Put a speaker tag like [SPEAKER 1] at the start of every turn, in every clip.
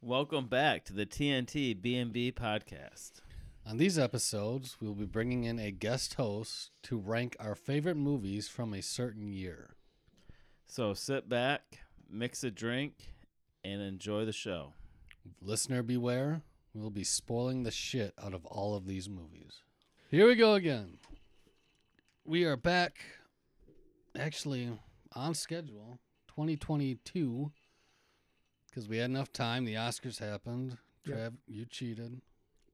[SPEAKER 1] Welcome back to the TNT B&B podcast.
[SPEAKER 2] On these episodes, we'll be bringing in a guest host to rank our favorite movies from a certain year.
[SPEAKER 1] So sit back, mix a drink, and enjoy the show.
[SPEAKER 2] Listener beware, we'll be spoiling the shit out of all of these movies. Here we go again. We are back, actually, on schedule, 2022, because we had enough time. The Oscars happened.
[SPEAKER 3] Yep.
[SPEAKER 2] Trav, you cheated.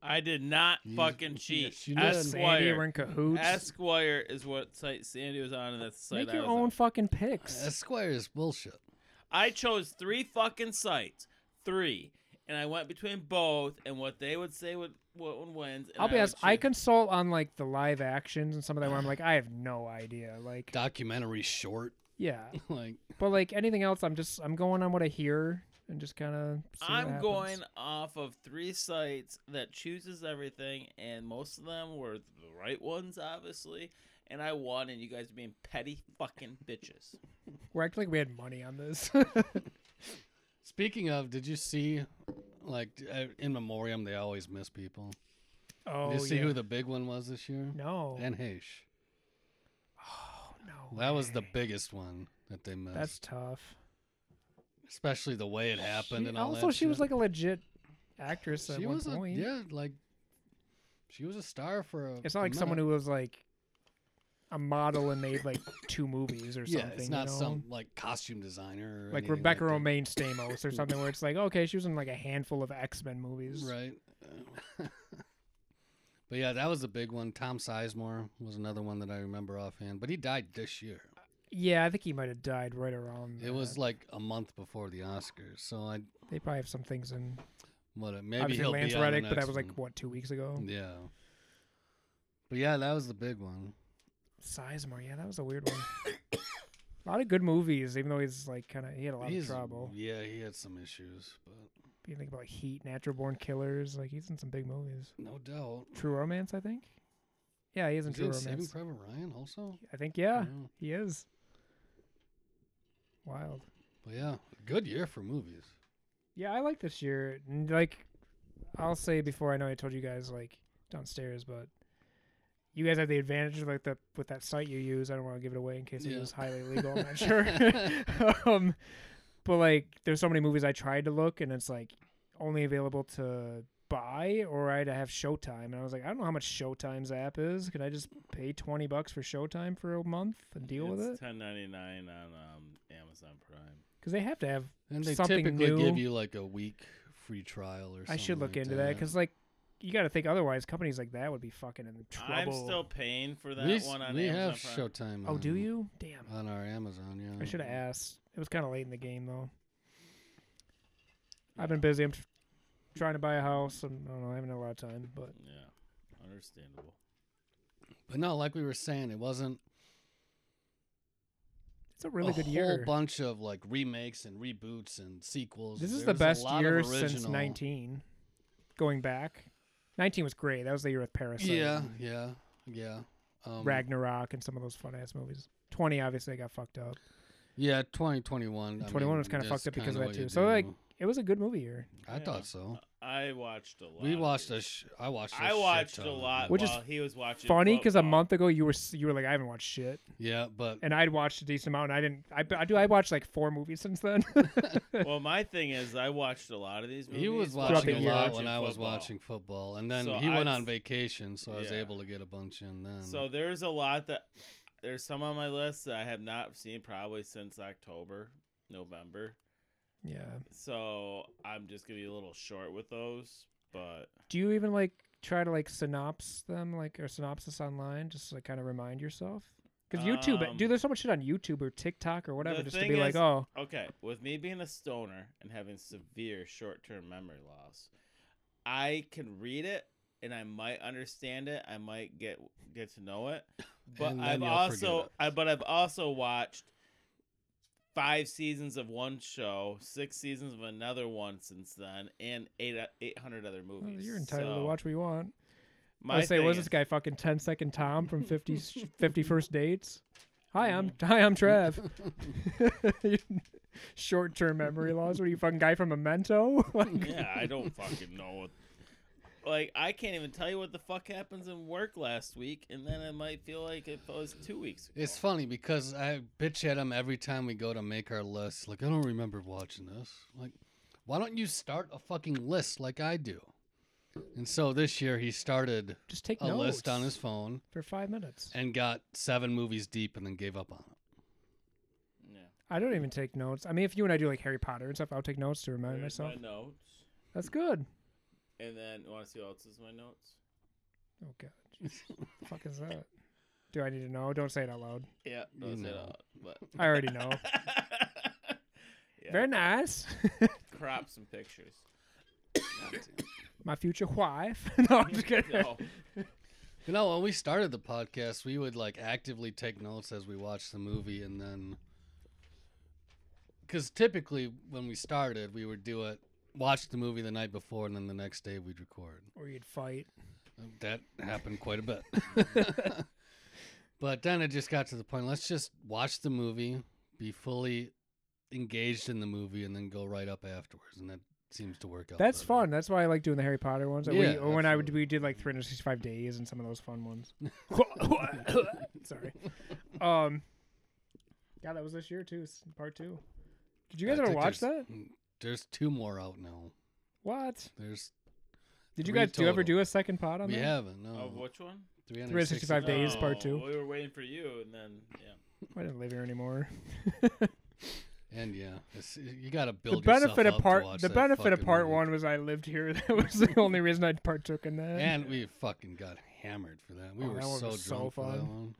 [SPEAKER 1] I did not
[SPEAKER 2] You-
[SPEAKER 1] fucking
[SPEAKER 2] yes,
[SPEAKER 1] cheat.
[SPEAKER 2] you did.
[SPEAKER 3] Sandy,
[SPEAKER 1] Esquire.
[SPEAKER 3] we're in cahoots.
[SPEAKER 1] Esquire is what site Sandy was on, and that's the site
[SPEAKER 3] Make
[SPEAKER 1] I
[SPEAKER 3] your
[SPEAKER 1] was
[SPEAKER 3] own
[SPEAKER 1] on.
[SPEAKER 3] fucking picks.
[SPEAKER 2] Esquire is bullshit.
[SPEAKER 1] I chose three fucking sites. Three. And I went between both and what they would say would what one wins. And
[SPEAKER 3] I'll be
[SPEAKER 1] would
[SPEAKER 3] honest. I
[SPEAKER 1] choose-
[SPEAKER 3] consult on like the live actions and some of that where I'm like, I have no idea. Like,
[SPEAKER 2] Documentary short.
[SPEAKER 3] yeah,
[SPEAKER 2] Like,
[SPEAKER 3] but like anything else, I'm just I'm going on what I hear and just kind of.
[SPEAKER 1] I'm going off of three sites that chooses everything, and most of them were the right ones, obviously. And I won, and you guys are being petty fucking bitches.
[SPEAKER 3] We're acting like we had money on this.
[SPEAKER 2] Speaking of, did you see, like uh, in memoriam, they always miss people.
[SPEAKER 3] oh,
[SPEAKER 2] did you see
[SPEAKER 3] yeah.
[SPEAKER 2] who the big one was this year?
[SPEAKER 3] no, Oh,
[SPEAKER 2] Dan Haish.
[SPEAKER 3] no,
[SPEAKER 2] That was the
[SPEAKER 3] way.
[SPEAKER 2] biggest one that they missed.
[SPEAKER 3] That's tough.
[SPEAKER 2] Especially the way it happened
[SPEAKER 3] She-
[SPEAKER 2] and all
[SPEAKER 3] also,
[SPEAKER 2] that.
[SPEAKER 3] she was
[SPEAKER 2] shit.
[SPEAKER 3] like a legit actress at
[SPEAKER 2] she
[SPEAKER 3] one
[SPEAKER 2] was a,
[SPEAKER 3] point.
[SPEAKER 2] yeah, like she was a star for a.
[SPEAKER 3] It's not like someone who was like a model and made like two movies or
[SPEAKER 2] Yeah,
[SPEAKER 3] something.
[SPEAKER 2] it's not
[SPEAKER 3] you know?
[SPEAKER 2] some like costume designer. Or
[SPEAKER 3] like
[SPEAKER 2] anything
[SPEAKER 3] Rebecca
[SPEAKER 2] that.
[SPEAKER 3] Romaine Stamos or something where it's like, okay, she was in like a handful of X Men movies.
[SPEAKER 2] Right. but yeah, that was the big one. Tom Sizemore was another one that I remember offhand, but he died this year.
[SPEAKER 3] Yeah, I think he might have died right around.
[SPEAKER 2] It was
[SPEAKER 3] that.
[SPEAKER 2] like a month before the Oscars, so I
[SPEAKER 3] they probably have some things in.
[SPEAKER 2] What maybe
[SPEAKER 3] obviously,
[SPEAKER 2] he'll
[SPEAKER 3] Lance
[SPEAKER 2] be on the
[SPEAKER 3] Reddick, but that
[SPEAKER 2] next
[SPEAKER 3] was like
[SPEAKER 2] one.
[SPEAKER 3] what two weeks ago.
[SPEAKER 2] yeah. But yeah, that was the big one.
[SPEAKER 3] Sizemore, yeah, that was a weird one. a lot of good movies, even though he's like kind of he had a lot
[SPEAKER 2] He's-
[SPEAKER 3] of trouble.
[SPEAKER 2] Yeah, he had some issues, but
[SPEAKER 3] You think about Heat, Natural Born Killers, like he's in some big movies.
[SPEAKER 2] no doubt.
[SPEAKER 3] True Romance, I think. Yeah, he is in
[SPEAKER 2] Is he
[SPEAKER 3] True
[SPEAKER 2] in Saving
[SPEAKER 3] Romance.
[SPEAKER 2] Private Ryan also?
[SPEAKER 3] I think yeah,
[SPEAKER 2] Yeah.
[SPEAKER 3] he is. Wild.
[SPEAKER 2] But yeah, good year for movies.
[SPEAKER 3] Yeah, I like this year. N- Like, I'll say before I know I told you guys like downstairs, but you guys have the advantage of like the with that site you use. I don't want to give it away in case it
[SPEAKER 2] Yeah.
[SPEAKER 3] was highly illegal. I'm not sure. um, but like, there's so many movies I tried to look, and it's like only available to buy or I had to have Showtime. And I was like, I don't know how much Showtime's app is. Can I just pay twenty bucks for Showtime for a month and deal with it?
[SPEAKER 1] It's 10.99 on um, Amazon Prime.
[SPEAKER 3] Because they have to have
[SPEAKER 2] And they
[SPEAKER 3] Something
[SPEAKER 2] typically
[SPEAKER 3] new.
[SPEAKER 2] give you like a week free trial or something.
[SPEAKER 3] I should look
[SPEAKER 2] like
[SPEAKER 3] into that because, like, you got to think otherwise. Companies like that would be fucking in trouble.
[SPEAKER 1] I'm still paying for that
[SPEAKER 2] we,
[SPEAKER 1] one on
[SPEAKER 2] we have
[SPEAKER 1] Amazon Prime.
[SPEAKER 2] Showtime.
[SPEAKER 3] Oh, do
[SPEAKER 2] on-
[SPEAKER 3] you? Damn.
[SPEAKER 2] On our Amazon, yeah.
[SPEAKER 3] I should have asked. It was kind of late in the game, though. I've been busy. I'm tr- trying to buy a house. I'm, I don't know. I haven't had a lot of time, but
[SPEAKER 1] Yeah, understandable.
[SPEAKER 2] But no, like we were saying, it wasn't
[SPEAKER 3] it's a really
[SPEAKER 2] a
[SPEAKER 3] good
[SPEAKER 2] whole
[SPEAKER 3] year.
[SPEAKER 2] bunch of like remakes and reboots and sequels.
[SPEAKER 3] This is
[SPEAKER 2] There
[SPEAKER 3] the
[SPEAKER 2] was a
[SPEAKER 3] best
[SPEAKER 2] lot of
[SPEAKER 3] year since
[SPEAKER 2] original-
[SPEAKER 3] 19. Going back, 19 was great. That was the year with Parasite,
[SPEAKER 2] Yeah,
[SPEAKER 3] and
[SPEAKER 2] yeah, yeah. Um,
[SPEAKER 3] Ragnarok, and some of those fun ass movies. 20 obviously got fucked up.
[SPEAKER 2] Yeah, 2021. I
[SPEAKER 3] 21
[SPEAKER 2] mean,
[SPEAKER 3] was kind of
[SPEAKER 2] that's
[SPEAKER 3] fucked up because
[SPEAKER 2] kinda
[SPEAKER 3] of that
[SPEAKER 2] what
[SPEAKER 3] too.
[SPEAKER 2] you
[SPEAKER 3] So
[SPEAKER 2] do.
[SPEAKER 3] like, it was a good movie year.
[SPEAKER 2] I
[SPEAKER 1] Yeah.
[SPEAKER 2] thought so.
[SPEAKER 1] I watched a lot.
[SPEAKER 2] We
[SPEAKER 1] of
[SPEAKER 2] watched
[SPEAKER 1] these.
[SPEAKER 2] a. Sh- I watched. a
[SPEAKER 1] I
[SPEAKER 2] shit
[SPEAKER 1] watched
[SPEAKER 2] ton
[SPEAKER 1] a
[SPEAKER 2] of
[SPEAKER 1] lot
[SPEAKER 2] them.
[SPEAKER 3] Which is
[SPEAKER 1] while he was watching
[SPEAKER 3] Funny because a
[SPEAKER 1] football.
[SPEAKER 3] month ago you were s- you were like I haven't watched shit,
[SPEAKER 2] Yeah, but
[SPEAKER 3] and I'd watched a decent amount. And I didn't. I, I do. I watched like four movies since then.
[SPEAKER 1] well, my thing is, I watched a lot of these movies.
[SPEAKER 2] he was
[SPEAKER 1] while
[SPEAKER 3] throughout
[SPEAKER 2] watching
[SPEAKER 3] the
[SPEAKER 2] a
[SPEAKER 3] year.
[SPEAKER 2] lot when I was
[SPEAKER 1] football.
[SPEAKER 2] watching football, and then
[SPEAKER 1] So
[SPEAKER 2] he went
[SPEAKER 1] I-
[SPEAKER 2] on vacation, so I was
[SPEAKER 1] Yeah.
[SPEAKER 2] able to get a bunch in then.
[SPEAKER 1] So there's a lot that there's some on my list that I have not seen probably since October, November.
[SPEAKER 3] yeah.
[SPEAKER 1] So I'm just gonna be a little short with those. But
[SPEAKER 3] Do you even like try to like synopse them like or synopsis online just to, like kind of remind yourself? Because YouTube,
[SPEAKER 1] Um,
[SPEAKER 3] dude, there's so much shit on YouTube or TikTok or whatever
[SPEAKER 1] the
[SPEAKER 3] just to
[SPEAKER 1] thing
[SPEAKER 3] be like,
[SPEAKER 1] is-
[SPEAKER 3] oh,
[SPEAKER 1] okay, with me being a stoner and having severe short-term memory loss, I can read it and I might understand it. I might get get to know it. But
[SPEAKER 2] And then
[SPEAKER 1] I've
[SPEAKER 2] you'll forget
[SPEAKER 1] also
[SPEAKER 2] it.
[SPEAKER 1] I but I've also watched five seasons of one show, six seasons of another one since then, and eight eight hundred other
[SPEAKER 3] well,
[SPEAKER 1] movies.
[SPEAKER 3] you're entitled
[SPEAKER 1] So,
[SPEAKER 3] to watch what you want.
[SPEAKER 1] My
[SPEAKER 3] I say,
[SPEAKER 1] thing
[SPEAKER 3] was
[SPEAKER 1] is-
[SPEAKER 3] this guy fucking 10 Second Tom from 50, 50 First Dates? Hi, I'm
[SPEAKER 1] Mm.
[SPEAKER 3] hi, I'm Trev. Short-term memory loss. What are you fucking guy from Memento? like,
[SPEAKER 1] Yeah, I don't fucking know what. Like, I can't even tell you what the fuck happens in work last week, and then it might feel like it was two weeks ago.
[SPEAKER 2] It's funny because I bitch at him every time we go to make our list. Like, I don't remember watching this. Like, why don't you start a fucking list like I do? And so this year he started
[SPEAKER 3] just take
[SPEAKER 2] a
[SPEAKER 3] notes
[SPEAKER 2] list on his phone
[SPEAKER 3] for five minutes.
[SPEAKER 2] and got seven movies deep and then gave up on it.
[SPEAKER 1] yeah.
[SPEAKER 3] I don't even take notes. I mean, if you and I do like Harry Potter and stuff, I'll take notes to remind
[SPEAKER 1] There's
[SPEAKER 3] myself.
[SPEAKER 1] My notes.
[SPEAKER 3] That's good.
[SPEAKER 1] And then, want to see what else is in my notes?
[SPEAKER 3] Oh god, jeez. the fuck is that? Do I need to know? Don't say it out loud.
[SPEAKER 1] Yeah,
[SPEAKER 2] You
[SPEAKER 1] those it
[SPEAKER 2] know.
[SPEAKER 1] out. But
[SPEAKER 3] I already know.
[SPEAKER 1] yeah,
[SPEAKER 3] Very nice.
[SPEAKER 1] crops and pictures.
[SPEAKER 3] My future wife. no, I'm just kidding.
[SPEAKER 1] No.
[SPEAKER 2] You know, when we started the podcast, we would like actively take notes as we watched the movie and then. Because typically when we started, we would do it, watch the movie the night before, and then the next day we'd record.
[SPEAKER 3] Or you'd fight.
[SPEAKER 2] That happened quite a bit. but then it just got to the point let's just watch the movie, be fully engaged in the movie, and then go right up afterwards. And that seems to work out.
[SPEAKER 3] That's
[SPEAKER 2] better.
[SPEAKER 3] fun. That's why I like doing the Harry Potter ones. Like, we-
[SPEAKER 2] Yeah,
[SPEAKER 3] or when I would
[SPEAKER 2] absolutely.
[SPEAKER 3] we did like 365 days and some of those fun ones. Sorry. Um. God, that was this year too. s- Part two. Did you guys
[SPEAKER 2] I
[SPEAKER 3] ever
[SPEAKER 2] think
[SPEAKER 3] watch
[SPEAKER 2] there's-
[SPEAKER 3] that?
[SPEAKER 2] Mm, There's two more out now.
[SPEAKER 3] What?
[SPEAKER 2] There's
[SPEAKER 3] Did you
[SPEAKER 2] Three
[SPEAKER 3] guys do ever
[SPEAKER 2] total.
[SPEAKER 3] do a second pot on
[SPEAKER 2] we
[SPEAKER 3] that?
[SPEAKER 2] haven't. No.
[SPEAKER 1] Of which one?
[SPEAKER 3] 365 days, part two.
[SPEAKER 1] We were waiting for you, and then yeah.
[SPEAKER 3] I didn't live here anymore.
[SPEAKER 2] And yeah, it's, you got to
[SPEAKER 3] the
[SPEAKER 2] build. yourself
[SPEAKER 3] benefit
[SPEAKER 2] up
[SPEAKER 3] of
[SPEAKER 2] to
[SPEAKER 3] part
[SPEAKER 2] watch
[SPEAKER 3] the
[SPEAKER 2] that
[SPEAKER 3] benefit of
[SPEAKER 2] fucking
[SPEAKER 3] part
[SPEAKER 2] movie.
[SPEAKER 3] one was I lived here. That was the only reason I partook in that.
[SPEAKER 2] And we fucking got hammered for that. We
[SPEAKER 3] Oh,
[SPEAKER 2] were
[SPEAKER 3] that
[SPEAKER 2] so
[SPEAKER 3] one
[SPEAKER 2] drunk
[SPEAKER 3] was so
[SPEAKER 2] for that
[SPEAKER 3] fun.
[SPEAKER 2] one.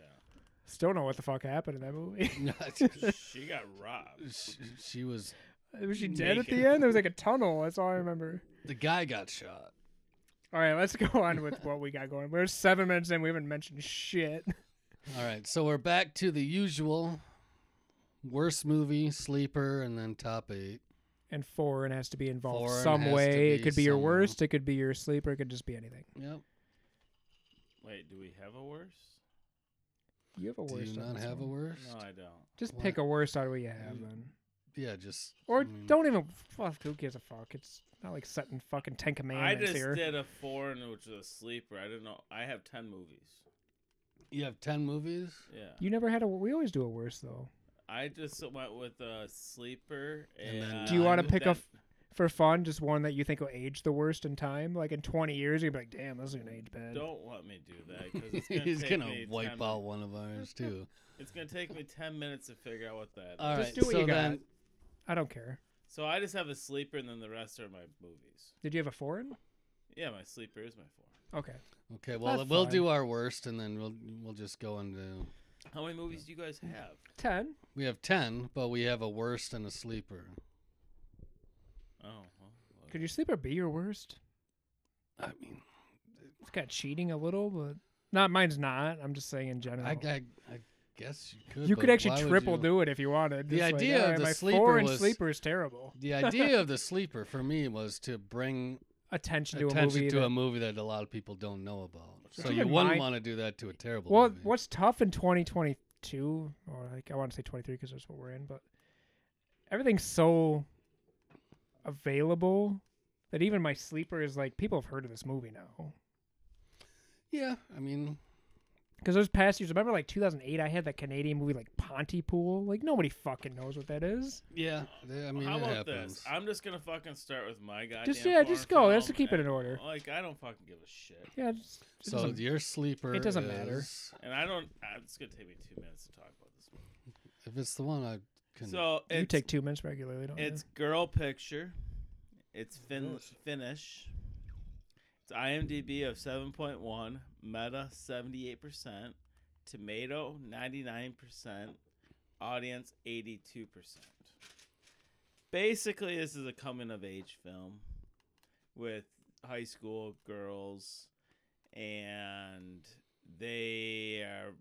[SPEAKER 3] Still don't know what the fuck happened in that movie.
[SPEAKER 1] Yeah. she got robbed.
[SPEAKER 2] she, she was
[SPEAKER 3] was she dead at the
[SPEAKER 1] Naked.
[SPEAKER 3] end? There was like a tunnel. That's all I remember.
[SPEAKER 2] the guy got shot.
[SPEAKER 3] All right, let's go on with what we got going. We're seven minutes in. We haven't mentioned shit.
[SPEAKER 2] All right, so we're back to the usual worst movie, sleeper, and then top eight.
[SPEAKER 3] And foreign has to be involved
[SPEAKER 2] Foreign has
[SPEAKER 3] some
[SPEAKER 2] to
[SPEAKER 3] way. It
[SPEAKER 2] be
[SPEAKER 3] could be your
[SPEAKER 2] somehow.
[SPEAKER 3] worst. It could be your sleeper. It could just be anything.
[SPEAKER 2] Yep.
[SPEAKER 1] Wait, do we have a worse?
[SPEAKER 3] You have a
[SPEAKER 2] Do
[SPEAKER 3] worst.
[SPEAKER 2] you
[SPEAKER 3] on
[SPEAKER 2] not
[SPEAKER 3] this
[SPEAKER 2] have a
[SPEAKER 3] one.
[SPEAKER 2] worst?
[SPEAKER 1] No, I don't.
[SPEAKER 3] Just
[SPEAKER 2] What?
[SPEAKER 3] pick a worst out of what you have,
[SPEAKER 2] Mm.
[SPEAKER 3] then.
[SPEAKER 2] Yeah, just
[SPEAKER 3] Or
[SPEAKER 2] I mean,
[SPEAKER 3] don't even. Fuck, who gives a fuck? It's not like setting fucking Ten
[SPEAKER 1] I
[SPEAKER 3] Commandments
[SPEAKER 1] just
[SPEAKER 3] here.
[SPEAKER 1] did a foreign, which was a sleeper. I didn't know. I have ten movies.
[SPEAKER 2] You have ten movies.
[SPEAKER 1] Yeah,
[SPEAKER 3] You never had a. We always do a worst though.
[SPEAKER 1] I just went with a sleeper.
[SPEAKER 2] And
[SPEAKER 1] And,
[SPEAKER 2] then
[SPEAKER 3] Do you want to
[SPEAKER 2] Nine.
[SPEAKER 1] then-
[SPEAKER 3] pick a f- for fun? Just one that you think will age the worst in time. Like in twenty years, you'd be like, "Damn, this is gonna age bad."
[SPEAKER 1] Don't let me do that because it's gonna
[SPEAKER 2] He's
[SPEAKER 1] take
[SPEAKER 2] gonna
[SPEAKER 1] me
[SPEAKER 2] wipe
[SPEAKER 1] 10
[SPEAKER 2] out one of ours too.
[SPEAKER 1] It's gonna take me ten minutes to figure out what that.
[SPEAKER 2] All
[SPEAKER 1] is.
[SPEAKER 2] right,
[SPEAKER 3] Just do what
[SPEAKER 2] so
[SPEAKER 3] you got.
[SPEAKER 2] then
[SPEAKER 3] I don't care.
[SPEAKER 1] So I just have a sleeper, and then the rest are my movies.
[SPEAKER 3] Did you have a foreign?
[SPEAKER 1] Yeah, my sleeper is my four.
[SPEAKER 3] Okay.
[SPEAKER 2] okay, well
[SPEAKER 3] That's
[SPEAKER 2] we'll
[SPEAKER 3] fine.
[SPEAKER 2] do our worst, and then we'll we'll just go into.
[SPEAKER 1] How many movies do you guys have?
[SPEAKER 3] Ten.
[SPEAKER 2] We have ten, but we have a worst and a sleeper.
[SPEAKER 1] Oh, well, well,
[SPEAKER 3] Could your sleeper be your worst?
[SPEAKER 2] I mean,
[SPEAKER 3] It's got cheating a little, but not mine's not. I'm just saying in general.
[SPEAKER 2] I, I, I guess you could.
[SPEAKER 3] you
[SPEAKER 2] but
[SPEAKER 3] could actually
[SPEAKER 2] why would
[SPEAKER 3] triple
[SPEAKER 2] you-
[SPEAKER 3] do it if you wanted.
[SPEAKER 2] The
[SPEAKER 3] Just like,
[SPEAKER 2] idea of
[SPEAKER 3] "Alright,
[SPEAKER 2] the
[SPEAKER 3] my
[SPEAKER 2] sleeper
[SPEAKER 3] foreign
[SPEAKER 2] was-
[SPEAKER 3] sleeper is terrible.
[SPEAKER 2] The idea of the sleeper for me was to bring
[SPEAKER 3] Attention to a
[SPEAKER 2] attention
[SPEAKER 3] movie.
[SPEAKER 2] to
[SPEAKER 3] that-
[SPEAKER 2] a movie that a lot of people don't know about. So
[SPEAKER 3] Keep
[SPEAKER 2] you
[SPEAKER 3] in
[SPEAKER 2] wouldn't
[SPEAKER 3] mind-
[SPEAKER 2] want to do that to a terrible
[SPEAKER 3] Well,
[SPEAKER 2] movie.
[SPEAKER 3] what's tough in 2022, or like I want to say 23 because that's what we're in, but everything's so available that even my sleeper is like people have heard of this movie now.
[SPEAKER 2] Yeah, I mean,
[SPEAKER 3] Because those past years, remember like 2008, I had that Canadian movie like Pontypool. Like nobody fucking knows what that is.
[SPEAKER 2] yeah. th- I mean,
[SPEAKER 1] how
[SPEAKER 2] it
[SPEAKER 1] about
[SPEAKER 2] happens.
[SPEAKER 1] this? I'm just gonna fucking start with my guy.
[SPEAKER 3] yeah, just go. Let's keep it in order.
[SPEAKER 1] Like I don't fucking give a shit,
[SPEAKER 3] Yeah, it's, it
[SPEAKER 2] so
[SPEAKER 3] doesn't-
[SPEAKER 2] your sleeper.
[SPEAKER 3] it doesn't matter.
[SPEAKER 2] is-
[SPEAKER 1] and I don't. uh, It's gonna take me two minutes to talk about this. Movie.
[SPEAKER 2] If it's the one I can.
[SPEAKER 1] So it's,
[SPEAKER 3] you take two minutes regularly. Don't
[SPEAKER 1] It's girl picture. It's fin- Finnish. It's IMDb of 7.1, Meta 78%, Tomato 99%, Audience 82%. Basically, this is a coming of age film with high school girls and they are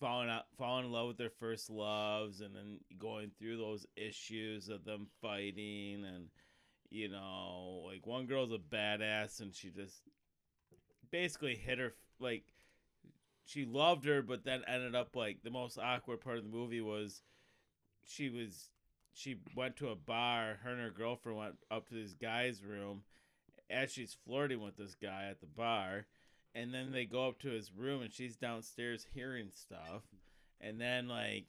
[SPEAKER 1] falling out falling in love with their first loves and then going through those issues of them fighting and you know like one girl's a badass and she just basically hit her like she loved her, but then ended up like the most awkward part of the movie was she was she went to a bar. Her and her girlfriend went up to this guy's room as she's flirting with this guy at the bar, and then they go up to his room and she's downstairs hearing stuff, and then like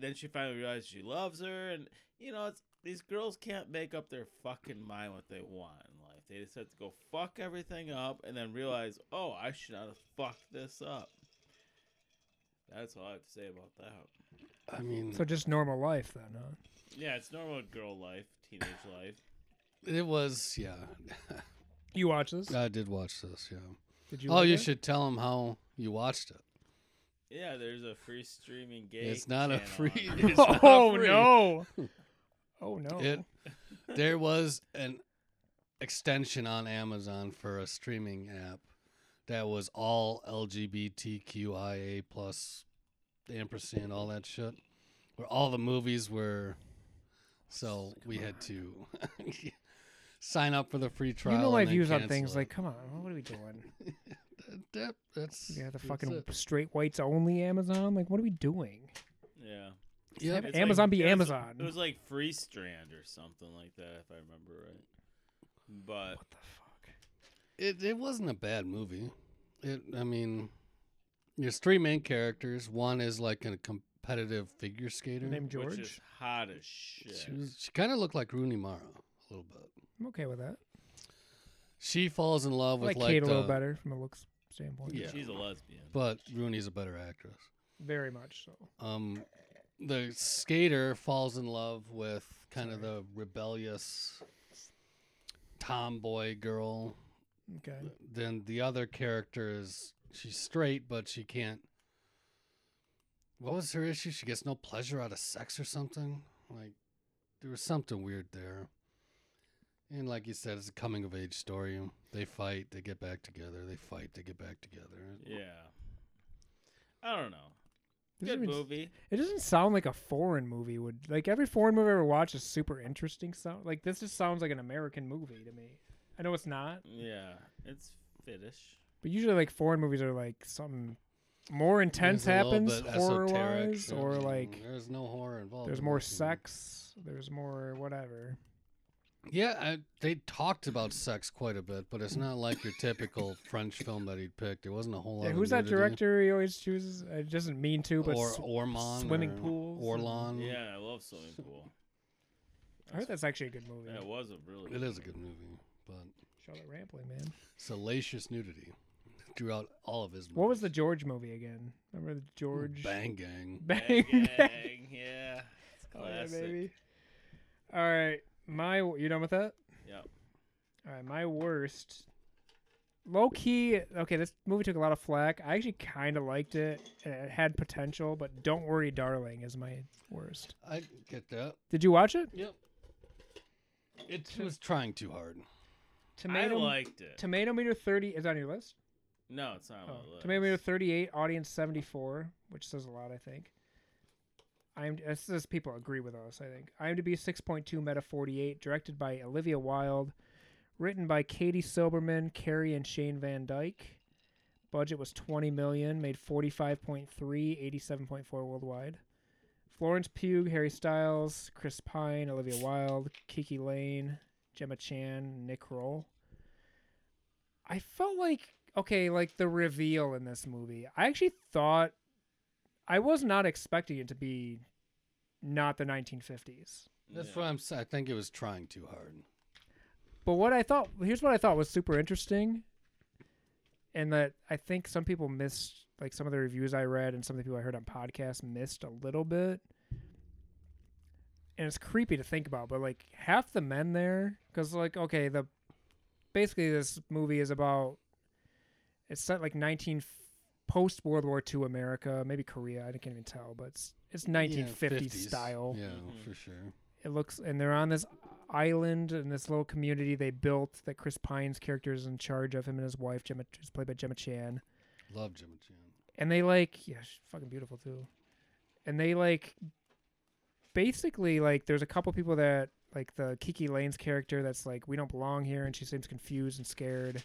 [SPEAKER 1] then she finally realizes she loves her, and you know it's these girls can't make up their fucking mind what they want in life. They just have to go fuck everything up and then realize, oh, I should not have fucked this up. That's all I have to say about that.
[SPEAKER 2] I mean,
[SPEAKER 3] So just normal life then, huh?
[SPEAKER 1] Yeah, it's normal girl life, teenage life.
[SPEAKER 2] it was yeah.
[SPEAKER 3] You watch this?
[SPEAKER 2] I did watch this. Yeah.
[SPEAKER 3] Did you?
[SPEAKER 2] oh,
[SPEAKER 3] like
[SPEAKER 2] you
[SPEAKER 3] it?
[SPEAKER 2] should tell them how you watched it.
[SPEAKER 1] Yeah, there's a free streaming gay.
[SPEAKER 2] It's not a
[SPEAKER 1] channel
[SPEAKER 2] free.
[SPEAKER 1] on
[SPEAKER 2] it's not
[SPEAKER 3] Oh
[SPEAKER 2] free.
[SPEAKER 3] no! Oh no!
[SPEAKER 2] It. There was an extension on Amazon for a streaming app that was all LGBTQIA plus ampersand all that shit, where all the movies were. So we had to sign up for the free trial.
[SPEAKER 3] you know my
[SPEAKER 2] and then
[SPEAKER 3] views on
[SPEAKER 2] cancel
[SPEAKER 3] things.
[SPEAKER 2] it.
[SPEAKER 3] Like, come on, what are we doing?
[SPEAKER 2] That- that's
[SPEAKER 3] Yeah, the
[SPEAKER 2] that's
[SPEAKER 3] fucking
[SPEAKER 2] it.
[SPEAKER 3] straight whites only Amazon. Like, what are we doing?
[SPEAKER 1] Yeah.
[SPEAKER 2] Yep.
[SPEAKER 1] It's
[SPEAKER 3] Amazon be
[SPEAKER 1] it was-
[SPEAKER 3] Amazon.
[SPEAKER 1] It was like Free Strand or something like that, if I remember right. But
[SPEAKER 3] What the fuck?
[SPEAKER 2] It it wasn't a bad movie. It I mean, there's three main characters. One is like a competitive figure skater.
[SPEAKER 3] Name
[SPEAKER 1] which is
[SPEAKER 3] George.
[SPEAKER 1] hot as shit.
[SPEAKER 2] She was, she kind of looked like Rooney Mara a little bit.
[SPEAKER 3] I'm okay with that.
[SPEAKER 2] She falls in love
[SPEAKER 3] I
[SPEAKER 2] with
[SPEAKER 3] like
[SPEAKER 2] like,
[SPEAKER 3] Kate a little
[SPEAKER 2] the-
[SPEAKER 3] better from a looks standpoint.
[SPEAKER 2] Yeah.
[SPEAKER 1] She's a lesbian.
[SPEAKER 2] but Rooney's a better actress.
[SPEAKER 3] Very much so.
[SPEAKER 2] Um, the skater falls in love with kind of the rebellious tomboy girl.
[SPEAKER 3] Okay.
[SPEAKER 2] Then the other character is she's straight, but she can't. What was her issue? She gets no pleasure out of sex or something. Like there was something weird there. And like you said, it's a coming of age story. They fight, they get back together. They fight, they get back together.
[SPEAKER 1] Yeah. I don't know.
[SPEAKER 3] This
[SPEAKER 1] Good
[SPEAKER 3] is-
[SPEAKER 1] movie.
[SPEAKER 3] It doesn't sound like a foreign movie would. Like every foreign movie I ever watched is super interesting. Sound like this just sounds like an American movie to me. I know it's not,
[SPEAKER 1] Yeah, it's fittish.
[SPEAKER 3] but usually like foreign movies are like something more intense
[SPEAKER 2] There's a little
[SPEAKER 3] happens
[SPEAKER 2] bit esoteric,
[SPEAKER 3] horror wise,
[SPEAKER 2] yeah.
[SPEAKER 3] or like
[SPEAKER 2] there's no horror involved.
[SPEAKER 3] there's
[SPEAKER 2] in
[SPEAKER 3] more
[SPEAKER 2] this one.
[SPEAKER 3] sex, there's more whatever.
[SPEAKER 2] Yeah, I, they talked about sex quite a bit, but it's not like your typical French film that he'd picked. There wasn't a whole lot.
[SPEAKER 3] Yeah,
[SPEAKER 2] of
[SPEAKER 3] who's that
[SPEAKER 2] nudity.
[SPEAKER 3] director he always chooses? It doesn't mean to, but
[SPEAKER 2] or
[SPEAKER 3] sw-
[SPEAKER 2] Ormond,
[SPEAKER 3] swimming
[SPEAKER 2] or
[SPEAKER 3] pools and-
[SPEAKER 2] Orlon.
[SPEAKER 1] Yeah, I love swimming pool.
[SPEAKER 3] I heard that's actually a good movie.
[SPEAKER 1] Yeah, it was a really.
[SPEAKER 2] it is a good movie, but
[SPEAKER 3] Charlotte Rampling, man.
[SPEAKER 2] salacious nudity throughout all of his. Movies.
[SPEAKER 3] What was the George movie again? Remember the George
[SPEAKER 2] Bang Gang?
[SPEAKER 3] Bang.
[SPEAKER 1] Bang,
[SPEAKER 3] Bang.
[SPEAKER 1] bang, yeah. It's
[SPEAKER 3] Oh, yeah,
[SPEAKER 1] classic.
[SPEAKER 3] baby. All right, my you done with that?
[SPEAKER 1] Yep.
[SPEAKER 3] All right, my worst. Low key, okay. This movie took a lot of flack. I actually kind of liked it. and It had potential, but "Don't Worry, Darling" is my worst.
[SPEAKER 2] I get that.
[SPEAKER 3] Did you watch it?
[SPEAKER 2] Yep. It was trying too hard.
[SPEAKER 3] Tomato
[SPEAKER 1] I liked it.
[SPEAKER 3] Tomato meter thirty is on your list.
[SPEAKER 1] no, it's not on
[SPEAKER 3] Oh,
[SPEAKER 1] my list.
[SPEAKER 3] tomato meter thirty-eight, audience seventy-four, which says a lot, I think. I'm. This is people agree with us, I think. IMDb six point two, Meta forty-eight, directed by Olivia Wilde, written by Katie Silberman, Carrie, and Shane Van Dyke. Budget was twenty million, made 45.3, 87.4 worldwide. Florence Pugh, Harry Styles, Chris Pine, Olivia Wilde, Kiki Lane, Gemma Chan, Nick Roll. I felt like okay, like the reveal in this movie. I actually thought I was not expecting it to be not the 1950s.
[SPEAKER 2] That's
[SPEAKER 1] Yeah.
[SPEAKER 2] what I'm. sa- I think it was trying too hard.
[SPEAKER 3] But what I thought here's what I thought was super interesting and that I think some people missed like some of the reviews I read and some of the people I heard on podcasts missed a little bit. And it's creepy to think about, but like half the men there cuz like okay, the basically this movie is about it's set like 19 post World War II America, maybe Korea, I can't even tell, but it's it's 1950s
[SPEAKER 2] Yeah,
[SPEAKER 3] style
[SPEAKER 2] Yeah,
[SPEAKER 1] Mhm.
[SPEAKER 2] for sure.
[SPEAKER 3] it looks and they're on this island in this little community they built that Chris Pine's character is in charge of him and his wife Gemma who's played by Gemma Chan
[SPEAKER 2] Love Jimmy Chan.
[SPEAKER 3] and they like yeah she's fucking beautiful too and they like basically like there's a couple people that like the Kiki Lane's character that's like we don't belong here and she seems confused and scared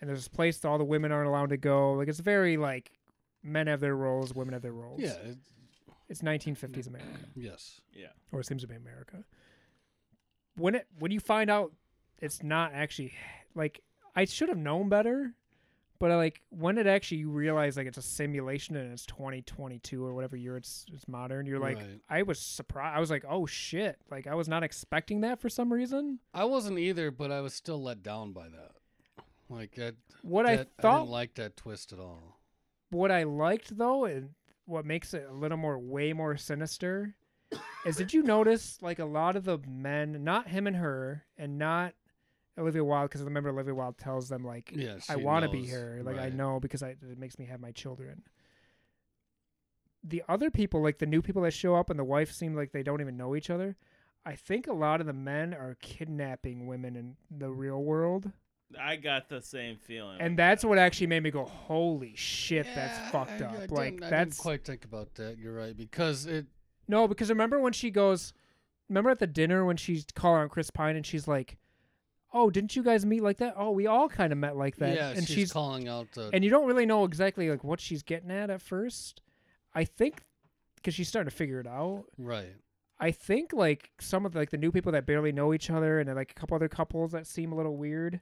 [SPEAKER 3] and there's this place that all the women aren't allowed to go like it's very like men have their roles, women have their roles.
[SPEAKER 2] Yeah. It,
[SPEAKER 3] It's 1950s America,
[SPEAKER 2] yes.
[SPEAKER 1] Yeah.
[SPEAKER 3] or it seems to be America. When it when you find out it's not actually like I should have known better, but I, like when it actually you realize like it's a simulation and it's 2022 or whatever year it's it's modern, you're like
[SPEAKER 2] Right.
[SPEAKER 3] I was surprised. I was like, oh shit! Like I was not expecting that for some reason.
[SPEAKER 2] I wasn't either, but I was still let down by that. Like that,
[SPEAKER 3] What
[SPEAKER 2] that-
[SPEAKER 3] I thought
[SPEAKER 2] didn't like that twist at all.
[SPEAKER 3] what I liked though, and what makes it a little more way more sinister, is did you notice like a lot of the men, not him and her, and not Olivia Wilde, because remember Olivia Wilde tells them like,
[SPEAKER 2] Yeah,
[SPEAKER 3] "I
[SPEAKER 2] she
[SPEAKER 3] want to be
[SPEAKER 2] knows,
[SPEAKER 3] here, like I
[SPEAKER 2] right.
[SPEAKER 3] know because I, it makes me have my children." The other people, like the new people that show up, and the wife seem like they don't even know each other. I think a lot of the men are kidnapping women in the real world,
[SPEAKER 1] I got the same feeling.
[SPEAKER 3] and
[SPEAKER 1] with
[SPEAKER 3] that's
[SPEAKER 1] that.
[SPEAKER 3] what actually made me go, "Holy shit,
[SPEAKER 2] Yeah,
[SPEAKER 3] that's fucked
[SPEAKER 2] I-
[SPEAKER 3] up!"
[SPEAKER 2] I
[SPEAKER 3] like
[SPEAKER 2] didn't- I
[SPEAKER 3] that's
[SPEAKER 2] didn't quite think about that. You're right because it.
[SPEAKER 3] No, because remember when she goes, remember at the dinner when she's calling on Chris Pine and she's like, "Oh, didn't you guys meet like that? Oh, we all kind of met like that."
[SPEAKER 2] yeah,
[SPEAKER 3] and
[SPEAKER 2] she's, calling out the.
[SPEAKER 3] and you don't really know exactly like what she's getting at at first. I think because she's starting to figure it out.
[SPEAKER 2] right.
[SPEAKER 3] I think like some of the, like the new people that barely know each other and then, like a couple other couples that seem a little weird.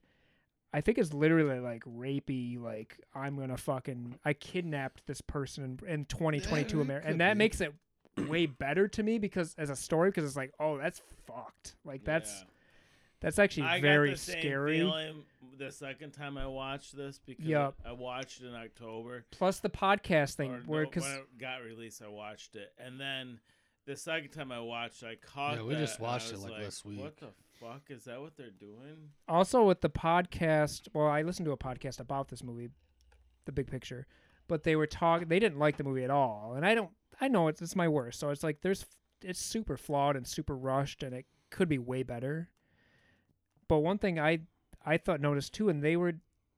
[SPEAKER 3] I think it's literally like rapey, like I'm gonna fucking I kidnapped this person in, in 2022
[SPEAKER 1] Eh,
[SPEAKER 2] it
[SPEAKER 3] America,
[SPEAKER 2] could
[SPEAKER 3] and that
[SPEAKER 2] be.
[SPEAKER 3] makes it way better to me because as a story because it's like oh that's fucked like that's that's actually
[SPEAKER 1] Yeah. I
[SPEAKER 3] very
[SPEAKER 1] got the same
[SPEAKER 3] scary.
[SPEAKER 1] Feeling the second time I watched this because
[SPEAKER 3] Yep.
[SPEAKER 1] I watched it in October.
[SPEAKER 3] Plus the podcast thing
[SPEAKER 1] or
[SPEAKER 3] where
[SPEAKER 1] no,
[SPEAKER 3] because
[SPEAKER 1] when it got released, I watched it, and then the second time I watched, I caught.
[SPEAKER 2] Yeah, we
[SPEAKER 1] that,
[SPEAKER 2] just
[SPEAKER 1] and I
[SPEAKER 2] watched it,
[SPEAKER 1] was
[SPEAKER 2] like, last week.
[SPEAKER 1] What the fuck is that? What they're doing?
[SPEAKER 3] also with the podcast well i listened to a podcast about this movie the big picture but they were talking they didn't like the movie at all and i don't i know it's, it's my worst so it's like there's it's super flawed and super rushed and it could be way better but one thing i i thought noticed too and they were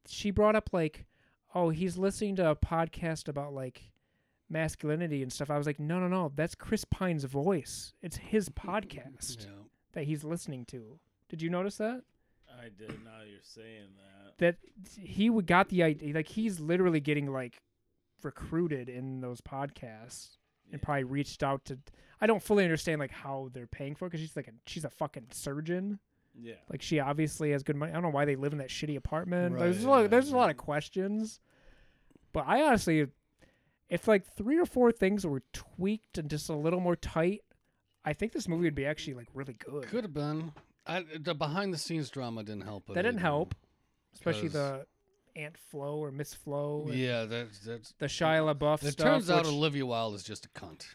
[SPEAKER 3] she brought up like oh he's listening to a podcast about like masculinity and stuff i was like no no no that's chris pine's voice it's his podcast
[SPEAKER 2] Yeah.
[SPEAKER 3] that he's listening to did you notice that
[SPEAKER 1] I did. Now you're saying that.
[SPEAKER 3] that he would got the idea like he's literally getting like recruited in those podcasts
[SPEAKER 1] Yeah.
[SPEAKER 3] and probably reached out to i don't fully understand like how they're paying for it because she's like a, she's a fucking surgeon
[SPEAKER 1] Yeah.
[SPEAKER 3] like she obviously has good money i don't know why they live in that shitty apartment Like, there's, a
[SPEAKER 2] Right,
[SPEAKER 3] lot,
[SPEAKER 2] yeah,
[SPEAKER 3] there's a lot
[SPEAKER 2] right.
[SPEAKER 3] of questions but i honestly if like three or four things were tweaked and just a little more tight i think this movie would be actually like really good
[SPEAKER 2] Could have been. I, the behind the scenes drama didn't help. it
[SPEAKER 3] that didn't
[SPEAKER 2] either.
[SPEAKER 3] help especially
[SPEAKER 2] 'cause-
[SPEAKER 3] the aunt flo or miss flo and-
[SPEAKER 2] Yeah, that's that's.
[SPEAKER 3] the Shia LaBeouf
[SPEAKER 2] It
[SPEAKER 3] stuff.
[SPEAKER 2] turns out
[SPEAKER 3] which-
[SPEAKER 2] Olivia Wilde is just a cunt.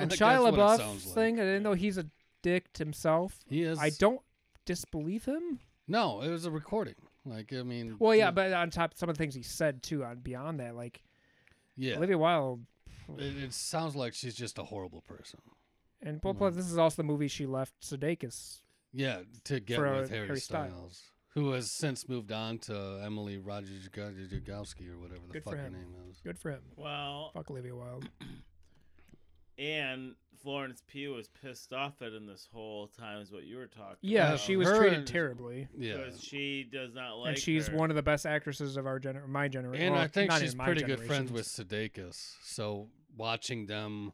[SPEAKER 3] and
[SPEAKER 2] like,
[SPEAKER 3] Shia
[SPEAKER 2] that's what it
[SPEAKER 3] LaBeouf
[SPEAKER 2] sounds like.
[SPEAKER 3] thing. And though he's a dick to himself,
[SPEAKER 2] He is.
[SPEAKER 3] I don't disbelieve him.
[SPEAKER 2] No, it was a recording. Like I mean.
[SPEAKER 3] Well, yeah,
[SPEAKER 2] you-
[SPEAKER 3] but on top some of the things he said too. On beyond that, like
[SPEAKER 2] yeah.
[SPEAKER 3] Olivia Wilde,
[SPEAKER 2] It, it sounds like she's just a horrible person.
[SPEAKER 3] and plus
[SPEAKER 2] Mm.
[SPEAKER 3] this is also the movie she left Sudeikis.
[SPEAKER 2] Yeah, to get
[SPEAKER 3] For,
[SPEAKER 2] with
[SPEAKER 3] uh,
[SPEAKER 2] Harry,
[SPEAKER 3] Harry
[SPEAKER 2] Styles,
[SPEAKER 3] Styles.
[SPEAKER 2] who has since moved on to Emily Rogers Rogowski or whatever the
[SPEAKER 3] Good for
[SPEAKER 2] fuck her
[SPEAKER 3] him.
[SPEAKER 2] name is.
[SPEAKER 3] Good for him.
[SPEAKER 1] Well,
[SPEAKER 3] Fuck Olivia Wilde.
[SPEAKER 1] and Florence Pugh was pissed off at him this whole time. Is what you were talking.
[SPEAKER 3] Yeah,
[SPEAKER 1] about.
[SPEAKER 3] she was
[SPEAKER 2] her
[SPEAKER 3] treated
[SPEAKER 2] and-
[SPEAKER 3] terribly,
[SPEAKER 2] Yeah,
[SPEAKER 1] Because she does not like.
[SPEAKER 3] and she's
[SPEAKER 1] her.
[SPEAKER 3] one of the best actresses of our gener- my generation.
[SPEAKER 2] and I think she's pretty good friends with Sudeikis. So watching them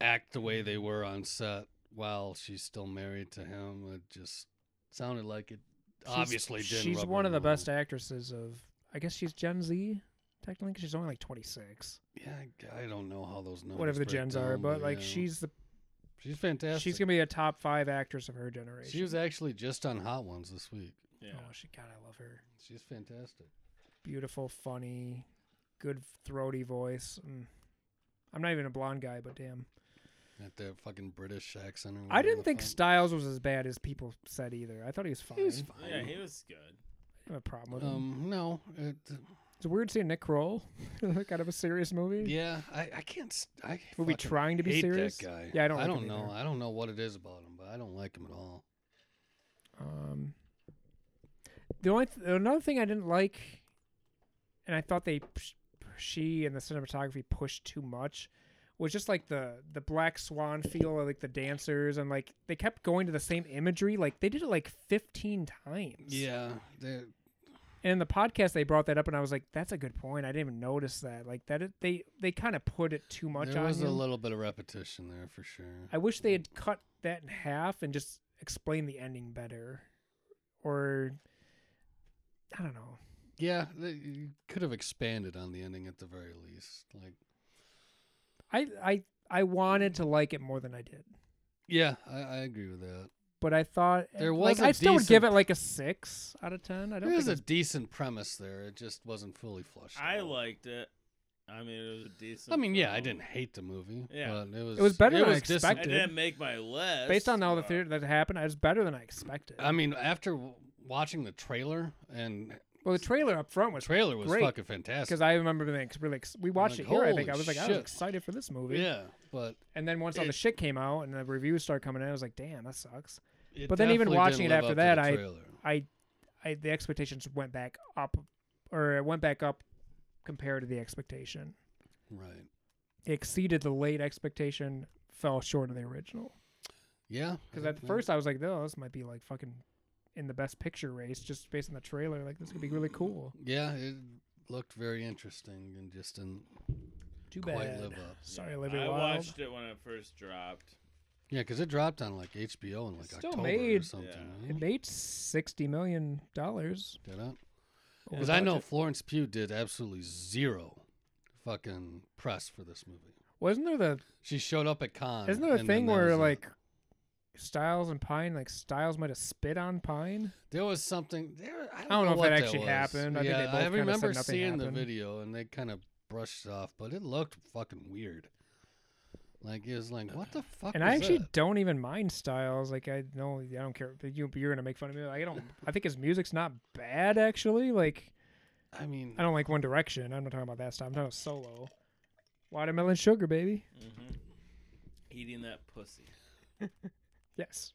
[SPEAKER 2] act the way they were on set while she's still married to him, it just sounded like it obviously didn't.
[SPEAKER 3] She's
[SPEAKER 2] rub
[SPEAKER 3] one
[SPEAKER 2] her
[SPEAKER 3] of the
[SPEAKER 2] wrong.
[SPEAKER 3] best actresses of. I guess she's Gen Z, technically, 'cause she's only like twenty six.
[SPEAKER 2] Yeah, I- I don't know how those numbers.
[SPEAKER 3] whatever the
[SPEAKER 2] break
[SPEAKER 3] gens are,
[SPEAKER 2] down,
[SPEAKER 3] but like
[SPEAKER 2] yeah.
[SPEAKER 3] she's the
[SPEAKER 2] she's fantastic.
[SPEAKER 3] she's gonna be a top five actress of her generation.
[SPEAKER 2] She was actually just on Hot Ones this week.
[SPEAKER 1] Yeah.
[SPEAKER 3] oh she God, I love her.
[SPEAKER 2] She's fantastic.
[SPEAKER 3] Beautiful, funny, good throaty voice. Mm. I'm not even a blonde guy, but damn,
[SPEAKER 2] At their fucking British accent. Or
[SPEAKER 3] I
[SPEAKER 2] whatever
[SPEAKER 3] didn't
[SPEAKER 2] the
[SPEAKER 3] think
[SPEAKER 2] fuck.
[SPEAKER 3] Styles was as bad as people said either. I thought he was fine.
[SPEAKER 2] He was fine.
[SPEAKER 1] Yeah, he was good.
[SPEAKER 3] I have a problem with him.
[SPEAKER 2] um, no, it,
[SPEAKER 3] It's weird seeing Nick Kroll like out of a serious movie.
[SPEAKER 2] yeah, I, I can't. s- I
[SPEAKER 3] Movie
[SPEAKER 2] fucking
[SPEAKER 3] trying to be
[SPEAKER 2] hate
[SPEAKER 3] serious.
[SPEAKER 2] That guy.
[SPEAKER 3] Yeah, I don't.
[SPEAKER 2] I
[SPEAKER 3] like
[SPEAKER 2] don't
[SPEAKER 3] him
[SPEAKER 2] know.
[SPEAKER 3] either.
[SPEAKER 2] I don't know what it is about him, but I don't like him at all.
[SPEAKER 3] Um, the only th- another thing I didn't like, and I thought they push- she and the cinematography pushed too much, was just like the the Black Swan feel, of, like the dancers, and like they kept going to the same imagery. Like they did it like fifteen times.
[SPEAKER 2] Yeah, they-
[SPEAKER 3] and in the podcast they brought that up, and I was like, "That's a good point. I didn't even notice that. Like that, it, they they kind of put it too much
[SPEAKER 2] there
[SPEAKER 3] on
[SPEAKER 2] was
[SPEAKER 3] him.
[SPEAKER 2] a little bit of repetition there for sure.
[SPEAKER 3] I wish they had cut that in half and just explained the ending better, or I don't know.
[SPEAKER 2] Yeah, they, you could have expanded on the ending at the very least. Like,
[SPEAKER 3] I I I wanted to like it more than I did,
[SPEAKER 2] yeah, I, I agree with that.
[SPEAKER 3] but I thought
[SPEAKER 2] There
[SPEAKER 3] like,
[SPEAKER 2] was a
[SPEAKER 3] I still would give it
[SPEAKER 2] decent-
[SPEAKER 3] like a six out of ten. I don't
[SPEAKER 2] There is
[SPEAKER 3] think
[SPEAKER 2] a
[SPEAKER 3] it's-
[SPEAKER 2] decent premise there. It just wasn't fully flushed.
[SPEAKER 1] I
[SPEAKER 2] out.
[SPEAKER 1] liked it. I mean, it was a decent.
[SPEAKER 2] I mean, yeah, I
[SPEAKER 1] film.
[SPEAKER 2] didn't hate the movie.
[SPEAKER 1] Yeah.
[SPEAKER 2] but it was.
[SPEAKER 3] It was better than I
[SPEAKER 2] dis-
[SPEAKER 1] I
[SPEAKER 3] expected.
[SPEAKER 1] didn't make my list
[SPEAKER 3] based on all the
[SPEAKER 1] but-
[SPEAKER 3] theater that happened. I was better than I expected.
[SPEAKER 2] I mean, after w- watching the trailer and
[SPEAKER 3] well, the trailer up front
[SPEAKER 2] the
[SPEAKER 3] was
[SPEAKER 2] trailer was
[SPEAKER 3] great,
[SPEAKER 2] fucking fantastic.
[SPEAKER 3] because I remember being ex- really ex- we watched
[SPEAKER 2] like,
[SPEAKER 3] it here. I think
[SPEAKER 2] "Holy
[SPEAKER 3] I was like I was
[SPEAKER 2] shit."
[SPEAKER 3] excited for this movie.
[SPEAKER 2] yeah, but
[SPEAKER 3] And then once all the
[SPEAKER 2] It-
[SPEAKER 3] shit came out and the reviews started coming in, I was like, damn, that sucks.
[SPEAKER 2] it
[SPEAKER 3] But then even
[SPEAKER 2] definitely
[SPEAKER 3] watching
[SPEAKER 2] didn't
[SPEAKER 3] it
[SPEAKER 2] live
[SPEAKER 3] after
[SPEAKER 2] up to
[SPEAKER 3] that,
[SPEAKER 2] the
[SPEAKER 3] I-
[SPEAKER 2] trailer.
[SPEAKER 3] I, I the expectations went back up, or it went back up compared to the expectation.
[SPEAKER 2] right.
[SPEAKER 3] It exceeded the late expectation, fell short of the original.
[SPEAKER 2] Yeah,
[SPEAKER 3] Because at first I was like, oh, this might be like fucking in the best picture race just based on the trailer. Like this could be really cool.
[SPEAKER 2] yeah, it looked very interesting and just didn't
[SPEAKER 3] Too
[SPEAKER 2] quite
[SPEAKER 3] bad.
[SPEAKER 2] live up.
[SPEAKER 3] Sorry,
[SPEAKER 1] Yeah.
[SPEAKER 3] Olivia
[SPEAKER 1] I
[SPEAKER 3] Wilde.
[SPEAKER 1] watched it when it first dropped.
[SPEAKER 2] Yeah, because it dropped on like HBO in like
[SPEAKER 3] still
[SPEAKER 2] October or
[SPEAKER 3] made-
[SPEAKER 2] something.
[SPEAKER 1] Yeah.
[SPEAKER 2] right?
[SPEAKER 3] It made sixty million dollars.
[SPEAKER 2] Did it? Because I know Florence Pugh did absolutely zero fucking press for this movie.
[SPEAKER 3] Wasn't there the
[SPEAKER 2] She showed up at con.
[SPEAKER 3] Isn't there a
[SPEAKER 2] Uh, and then
[SPEAKER 3] thing
[SPEAKER 2] that
[SPEAKER 3] where
[SPEAKER 2] was it.
[SPEAKER 3] like Styles and Pine, like Styles might have spit on Pine?
[SPEAKER 2] there was something? There, I don't,
[SPEAKER 3] don't know if
[SPEAKER 2] what
[SPEAKER 3] that actually
[SPEAKER 2] was.
[SPEAKER 3] happened. I think
[SPEAKER 2] yeah,
[SPEAKER 3] they both kinda said
[SPEAKER 2] remember
[SPEAKER 3] nothing
[SPEAKER 2] seeing the
[SPEAKER 3] happened.
[SPEAKER 2] video and they kind of brushed it off, but it looked fucking weird. Like it was like, what the fuck?
[SPEAKER 3] And I
[SPEAKER 2] was
[SPEAKER 3] actually
[SPEAKER 2] that?
[SPEAKER 3] don't even mind Styles. Like I know I don't care. But you you're gonna make fun of me. Like, I don't. I think his music's not bad actually. Like
[SPEAKER 2] I mean,
[SPEAKER 3] I don't like One Direction. I'm not talking about that stuff. I'm talking about solo. Watermelon Sugar, baby.
[SPEAKER 1] hmm Eating that pussy.
[SPEAKER 3] Yes.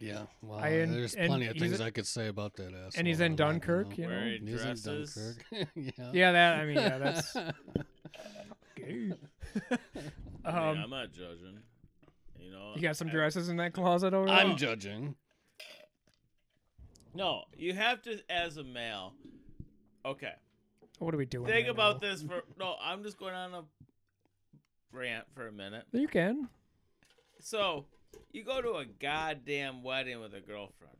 [SPEAKER 2] yeah. Well,
[SPEAKER 3] I- and-
[SPEAKER 2] there's
[SPEAKER 3] and
[SPEAKER 2] plenty of
[SPEAKER 3] he's
[SPEAKER 2] things
[SPEAKER 3] a-
[SPEAKER 2] I could say about that ass.
[SPEAKER 3] he's in Dunkirk, you know?
[SPEAKER 1] Where he
[SPEAKER 2] He's in
[SPEAKER 1] dresses.
[SPEAKER 2] Dunkirk. yeah.
[SPEAKER 3] Yeah, that. I mean, yeah, that's. gay.
[SPEAKER 1] I mean,
[SPEAKER 3] um,
[SPEAKER 1] I'm not judging. You know,
[SPEAKER 3] you got some
[SPEAKER 1] I-
[SPEAKER 3] dresses in that closet over there.
[SPEAKER 2] I'm judging.
[SPEAKER 1] No, you have to as a male. Okay,
[SPEAKER 3] what are we doing?
[SPEAKER 1] think
[SPEAKER 3] right
[SPEAKER 1] about
[SPEAKER 3] now?
[SPEAKER 1] this for. No, I'm just going on a rant for a minute.
[SPEAKER 3] You can.
[SPEAKER 1] So, you go to a goddamn wedding with a girlfriend.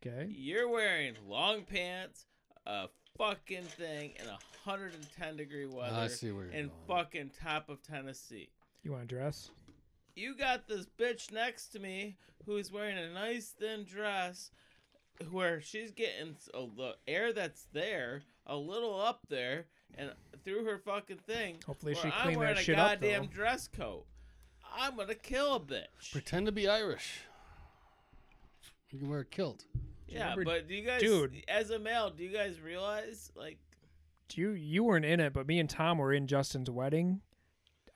[SPEAKER 3] Okay.
[SPEAKER 1] You're wearing long pants, a fucking thing, in 110 degree weather,
[SPEAKER 2] I see where you're
[SPEAKER 1] in
[SPEAKER 2] going.
[SPEAKER 1] fucking top of Tennessee.
[SPEAKER 3] You want to dress?
[SPEAKER 1] you got this bitch next to me who's wearing a nice thin dress where she's getting s- a, the air that's there a little up there and through her fucking thing.
[SPEAKER 3] Hopefully
[SPEAKER 1] where
[SPEAKER 3] she
[SPEAKER 1] I'm
[SPEAKER 3] cleaned that
[SPEAKER 1] wearing a
[SPEAKER 3] shit up,
[SPEAKER 1] goddamn
[SPEAKER 3] though.
[SPEAKER 1] dress coat. I'm gonna kill a bitch.
[SPEAKER 2] Pretend to be Irish. You can wear a kilt.
[SPEAKER 1] yeah,
[SPEAKER 3] remember-
[SPEAKER 1] but do you guys,
[SPEAKER 3] Dude.
[SPEAKER 1] as a male, do you guys realize like
[SPEAKER 3] you you weren't in it, but me and Tom were in Justin's wedding.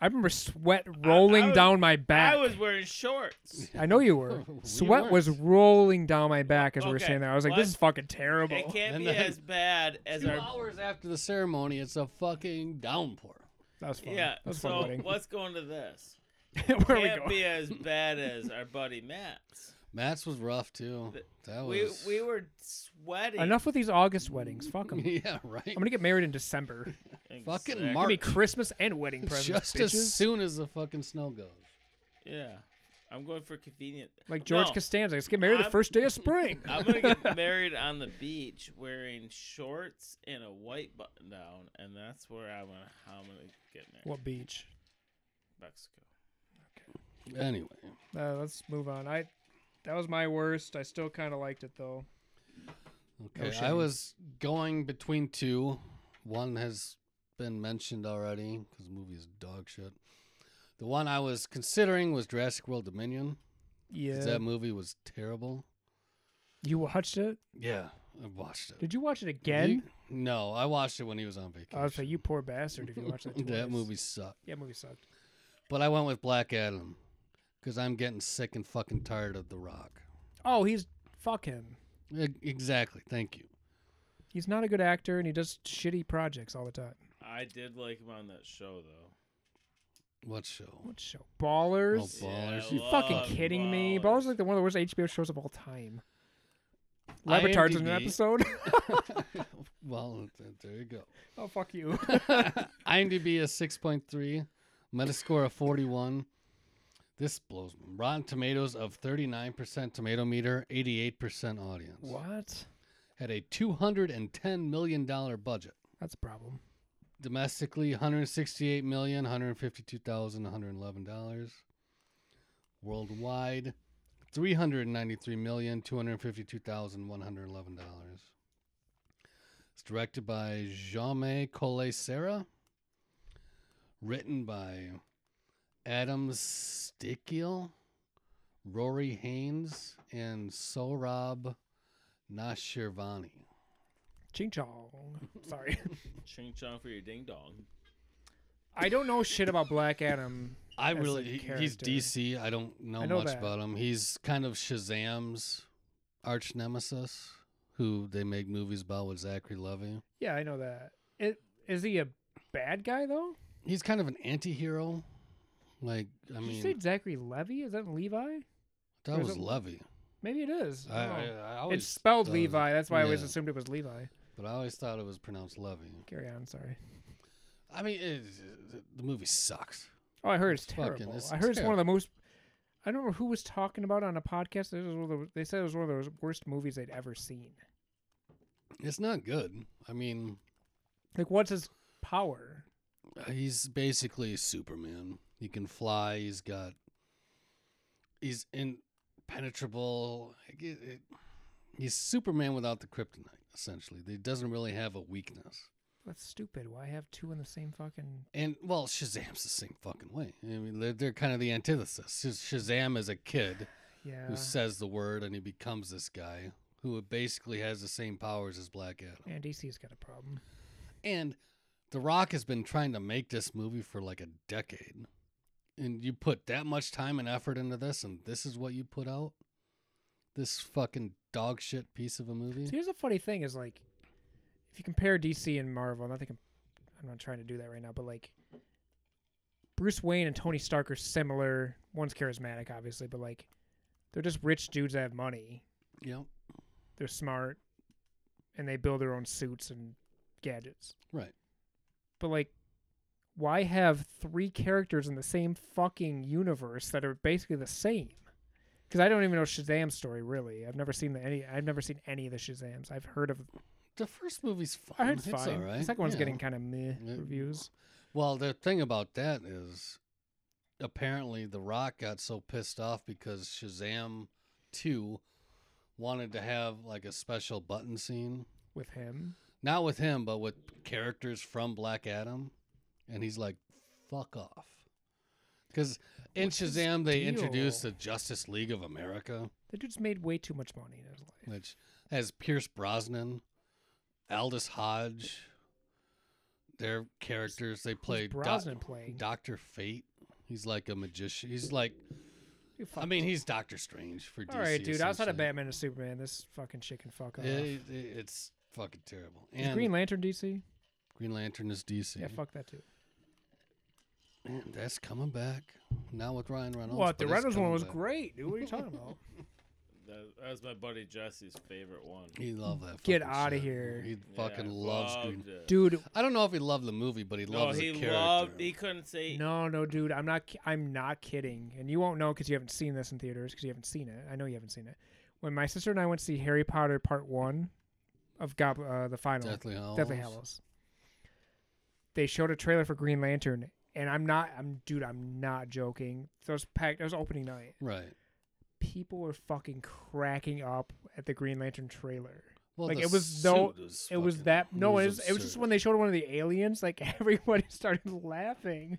[SPEAKER 3] I remember sweat rolling
[SPEAKER 1] was-
[SPEAKER 3] down my back.
[SPEAKER 1] I was wearing shorts.
[SPEAKER 3] I know you were.
[SPEAKER 2] We
[SPEAKER 3] sweat was
[SPEAKER 2] weren't.
[SPEAKER 3] rolling down my back as we were
[SPEAKER 1] Okay,
[SPEAKER 3] standing there. I was like,
[SPEAKER 1] what?
[SPEAKER 3] "This is fucking terrible."
[SPEAKER 1] It can't
[SPEAKER 2] And
[SPEAKER 1] be
[SPEAKER 2] then-
[SPEAKER 1] as bad as
[SPEAKER 2] Two
[SPEAKER 1] our
[SPEAKER 2] hours after the ceremony, it's a fucking downpour.
[SPEAKER 3] That was fun.
[SPEAKER 1] yeah.
[SPEAKER 3] that was a fun
[SPEAKER 1] So
[SPEAKER 3] wedding.
[SPEAKER 1] let's go into this.
[SPEAKER 3] Where are we
[SPEAKER 1] Can't
[SPEAKER 3] going?
[SPEAKER 1] be as bad as our buddy Matt's.
[SPEAKER 2] Matt's was rough too.
[SPEAKER 1] Th-
[SPEAKER 2] That
[SPEAKER 1] We
[SPEAKER 2] was.
[SPEAKER 1] we were sweating.
[SPEAKER 3] Enough with these August weddings. Fuck them. I'm
[SPEAKER 2] yeah, right.
[SPEAKER 3] gonna get married in December. Give
[SPEAKER 2] fucking
[SPEAKER 1] Exact-
[SPEAKER 2] Mark.
[SPEAKER 3] me Christmas and wedding presents,
[SPEAKER 2] Just
[SPEAKER 3] bitches.
[SPEAKER 2] as soon as the fucking snow goes.
[SPEAKER 1] Yeah, I'm going for convenient.
[SPEAKER 3] like George
[SPEAKER 1] No,
[SPEAKER 3] Costanza, let's get married the
[SPEAKER 1] I'm-
[SPEAKER 3] first day of spring.
[SPEAKER 1] I'm gonna get married on the beach wearing shorts and a white button down, and that's where I'm gonna how I'm gonna get married.
[SPEAKER 3] what beach?
[SPEAKER 1] Mexico.
[SPEAKER 2] Anyway,
[SPEAKER 3] Uh, let's move on. I that was my worst. I still kind of liked it though.
[SPEAKER 2] okay. I
[SPEAKER 3] shame.
[SPEAKER 2] was going between two. One has been mentioned already because the movie is dog shit. The one I was considering was Jurassic World Dominion. 'cause
[SPEAKER 3] Yeah,
[SPEAKER 2] That movie was terrible.
[SPEAKER 3] you watched it.
[SPEAKER 2] Yeah, I watched it.
[SPEAKER 3] Did you watch it again?
[SPEAKER 2] You- no, I watched it when he was on vacation.
[SPEAKER 3] I was like, you poor bastard, if you watch that. twice."
[SPEAKER 2] that movie sucked.
[SPEAKER 3] Yeah, movie sucked.
[SPEAKER 2] But I went with Black Adam because I'm getting sick and fucking tired of The Rock.
[SPEAKER 3] Oh, he's fuck him.
[SPEAKER 2] E- Exactly. Thank you.
[SPEAKER 3] He's not a good actor, and he does shitty projects all the time.
[SPEAKER 1] I did like him on that show though.
[SPEAKER 2] What show?
[SPEAKER 3] What show? Ballers.
[SPEAKER 2] Oh, Ballers.
[SPEAKER 1] Yeah,
[SPEAKER 2] You
[SPEAKER 1] I
[SPEAKER 3] fucking
[SPEAKER 1] love
[SPEAKER 3] kidding me?
[SPEAKER 1] Ballers.
[SPEAKER 3] Ballers is like the one of the worst HBO shows of all time. Leopards in an
[SPEAKER 2] IMDb.
[SPEAKER 3] episode.
[SPEAKER 2] well, th- there you go.
[SPEAKER 3] oh fuck you.
[SPEAKER 2] IMDb is 6.3, Metascore of 41. This blows me. Rotten Tomatoes of 39% tomato meter, 88% audience.
[SPEAKER 3] what?
[SPEAKER 2] Had a $210 million budget.
[SPEAKER 3] That's a problem.
[SPEAKER 2] Domestically, 168 million, 152,000, 111 dollars. Worldwide, 393 million, 252,111 dollars. It's directed by Jaume Collet Serra. Written by Adam Stickil, Rory Haynes, and Sorab Nashirvani.
[SPEAKER 3] Ching chong. Sorry.
[SPEAKER 1] Ching chong for your ding dong.
[SPEAKER 3] I don't know shit about Black Adam.
[SPEAKER 2] I
[SPEAKER 3] as a
[SPEAKER 2] really he- he's
[SPEAKER 3] character.
[SPEAKER 2] DC. I don't know,
[SPEAKER 3] I know
[SPEAKER 2] much
[SPEAKER 3] that.
[SPEAKER 2] about him. He's kind of Shazam's arch nemesis, who they make movies about with Zachary Levy.
[SPEAKER 3] Yeah, I know that. It, is he a bad guy though?
[SPEAKER 2] He's kind of an anti-hero. Like I
[SPEAKER 3] Did you
[SPEAKER 2] mean,
[SPEAKER 3] say Zachary Levy? Is that Levi?
[SPEAKER 2] that
[SPEAKER 3] there's
[SPEAKER 2] was
[SPEAKER 3] a-
[SPEAKER 2] Levy.
[SPEAKER 3] Maybe it is.
[SPEAKER 2] I,
[SPEAKER 3] Oh.
[SPEAKER 2] I, I always
[SPEAKER 3] it's spelled
[SPEAKER 2] thought it was-
[SPEAKER 3] Levi. That's why I always
[SPEAKER 2] yeah.
[SPEAKER 3] assumed it was Levi.
[SPEAKER 2] but I always thought it was pronounced Levy.
[SPEAKER 3] Carry on. Sorry.
[SPEAKER 2] I mean, it, it- the movie sucks.
[SPEAKER 3] Oh, I heard it's,
[SPEAKER 2] It's fucking-
[SPEAKER 3] terrible.
[SPEAKER 2] it's
[SPEAKER 3] I heard it's one of the most. I don't know who was talking about it on a podcast. This was one of the, they said it was one of the worst movies they'd ever seen.
[SPEAKER 2] It's not good. I mean,
[SPEAKER 3] Like, what's his power?
[SPEAKER 2] Uh, He's basically Superman. He can fly. He's got. He's impenetrable. Like, it- it- he's Superman without the kryptonite, essentially. He doesn't really have a weakness.
[SPEAKER 3] That's stupid. Why have two in the same fucking?
[SPEAKER 2] And, well, Shazam's the same fucking way. I mean, they're, they're kind of the antithesis. Shaz- Shazam is a kid
[SPEAKER 3] Yeah.
[SPEAKER 2] who says the word and he becomes this guy who basically has the same powers as Black Adam.
[SPEAKER 3] Man, DC's got a problem.
[SPEAKER 2] And The Rock has been trying to make this movie for like a decade. And you put that much time and effort into this, and this is what you put out? This fucking dog shit piece of a
[SPEAKER 3] So
[SPEAKER 2] movie?
[SPEAKER 3] here's a funny thing: is like, if you compare DC and Marvel, and I think I'm, I'm not trying to do that right now, but like, Bruce Wayne and Tony Stark are similar. One's charismatic, obviously, but like, they're just rich dudes that have money.
[SPEAKER 2] Yep.
[SPEAKER 3] They're smart, and they build their own suits and gadgets.
[SPEAKER 2] Right.
[SPEAKER 3] But like, why have three characters in the same fucking universe that are basically the same? Because I don't even know Shazam's story really. I've never seen the, any. I've never seen any of the Shazams. I've heard of
[SPEAKER 2] The first movie's fine.
[SPEAKER 3] I heard it's,
[SPEAKER 2] it's
[SPEAKER 3] fine.
[SPEAKER 2] all right.
[SPEAKER 3] The second one's
[SPEAKER 2] yeah.
[SPEAKER 3] getting kind of meh
[SPEAKER 2] Yeah.
[SPEAKER 3] reviews.
[SPEAKER 2] Well, the thing about that is apparently The Rock got so pissed off because Shazam 2 wanted to have like a special button scene.
[SPEAKER 3] with him.
[SPEAKER 2] not with him, but with characters from Black Adam, and he's like, "Fuck off," because in
[SPEAKER 3] What's his
[SPEAKER 2] Shazam they introduced
[SPEAKER 3] deal?
[SPEAKER 2] the Justice League of America,
[SPEAKER 3] The dude's made way too much money in his life.
[SPEAKER 2] which has Pierce Brosnan, Aldous Hodge, their characters they play
[SPEAKER 3] Who's
[SPEAKER 2] Do-
[SPEAKER 3] Brosnan playing.
[SPEAKER 2] Doctor Fate. He's like a magician. He's like,
[SPEAKER 3] You
[SPEAKER 2] I
[SPEAKER 3] fuck-
[SPEAKER 2] mean, he's Doctor Strange for DC.
[SPEAKER 3] all right, dude. Outside of
[SPEAKER 2] essentially.
[SPEAKER 3] Batman and Superman, this fucking shit can fuck off.
[SPEAKER 2] It- it- it's fucking terrible.
[SPEAKER 3] Is
[SPEAKER 2] And
[SPEAKER 3] Green
[SPEAKER 2] Green,
[SPEAKER 3] Lantern DC?
[SPEAKER 2] Lantern is DC.
[SPEAKER 3] Yeah, fuck that too.
[SPEAKER 2] Man, that's coming back. Now with Ryan Reynolds.
[SPEAKER 3] What the
[SPEAKER 2] but it's
[SPEAKER 3] Reynolds one
[SPEAKER 2] coming
[SPEAKER 3] was
[SPEAKER 2] back.
[SPEAKER 3] great, dude. What are you talking about?
[SPEAKER 1] That, that was my buddy Jesse's favorite one.
[SPEAKER 2] He loved that.
[SPEAKER 3] Get
[SPEAKER 2] fucking
[SPEAKER 3] outta
[SPEAKER 2] shit.
[SPEAKER 3] here.
[SPEAKER 2] He
[SPEAKER 1] Yeah,
[SPEAKER 2] fucking loves
[SPEAKER 1] loved
[SPEAKER 2] Green.
[SPEAKER 1] it.
[SPEAKER 3] dude.
[SPEAKER 2] I don't know if he loved the movie, but he
[SPEAKER 1] No,
[SPEAKER 2] loves
[SPEAKER 1] he
[SPEAKER 2] the character.
[SPEAKER 1] loved. He couldn't say.
[SPEAKER 3] No, no, dude. I'm not. ki- I'm not kidding. And you won't know because you haven't seen this in theaters because you haven't seen it. I know you haven't seen it. When my sister and I went to see Harry Potter Part One of Gob- uh, the final,
[SPEAKER 2] Deathly Hallows.
[SPEAKER 3] Deathly Hallows. They showed a trailer for Green Lantern, and I'm not, I'm dude, I'm not joking. Those packed, that was opening night.
[SPEAKER 2] Right.
[SPEAKER 3] People were fucking cracking up at the Green Lantern trailer.
[SPEAKER 2] Well,
[SPEAKER 3] Like,
[SPEAKER 2] the
[SPEAKER 3] it was no-
[SPEAKER 2] suit
[SPEAKER 3] It was
[SPEAKER 2] fucking-
[SPEAKER 3] that no, it
[SPEAKER 2] it
[SPEAKER 3] was, it was just when they showed one of the aliens, like everybody started laughing,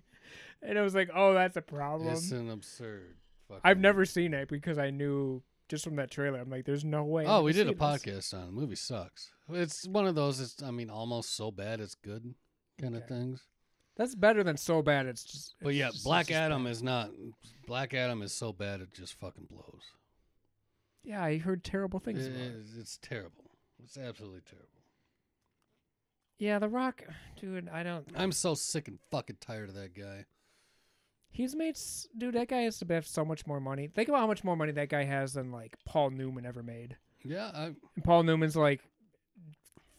[SPEAKER 3] and it was like, oh, that's a
[SPEAKER 2] absurd.
[SPEAKER 3] problem.
[SPEAKER 2] It's an absurd. Fucking
[SPEAKER 3] I've never seen it because I knew just from that trailer. I'm like, there's no way. I'm
[SPEAKER 2] Oh,
[SPEAKER 3] gonna
[SPEAKER 2] we did
[SPEAKER 3] see
[SPEAKER 2] a
[SPEAKER 3] this.
[SPEAKER 2] podcast on it. The movie sucks. It's one of those. It's I mean, almost so bad it's good kind of
[SPEAKER 3] Okay.
[SPEAKER 2] things.
[SPEAKER 3] That's better than so bad. It's just.
[SPEAKER 2] But
[SPEAKER 3] it's
[SPEAKER 2] yeah,
[SPEAKER 3] just- it's
[SPEAKER 2] Black
[SPEAKER 3] just
[SPEAKER 2] Adam
[SPEAKER 3] bad.
[SPEAKER 2] is not. Black Adam is so bad it just fucking blows.
[SPEAKER 3] Yeah, I heard terrible things.
[SPEAKER 2] It
[SPEAKER 3] about it.
[SPEAKER 2] is- it's terrible. It's absolutely terrible.
[SPEAKER 3] Yeah, The Rock, dude. I don't.
[SPEAKER 2] I'm so sick and fucking tired of that guy.
[SPEAKER 3] He's made, s- dude. That guy has to have so much more money. Think about how much more money that guy has than like Paul Newman ever made.
[SPEAKER 2] Yeah, I,
[SPEAKER 3] And Paul Newman's like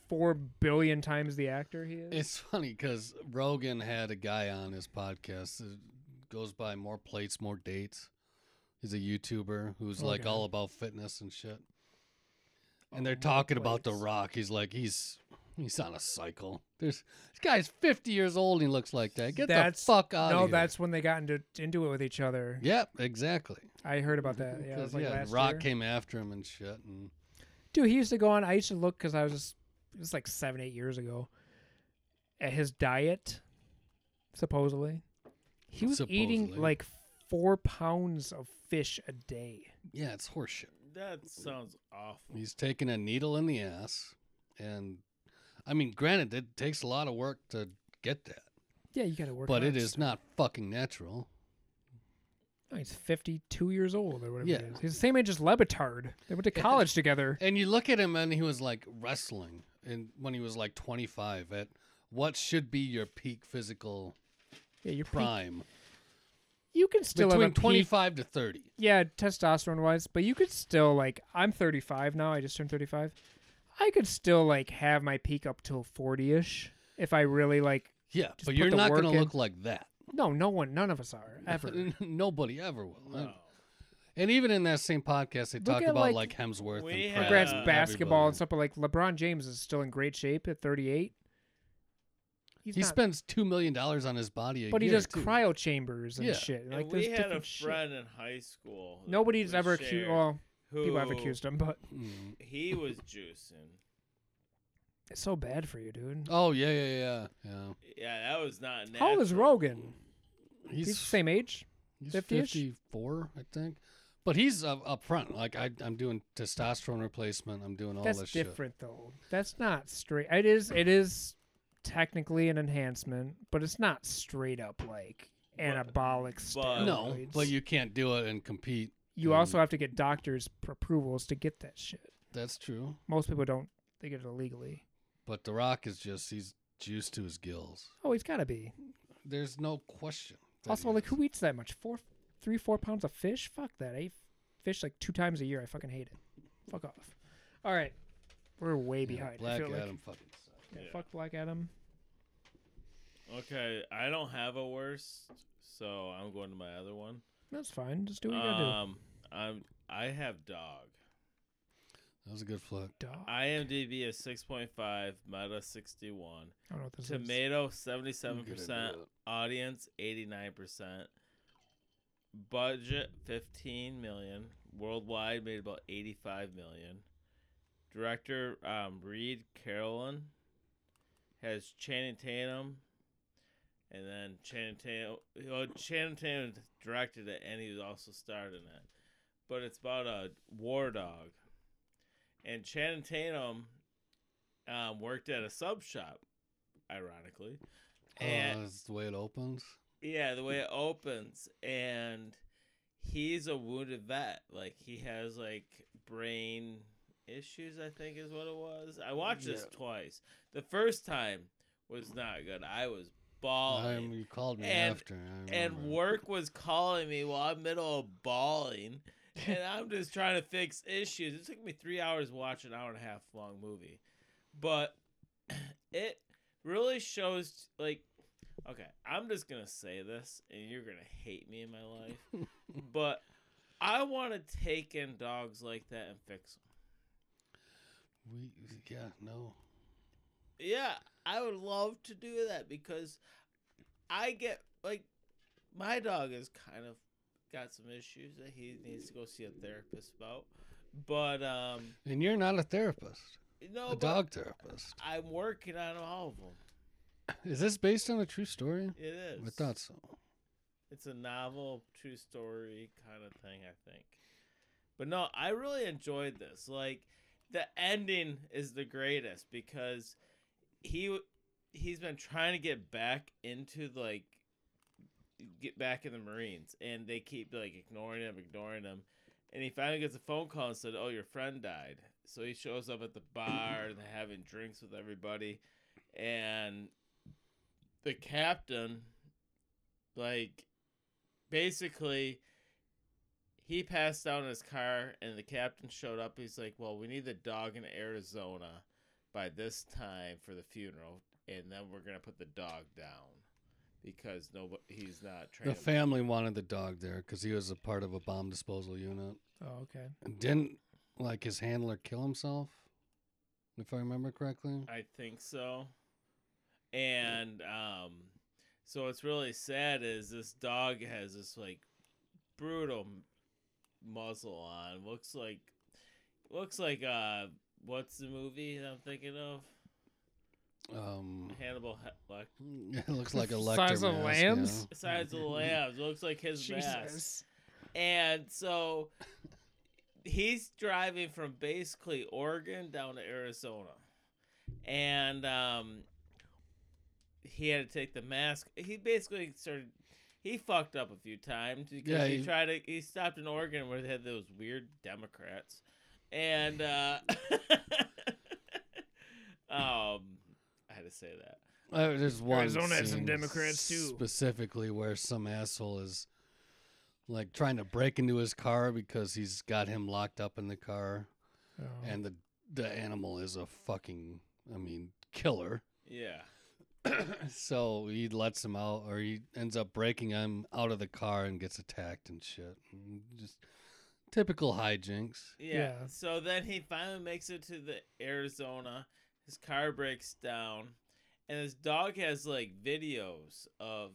[SPEAKER 3] four billion times the actor he is.
[SPEAKER 2] it's funny because Rogan had a guy on his podcast. It goes by more plates, more dates. He's a YouTuber who's
[SPEAKER 3] Oh,
[SPEAKER 2] like
[SPEAKER 3] okay. Oh,
[SPEAKER 2] all about fitness and shit. And they're
[SPEAKER 3] More
[SPEAKER 2] talking about The
[SPEAKER 3] plates.
[SPEAKER 2] Rock. He's like, he's he's on a cycle. There's this guy's 50 years old and he looks like that. Get
[SPEAKER 3] That's-
[SPEAKER 2] the fuck out of
[SPEAKER 3] no,
[SPEAKER 2] here.
[SPEAKER 3] that's when they got into into it with each other.
[SPEAKER 2] Yep, exactly.
[SPEAKER 3] I heard about that. Yeah, it was
[SPEAKER 2] Because,
[SPEAKER 3] like
[SPEAKER 2] yeah,
[SPEAKER 3] last
[SPEAKER 2] Rock
[SPEAKER 3] year.
[SPEAKER 2] came after him and shit. And
[SPEAKER 3] Dude, he used to go on. I used to look because I was just, it was like seven, eight years ago, at his diet, supposedly. He was eating
[SPEAKER 2] Supposedly.
[SPEAKER 3] like four pounds of fish a day.
[SPEAKER 2] yeah, it's horseshit.
[SPEAKER 1] That sounds awful.
[SPEAKER 2] He's taking a needle in the ass, and I mean, granted, it takes a lot of work to get that,
[SPEAKER 3] Yeah, you got to work
[SPEAKER 2] but it
[SPEAKER 3] hard
[SPEAKER 2] is
[SPEAKER 3] still.
[SPEAKER 2] not fucking natural.
[SPEAKER 3] No, oh, he's 52 years old or whatever
[SPEAKER 2] Yeah.
[SPEAKER 3] it is. He's the same age as Lebetard. They went to college together.
[SPEAKER 2] And you look at him, and he was like wrestling, and when he was like 25, at what should be your peak physical
[SPEAKER 3] Yeah, you're peak,
[SPEAKER 2] prime,
[SPEAKER 3] You can still have
[SPEAKER 2] between
[SPEAKER 3] a peak-
[SPEAKER 2] 25 to 30.
[SPEAKER 3] yeah, testosterone wise, but you could still like I'm 35 now. I just turned 35. I could still like have my peak up till 40 ish if I really like.
[SPEAKER 2] Yeah, but
[SPEAKER 3] Just put
[SPEAKER 2] you're
[SPEAKER 3] the
[SPEAKER 2] not
[SPEAKER 3] work
[SPEAKER 2] going to
[SPEAKER 3] in.
[SPEAKER 2] look like that
[SPEAKER 3] No, no one, none of us are ever.
[SPEAKER 2] Nobody ever will.
[SPEAKER 1] No.
[SPEAKER 2] And even in that same podcast, they
[SPEAKER 3] Look
[SPEAKER 2] talk
[SPEAKER 3] at,
[SPEAKER 2] about like,
[SPEAKER 3] like,
[SPEAKER 2] Hemsworth
[SPEAKER 1] We had-
[SPEAKER 2] and Pratt
[SPEAKER 3] Congrats,
[SPEAKER 2] and
[SPEAKER 3] basketball and
[SPEAKER 2] everybody.
[SPEAKER 3] stuff. But like LeBron James is still in great shape at 38. He's
[SPEAKER 2] He
[SPEAKER 3] not-
[SPEAKER 2] spends two million dollars on his body, a
[SPEAKER 3] but he
[SPEAKER 2] year,
[SPEAKER 3] does
[SPEAKER 2] too.
[SPEAKER 3] cryo chambers and
[SPEAKER 2] Yeah.
[SPEAKER 3] shit.
[SPEAKER 1] And
[SPEAKER 3] Like
[SPEAKER 1] we
[SPEAKER 3] there's
[SPEAKER 1] had a
[SPEAKER 3] different shit.
[SPEAKER 1] friend in high school. that
[SPEAKER 3] Nobody's
[SPEAKER 1] was
[SPEAKER 3] ever
[SPEAKER 1] shared
[SPEAKER 3] accused. Well,
[SPEAKER 1] who
[SPEAKER 3] people have accused him, but
[SPEAKER 2] Mm.
[SPEAKER 1] He was juicing.
[SPEAKER 3] it's so bad for you, dude.
[SPEAKER 2] Oh yeah, yeah, yeah, yeah.
[SPEAKER 1] Yeah, that was not. Natural.
[SPEAKER 3] How old is Rogan?
[SPEAKER 2] He's,
[SPEAKER 3] He's, the same age.
[SPEAKER 2] he's
[SPEAKER 3] 50-ish?
[SPEAKER 2] fifty-four, I think. But he's up, up front. Like I, I'm doing testosterone replacement. I'm doing all
[SPEAKER 3] That's
[SPEAKER 2] this
[SPEAKER 3] different though. That's not straight. It is. It is technically an enhancement, but it's not straight up like anabolic
[SPEAKER 1] but-
[SPEAKER 2] shit. No,
[SPEAKER 3] steroids.
[SPEAKER 2] but you Mm. can't do it and compete.
[SPEAKER 3] you also have to get doctors' pr- approvals to get that shit.
[SPEAKER 2] That's true.
[SPEAKER 3] Most people don't. They get it illegally.
[SPEAKER 2] But The Rock is just—he's juiced to his gills.
[SPEAKER 3] Oh, it's got to be.
[SPEAKER 2] There's no question. that
[SPEAKER 3] Also,
[SPEAKER 2] he
[SPEAKER 3] like
[SPEAKER 2] is.
[SPEAKER 3] who eats that much? Four, three, four pounds of fish? Fuck that. I eat fish like two times a year. I fucking hate it. Fuck off. All right, we're way
[SPEAKER 2] Yeah,
[SPEAKER 3] behind. I
[SPEAKER 2] Black
[SPEAKER 3] feel like.
[SPEAKER 2] Adam fucking. sucks.
[SPEAKER 3] Yeah,
[SPEAKER 1] Yeah.
[SPEAKER 3] Fuck Black Adam.
[SPEAKER 1] Okay, I don't have a worst, so I'm going to my other one.
[SPEAKER 3] That's fine. Just do what you gotta
[SPEAKER 1] Um, I'm I have dog.
[SPEAKER 2] That was a good flick.
[SPEAKER 3] do. Dog. I,
[SPEAKER 1] IMDb is 6.5, Meta 61,
[SPEAKER 3] don't know what this is.
[SPEAKER 1] Tomato
[SPEAKER 2] I'm good at
[SPEAKER 1] 77%,
[SPEAKER 2] that.
[SPEAKER 1] audience 89%, budget 15 million, worldwide made about 85 million. Director um, Reed Carolyn has Channing Tatum, and then Channing Tatum. Well, Channing Tatum directed it, and he was also starred in it. But it's about a war dog, and Channing Tatum um, worked at a sub shop, ironically, and
[SPEAKER 2] Oh, that's the way it opens.
[SPEAKER 1] yeah, the way it opens, and he's a wounded vet. Like he has like brain issues. I think is what it was. I watched this
[SPEAKER 2] Yeah.
[SPEAKER 1] twice. The first time was not good. I was
[SPEAKER 2] I,
[SPEAKER 1] bawling,
[SPEAKER 2] you called me
[SPEAKER 1] Oh, And-
[SPEAKER 2] after. I
[SPEAKER 1] and
[SPEAKER 2] remember.
[SPEAKER 1] work was calling me while I'm middle of bawling, and I'm just trying to fix issues. It took me three hours to watch an hour and a half long movie, but it really shows like okay i'm just gonna say this and you're gonna hate me in my life but i want to take in dogs like that and fix them
[SPEAKER 2] We yeah no.
[SPEAKER 1] yeah i would love to do that because i get like my dog has kind of got some issues that he needs to go see a therapist about but um
[SPEAKER 2] And you're not a therapist,
[SPEAKER 1] no
[SPEAKER 2] a
[SPEAKER 1] but
[SPEAKER 2] dog therapist.
[SPEAKER 1] i'm working on all of them
[SPEAKER 2] Is this based on a true story?
[SPEAKER 1] it is
[SPEAKER 2] I thought so.
[SPEAKER 1] it's a novel true story kind of thing i think but no i really enjoyed this like the ending is the greatest because he w- he's been trying to get back into like get back in the marines and they keep like ignoring him ignoring him and he finally gets a phone call and said oh your friend died so he shows up at the bar and they're having drinks with everybody and the captain like basically he passed out in his car, and the captain showed up. He's like, "Well, we need the dog in Arizona by this time for the funeral, and then we're gonna put the dog down because nobody he's not
[SPEAKER 2] The
[SPEAKER 1] trained."
[SPEAKER 2] family wanted the dog there because he was a part of a bomb disposal unit.
[SPEAKER 3] Oh, okay.
[SPEAKER 2] And didn't like his handler kill himself, if I remember correctly.
[SPEAKER 1] I think so. And um, so what's really sad is this dog has this like brutal m- muzzle on. Looks like looks like uh, what's the movie that I'm thinking of?
[SPEAKER 2] Um,
[SPEAKER 1] Hannibal He- Lec-
[SPEAKER 2] it looks like a lecter
[SPEAKER 3] Size of
[SPEAKER 2] mask,
[SPEAKER 3] lambs?
[SPEAKER 2] yeah.
[SPEAKER 1] Besides the lambs, looks like his mask.
[SPEAKER 3] Jesus.
[SPEAKER 1] And so he's driving from basically Oregon down to Arizona. And um, he had to take the mask. He basically started. He fucked up a few times because
[SPEAKER 2] Yeah,
[SPEAKER 1] he,
[SPEAKER 2] he-
[SPEAKER 1] tried to. He stopped in Oregon where they had those weird Democrats, and uh, um, I had to say that.
[SPEAKER 2] Uh, there's one
[SPEAKER 3] Arizona had some
[SPEAKER 2] scene
[SPEAKER 3] Democrats, too.
[SPEAKER 2] specifically where some asshole is like trying to break into his car because he's got him locked up in the car,
[SPEAKER 3] Oh.
[SPEAKER 2] and the the animal is a fucking, I mean, killer.
[SPEAKER 1] Yeah,
[SPEAKER 2] so he lets him out, or he ends up breaking him out of the car and gets attacked and shit. Mm, Just typical hijinks.
[SPEAKER 1] yeah.
[SPEAKER 3] Yeah.
[SPEAKER 1] So then he finally makes it to the Arizona. His car breaks down, and his dog has like videos of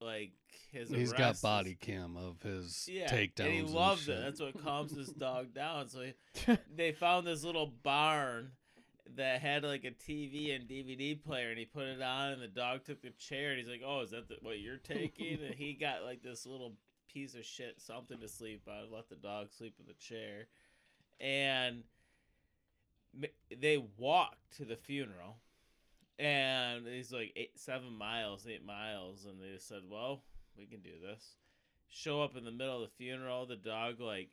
[SPEAKER 1] like his.
[SPEAKER 2] He's got
[SPEAKER 1] arrests.
[SPEAKER 2] body cam of his takedowns.
[SPEAKER 1] And he loves
[SPEAKER 2] shit.
[SPEAKER 1] it. That's what calms this dog down. So he, they found this little barn that had like a TV and DVD player, and he put it on, and the dog took the chair, and he's like, "Oh, is that the, what you're taking?" and he got like this little piece of shit, something to sleep on. Let the dog sleep in the chair, and m- they walked to the funeral. And he's like eight, seven miles, eight miles, and they said, "Well, we can do this." show up in the middle of the funeral. The dog like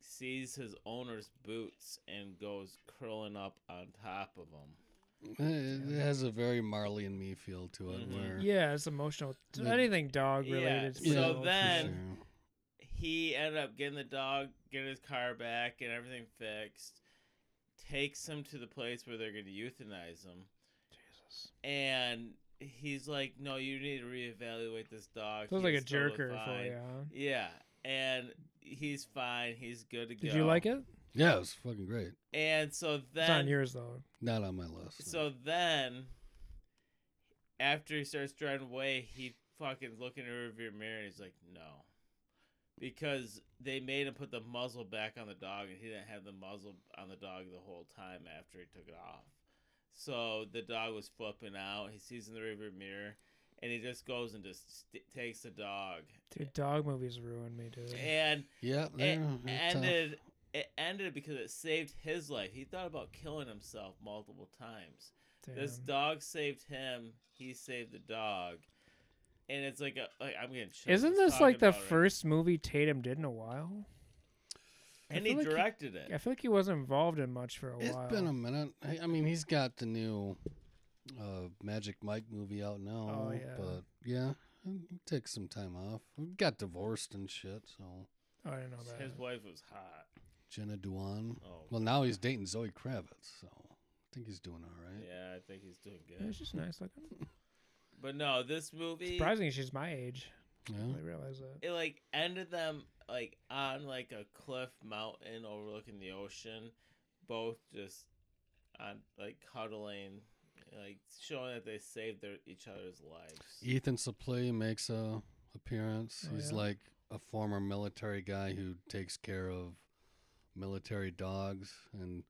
[SPEAKER 1] sees his owner's boots and goes curling up on top of him.
[SPEAKER 2] Eh, It it has a very Marley and Me feel to it.
[SPEAKER 1] Mhm.
[SPEAKER 2] Where
[SPEAKER 3] yeah, it's emotional. T-
[SPEAKER 2] The-
[SPEAKER 3] Anything dog
[SPEAKER 1] Yeah,
[SPEAKER 3] related.
[SPEAKER 1] so
[SPEAKER 2] for
[SPEAKER 1] then-
[SPEAKER 2] sure.
[SPEAKER 1] He ended up getting the dog, getting his car back, and everything fixed. Takes him to the place where they're going to euthanize him.
[SPEAKER 3] Jesus.
[SPEAKER 1] And he's like, "No, you need to reevaluate this dog."
[SPEAKER 3] Sounds like a
[SPEAKER 1] He's totally
[SPEAKER 3] jerker for
[SPEAKER 1] fine."
[SPEAKER 3] you. Huh?
[SPEAKER 1] Yeah, and he's fine. He's good to go.
[SPEAKER 3] Did you like it?
[SPEAKER 2] yeah, it was fucking great.
[SPEAKER 1] And so then
[SPEAKER 3] it's on yours though.
[SPEAKER 2] Not on my list.
[SPEAKER 1] So then, after he starts driving away, he fucking looking in the rearview mirror and he's like, no. Because they made him put the muzzle back on the dog and he didn't have the muzzle on the dog the whole time after he took it off. So the dog was flipping out. He sees in the rearview mirror and he just goes and just st- takes the dog.
[SPEAKER 3] Dude, dog movies ruined me, dude.
[SPEAKER 1] And
[SPEAKER 2] yeah,
[SPEAKER 1] it
[SPEAKER 2] they're- they're tough.
[SPEAKER 1] ended it ended because it saved his life. He thought about killing himself multiple times. This
[SPEAKER 3] Damn.
[SPEAKER 1] dog saved him. He saved the dog, and it's like a like I'm getting. chills
[SPEAKER 3] Isn't
[SPEAKER 1] just
[SPEAKER 3] this
[SPEAKER 1] talking
[SPEAKER 3] like the
[SPEAKER 1] about it.
[SPEAKER 3] first movie Tatum did in a while? I
[SPEAKER 1] And he
[SPEAKER 3] feel like he-
[SPEAKER 1] directed
[SPEAKER 3] I
[SPEAKER 1] it.
[SPEAKER 3] feel like he wasn't involved in much for a
[SPEAKER 2] It's
[SPEAKER 3] while.
[SPEAKER 2] been a minute. I, I mean, he's got the new uh, Magic Mike movie out now.
[SPEAKER 3] Oh, yeah.
[SPEAKER 2] But yeah, he took some time off. He Got divorced and shit. So
[SPEAKER 3] oh, I didn't know that.
[SPEAKER 1] His wife was hot.
[SPEAKER 2] Jenna Dewan.
[SPEAKER 1] Oh,
[SPEAKER 2] Well, now he's dating Zoe Kravitz. So I think he's doing all right.
[SPEAKER 1] yeah, I think he's doing
[SPEAKER 3] Yeah,
[SPEAKER 1] good.
[SPEAKER 3] it's just nice looking.
[SPEAKER 1] But no, this movie
[SPEAKER 3] Surprising, she's my age.
[SPEAKER 2] Yeah.
[SPEAKER 3] I realize that.
[SPEAKER 1] it like ended them like on like a cliff mountain overlooking the ocean, both just on like cuddling, like showing that they saved their each other's lives.
[SPEAKER 2] Ethan Suplee makes a appearance.
[SPEAKER 3] Oh,
[SPEAKER 2] he's
[SPEAKER 3] yeah.
[SPEAKER 2] like a former military guy who takes care of military dogs and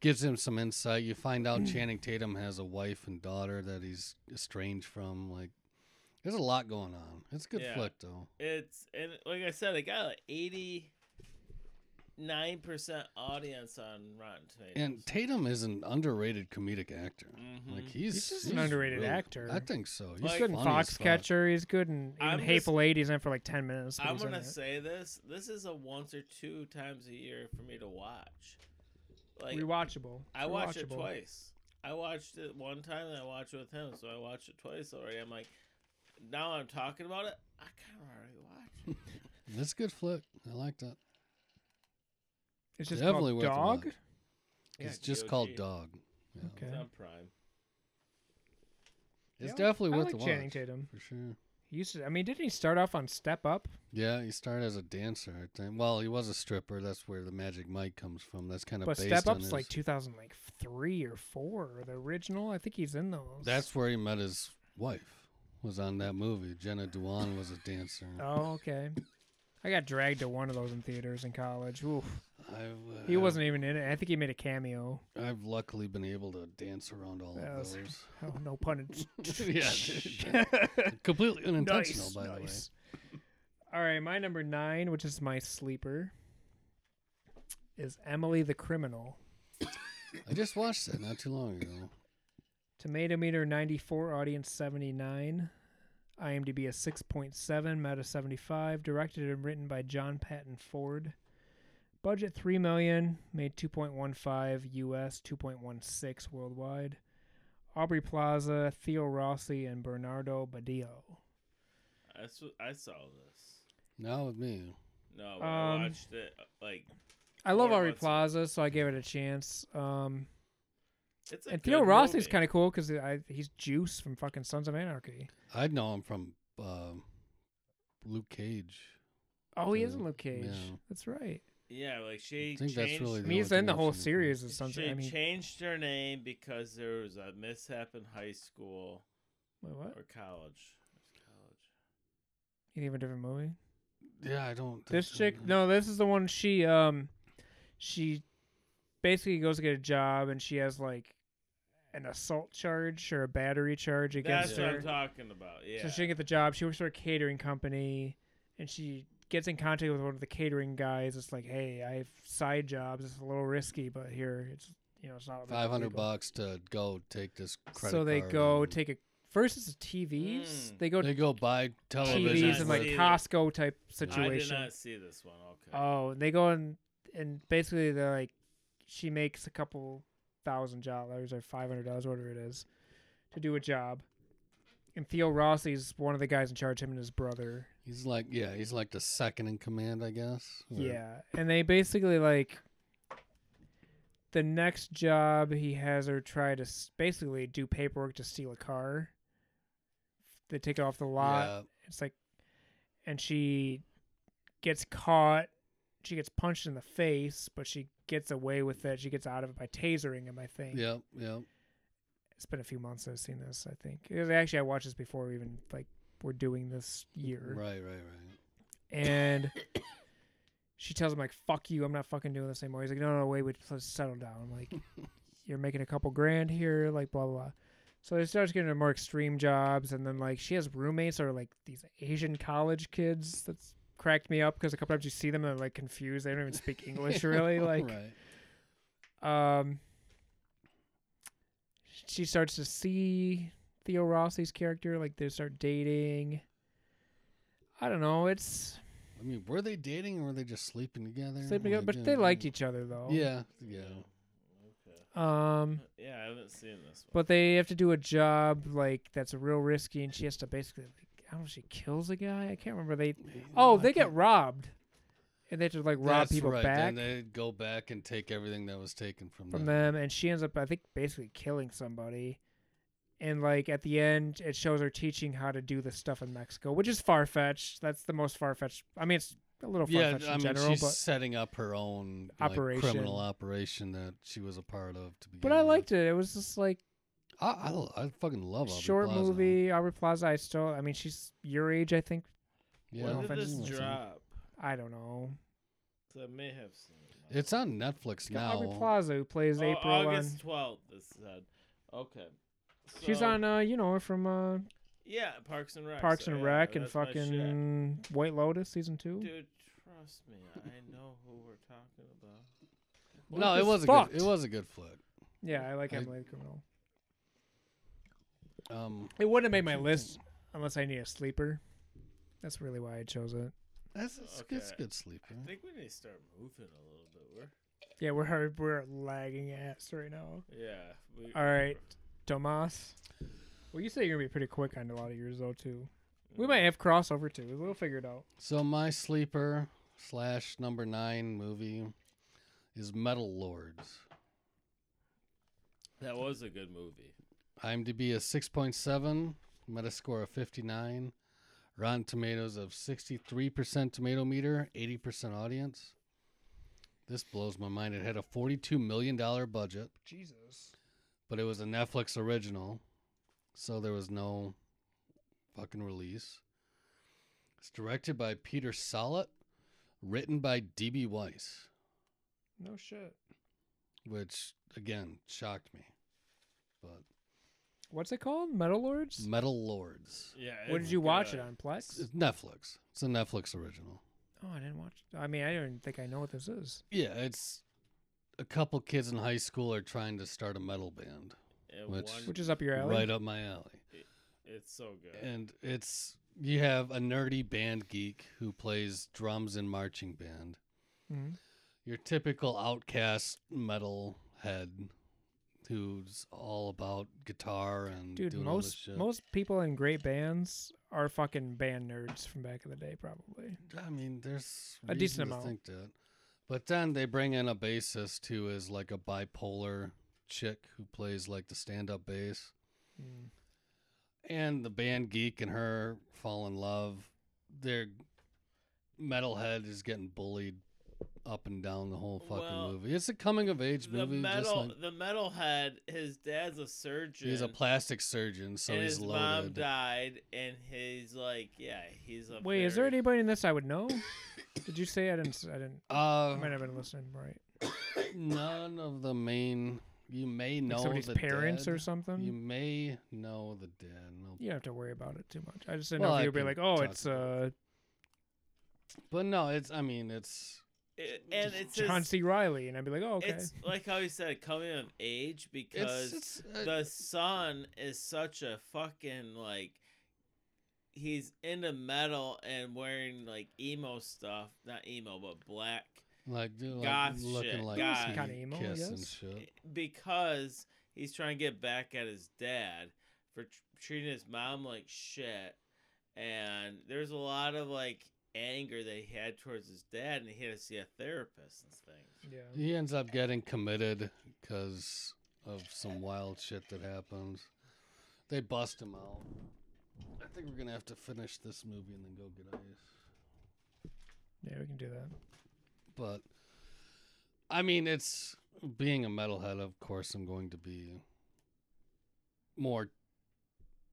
[SPEAKER 2] gives him some insight. You find out
[SPEAKER 3] Mm.
[SPEAKER 2] Channing Tatum has a wife and daughter that he's estranged from. Like, there's a lot going on. It's a good
[SPEAKER 1] Yeah.
[SPEAKER 2] flick though.
[SPEAKER 1] It's and like I said, it got like eighty nine percent audience on Rotten Tomatoes.
[SPEAKER 2] And Tatum is an underrated comedic actor.
[SPEAKER 1] Mhm.
[SPEAKER 2] Like he's,
[SPEAKER 3] He's just an underrated actor.
[SPEAKER 2] I think so. He's
[SPEAKER 1] Like-
[SPEAKER 3] He's good in
[SPEAKER 2] funny as fuck.
[SPEAKER 3] Foxcatcher. He's good in
[SPEAKER 1] I'm
[SPEAKER 3] even Hateful
[SPEAKER 1] just-
[SPEAKER 3] Eight. He's in for like ten minutes. but
[SPEAKER 1] I'm
[SPEAKER 3] he's in
[SPEAKER 1] gonna
[SPEAKER 3] it.
[SPEAKER 1] say this: this is a once or two times a year for me to watch. Like
[SPEAKER 3] rewatchable.
[SPEAKER 1] I watched it
[SPEAKER 3] Rewatchable.
[SPEAKER 1] twice. I watched it one time and I watched it with him, so I watched it twice already. I'm like, now I'm talking about it. I kind of already watched. it.
[SPEAKER 2] It's a good flick. I liked it.
[SPEAKER 3] It's just
[SPEAKER 2] Definitely
[SPEAKER 3] called
[SPEAKER 2] worth a
[SPEAKER 3] Dog.
[SPEAKER 2] watch.
[SPEAKER 1] Yeah,
[SPEAKER 2] it's just called
[SPEAKER 1] DOG.
[SPEAKER 2] Dog. Yeah.
[SPEAKER 3] Okay.
[SPEAKER 1] It's on Prime.
[SPEAKER 2] It's
[SPEAKER 3] Yeah,
[SPEAKER 2] definitely
[SPEAKER 3] I
[SPEAKER 2] worth
[SPEAKER 3] like
[SPEAKER 2] a watch.
[SPEAKER 3] Channing Tatum.
[SPEAKER 2] For sure.
[SPEAKER 3] He used to. I mean, didn't he start off on Step Up?
[SPEAKER 2] Yeah, he started as a dancer, I think. Well, he was a stripper. That's where the Magic Mike comes from. That's kind of
[SPEAKER 3] But
[SPEAKER 2] based
[SPEAKER 3] Step
[SPEAKER 2] on
[SPEAKER 3] Up's
[SPEAKER 2] his,
[SPEAKER 3] like 2003 or four, or the original. I think he's in those.
[SPEAKER 2] That's where he met his wife. Was on that movie. Jenna Dewan was a dancer.
[SPEAKER 3] Oh, okay. I got dragged to one of those in theaters in college. Oof.
[SPEAKER 2] I've, uh,
[SPEAKER 3] He wasn't even in it. I think he made a cameo.
[SPEAKER 2] I've luckily been able to dance around all
[SPEAKER 3] That
[SPEAKER 2] of
[SPEAKER 3] was-
[SPEAKER 2] those.
[SPEAKER 3] Oh, no pun intended.
[SPEAKER 2] yeah, dude. completely unintentional,
[SPEAKER 3] nice,
[SPEAKER 2] by
[SPEAKER 3] nice. All right, my number nine, which is my sleeper, is Emily the Criminal.
[SPEAKER 2] the way. I just watched that not too long ago.
[SPEAKER 3] Tomato meter 94, audience 79. IMDb a 6.7, Meta 75. Directed and written by John Patton Ford. Budget 3 million, made 2.15 US, 2.16 worldwide. Aubrey Plaza, Theo Rossi, and Bernardo Badillo.
[SPEAKER 1] I, s- I saw this.
[SPEAKER 2] Now with me.
[SPEAKER 1] No, I
[SPEAKER 3] Um,
[SPEAKER 1] watched it. uh, Like
[SPEAKER 3] I love
[SPEAKER 1] Or
[SPEAKER 3] Aubrey
[SPEAKER 1] what's-
[SPEAKER 3] Plaza, so I gave it a chance. Um,
[SPEAKER 1] it's a
[SPEAKER 3] and Theo
[SPEAKER 1] good
[SPEAKER 3] Rossi's
[SPEAKER 1] movie.
[SPEAKER 3] kind of cool because he's Juice from fucking Sons of Anarchy.
[SPEAKER 2] I know him from um Luke Cage.
[SPEAKER 3] Oh, he is
[SPEAKER 2] Theo-
[SPEAKER 3] in Luke Cage.
[SPEAKER 2] yeah.
[SPEAKER 3] That's right.
[SPEAKER 1] yeah, like she
[SPEAKER 2] I think
[SPEAKER 1] changed.
[SPEAKER 2] that's really the
[SPEAKER 3] I mean,
[SPEAKER 2] only
[SPEAKER 3] he's in
[SPEAKER 2] thing
[SPEAKER 3] the
[SPEAKER 2] I've
[SPEAKER 3] whole
[SPEAKER 2] seen him
[SPEAKER 3] series of Sons. of-
[SPEAKER 1] she
[SPEAKER 3] I mean,
[SPEAKER 1] changed her name because there was a mishap in high school
[SPEAKER 3] wait, what?
[SPEAKER 1] or college. It was college.
[SPEAKER 3] You think of a different movie?
[SPEAKER 2] from. Yeah, I don't.
[SPEAKER 3] This
[SPEAKER 2] think I
[SPEAKER 3] chick,
[SPEAKER 2] know.
[SPEAKER 3] no, this is the one. She, um, she basically goes to get a job, and she has like an assault charge or a battery charge against
[SPEAKER 1] That's
[SPEAKER 3] her.
[SPEAKER 1] what I'm talking about. Yeah.
[SPEAKER 3] So she didn't get the job. She works for a catering company, and she gets in contact with one of the catering guys. It's like, hey, I have side jobs. It's a little risky, but here, it's you know, it's not
[SPEAKER 2] Five hundred
[SPEAKER 3] illegal."
[SPEAKER 2] bucks to go take this credit.
[SPEAKER 3] So they
[SPEAKER 2] card
[SPEAKER 3] go
[SPEAKER 2] and
[SPEAKER 3] take a first. It's TVs.
[SPEAKER 1] Mm.
[SPEAKER 3] They go
[SPEAKER 2] They go buy television.
[SPEAKER 3] TVs
[SPEAKER 1] not
[SPEAKER 3] and like
[SPEAKER 1] see it.
[SPEAKER 3] Costco type
[SPEAKER 1] I did
[SPEAKER 3] situation.
[SPEAKER 1] not see this one. Okay.
[SPEAKER 3] Oh, they go and and basically they're like, she makes a couple thousand dollars or five hundred dollars, whatever it is, to do a job. And Theo Rossi's one of the guys in charge. Him and his brother.
[SPEAKER 2] he's like, yeah, he's like the second in command, I guess. or-
[SPEAKER 3] Yeah, and they basically like the next job he has her try to s- basically do paperwork to steal a car. They take it off the lot.
[SPEAKER 2] yeah.
[SPEAKER 3] It's like, and she gets caught. She gets punched in the face, but she gets away with it. She gets out of it by tasering him, I think.
[SPEAKER 2] Yep, yep.
[SPEAKER 3] It's been a few months since I've seen this, I think. Because actually, I watched this before we even, like, we're doing this year.
[SPEAKER 2] Right, right, right.
[SPEAKER 3] And she tells him, like, fuck you. I'm not fucking doing this anymore. He's like, no, no, wait, wait, let's settle down. I'm like, you're making a couple grand here, like, blah, blah, blah. So they starts getting into more extreme jobs, and then like she has roommates or like these Asian college kids. That's cracked me up because a couple times you see them and they're like confused. They don't even speak English really. Like,
[SPEAKER 2] right.
[SPEAKER 3] um, she starts to see Theo Rossi's character. Like they start dating. I don't know. It's
[SPEAKER 2] I mean, were they dating or were they just sleeping together?
[SPEAKER 3] sleeping together,
[SPEAKER 2] Like,
[SPEAKER 3] but
[SPEAKER 2] yeah,
[SPEAKER 3] they
[SPEAKER 2] yeah.
[SPEAKER 3] liked each other though.
[SPEAKER 2] Yeah, yeah.
[SPEAKER 1] Okay.
[SPEAKER 3] Um.
[SPEAKER 1] Yeah, I haven't seen this one.
[SPEAKER 3] But they have to do a job like that's real risky, and she has to basically, like, I don't know, if she kills a guy. I can't remember. They Oh,
[SPEAKER 2] Mm, I
[SPEAKER 3] they get
[SPEAKER 2] can't-
[SPEAKER 3] robbed, and they have to like rob
[SPEAKER 2] That's
[SPEAKER 3] people
[SPEAKER 2] right.
[SPEAKER 3] back
[SPEAKER 2] Then they go back and take everything that was taken from,
[SPEAKER 3] from
[SPEAKER 2] them.
[SPEAKER 3] them, and she ends up, I think, basically killing somebody. And like at the end, it shows her teaching how to do the stuff in Mexico, which is far fetched. That's the most far fetched. I mean, it's a little far
[SPEAKER 2] Yeah,
[SPEAKER 3] fetched
[SPEAKER 2] I
[SPEAKER 3] in
[SPEAKER 2] mean,
[SPEAKER 3] general,
[SPEAKER 2] she's
[SPEAKER 3] but
[SPEAKER 2] setting up her own like,
[SPEAKER 3] Operation.
[SPEAKER 2] criminal operation that she was a part of. To begin
[SPEAKER 3] but I
[SPEAKER 2] with.
[SPEAKER 3] liked it. It was just like
[SPEAKER 2] I, I, l- I fucking love Aubrey
[SPEAKER 3] short
[SPEAKER 2] Plaza.
[SPEAKER 3] movie. Aubrey Plaza. I still, I mean, she's your age, I think.
[SPEAKER 2] Yeah,
[SPEAKER 1] when did
[SPEAKER 3] offense
[SPEAKER 1] this
[SPEAKER 3] to myself.
[SPEAKER 1] drop?
[SPEAKER 3] I don't know.
[SPEAKER 1] 'Cause I may have seen it. now.
[SPEAKER 2] it's on Netflix
[SPEAKER 3] It's got
[SPEAKER 2] now.
[SPEAKER 3] Aubrey Plaza who plays
[SPEAKER 1] Oh,
[SPEAKER 3] April.
[SPEAKER 1] August
[SPEAKER 3] on,
[SPEAKER 1] twelfth. It said. Okay.
[SPEAKER 3] she's
[SPEAKER 1] So-
[SPEAKER 3] on, uh, you know, her from uh,
[SPEAKER 1] Yeah, Parks and Rec.
[SPEAKER 3] Parks
[SPEAKER 1] so
[SPEAKER 3] and
[SPEAKER 1] yeah,
[SPEAKER 3] Rec and
[SPEAKER 1] that's my shit.
[SPEAKER 3] fucking White Lotus season two.
[SPEAKER 1] Dude, trust me, I know who we're talking about.
[SPEAKER 2] No, it
[SPEAKER 3] is
[SPEAKER 2] was a
[SPEAKER 3] fucked.
[SPEAKER 2] good, it was a good flick.
[SPEAKER 3] Yeah, I like
[SPEAKER 2] I-
[SPEAKER 3] Emily the Criminal.
[SPEAKER 2] Um,
[SPEAKER 3] It wouldn't have made my list unless I need a sleeper. That's really why I chose it.
[SPEAKER 2] that's it's, it's a
[SPEAKER 1] Okay.
[SPEAKER 2] good sleeper.
[SPEAKER 3] Hmm?
[SPEAKER 1] I think we need to start moving a little bit. We're
[SPEAKER 3] Yeah, we're hard, we're lagging ass right now.
[SPEAKER 1] yeah. We,
[SPEAKER 3] All right, Tomas. Well, you say you're gonna be pretty quick on a lot of yours though too. We might have crossover too. We'll figure it out.
[SPEAKER 2] So my sleeper slash number nine movie is Metal Lords.
[SPEAKER 1] That was a good movie.
[SPEAKER 2] IMDb is 6.7, Metascore of 59, Rotten Tomatoes of 63% tomato meter, 80% audience. This blows my mind. It had a $42 million budget,
[SPEAKER 3] Jesus.
[SPEAKER 2] but it was a Netflix original, so there was no fucking release. It's directed by Peter Solit, written by D.B. Weiss,
[SPEAKER 3] No shit.
[SPEAKER 2] which again shocked me. But
[SPEAKER 3] What's it called? Metal Lords?
[SPEAKER 2] Metal Lords.
[SPEAKER 1] Yeah.
[SPEAKER 3] What did you watch it on? Plex?
[SPEAKER 2] It's Netflix. It's a Netflix original.
[SPEAKER 3] Oh, I didn't watch. I mean, I don't think I know what this is.
[SPEAKER 2] Yeah, it's a couple kids in high school are trying to start a metal band. Which-
[SPEAKER 3] Which is up your alley.
[SPEAKER 2] Right up my alley.
[SPEAKER 1] It's so good.
[SPEAKER 2] And it's you have a nerdy band geek who plays drums in marching band.
[SPEAKER 3] Mhm.
[SPEAKER 2] Your typical outcast metal head who's all about guitar and
[SPEAKER 3] Dude,
[SPEAKER 2] doing all this
[SPEAKER 3] most
[SPEAKER 2] shit.
[SPEAKER 3] most people in great bands are fucking band nerds from back in the day, probably.
[SPEAKER 2] I mean, there's
[SPEAKER 3] A decent
[SPEAKER 2] reason to
[SPEAKER 3] amount.
[SPEAKER 2] Think that. But then they bring in a bassist who is like a bipolar chick who plays like the stand-up bass,
[SPEAKER 3] Mm.
[SPEAKER 2] and the band geek and her fall in love. Their metalhead is getting bullied up and down the whole fucking
[SPEAKER 1] Well,
[SPEAKER 2] movie. It's a coming-of-age
[SPEAKER 1] the
[SPEAKER 2] movie.
[SPEAKER 1] metal,
[SPEAKER 2] just like,
[SPEAKER 1] the metalhead. His dad's a surgeon.
[SPEAKER 2] he's a plastic surgeon, so
[SPEAKER 1] and
[SPEAKER 2] he's
[SPEAKER 1] his mom
[SPEAKER 2] loaded.
[SPEAKER 1] died, and he's like, yeah, he's a.
[SPEAKER 3] Wait, is there
[SPEAKER 1] very-
[SPEAKER 3] anybody in this I would know? Did you say I didn't? s- I didn't. I might
[SPEAKER 2] Uh,
[SPEAKER 3] have been listening right.
[SPEAKER 2] none of the main. You may
[SPEAKER 3] Like
[SPEAKER 2] know
[SPEAKER 3] somebody's
[SPEAKER 2] the
[SPEAKER 3] parents
[SPEAKER 2] dad.
[SPEAKER 3] or something.
[SPEAKER 2] You
[SPEAKER 3] You,
[SPEAKER 2] may know the dad. No.
[SPEAKER 3] don't have to worry about it too much. I just didn't
[SPEAKER 2] Well,
[SPEAKER 3] know if
[SPEAKER 2] I
[SPEAKER 3] you'd be
[SPEAKER 2] can
[SPEAKER 3] like, oh,
[SPEAKER 2] talk
[SPEAKER 3] it's
[SPEAKER 2] about
[SPEAKER 3] uh,
[SPEAKER 2] But no, it's I mean it's
[SPEAKER 1] It- and it's
[SPEAKER 3] John
[SPEAKER 1] his-
[SPEAKER 3] C. Riley, and I'd be like, oh, okay.
[SPEAKER 1] It's like how you said, coming of age because
[SPEAKER 2] it's, it's uh,
[SPEAKER 1] the son is such a fucking like he's into metal and wearing like emo stuff not emo but black
[SPEAKER 2] like, dude, like
[SPEAKER 1] goth
[SPEAKER 2] looking
[SPEAKER 1] shit,
[SPEAKER 2] like
[SPEAKER 1] goth.
[SPEAKER 2] Teen
[SPEAKER 3] Kinda emo, I
[SPEAKER 2] kiss and
[SPEAKER 3] guess.
[SPEAKER 2] shit.
[SPEAKER 1] because he's trying to get back at his dad for tr- treating his mom like shit and there's a lot of like anger that he had towards his dad and he had to see a therapist and things
[SPEAKER 3] yeah.
[SPEAKER 2] He ends up getting committed because of some wild shit that happens. They bust him out. I think we're gonna have to finish this movie and then go get ice.
[SPEAKER 3] yeah, we can do that.
[SPEAKER 2] But I mean, it's being a metalhead. Of course, I'm going to be more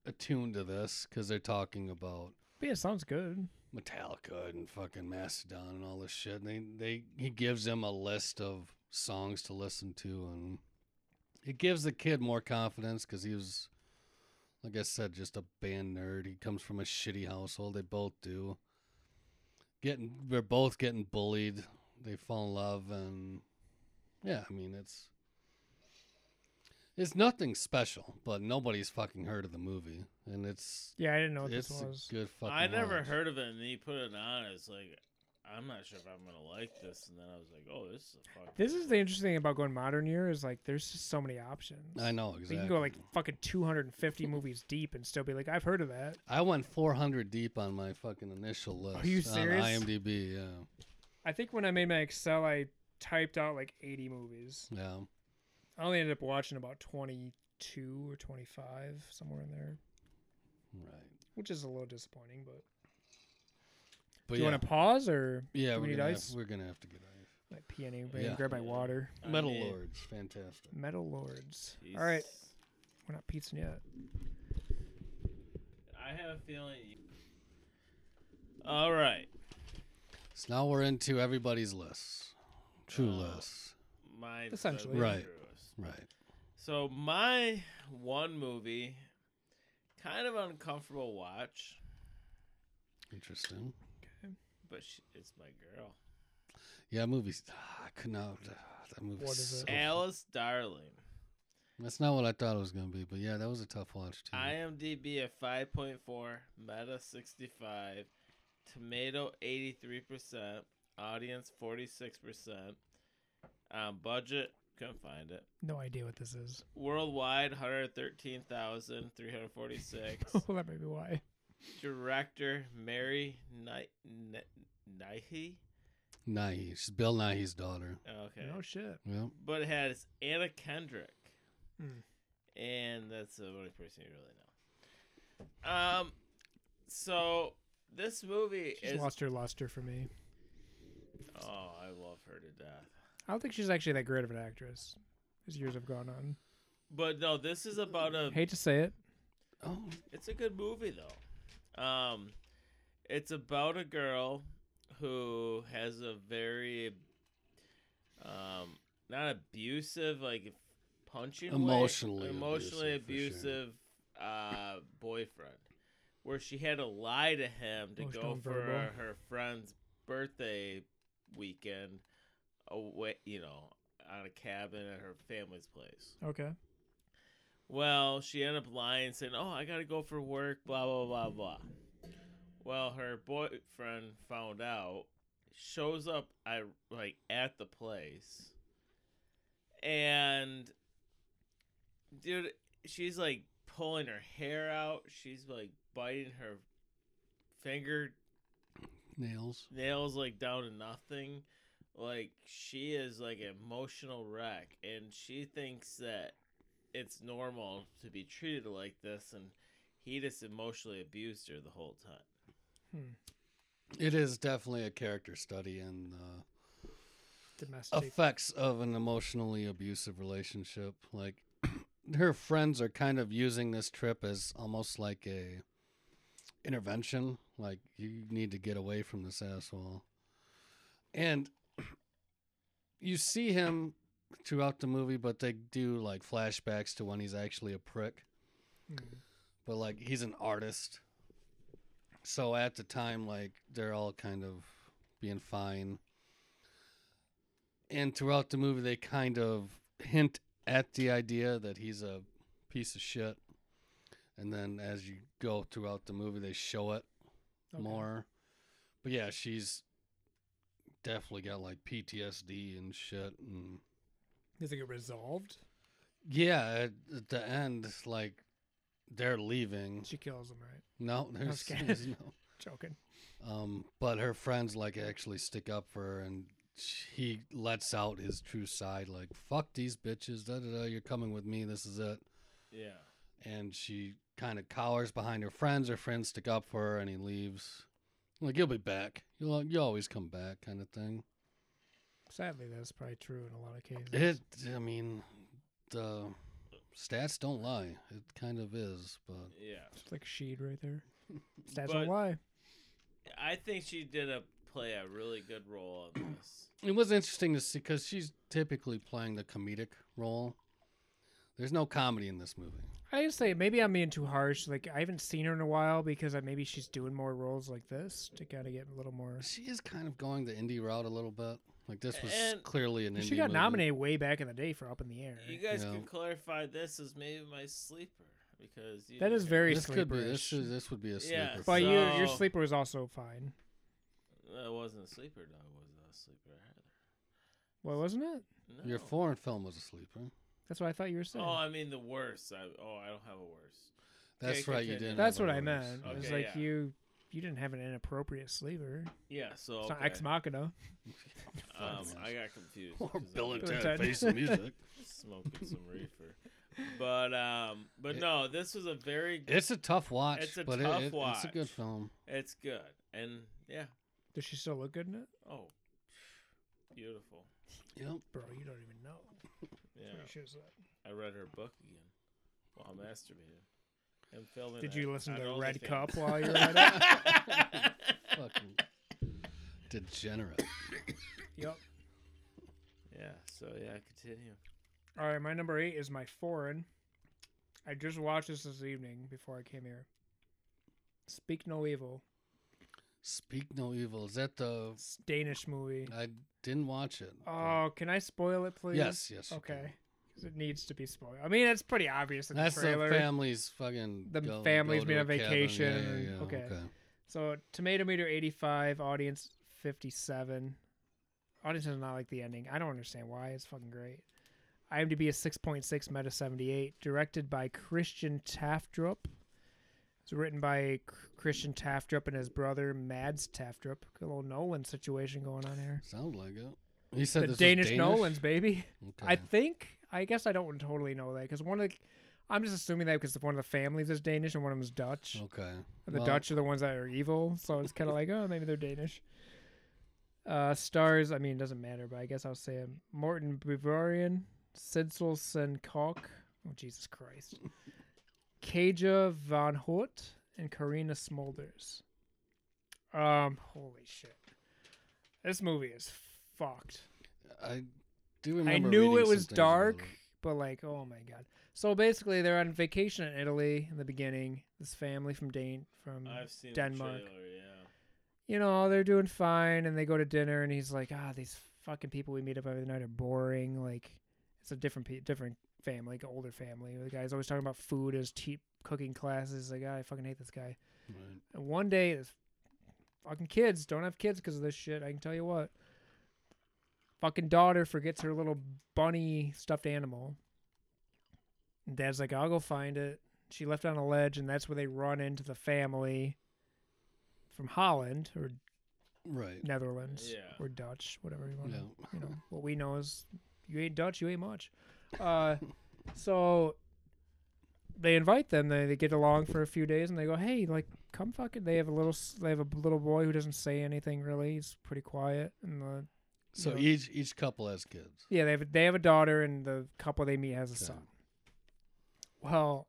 [SPEAKER 2] attuned to this because they're talking about
[SPEAKER 3] But yeah, it sounds good.
[SPEAKER 2] Metallica and fucking Mastodon and all this shit. And they they he gives him a list of songs to listen to, and it gives the kid more confidence because he was, like I said, just a band nerd. He comes from a shitty household. They both do. Getting they're both getting bullied. They fall in love, and yeah, I mean it's it's nothing special, but nobody's fucking heard of the movie, and it's.
[SPEAKER 3] Yeah, I didn't know what
[SPEAKER 2] It's
[SPEAKER 3] this was.
[SPEAKER 2] a good fucking.
[SPEAKER 1] i never
[SPEAKER 2] watch.
[SPEAKER 1] heard of it and he put it on it's like i'm not sure if i'm gonna like this and then i was like oh this is a fucking
[SPEAKER 3] This is the interesting thing about going modern year is like there's just so many options.
[SPEAKER 2] I know
[SPEAKER 3] So
[SPEAKER 2] exactly.
[SPEAKER 3] You can go like fucking 250 movies deep and still be like, I've heard of that.
[SPEAKER 2] I went 400 deep on my fucking initial list.
[SPEAKER 3] you serious?
[SPEAKER 2] On IMDb, yeah,
[SPEAKER 3] I think when I made my Excel, I typed out like 80 movies.
[SPEAKER 2] yeah.
[SPEAKER 3] I only ended up watching about 22 or 25, somewhere in there,
[SPEAKER 2] Right.
[SPEAKER 3] which is a little disappointing. But,
[SPEAKER 2] But
[SPEAKER 3] do you
[SPEAKER 2] yeah,
[SPEAKER 3] want to pause or
[SPEAKER 2] yeah,
[SPEAKER 3] do
[SPEAKER 2] we're
[SPEAKER 3] we need
[SPEAKER 2] gonna, have,
[SPEAKER 3] ice?
[SPEAKER 2] we're gonna have to get ice.
[SPEAKER 3] like pee anybody
[SPEAKER 2] Yeah.
[SPEAKER 3] grab my
[SPEAKER 1] Yeah.
[SPEAKER 3] water?
[SPEAKER 1] I
[SPEAKER 2] Metal
[SPEAKER 1] mean,
[SPEAKER 2] Lords, fantastic.
[SPEAKER 3] Metal Lords.
[SPEAKER 1] he's-
[SPEAKER 3] All right, we're not pizzing yet.
[SPEAKER 1] I have a feeling. All right,
[SPEAKER 2] So now we're into everybody's lists, true
[SPEAKER 1] Uh,
[SPEAKER 2] lists,
[SPEAKER 1] my
[SPEAKER 3] Essentially.
[SPEAKER 2] Right. right?
[SPEAKER 1] So my one movie, kind of uncomfortable watch,
[SPEAKER 2] Interesting.
[SPEAKER 1] but she, it's my girl,
[SPEAKER 2] Yeah, movies. Ah, I could not. ah, that movie.
[SPEAKER 3] What is it?
[SPEAKER 1] Alice Darling.
[SPEAKER 2] That's not what I thought it was gonna be, but yeah, that was a tough watch too.
[SPEAKER 1] IMDb at five point four, Meta sixty five, Tomato eighty three percent, audience forty six percent, um, budget couldn't find it.
[SPEAKER 3] No idea what this is.
[SPEAKER 1] Worldwide, one hundred thirteen thousand three hundred forty six.
[SPEAKER 3] that may be why.
[SPEAKER 1] Director Mary Ni- Ni- Nighy.
[SPEAKER 2] Nighy. She's Bill Nighy's daughter.
[SPEAKER 1] Okay.
[SPEAKER 3] No shit.
[SPEAKER 2] Yep.
[SPEAKER 1] But it has Anna Kendrick.
[SPEAKER 3] Hmm.
[SPEAKER 1] And that's the only person you really know. Um, so this movie
[SPEAKER 3] She's
[SPEAKER 1] is.
[SPEAKER 3] lost her luster for me.
[SPEAKER 1] Oh, I love her to death.
[SPEAKER 3] I don't think she's actually that great of an actress as years have gone on.
[SPEAKER 1] But no, this is about a.
[SPEAKER 3] Hate to say it.
[SPEAKER 2] Oh,
[SPEAKER 1] It's a good movie though. Um, it's about a girl who has a very um not abusive like punching way-
[SPEAKER 2] Emotionally
[SPEAKER 1] emotionally
[SPEAKER 2] abusive, for sure.
[SPEAKER 1] abusive uh boyfriend where she had to lie to him to
[SPEAKER 3] Most
[SPEAKER 1] go for
[SPEAKER 3] nonverbal.
[SPEAKER 1] her friend's birthday weekend away you know on a cabin at her family's place
[SPEAKER 3] Okay.
[SPEAKER 1] well, she ended up lying, saying, "Oh, I gotta go for work." Blah blah blah blah. Well, her boyfriend found out, shows up I like at the place, and dude, she's like pulling her hair out. She's like biting her finger
[SPEAKER 2] nails.
[SPEAKER 1] nails like down to nothing. Like she is like an emotional wreck, and she thinks that it's normal to be treated like this, and he just emotionally abused her the whole time.
[SPEAKER 2] It is definitely a character study in the
[SPEAKER 3] Domestic.
[SPEAKER 2] effects of an emotionally abusive relationship. Like her friends are kind of using this trip as almost like a intervention. Like you need to get away from this asshole. And you see him throughout the movie, but they do like flashbacks to when he's actually a prick
[SPEAKER 3] Hmm.
[SPEAKER 2] but like he's an artist. So at the time, like they're all kind of being fine. And throughout the movie, they kind of hint at the idea that he's a piece of shit. And then as you go throughout the movie, they show it
[SPEAKER 3] Okay.
[SPEAKER 2] more. But yeah, she's definitely got like PTSD and shit. And
[SPEAKER 3] Does it get resolved?
[SPEAKER 2] yeah, at, at the end, like they're leaving.
[SPEAKER 3] She kills him, right?
[SPEAKER 2] No, there's,
[SPEAKER 3] kidding.
[SPEAKER 2] there's no.
[SPEAKER 3] Joking.
[SPEAKER 2] Um, but her friends like actually stick up for her, and sh- he lets out his true side, like "fuck these bitches." Da da da. You're coming with me. This is it.
[SPEAKER 1] Yeah.
[SPEAKER 2] And she kind of cowers behind her friends. Her friends stick up for her, and he leaves. Like you'll be back. You'll you always come back, kind of thing.
[SPEAKER 3] Sadly, that's probably true in a lot of cases.
[SPEAKER 2] It. I mean, the stats don't lie. It kind of is, but
[SPEAKER 1] Yeah.
[SPEAKER 3] It's like Sheed right there. Stats
[SPEAKER 1] But-
[SPEAKER 3] don't lie.
[SPEAKER 1] I think she did a play a really good role in this.
[SPEAKER 2] It was interesting to see because she's typically playing the comedic role. There's no comedy in this movie.
[SPEAKER 3] I just say maybe I'm being too harsh. Like I haven't seen her in a while because I, maybe she's doing more roles like this to kind of get a little more.
[SPEAKER 2] She is kind of going the indie route a little bit. Like this was
[SPEAKER 1] And-
[SPEAKER 2] clearly an indie.
[SPEAKER 3] She got
[SPEAKER 2] movie.
[SPEAKER 3] nominated way back in the day for Up in the Air.
[SPEAKER 1] You guys
[SPEAKER 2] Yeah.
[SPEAKER 1] can clarify this as maybe my sleeper because you
[SPEAKER 3] That is very
[SPEAKER 2] This could be. This,
[SPEAKER 3] sleeperish.
[SPEAKER 2] is, this would be a sleeper.
[SPEAKER 1] Yeah,
[SPEAKER 2] for
[SPEAKER 3] but your your
[SPEAKER 1] So-
[SPEAKER 3] sleeper was also fine.
[SPEAKER 1] I wasn't a sleeper. No, I wasn't a sleeper either.
[SPEAKER 3] Well, wasn't it?
[SPEAKER 1] No.
[SPEAKER 2] your foreign film was a sleeper.
[SPEAKER 3] That's what I thought you were saying.
[SPEAKER 1] Oh, I mean the worst. I, oh, I don't have a worst.
[SPEAKER 2] That's
[SPEAKER 1] Okay,
[SPEAKER 2] right.
[SPEAKER 1] continue.
[SPEAKER 2] You didn't.
[SPEAKER 3] That's
[SPEAKER 2] have
[SPEAKER 3] what
[SPEAKER 2] a
[SPEAKER 3] I
[SPEAKER 2] voice.
[SPEAKER 3] meant. It was
[SPEAKER 1] Okay,
[SPEAKER 3] like
[SPEAKER 1] yeah.
[SPEAKER 3] you you didn't have an inappropriate sleeper.
[SPEAKER 1] Yeah. So
[SPEAKER 3] It's not
[SPEAKER 1] okay.
[SPEAKER 3] ex machina.
[SPEAKER 1] Um,
[SPEAKER 2] Fuck.
[SPEAKER 1] I got confused.
[SPEAKER 2] Or
[SPEAKER 1] 'cause
[SPEAKER 2] Bill
[SPEAKER 1] I'm
[SPEAKER 2] and
[SPEAKER 3] Bill
[SPEAKER 2] Ted
[SPEAKER 3] and Ted.
[SPEAKER 2] Face the Music.
[SPEAKER 1] smoking some reefer. But um, but
[SPEAKER 2] It-
[SPEAKER 1] no, this was a very
[SPEAKER 2] It's a tough watch.
[SPEAKER 1] It's a
[SPEAKER 2] but it-
[SPEAKER 1] tough
[SPEAKER 2] it, It's a good
[SPEAKER 1] watch.
[SPEAKER 2] film.
[SPEAKER 1] it's good and yeah
[SPEAKER 3] Does she still look good in it?
[SPEAKER 1] oh beautiful
[SPEAKER 2] Yep.
[SPEAKER 3] Bro, you don't even know.
[SPEAKER 1] yeah
[SPEAKER 3] Pretty sure it's that.
[SPEAKER 1] I read her book again while masturbating and filming.
[SPEAKER 3] Did
[SPEAKER 1] it
[SPEAKER 3] you listen
[SPEAKER 1] on
[SPEAKER 3] to Red
[SPEAKER 1] OnlyFans.
[SPEAKER 3] Cup while you were at it?
[SPEAKER 2] Fucking degenerate.
[SPEAKER 3] Yep.
[SPEAKER 1] yeah. So yeah, continue.
[SPEAKER 3] All right, my number eight is my foreign. I just watched this this evening before I came here. Speak No Evil,
[SPEAKER 2] Speak no evil. Is that the?
[SPEAKER 3] It's a Danish movie.
[SPEAKER 2] I didn't watch it. but-
[SPEAKER 3] Oh, can I spoil it, please?
[SPEAKER 2] Yes, yes, you
[SPEAKER 3] Okay,
[SPEAKER 2] can.
[SPEAKER 3] 'Cause it needs to be spoiled. I mean, it's pretty obvious in
[SPEAKER 2] That's
[SPEAKER 3] the
[SPEAKER 2] the
[SPEAKER 3] trailer.
[SPEAKER 2] family's fucking.
[SPEAKER 3] The
[SPEAKER 2] go- go
[SPEAKER 3] family's
[SPEAKER 2] to
[SPEAKER 3] been
[SPEAKER 2] a
[SPEAKER 3] on
[SPEAKER 2] cabin.
[SPEAKER 3] vacation.
[SPEAKER 2] Yeah, yeah, yeah.
[SPEAKER 3] Okay.
[SPEAKER 2] okay.
[SPEAKER 3] so, tomato meter eighty-five, audience fifty-seven. Audience does not like the ending. I don't understand why. It's fucking great. IMDb is six point six, Meta seventy-eight. Directed by Christian Taftrup. It's written by C- Christian Taftrup and his brother Mads Taftrup. Got A little Nolan situation going on here.
[SPEAKER 2] Sounds like it. You said
[SPEAKER 3] the
[SPEAKER 2] this
[SPEAKER 3] Danish,
[SPEAKER 2] was Danish
[SPEAKER 3] Nolans, baby.
[SPEAKER 2] Okay.
[SPEAKER 3] I think. I guess I don't totally know that because one of the. I'm just assuming that because one of the families is Danish and one of them's Dutch.
[SPEAKER 2] okay.
[SPEAKER 3] And the
[SPEAKER 2] Well,
[SPEAKER 3] Dutch are the ones that are evil, so it's kind of like, oh, maybe they're Danish. Uh, stars, I mean, it doesn't matter, but I guess I'll say it. Morten Bavarian, Sidsel Senkok, oh, Jesus Christ, Kaja Van Hoort, and Karina Smolders. Um, holy shit. This movie is fucked.
[SPEAKER 2] I do remember.
[SPEAKER 3] I knew
[SPEAKER 2] reading
[SPEAKER 3] it
[SPEAKER 2] some
[SPEAKER 3] was
[SPEAKER 2] things about
[SPEAKER 3] dark,
[SPEAKER 2] it.
[SPEAKER 3] but like, oh my god. So basically, they're on vacation in Italy in the beginning. This family from Dane, from
[SPEAKER 1] I've seen
[SPEAKER 3] Mm-hmm.
[SPEAKER 1] The
[SPEAKER 3] Denmark.
[SPEAKER 1] trailer, yeah.
[SPEAKER 3] you know, they're doing fine and they go to dinner and he's like, ah, these fucking people we meet up every night are boring. Like, it's a different pe- different family, like an older family. The guy's always talking about food, his tea cooking classes. Like, ah, I fucking hate this guy.
[SPEAKER 2] Right.
[SPEAKER 3] And one day, this fucking kids don't have kids because of this shit. I can tell you what. Fucking daughter forgets her little bunny stuffed animal. And dad's like, I'll go find it. She left it on a ledge, and that's where they run into the family from Holland or
[SPEAKER 2] Right.
[SPEAKER 3] Netherlands
[SPEAKER 1] Yeah.
[SPEAKER 3] or Dutch, whatever you want.
[SPEAKER 2] Yeah.
[SPEAKER 3] to You know what we know is you ain't Dutch, you ain't much. Uh, so they invite them. They, they get along for a few days, and they go, "Hey, like, come fucking." They have a little. s- They have a little boy who doesn't say anything really. He's pretty quiet, and the
[SPEAKER 2] So
[SPEAKER 3] Yeah.
[SPEAKER 2] each each couple has kids.
[SPEAKER 3] yeah, they have a, they have a daughter, and the couple they meet has a
[SPEAKER 2] Okay.
[SPEAKER 3] son. Well,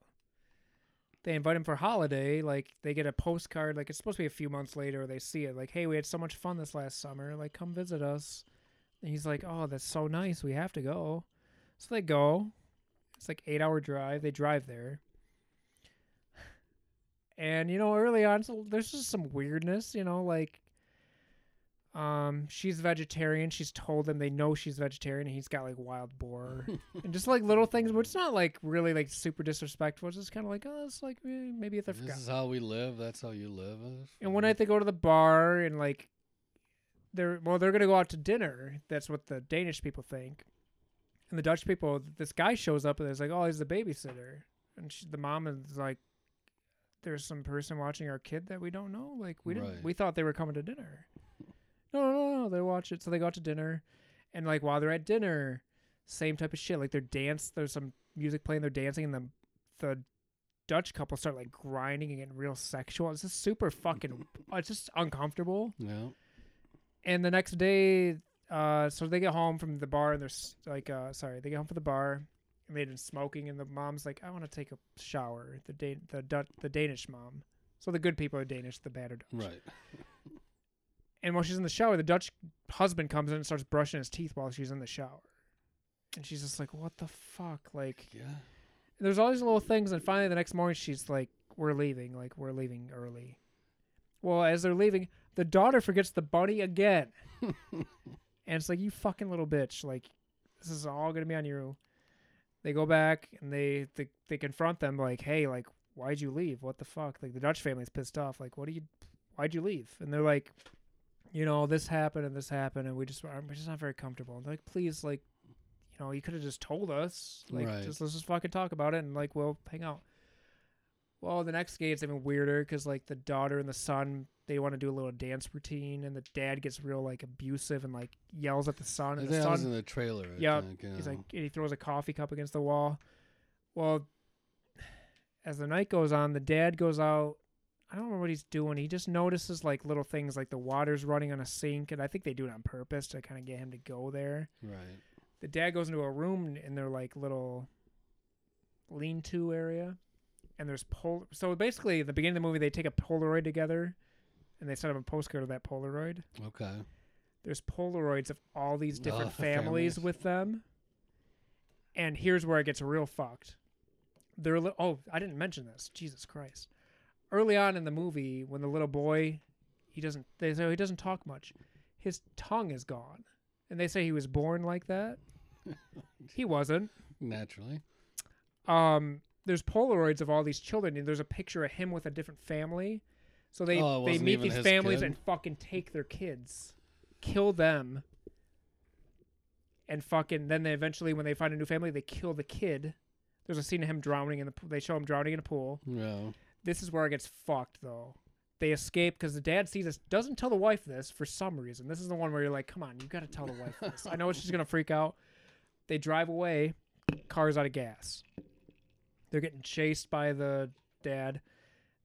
[SPEAKER 3] they invite him for a holiday. Like they get a postcard. Like it's supposed to be a few months later. They see it. Like, hey, we had so much fun this last summer. Like, come visit us. And he's like, oh, that's so nice. We have to go. So they go. It's like eight hour drive. They drive there. And you know, early on, so there's just some weirdness. You know, like um, she's vegetarian. She's told them they know she's vegetarian, and he's got like wild boar and just like little things, but it's not like really like super disrespectful. It's just kind of like, oh, it's like eh, maybe if I
[SPEAKER 2] This
[SPEAKER 3] forgot.
[SPEAKER 2] is how we live. That's how you live.
[SPEAKER 3] And one night they go to the bar and like they're well, they're gonna go out to dinner. That's what the Danish people think. And the Dutch people, this guy shows up and it's like, oh, he's the babysitter. And she, the mom is like, there's some person watching our kid that we don't know. Like we didn't,
[SPEAKER 2] Right.
[SPEAKER 3] we thought they were coming to dinner. No, no, no, no, they watch it. So they go out to dinner, and like while they're at dinner, same type of shit. Like they're dance. There's some music playing. They're dancing, and the the Dutch couple start like grinding and getting real sexual. It's just super fucking. it's just uncomfortable.
[SPEAKER 2] Yeah.
[SPEAKER 3] And the next day, uh, so they get home from the bar and they're s- like, uh, sorry, they get home from the bar and they've been smoking. And the mom's like, I want to take a shower. The Dan- the Dut- the Danish mom. So the good people are Danish, the bad are Dutch.
[SPEAKER 2] Right.
[SPEAKER 3] And while she's in the shower, the Dutch husband comes in and starts brushing his teeth while she's in the shower. And she's just like, what the fuck? Like,
[SPEAKER 2] Yeah.
[SPEAKER 3] there's all these little things and finally the next morning she's like we're leaving like we're leaving early well as they're leaving the daughter forgets the bunny again and it's like you fucking little bitch like this is all gonna be on you they go back and they they, they confront them like hey like why'd you leave what the fuck like the dutch family's pissed off like what do you why'd you leave and they're like you know this happened and this happened and we just we're just not very comfortable and they're like please like you know you could have just told us like
[SPEAKER 2] Right.
[SPEAKER 3] just let's just fucking talk about it and like we'll hang out well the next day it's even weirder because like the daughter and the son they want to do a little dance routine and the dad gets real like abusive and like yells at the son
[SPEAKER 2] I
[SPEAKER 3] and
[SPEAKER 2] think
[SPEAKER 3] the
[SPEAKER 2] that
[SPEAKER 3] son
[SPEAKER 2] was in the trailer. I
[SPEAKER 3] Yep.
[SPEAKER 2] think, yeah.
[SPEAKER 3] He's like, and he throws a coffee cup against the wall. Well, as the night goes on, the dad goes out. I don't remember what he's doing. He just notices like little things, like the water's running on a sink, and I think they do it on purpose to kind of get him to go there.
[SPEAKER 2] Right.
[SPEAKER 3] The dad goes into a room in their like little lean-to area, and there's pol. So basically, at the beginning of the movie, they take a Polaroid together, and they set up a postcard of that Polaroid
[SPEAKER 2] Okay.
[SPEAKER 3] there's Polaroids of all these different
[SPEAKER 2] Oh,
[SPEAKER 3] families,
[SPEAKER 2] families.
[SPEAKER 3] with them. And here's where it gets real fucked. They're li- oh, I didn't mention this. Jesus Christ! Early on in the movie, when the little boy, he doesn't they say he doesn't talk much. His tongue is gone, and they say he was born like that. he wasn't.
[SPEAKER 2] Naturally.
[SPEAKER 3] Um, there's Polaroids of all these children, and there's a picture of him with a different family. So they
[SPEAKER 2] Oh, it
[SPEAKER 3] they
[SPEAKER 2] wasn't
[SPEAKER 3] meet
[SPEAKER 2] even
[SPEAKER 3] these
[SPEAKER 2] his
[SPEAKER 3] families
[SPEAKER 2] kid?
[SPEAKER 3] and fucking take their kids, kill them, and fucking then they eventually when they find a new family they kill the kid. There's a scene of him drowning in the pool. They show him drowning in a pool.
[SPEAKER 2] Yeah.
[SPEAKER 3] this is where it gets fucked though. They escape because the dad sees this, doesn't tell the wife this for some reason. This is the one where you're like, come on, you gotta tell the wife this. I know she's gonna freak out. They drive away, car's out of gas. They're getting chased by the dad.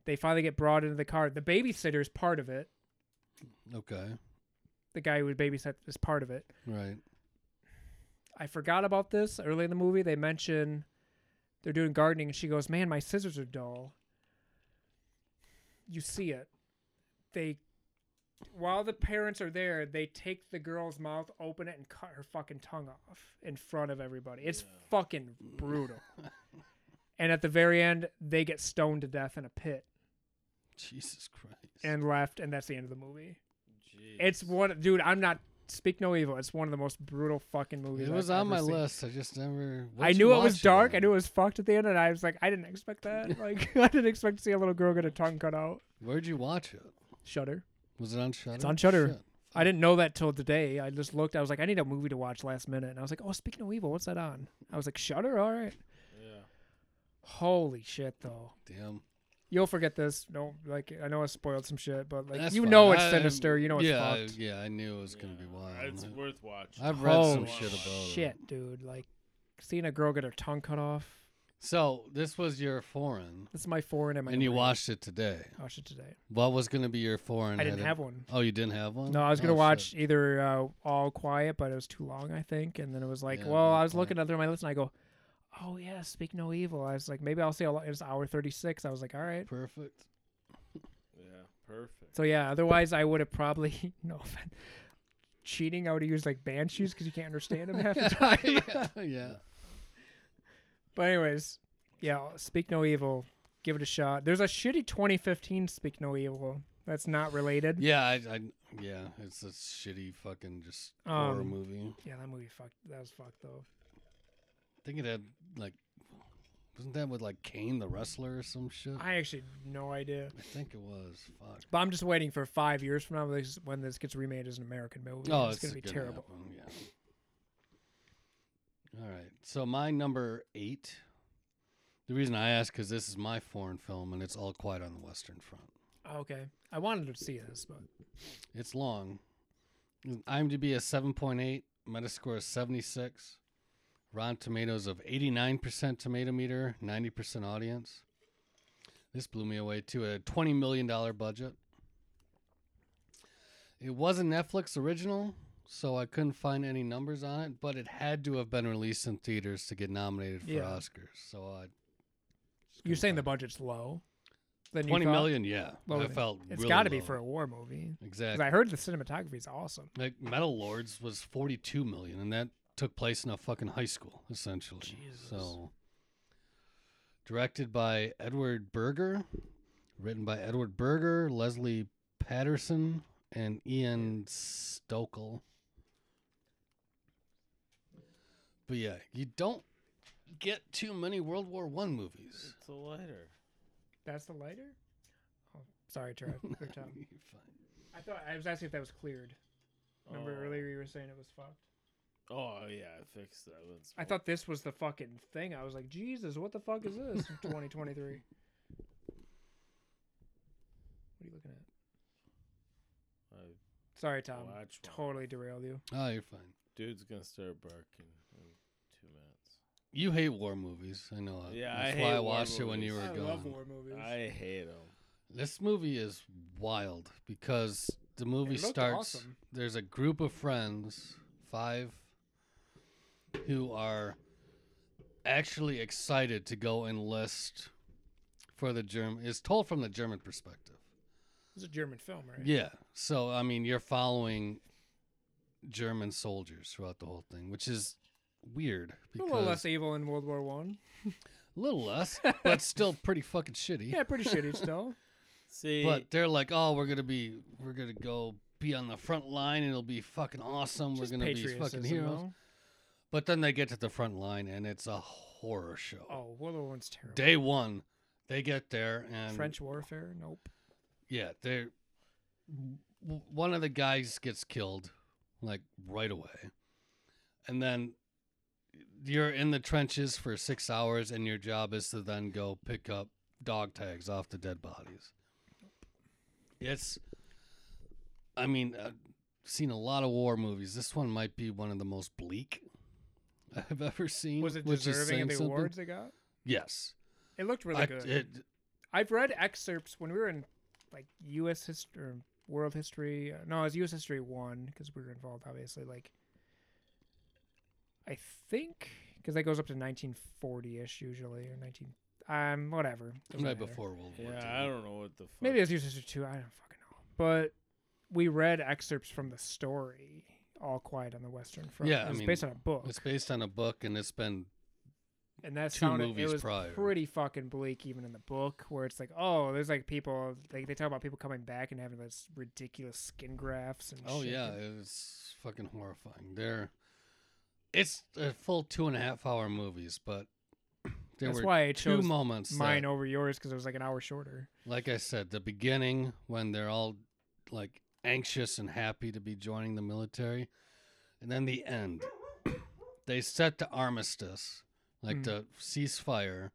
[SPEAKER 3] They finally get brought into the car. The babysitter's part of it.
[SPEAKER 2] Okay.
[SPEAKER 3] The guy who would babysit is part of it.
[SPEAKER 2] Right.
[SPEAKER 3] I forgot about this early in the movie. They mention they're doing gardening, and she goes, "Man, my scissors are dull." You see it. They, while the parents are there, they take the girl's mouth, open it, and cut her fucking tongue off in front of everybody. It's fucking brutal. and at the very end, they get stoned to death in a pit
[SPEAKER 2] Jesus Christ.
[SPEAKER 3] and left, and that's the end of the movie.
[SPEAKER 1] Jeez.
[SPEAKER 3] It's one, dude. I'm not speak no evil. It's one of the most brutal fucking movies.
[SPEAKER 2] it
[SPEAKER 3] I've
[SPEAKER 2] was on
[SPEAKER 3] ever
[SPEAKER 2] my
[SPEAKER 3] seen.
[SPEAKER 2] list. I just never.
[SPEAKER 3] I
[SPEAKER 2] What'd
[SPEAKER 3] knew
[SPEAKER 2] you
[SPEAKER 3] it was
[SPEAKER 2] watch
[SPEAKER 3] dark. I
[SPEAKER 2] on?
[SPEAKER 3] knew it was fucked at the end, and I was like, I didn't expect that. Like, I didn't expect to see a little girl get a tongue cut out.
[SPEAKER 2] Where'd you watch it?
[SPEAKER 3] Shutter.
[SPEAKER 2] Was it on Shutter?
[SPEAKER 3] on Shudder. I didn't know that till today. I just looked. I was like, I need a movie to watch last minute, and I was like, Oh, speaking of evil, what's that on? I was like, Shutter. All right.
[SPEAKER 1] yeah.
[SPEAKER 3] Holy shit, though.
[SPEAKER 2] Damn.
[SPEAKER 3] You'll forget this. No, like I know I spoiled some shit, but like
[SPEAKER 2] That's
[SPEAKER 3] you
[SPEAKER 2] fine.
[SPEAKER 3] know it's
[SPEAKER 2] I-
[SPEAKER 3] sinister. You know it's
[SPEAKER 2] yeah,
[SPEAKER 3] fucked.
[SPEAKER 2] I- yeah, I knew it was gonna be
[SPEAKER 1] Yeah.
[SPEAKER 2] wild.
[SPEAKER 1] It's worth watching.
[SPEAKER 2] I've read some
[SPEAKER 3] Holy
[SPEAKER 2] shit about it.
[SPEAKER 3] shit, dude. Like seeing a girl get her tongue cut off.
[SPEAKER 2] So this was your foreign,
[SPEAKER 3] This is my foreign and my.
[SPEAKER 2] and you
[SPEAKER 3] grade.
[SPEAKER 2] watched it today.
[SPEAKER 3] I watched it today.
[SPEAKER 2] What was gonna be your foreign?
[SPEAKER 3] I didn't
[SPEAKER 2] had it-
[SPEAKER 3] have one.
[SPEAKER 2] Oh, you didn't have one?
[SPEAKER 3] No, I was gonna
[SPEAKER 2] Oh,
[SPEAKER 3] watch
[SPEAKER 2] shit.
[SPEAKER 3] either uh, All Quiet, but it was too long, I think. And then it was like,
[SPEAKER 2] Yeah,
[SPEAKER 3] well,
[SPEAKER 2] All
[SPEAKER 3] I was
[SPEAKER 2] Quiet.
[SPEAKER 3] looking at my list, and I go, oh yeah, Speak No Evil. I was like, maybe I'll see. A lot. It was hour thirty six. I was like, all right.
[SPEAKER 2] Perfect.
[SPEAKER 1] Yeah, perfect.
[SPEAKER 3] So yeah, otherwise I would have probably no offense. cheating. I would have used like Banshees because you can't understand them half the time.
[SPEAKER 2] yeah. yeah.
[SPEAKER 3] but anyways, yeah, Speak No Evil. Give it a shot. There's a shitty 2015 Speak No Evil that's not related. Yeah,
[SPEAKER 2] Yeah, I, I yeah, it's a shitty fucking just horror
[SPEAKER 3] Um,
[SPEAKER 2] movie.
[SPEAKER 3] that movie fucked. That was fucked though.
[SPEAKER 2] I think it had like wasn't that with like Kane the wrestler or some shit? I,
[SPEAKER 3] I actually had no idea.
[SPEAKER 2] think it was. Fuck.
[SPEAKER 3] But I'm just waiting for five years from now when this, when this gets remade as an American movie.
[SPEAKER 2] Oh,
[SPEAKER 3] it's, gonna be terrible.
[SPEAKER 2] happen, yeah. All right. So my number eight. The reason I ask because this is my foreign film and it's all quiet on the Western Front.
[SPEAKER 3] Oh, okay, I wanted to see this, but
[SPEAKER 2] It's long. IMDb is 7.8, Metascore is 76, Rotten Tomatoes of 89% tomato meter, 90% audience. This blew me away too. A $20 million budget. It was a Netflix original, so I couldn't find any numbers on it, but it had to have been released in theaters to get nominated for
[SPEAKER 3] Yeah.
[SPEAKER 2] Oscars. So uh, I. just
[SPEAKER 3] you're
[SPEAKER 2] couldn't
[SPEAKER 3] saying the
[SPEAKER 2] find it.
[SPEAKER 3] budget's low. Then
[SPEAKER 2] Twenty
[SPEAKER 3] you
[SPEAKER 2] million, yeah.
[SPEAKER 3] Lower
[SPEAKER 2] I
[SPEAKER 3] than-
[SPEAKER 2] felt
[SPEAKER 3] It's
[SPEAKER 2] really
[SPEAKER 3] got to be
[SPEAKER 2] low.
[SPEAKER 3] for a war movie. 'Cause
[SPEAKER 2] exactly.
[SPEAKER 3] I heard the cinematography is awesome.
[SPEAKER 2] Like Metal Lords was 42 million, and that took place in a fucking high school, essentially.
[SPEAKER 3] Jesus.
[SPEAKER 2] So, directed by Edward Berger, written by Edward Berger, Leslie Patterson, and Ian Stokel. But yeah, you don't get too many World War One movies.
[SPEAKER 1] It's a lighter.
[SPEAKER 3] That's the lighter. Oh, sorry, Tara.
[SPEAKER 2] You're
[SPEAKER 3] Your tongue.
[SPEAKER 2] fine.
[SPEAKER 3] I thought I was asking if that was cleared. Remember
[SPEAKER 1] Oh.
[SPEAKER 3] earlier you were saying it was fucked.
[SPEAKER 1] Oh yeah, I fixed that. That's
[SPEAKER 3] I thought this was the fucking thing. I was like, Jesus, what the fuck is this? 2023. What are you looking at?
[SPEAKER 1] I
[SPEAKER 3] Sorry, Tom.
[SPEAKER 1] watch one.
[SPEAKER 3] Totally derailed you.
[SPEAKER 2] Oh, you're fine.
[SPEAKER 1] Dude's gonna start barking in two minutes.
[SPEAKER 2] You hate war movies. I know. it.
[SPEAKER 1] Yeah, I
[SPEAKER 2] that's
[SPEAKER 1] hate
[SPEAKER 2] why I
[SPEAKER 1] war
[SPEAKER 2] watched it when you were
[SPEAKER 1] movies.
[SPEAKER 3] I
[SPEAKER 2] gone.
[SPEAKER 3] love war movies.
[SPEAKER 1] I hate him.
[SPEAKER 2] This movie is wild because the movie
[SPEAKER 3] looked
[SPEAKER 2] starts.
[SPEAKER 3] awesome.
[SPEAKER 2] There's a group of friends, five, who are actually excited to go enlist for the German. It's told from the German perspective.
[SPEAKER 3] It's a German film, right?
[SPEAKER 2] Yeah. So I mean, you're following German soldiers throughout the whole thing, which is weird
[SPEAKER 3] a
[SPEAKER 2] because
[SPEAKER 3] little less evil in World War One.
[SPEAKER 2] little less, but still pretty fucking shitty.
[SPEAKER 3] Yeah, pretty shitty still.
[SPEAKER 1] See,
[SPEAKER 2] But they're like, oh, we're gonna be, we're gonna go be on the front line. It'll be fucking awesome.
[SPEAKER 3] Just
[SPEAKER 2] we're gonna be
[SPEAKER 3] patriotism,
[SPEAKER 2] fucking heroes.
[SPEAKER 3] though.
[SPEAKER 2] But then they get to the front line, and it's a horror show.
[SPEAKER 3] Oh, World War One's terrible.
[SPEAKER 2] Day one, they get there, and
[SPEAKER 3] French warfare? Nope.
[SPEAKER 2] yeah, they're w- one of the guys gets killed, like right away, and then you're in the trenches for six hours, and your job is to then go pick up dog tags off the dead bodies. It's, I mean, I've seen a lot of war movies. This one might be one of the most bleak I've ever seen.
[SPEAKER 3] Was it
[SPEAKER 2] which is
[SPEAKER 3] deserving
[SPEAKER 2] saying
[SPEAKER 3] of the
[SPEAKER 2] something.
[SPEAKER 3] awards they got?
[SPEAKER 2] Yes.
[SPEAKER 3] It looked really
[SPEAKER 2] I-
[SPEAKER 3] good.
[SPEAKER 2] it-
[SPEAKER 3] I've read excerpts when we were in like U.S. history, or world history. uh, No, it was U.S. history one because we were involved, obviously. Like, I think because that goes up to 1940-ish usually, or 19, um, whatever. Doesn't
[SPEAKER 2] right
[SPEAKER 3] matter.
[SPEAKER 2] before World War
[SPEAKER 1] Yeah, I
[SPEAKER 2] II.
[SPEAKER 1] don't know what the fuck.
[SPEAKER 3] Maybe it was U.S. history two. I don't fucking know. But we read excerpts from the story, "All Quiet on the Western Front."
[SPEAKER 2] Yeah,
[SPEAKER 3] it
[SPEAKER 2] I
[SPEAKER 3] was
[SPEAKER 2] mean,
[SPEAKER 3] based on a book,
[SPEAKER 2] It's based on a book, and it's been
[SPEAKER 3] and that
[SPEAKER 2] two
[SPEAKER 3] sounded
[SPEAKER 2] movies
[SPEAKER 3] it was
[SPEAKER 2] prior.
[SPEAKER 3] pretty fucking bleak even in the book where it's like oh there's like people like they talk about people coming back and having this ridiculous skin grafts and
[SPEAKER 2] Oh
[SPEAKER 3] shit.
[SPEAKER 2] yeah, it's fucking horrifying. They're it's a full two and a half hour movies, but there
[SPEAKER 3] that's
[SPEAKER 2] were
[SPEAKER 3] why I
[SPEAKER 2] two
[SPEAKER 3] chose
[SPEAKER 2] moments.
[SPEAKER 3] mine
[SPEAKER 2] that-
[SPEAKER 3] over yours because it was like an hour shorter
[SPEAKER 2] like I said, the beginning when they're all like anxious and happy to be joining the military, and then the end. they set the armistice, like
[SPEAKER 3] Mm.
[SPEAKER 2] the ceasefire,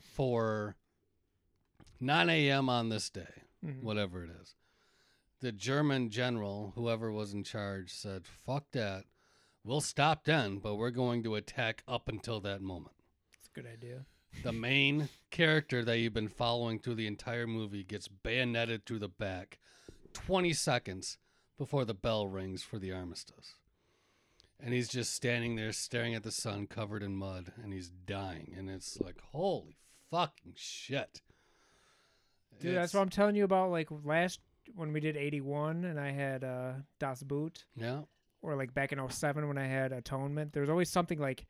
[SPEAKER 2] for 9 a.m. on this day
[SPEAKER 3] Mhm.
[SPEAKER 2] whatever it is. The German general, whoever was in charge, said, fuck that. We'll stop then, but we're going to attack up until that moment.
[SPEAKER 3] it's a good idea
[SPEAKER 2] The main character that you've been following through the entire movie gets bayoneted through the back 20 seconds before the bell rings for the armistice. And he's just standing there staring at the sun covered in mud and he's dying. And it's like, holy fucking shit.
[SPEAKER 3] dude
[SPEAKER 2] It's-
[SPEAKER 3] that's what I'm telling you about like last when we did 81 and I had uh Das Boot
[SPEAKER 2] Yeah.
[SPEAKER 3] or like back in 07 when I had Atonement there's always something like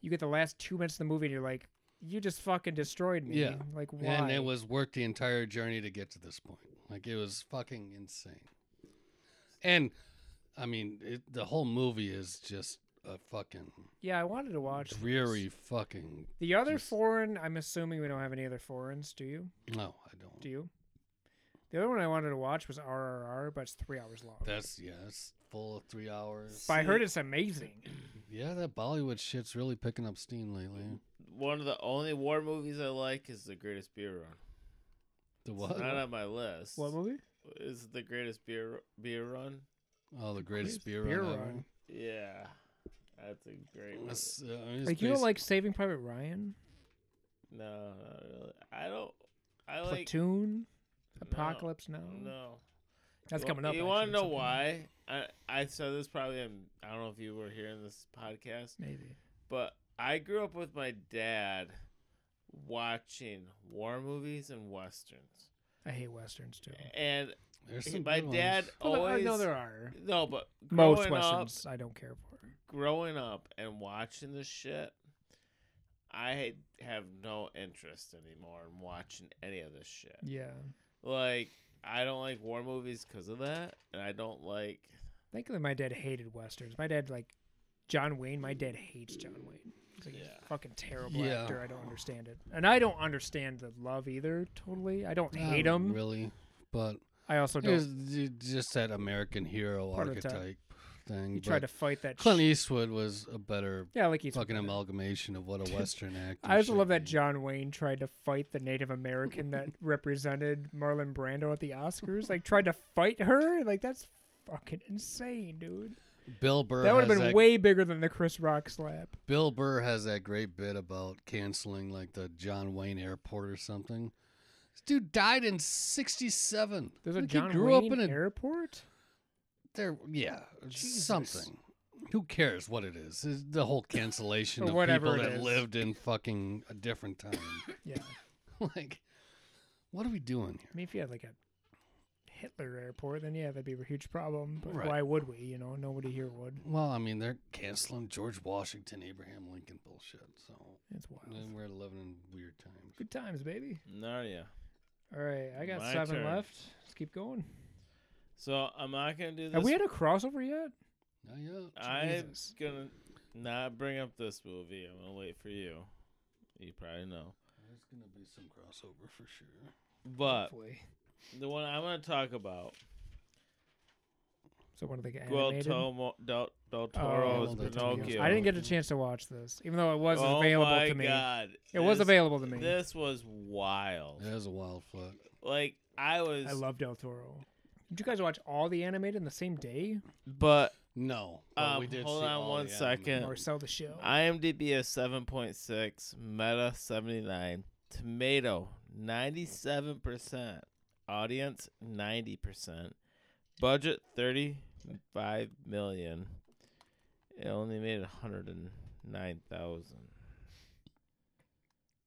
[SPEAKER 3] you get the last two minutes of the movie and you're like you just fucking destroyed me
[SPEAKER 2] Yeah.
[SPEAKER 3] like why
[SPEAKER 2] And it was worth the entire journey to get to this point. Like it was fucking insane. And I mean, it, the whole movie is just a fucking
[SPEAKER 3] yeah I wanted to watch this.
[SPEAKER 2] dreary fucking.
[SPEAKER 3] The other
[SPEAKER 2] Just-
[SPEAKER 3] foreign, I'm assuming we don't have any other foreigns, do you?
[SPEAKER 2] No, I don't.
[SPEAKER 3] Do you? The other one I wanted to watch was RRR, but it's three hours long.
[SPEAKER 2] That's yeah, it's full of three hours.
[SPEAKER 3] but I heard it's amazing.
[SPEAKER 2] Yeah, that Bollywood shit's really picking up steam lately.
[SPEAKER 1] One of the only war movies I like is The Greatest Beer Run.
[SPEAKER 2] The
[SPEAKER 1] It's not
[SPEAKER 2] what?
[SPEAKER 1] on my list.
[SPEAKER 3] What movie?
[SPEAKER 1] is The Greatest Beer Beer Run?
[SPEAKER 2] Oh, the greatest beer,
[SPEAKER 3] Beer
[SPEAKER 2] run.
[SPEAKER 3] Run.
[SPEAKER 1] Yeah, that's a great
[SPEAKER 2] ever.
[SPEAKER 1] one.
[SPEAKER 2] It's, uh, it's
[SPEAKER 3] Like you don't
[SPEAKER 2] basi-
[SPEAKER 3] like Saving Private Ryan,
[SPEAKER 1] No, not really. I don't. I like
[SPEAKER 3] Platoon,
[SPEAKER 1] No.
[SPEAKER 3] Apocalypse Now.
[SPEAKER 1] no.
[SPEAKER 3] That's
[SPEAKER 1] You wa-
[SPEAKER 3] coming up.
[SPEAKER 1] You
[SPEAKER 3] want
[SPEAKER 1] to know why? I I said this probably. In, I don't know if you were here in this podcast,
[SPEAKER 3] Maybe.
[SPEAKER 1] but I grew up with my dad watching war movies and westerns,
[SPEAKER 3] I hate westerns too.
[SPEAKER 1] and
[SPEAKER 2] There's some
[SPEAKER 1] my
[SPEAKER 2] good ones.
[SPEAKER 1] dad
[SPEAKER 3] Well, there-
[SPEAKER 1] Eh, always
[SPEAKER 3] no, there are
[SPEAKER 1] no, but
[SPEAKER 3] most
[SPEAKER 1] growing up,
[SPEAKER 3] westerns I don't care for.
[SPEAKER 1] growing up and watching this shit, I have no interest anymore in watching any of this shit.
[SPEAKER 3] Yeah,
[SPEAKER 1] Like, I don't like war movies because of that, and I don't like.
[SPEAKER 3] thankfully my dad hated westerns. My dad like John Wayne. My dad hates John Wayne. He's like,
[SPEAKER 1] Yeah.
[SPEAKER 3] fucking terrible
[SPEAKER 2] Yeah.
[SPEAKER 3] actor. I don't understand it, and I don't understand the love either. Totally, I don't
[SPEAKER 2] Not
[SPEAKER 3] hate him.
[SPEAKER 2] really, but
[SPEAKER 3] I also
[SPEAKER 2] it's
[SPEAKER 3] don't.
[SPEAKER 2] j- just that American hero
[SPEAKER 3] Prototype.
[SPEAKER 2] archetype thing.
[SPEAKER 3] You
[SPEAKER 2] but-
[SPEAKER 3] try to fight that.
[SPEAKER 2] Clint
[SPEAKER 3] sh-
[SPEAKER 2] Eastwood was a better
[SPEAKER 3] yeah, like he's
[SPEAKER 2] fucking amalgamation of what a Western actor.
[SPEAKER 3] I also
[SPEAKER 2] should
[SPEAKER 3] love that
[SPEAKER 2] be.
[SPEAKER 3] John Wayne tried to fight the Native American that represented Marlon Brando at the Oscars. Like tried to fight her. Like that's fucking insane, dude.
[SPEAKER 2] Bill Burr.
[SPEAKER 3] that would have
[SPEAKER 2] has
[SPEAKER 3] been
[SPEAKER 2] that,
[SPEAKER 3] way bigger than the Chris Rock slap.
[SPEAKER 2] Bill Burr has that great bit about canceling like the John Wayne Airport or something. This dude died in '67.
[SPEAKER 3] There's a
[SPEAKER 2] Like,
[SPEAKER 3] John
[SPEAKER 2] he grew
[SPEAKER 3] Wayne
[SPEAKER 2] up in a
[SPEAKER 3] airport.
[SPEAKER 2] there. Yeah,
[SPEAKER 3] Jesus.
[SPEAKER 2] something. Who cares what it is? It's the whole cancellation
[SPEAKER 3] Or
[SPEAKER 2] of
[SPEAKER 3] whatever
[SPEAKER 2] people
[SPEAKER 3] it
[SPEAKER 2] that
[SPEAKER 3] is.
[SPEAKER 2] lived in fucking a different time.
[SPEAKER 3] Yeah, I
[SPEAKER 2] like, what are we doing here?
[SPEAKER 3] mean if you had like a Hitler airport, then yeah, that'd be a huge problem. But
[SPEAKER 2] Right.
[SPEAKER 3] why would we? You know, nobody here would.
[SPEAKER 2] Well, I mean, they're canceling George Washington, Abraham Lincoln bullshit. So
[SPEAKER 3] It's wild.
[SPEAKER 2] Then we're living in weird times.
[SPEAKER 3] Good times, baby.
[SPEAKER 1] No, yeah.
[SPEAKER 3] All right, I got
[SPEAKER 1] My
[SPEAKER 3] seven
[SPEAKER 1] turn.
[SPEAKER 3] left. Let's keep going.
[SPEAKER 1] So I'm not gonna do this.
[SPEAKER 3] Have we had a crossover yet?
[SPEAKER 2] Not yet.
[SPEAKER 1] I'm
[SPEAKER 3] Jesus.
[SPEAKER 1] gonna not bring up this movie. I'm gonna wait for you. You probably know,
[SPEAKER 2] There's gonna be some crossover for sure.
[SPEAKER 1] but
[SPEAKER 3] Hopefully.
[SPEAKER 1] the one I'm gonna talk about
[SPEAKER 3] So what do they get
[SPEAKER 1] Guillermo
[SPEAKER 3] animated?
[SPEAKER 1] Tomo- del, del
[SPEAKER 3] Oh,
[SPEAKER 1] Toro's
[SPEAKER 2] Guillermo del Toro.
[SPEAKER 1] Pinocchio.
[SPEAKER 3] I didn't get a chance to watch this, even though it was
[SPEAKER 1] oh
[SPEAKER 3] available
[SPEAKER 1] my
[SPEAKER 3] to me.
[SPEAKER 1] God.
[SPEAKER 3] It was
[SPEAKER 1] This-
[SPEAKER 3] available to me.
[SPEAKER 1] This was wild.
[SPEAKER 2] That is a wild flick.
[SPEAKER 1] Like I was,
[SPEAKER 3] I love Del Toro. Did you guys watch all the animated in the same day,
[SPEAKER 1] but
[SPEAKER 2] No, but
[SPEAKER 1] Um,
[SPEAKER 2] we did
[SPEAKER 1] hold
[SPEAKER 2] see
[SPEAKER 1] on
[SPEAKER 2] all
[SPEAKER 1] one
[SPEAKER 2] the anime.
[SPEAKER 1] second. Yeah.
[SPEAKER 3] or sell the show?
[SPEAKER 1] IMDb is seven point six, Meta seventy nine, Tomato ninety seven percent, audience ninety percent, budget thirty five million. It only made hundred and nine thousand.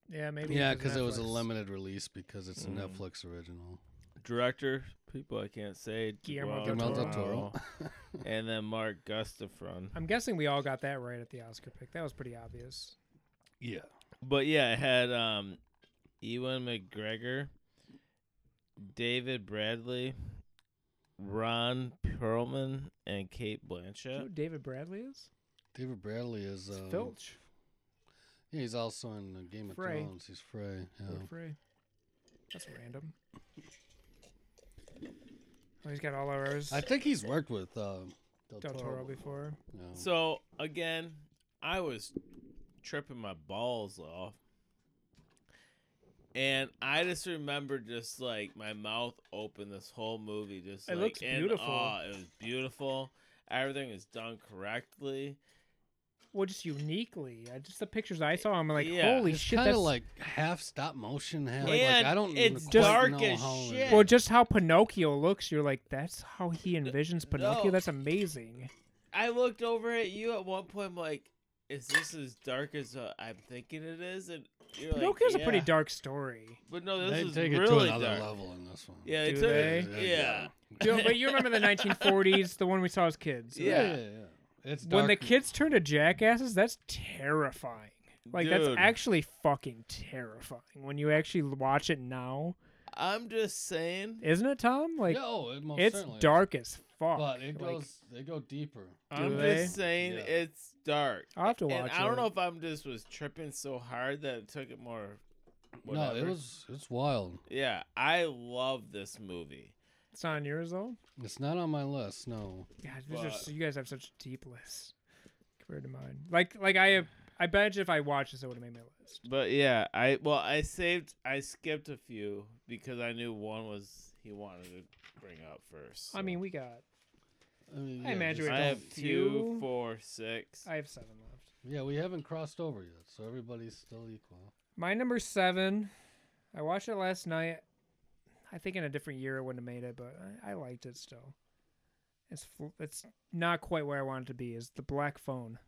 [SPEAKER 3] yeah, maybe.
[SPEAKER 2] Yeah, because it was a
[SPEAKER 3] Netflix.
[SPEAKER 2] limited release because it's a
[SPEAKER 1] Mm.
[SPEAKER 2] Netflix original.
[SPEAKER 1] Director, people I can't say.
[SPEAKER 3] Guillermo
[SPEAKER 1] Guillermo
[SPEAKER 2] del
[SPEAKER 1] del
[SPEAKER 2] Toro.
[SPEAKER 1] Toro. and then Mark Gustafson.
[SPEAKER 3] I'm guessing we all got that right at the Oscar pick. That was pretty obvious.
[SPEAKER 2] Yeah.
[SPEAKER 1] But yeah, it had um, Ewan McGregor, David Bradley, Ron Perlman, and Kate
[SPEAKER 3] Do you know
[SPEAKER 1] Blanchett.
[SPEAKER 3] who David Bradley is?
[SPEAKER 2] David Bradley is.
[SPEAKER 3] It's
[SPEAKER 2] Um,
[SPEAKER 3] Filch.
[SPEAKER 2] Yeah, he's also in uh, Game of
[SPEAKER 3] Frey.
[SPEAKER 2] Thrones. He's Frey. Yeah.
[SPEAKER 3] Lord Frey. That's random. Oh, he's got all of ours.
[SPEAKER 2] I think he's worked with um, Del,
[SPEAKER 3] Del Toro before.
[SPEAKER 2] Yeah.
[SPEAKER 1] So again, I was tripping my balls off. And I just remember just like my mouth open this whole movie just
[SPEAKER 3] It
[SPEAKER 1] like
[SPEAKER 3] looks
[SPEAKER 1] in
[SPEAKER 3] beautiful.
[SPEAKER 1] awe. It was beautiful. Everything was done correctly.
[SPEAKER 3] Well, just uniquely. I, just the pictures I saw, I'm like,
[SPEAKER 1] Yeah.
[SPEAKER 3] holy
[SPEAKER 2] it's
[SPEAKER 3] shit.
[SPEAKER 2] kind of
[SPEAKER 3] That's
[SPEAKER 2] like half stop motion, half like
[SPEAKER 1] And
[SPEAKER 2] I don't.
[SPEAKER 1] it's
[SPEAKER 2] quite
[SPEAKER 1] dark
[SPEAKER 2] know
[SPEAKER 1] as
[SPEAKER 2] how it-
[SPEAKER 1] shit.
[SPEAKER 3] Well, just how Pinocchio looks, you're like, that's how he envisions Pinocchio.
[SPEAKER 1] no.
[SPEAKER 3] That's amazing.
[SPEAKER 1] I looked over at you at one point, I'm like, is this as dark as uh, I'm thinking it is? And you're
[SPEAKER 3] Pinocchio's
[SPEAKER 1] like,
[SPEAKER 3] a pretty
[SPEAKER 1] "Yeah."
[SPEAKER 3] dark story.
[SPEAKER 1] But no,
[SPEAKER 2] they
[SPEAKER 1] this is
[SPEAKER 2] take it
[SPEAKER 1] really
[SPEAKER 2] to another
[SPEAKER 1] dark.
[SPEAKER 2] level in this one.
[SPEAKER 1] Yeah, they
[SPEAKER 3] Do
[SPEAKER 1] took
[SPEAKER 3] they?
[SPEAKER 1] it- yeah.
[SPEAKER 3] You know, but you remember the 1940s, the one we saw as kids.
[SPEAKER 1] Yeah.
[SPEAKER 2] yeah, yeah. It's
[SPEAKER 3] When the
[SPEAKER 2] dark-
[SPEAKER 3] kids turn to jackasses, that's terrifying. Like
[SPEAKER 1] Dude.
[SPEAKER 3] that's actually fucking terrifying when you actually watch it now,
[SPEAKER 1] I'm just saying.
[SPEAKER 3] isn't it, Tom? Like
[SPEAKER 2] Yeah, oh, it most
[SPEAKER 3] it's
[SPEAKER 2] certainly is.
[SPEAKER 3] dark as fuck.
[SPEAKER 2] but it
[SPEAKER 3] Like,
[SPEAKER 2] goes. they go deeper.
[SPEAKER 1] I'm
[SPEAKER 3] they?
[SPEAKER 1] just saying
[SPEAKER 2] Yeah.
[SPEAKER 1] it's dark.
[SPEAKER 3] I'll have to watch
[SPEAKER 1] And I don't
[SPEAKER 3] it.
[SPEAKER 1] know if I'm just was tripping so hard that it took it more.
[SPEAKER 2] No, it
[SPEAKER 1] whatever.
[SPEAKER 2] was. It's wild.
[SPEAKER 1] Yeah, I love this movie.
[SPEAKER 3] it's not on yours though.
[SPEAKER 2] It's not on my list. No.
[SPEAKER 3] God, these are
[SPEAKER 1] But-
[SPEAKER 3] so- you guys have such deep lists compared to mine. Like, like I, I bet you if I watched this, it would have made my list.
[SPEAKER 1] But yeah, I well, I saved, I skipped a few because I knew one was he wanted to bring up first.
[SPEAKER 3] I
[SPEAKER 1] so.
[SPEAKER 3] mean, we got.
[SPEAKER 2] I, mean,
[SPEAKER 3] I
[SPEAKER 2] yeah,
[SPEAKER 3] imagine
[SPEAKER 2] just
[SPEAKER 3] we
[SPEAKER 1] I
[SPEAKER 2] don't-
[SPEAKER 1] have two,
[SPEAKER 3] two.
[SPEAKER 1] four, six.
[SPEAKER 3] I have seven left.
[SPEAKER 2] Yeah, we haven't crossed over yet, so everybody's still equal.
[SPEAKER 3] My number seven. I watched it last night. I think in a different year I wouldn't have made it, but I, I liked it still. It's fl- it's not quite where I wanted to be. Is the Black Phone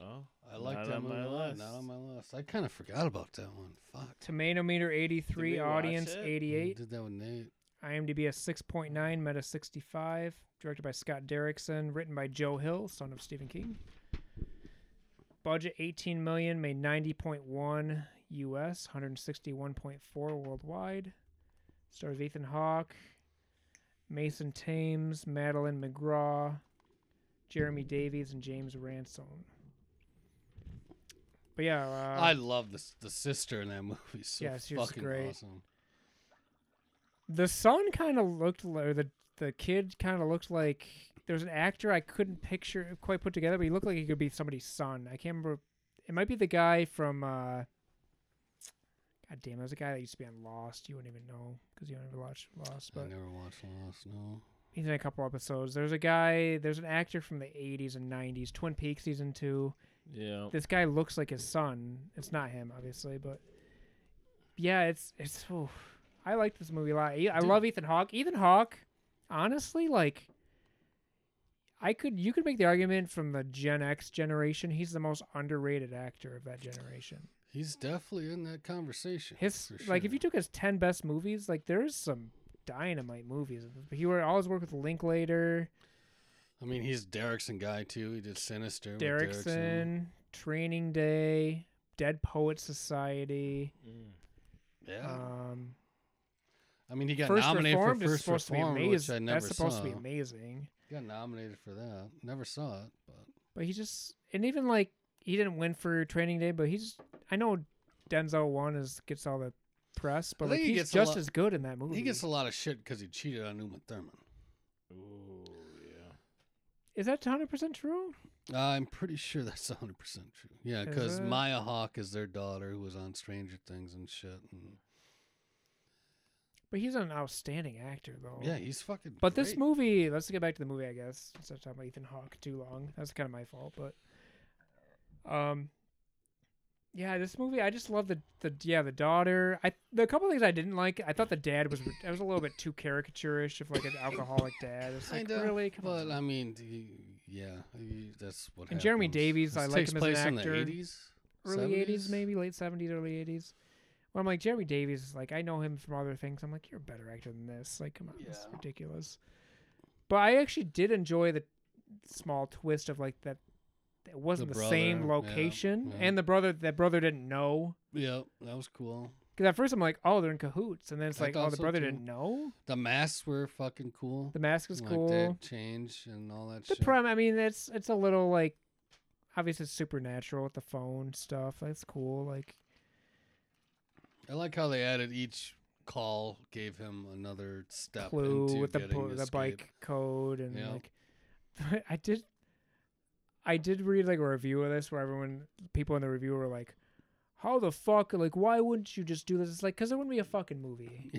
[SPEAKER 1] Oh,
[SPEAKER 2] I like
[SPEAKER 1] not
[SPEAKER 2] that
[SPEAKER 1] on
[SPEAKER 2] movie
[SPEAKER 1] my
[SPEAKER 2] a lot,
[SPEAKER 1] list.
[SPEAKER 2] Not on my list. I kind of forgot about that one. Fuck.
[SPEAKER 3] Tomato Meter eighty
[SPEAKER 1] Did
[SPEAKER 3] three,
[SPEAKER 1] we watch
[SPEAKER 3] audience
[SPEAKER 1] it?
[SPEAKER 3] eighty
[SPEAKER 2] We
[SPEAKER 3] eight,
[SPEAKER 2] did that with Nate.
[SPEAKER 3] IMDb a six point nine, Meta sixty five, directed by Scott Derrickson, written by Joe Hill, son of Stephen King. Budget eighteen million, made ninety point one U.S., one hundred sixty one point four worldwide. Stars Ethan Hawke, Mason Thames, Madeline McGraw, Jeremy Davies, and James Ransone. But yeah, uh,
[SPEAKER 2] I love this the sister in that movie. So
[SPEAKER 3] Yeah, she was
[SPEAKER 2] fucking
[SPEAKER 3] great.
[SPEAKER 2] awesome.
[SPEAKER 3] the son kind of looked, li- or the the kid kind of looked like there's an actor I couldn't picture quite put together, but he looked like he could be somebody's son. I can't remember. It might be the guy from. uh God damn, it was a guy that used to be on Lost. You wouldn't even know because you never watched Lost.
[SPEAKER 2] I
[SPEAKER 3] But
[SPEAKER 2] never watched Lost. No.
[SPEAKER 3] he's in a couple episodes. There's a guy. There's an actor from the '80s and '90s, Twin Peaks season two.
[SPEAKER 1] yeah.
[SPEAKER 3] This guy looks like his son. It's not him, obviously, but yeah, it's it's. oof. I like this movie a lot. E- I
[SPEAKER 2] Dude.
[SPEAKER 3] love Ethan Hawke. Ethan Hawke, honestly, like I could you could make the argument from the Gen X generation. He's the most underrated actor of that generation.
[SPEAKER 2] He's definitely in that conversation.
[SPEAKER 3] His
[SPEAKER 2] for
[SPEAKER 3] like if
[SPEAKER 2] sure.
[SPEAKER 3] you took his ten best movies, like there's some dynamite movies. He were always worked with Linklater.
[SPEAKER 2] I mean, he's Derrickson guy too. He did Sinister. with
[SPEAKER 3] Derrickson, Training Day, Dead Poet Society.
[SPEAKER 1] Mm.
[SPEAKER 2] Yeah.
[SPEAKER 3] Um,
[SPEAKER 2] I mean, he got
[SPEAKER 3] First
[SPEAKER 2] nominated
[SPEAKER 3] Reformed
[SPEAKER 2] for
[SPEAKER 3] is
[SPEAKER 2] First
[SPEAKER 3] supposed
[SPEAKER 2] Reformed,
[SPEAKER 3] to be
[SPEAKER 2] which I
[SPEAKER 3] amazing.
[SPEAKER 2] never
[SPEAKER 3] That's supposed
[SPEAKER 2] saw.
[SPEAKER 3] to be amazing.
[SPEAKER 2] He got nominated for that. Never saw it, but
[SPEAKER 3] But he just and even like he didn't win for Training Day, but he's I know Denzel won is gets all the press, but
[SPEAKER 2] I
[SPEAKER 3] like
[SPEAKER 2] think he
[SPEAKER 3] he's
[SPEAKER 2] gets a
[SPEAKER 3] just
[SPEAKER 2] lot-
[SPEAKER 3] as good in that movie.
[SPEAKER 2] he gets a lot of shit because he cheated on Uma Thurman.
[SPEAKER 1] Ooh, yeah.
[SPEAKER 3] Is that 100% true?
[SPEAKER 2] I'm pretty sure that's 100% true. Yeah,
[SPEAKER 3] Is
[SPEAKER 2] because
[SPEAKER 3] it?
[SPEAKER 2] Maya Hawke is their daughter who was on Stranger Things and shit. And
[SPEAKER 3] But he's an outstanding actor, though.
[SPEAKER 2] yeah, he's fucking.
[SPEAKER 3] Oh. But this
[SPEAKER 2] great.
[SPEAKER 3] movie, let's get back to the movie, I guess. Instead of talking about Ethan Hawke too long, that's kind of my fault. But, um, yeah, this movie, I just love the the yeah the daughter. I the couple things I didn't like. I thought the dad was I was a little bit too caricaturish of like an alcoholic dad. It's like
[SPEAKER 2] Kinda,
[SPEAKER 3] really, Come
[SPEAKER 2] But
[SPEAKER 3] on.
[SPEAKER 2] I mean, he- yeah, he- that's what.
[SPEAKER 3] And Jeremy
[SPEAKER 2] happens.
[SPEAKER 3] Davies, I
[SPEAKER 2] This
[SPEAKER 3] like
[SPEAKER 2] takes
[SPEAKER 3] him as an
[SPEAKER 2] place
[SPEAKER 3] actor.
[SPEAKER 2] in the 80s,
[SPEAKER 3] early
[SPEAKER 2] 70s?
[SPEAKER 3] '80s, maybe late '70s, early '80s. Well, I'm like Jeremy Davies. is Like I know him from other things. I'm like, you're a better actor than this. Like, come on, this is
[SPEAKER 2] Yeah.
[SPEAKER 3] ridiculous. But I actually did enjoy the small twist of like that. It wasn't the, same
[SPEAKER 2] brother, yeah,
[SPEAKER 3] location,
[SPEAKER 2] yeah.
[SPEAKER 3] and the brother that brother didn't know.
[SPEAKER 2] Yeah, that was cool.
[SPEAKER 3] Because at first I'm like, oh, they're in cahoots, and then it's
[SPEAKER 2] I
[SPEAKER 3] like, oh,
[SPEAKER 2] thought
[SPEAKER 3] the
[SPEAKER 2] so,
[SPEAKER 3] brother
[SPEAKER 2] too.
[SPEAKER 3] didn't know.
[SPEAKER 2] The masks were fucking cool.
[SPEAKER 3] The mask is
[SPEAKER 2] like
[SPEAKER 3] cool.
[SPEAKER 2] that change and all that
[SPEAKER 3] The
[SPEAKER 2] shit.
[SPEAKER 3] prime, I mean, it's it's a little like obviously it's supernatural with the phone stuff. That's cool. Like
[SPEAKER 2] I like how they added each call gave him another step
[SPEAKER 3] clue
[SPEAKER 2] into
[SPEAKER 3] with the
[SPEAKER 2] getting
[SPEAKER 3] bo- the
[SPEAKER 2] escape.
[SPEAKER 3] bike code and
[SPEAKER 2] Yeah.
[SPEAKER 3] like I did I did read like a review of this where everyone people in the review were like how the fuck like why wouldn't you just do this it's like cuz it wouldn't be a fucking movie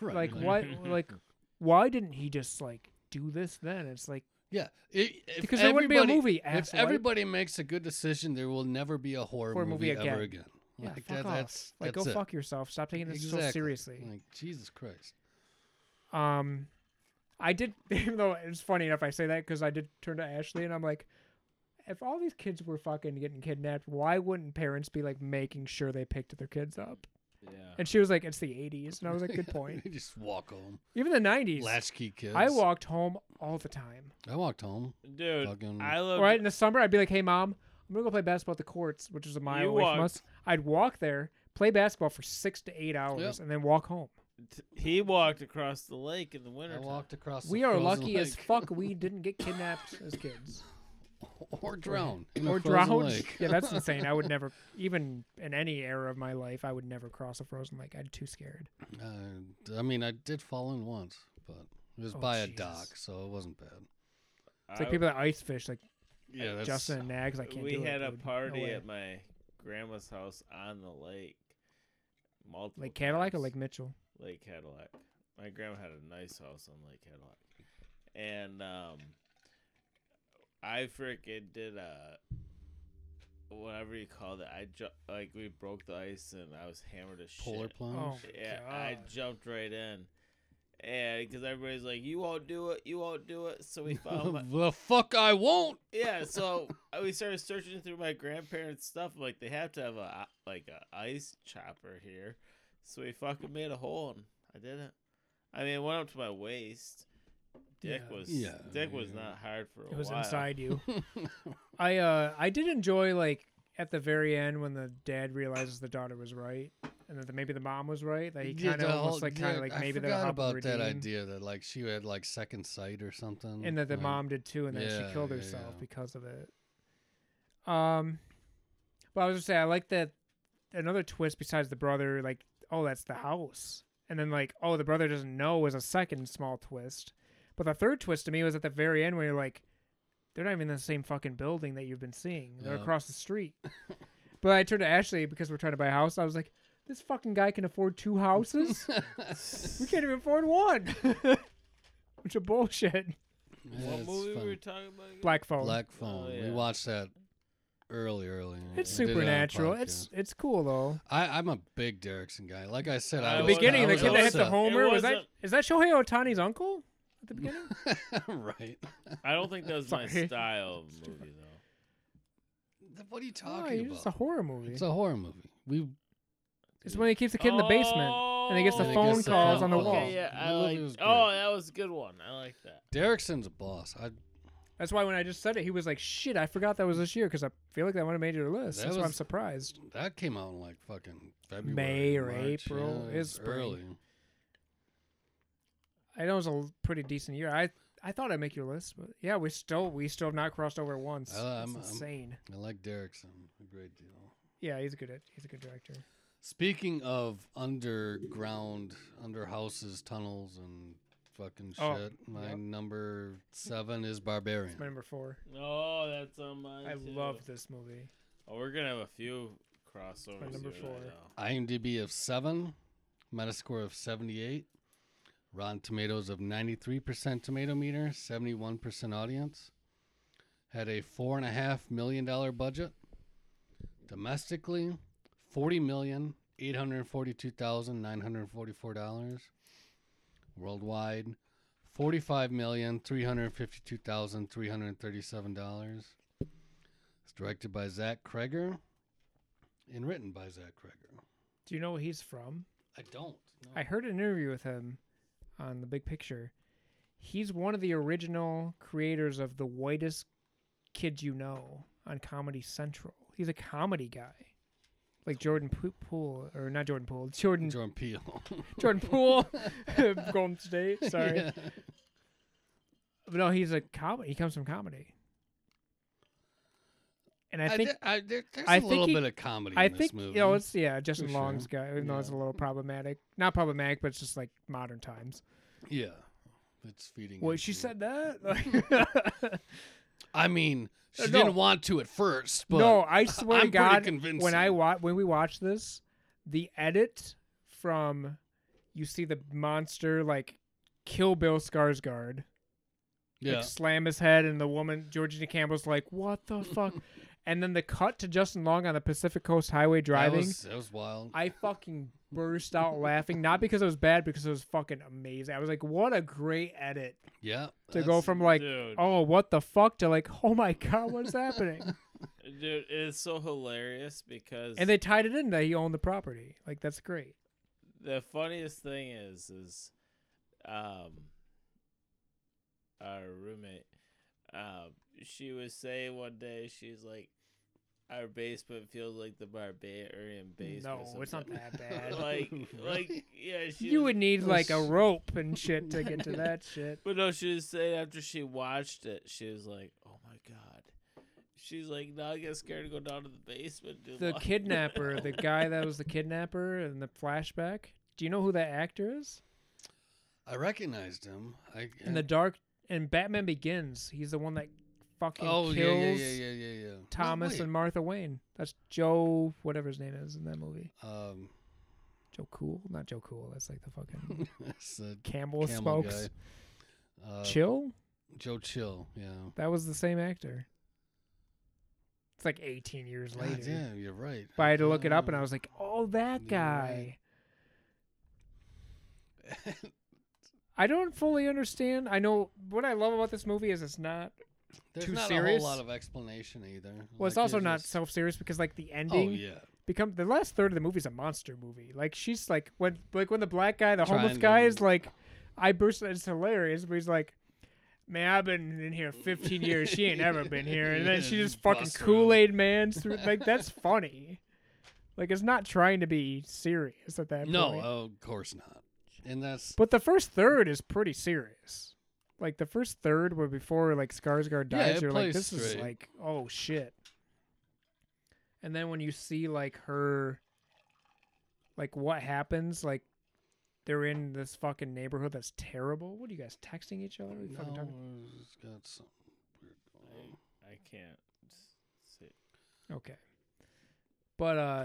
[SPEAKER 2] Right,
[SPEAKER 3] like why like why didn't he just like do this then it's like
[SPEAKER 2] Yeah, i- if
[SPEAKER 3] because there wouldn't be a
[SPEAKER 2] everybody-
[SPEAKER 3] movie
[SPEAKER 2] If
[SPEAKER 3] asshole.
[SPEAKER 2] everybody makes a good decision, there will never be a horror,
[SPEAKER 3] Horror
[SPEAKER 2] movie,
[SPEAKER 3] movie
[SPEAKER 2] ever again.
[SPEAKER 3] yeah,
[SPEAKER 2] Like
[SPEAKER 3] "Ah, fuck
[SPEAKER 2] that,
[SPEAKER 3] off.
[SPEAKER 2] that's
[SPEAKER 3] like
[SPEAKER 2] that's
[SPEAKER 3] go
[SPEAKER 2] it.
[SPEAKER 3] fuck yourself stop taking this so
[SPEAKER 2] Exactly.
[SPEAKER 3] seriously
[SPEAKER 2] Like Jesus Christ.
[SPEAKER 3] Um, I did, even though it's funny enough, I say that because I did turn to Ashley and I'm like, if all these kids were fucking getting kidnapped, why wouldn't parents be like making sure they picked their kids up?
[SPEAKER 1] Yeah.
[SPEAKER 3] And she was like, it's the 80s. And I was like, good point.
[SPEAKER 2] You just walk home.
[SPEAKER 3] Even the 90s.
[SPEAKER 2] Latchkey kids.
[SPEAKER 3] I walked home all the time.
[SPEAKER 2] I walked home.
[SPEAKER 1] Dude,
[SPEAKER 2] Fucking-
[SPEAKER 1] I love
[SPEAKER 3] Or in the summer, I'd be like, hey, mom, I'm going to go play basketball at the courts, which is a mile
[SPEAKER 1] You
[SPEAKER 3] away from
[SPEAKER 1] walked-
[SPEAKER 3] us. I'd walk there, play basketball for six to eight hours, and then walk home.
[SPEAKER 1] he walked across the lake in the
[SPEAKER 2] I
[SPEAKER 1] winter.
[SPEAKER 2] walked across.
[SPEAKER 3] we
[SPEAKER 2] the
[SPEAKER 3] are
[SPEAKER 2] frozen
[SPEAKER 3] lucky as
[SPEAKER 2] lake.
[SPEAKER 3] fuck we didn't get kidnapped as kids.
[SPEAKER 2] or drowned. in a
[SPEAKER 3] or
[SPEAKER 2] frozen
[SPEAKER 3] drowned.
[SPEAKER 2] lake.
[SPEAKER 3] Yeah, that's insane. I would never, even in any era of my life, I would never cross a frozen lake. I'd too scared.
[SPEAKER 2] Uh, I mean, I did fall in once, but it was
[SPEAKER 3] Oh,
[SPEAKER 2] by a
[SPEAKER 3] Jesus.
[SPEAKER 2] dock, so it wasn't bad.
[SPEAKER 3] It's like people that ice fish, like
[SPEAKER 1] Yeah, that's-
[SPEAKER 3] Justin and Nags. I can't.
[SPEAKER 1] we
[SPEAKER 3] do
[SPEAKER 1] had
[SPEAKER 3] it,
[SPEAKER 1] a
[SPEAKER 3] dude. No
[SPEAKER 1] party
[SPEAKER 3] way.
[SPEAKER 1] at my grandma's house on the lake. Multiple
[SPEAKER 3] Lake Cadillac or
[SPEAKER 1] times.
[SPEAKER 3] Lake Mitchell.
[SPEAKER 1] Lake Cadillac. My grandma had a nice house on Lake Cadillac, and um, I freaking did a whatever you call it. I ju- like we broke the ice and I was hammered as shit.
[SPEAKER 2] Polar
[SPEAKER 3] Oh
[SPEAKER 2] plunge.
[SPEAKER 3] my
[SPEAKER 1] Yeah,
[SPEAKER 3] god.
[SPEAKER 1] I jumped right in, and because everybody's like, "You won't do it, you won't do it," so we
[SPEAKER 3] Oh,
[SPEAKER 1] found my,
[SPEAKER 2] the fuck I won't.
[SPEAKER 1] yeah. So we started searching through my grandparents' stuff. Like they have to have a like a ice chopper here, so we fucking made a hole and I did it. I mean, it went up to my waist. Dick
[SPEAKER 3] Yeah.
[SPEAKER 1] was
[SPEAKER 2] Yeah,
[SPEAKER 1] dick was
[SPEAKER 2] yeah.
[SPEAKER 1] not hard for a
[SPEAKER 3] it was
[SPEAKER 1] while.
[SPEAKER 3] inside you. I uh, I did enjoy like at the very end when the dad realizes the daughter was right, and that the, maybe the mom was right. That he
[SPEAKER 2] Yeah,
[SPEAKER 3] kind of
[SPEAKER 2] the
[SPEAKER 3] almost
[SPEAKER 2] whole-
[SPEAKER 3] like kind
[SPEAKER 2] yeah,
[SPEAKER 3] of like
[SPEAKER 2] I
[SPEAKER 3] maybe they're
[SPEAKER 2] forgot
[SPEAKER 3] helping
[SPEAKER 2] about that
[SPEAKER 3] redeem,
[SPEAKER 2] idea that like she had like second sight or something,
[SPEAKER 3] and that the
[SPEAKER 2] like,
[SPEAKER 3] mom did too, and then
[SPEAKER 2] Mm-hmm. Yeah,
[SPEAKER 3] she killed
[SPEAKER 2] yeah,
[SPEAKER 3] herself
[SPEAKER 2] yeah.
[SPEAKER 3] because of it. Um, well, I was just say I like that another twist besides the brother, like oh that's the house, and then like oh the brother doesn't know was a second small twist, but the third twist to me was at the very end where you're like, they're not even in the same fucking building that you've been seeing. They're
[SPEAKER 2] Yeah.
[SPEAKER 3] across the street. but I turned to Ashley because we're trying to buy a house. I was like, this fucking guy can afford two houses. we can't even afford one. Which is bullshit.
[SPEAKER 2] Yeah,
[SPEAKER 1] What
[SPEAKER 2] it's
[SPEAKER 1] movie
[SPEAKER 2] fun.
[SPEAKER 1] were we talking about? again?
[SPEAKER 3] Black phone.
[SPEAKER 2] Black Phone.
[SPEAKER 1] yeah.
[SPEAKER 2] We watched that early, early. on.
[SPEAKER 3] It's
[SPEAKER 2] We did it on a
[SPEAKER 3] supernatural.
[SPEAKER 2] podcast.
[SPEAKER 3] It's it's cool though.
[SPEAKER 2] I, I'm a big Derrickson guy. Like I said,
[SPEAKER 1] The
[SPEAKER 2] I
[SPEAKER 3] The
[SPEAKER 1] Oh,
[SPEAKER 2] was,
[SPEAKER 3] beginning,
[SPEAKER 2] I
[SPEAKER 3] the
[SPEAKER 2] was
[SPEAKER 3] kid that hit the
[SPEAKER 2] upset.
[SPEAKER 3] homer
[SPEAKER 1] It
[SPEAKER 3] was that
[SPEAKER 1] wasn't-
[SPEAKER 3] is that Shohei Otani's uncle at the beginning?
[SPEAKER 2] right.
[SPEAKER 1] I don't think that was my
[SPEAKER 3] Sorry.
[SPEAKER 1] style of movie though.
[SPEAKER 2] What are you
[SPEAKER 3] Oh,
[SPEAKER 2] talking
[SPEAKER 3] it's a
[SPEAKER 2] about?
[SPEAKER 3] horror movie.
[SPEAKER 2] It's
[SPEAKER 3] It's,
[SPEAKER 2] a horror movie. We
[SPEAKER 3] when he keeps the kid in the basement.
[SPEAKER 1] Oh.
[SPEAKER 3] and he gets the
[SPEAKER 2] And he
[SPEAKER 3] phone
[SPEAKER 2] gets the
[SPEAKER 3] calls
[SPEAKER 2] phone
[SPEAKER 3] on the
[SPEAKER 2] calls.
[SPEAKER 3] wall.
[SPEAKER 1] Okay, yeah, I
[SPEAKER 2] The movie
[SPEAKER 1] like.
[SPEAKER 2] was great.
[SPEAKER 1] Oh, that was a good one. I like that.
[SPEAKER 2] Derrickson's a boss. I,
[SPEAKER 3] That's why when I just said it, he was like, "Shit, I forgot that was this year because I feel like that would have made your list."
[SPEAKER 2] That
[SPEAKER 3] That's why I'm
[SPEAKER 2] was-
[SPEAKER 3] surprised.
[SPEAKER 2] that came out in like fucking February,
[SPEAKER 3] May or
[SPEAKER 2] March,
[SPEAKER 3] April.
[SPEAKER 2] Yeah, it
[SPEAKER 3] It's
[SPEAKER 2] was early.
[SPEAKER 3] I know it was a l- pretty decent year. I I thought I'd make your list, but yeah, we still we still have not crossed over once.
[SPEAKER 2] Uh,
[SPEAKER 3] That's
[SPEAKER 2] I'm- I'm-
[SPEAKER 3] insane.
[SPEAKER 2] I like Derrickson a great deal.
[SPEAKER 3] yeah, he's a good at- he's a good director.
[SPEAKER 2] Speaking of underground, under houses, tunnels, and fucking
[SPEAKER 3] Oh,
[SPEAKER 2] shit. My
[SPEAKER 3] yep.
[SPEAKER 2] number seven is
[SPEAKER 3] It's my
[SPEAKER 2] Barbarian.
[SPEAKER 3] number four.
[SPEAKER 1] Oh, that's on mine.
[SPEAKER 3] I
[SPEAKER 1] too.
[SPEAKER 3] love this movie.
[SPEAKER 1] Oh, we're gonna have a few crossovers.
[SPEAKER 3] number
[SPEAKER 1] here,
[SPEAKER 3] four.
[SPEAKER 1] though.
[SPEAKER 2] IMDb of seven, Metascore of 78, Rotten Tomatoes of 93% tomato meter, 71% audience. Had a four and a half million dollar budget. Domestically, forty million eight hundred forty-two thousand nine hundred forty-four dollars. Worldwide, forty-five million three hundred fifty-two thousand three hundred thirty-seven dollars. It's directed by Zach Kreger and written by Zach Kreger.
[SPEAKER 3] Do you know what he's from?
[SPEAKER 2] I don't. No.
[SPEAKER 3] I heard an interview with him on The Big Picture. He's one of the original creators of The Whitest Kid You Know on Comedy Central. He's a comedy guy. Like Jordan P- Poole, or not Jordan Poole, Jordan
[SPEAKER 2] Jordan Peele.
[SPEAKER 3] Jordan Poole, Golden State. Sorry.
[SPEAKER 2] Yeah.
[SPEAKER 3] But no, he's a comedy. He comes from comedy. And I
[SPEAKER 2] I
[SPEAKER 3] think
[SPEAKER 2] thi- I- there- there's
[SPEAKER 3] I
[SPEAKER 2] a
[SPEAKER 3] think
[SPEAKER 2] little
[SPEAKER 3] he-
[SPEAKER 2] bit of comedy
[SPEAKER 3] I
[SPEAKER 2] in
[SPEAKER 3] think
[SPEAKER 2] this movie.
[SPEAKER 3] you know it's yeah Justin
[SPEAKER 2] sure.
[SPEAKER 3] Long's guy. Even though it's a
[SPEAKER 2] Yeah.
[SPEAKER 3] little problematic, not problematic, but it's just like modern times.
[SPEAKER 2] yeah. It's feeding.
[SPEAKER 3] Well,
[SPEAKER 2] into
[SPEAKER 3] she
[SPEAKER 2] it.
[SPEAKER 3] said that. Like-
[SPEAKER 2] I mean, she
[SPEAKER 3] Uh, no.
[SPEAKER 2] didn't want to at first, but
[SPEAKER 3] no, I swear
[SPEAKER 2] I'm pretty
[SPEAKER 3] to God, when I
[SPEAKER 2] convincing.
[SPEAKER 3] wa- when we watch this, the edit from you see the monster like kill Bill Skarsgård,
[SPEAKER 2] yeah,
[SPEAKER 3] like, slam his head, and the woman Georgina Campbell's like, "What the fuck." And then the cut to Justin Long on the Pacific Coast Highway
[SPEAKER 2] that
[SPEAKER 3] driving.
[SPEAKER 2] was, that was wild.
[SPEAKER 3] I fucking burst out laughing, not because it was bad, because it was fucking amazing. I was like, what a great edit
[SPEAKER 2] yeah,
[SPEAKER 3] to go
[SPEAKER 2] that's-
[SPEAKER 3] from like,
[SPEAKER 1] Dude.
[SPEAKER 3] oh, what the fuck, to like, oh my god, what is happening?
[SPEAKER 1] Dude, it's so hilarious because
[SPEAKER 3] and they tied it in that he owned the property. Like, that's great.
[SPEAKER 1] the funniest thing is is um our roommate um she was saying one day she's like our basement feels like the barbarian basement.
[SPEAKER 3] no, it's not that bad.
[SPEAKER 1] like like
[SPEAKER 2] Really?
[SPEAKER 1] yeah she
[SPEAKER 3] you
[SPEAKER 1] was-
[SPEAKER 3] would need
[SPEAKER 2] Oh,
[SPEAKER 3] like a
[SPEAKER 2] sh-
[SPEAKER 3] rope and shit to get to that shit.
[SPEAKER 1] But no, she was saying after she watched it, she was like, "Oh my god." She's like, "Now I get scared to go down to the basement." Dude.
[SPEAKER 3] The kidnapper, the guy that was the kidnapper in the flashback. Do you know who that actor is?
[SPEAKER 2] I recognized him. I,
[SPEAKER 3] In the dark, in Batman Begins, he's the one that fucking
[SPEAKER 2] oh yeah,
[SPEAKER 3] kills
[SPEAKER 2] yeah, yeah, yeah, yeah, yeah. No,
[SPEAKER 3] Thomas
[SPEAKER 2] wait.
[SPEAKER 3] and Martha Wayne. That's Joe, whatever his name is in that movie.
[SPEAKER 2] um,
[SPEAKER 3] Joe Cool, not Joe Cool. That's like the fucking
[SPEAKER 2] that's the
[SPEAKER 3] Campbell,
[SPEAKER 2] camel
[SPEAKER 3] Smokes.
[SPEAKER 2] guy. Uh,
[SPEAKER 3] Chill.
[SPEAKER 2] Joe Chill. Yeah.
[SPEAKER 3] That was the same actor. It's like 18 years
[SPEAKER 2] God,
[SPEAKER 3] later.
[SPEAKER 2] yeah, you're right.
[SPEAKER 3] But I had to look it up, and I was like, "Oh, that
[SPEAKER 2] You're
[SPEAKER 3] guy."
[SPEAKER 2] right. was.
[SPEAKER 3] I don't fully understand. I know what I love about this movie is it's not.
[SPEAKER 2] There's
[SPEAKER 3] too
[SPEAKER 2] not
[SPEAKER 3] serious?
[SPEAKER 2] a whole lot of explanation either.
[SPEAKER 3] Well, it's
[SPEAKER 2] Like,
[SPEAKER 3] also
[SPEAKER 2] you're
[SPEAKER 3] not
[SPEAKER 2] just-
[SPEAKER 3] self-serious because like the
[SPEAKER 2] Oh
[SPEAKER 3] ending
[SPEAKER 2] yeah,
[SPEAKER 3] become the last third of the movie is a monster movie. Like she's like when like when the black guy, the homeless
[SPEAKER 2] Trying
[SPEAKER 3] guy,
[SPEAKER 2] to-
[SPEAKER 3] is like, I burst. It's hilarious, but he's like, man, I've been in here 15 years. She ain't ever been here, and then she
[SPEAKER 2] Yeah,
[SPEAKER 3] just
[SPEAKER 2] just
[SPEAKER 3] fucking
[SPEAKER 2] bust around.
[SPEAKER 3] Kool Aid man's through. Like that's funny. Like it's not trying to be serious at that
[SPEAKER 2] no, oh,
[SPEAKER 3] point.
[SPEAKER 2] of course not. And that's
[SPEAKER 3] but the first third is pretty serious. Like the first third, where before like Skarsgård
[SPEAKER 2] Yeah,
[SPEAKER 3] dies,
[SPEAKER 2] it
[SPEAKER 3] you're like,
[SPEAKER 2] plays
[SPEAKER 3] this is
[SPEAKER 2] straight.
[SPEAKER 3] like, oh shit. And then when you see like her, like what happens, like they're in this fucking neighborhood that's terrible. What are you guys texting each other? What are you fucking
[SPEAKER 2] no,
[SPEAKER 3] talking-
[SPEAKER 2] it's got something weird going. on.
[SPEAKER 1] I can't s- see.
[SPEAKER 3] Okay. But uh,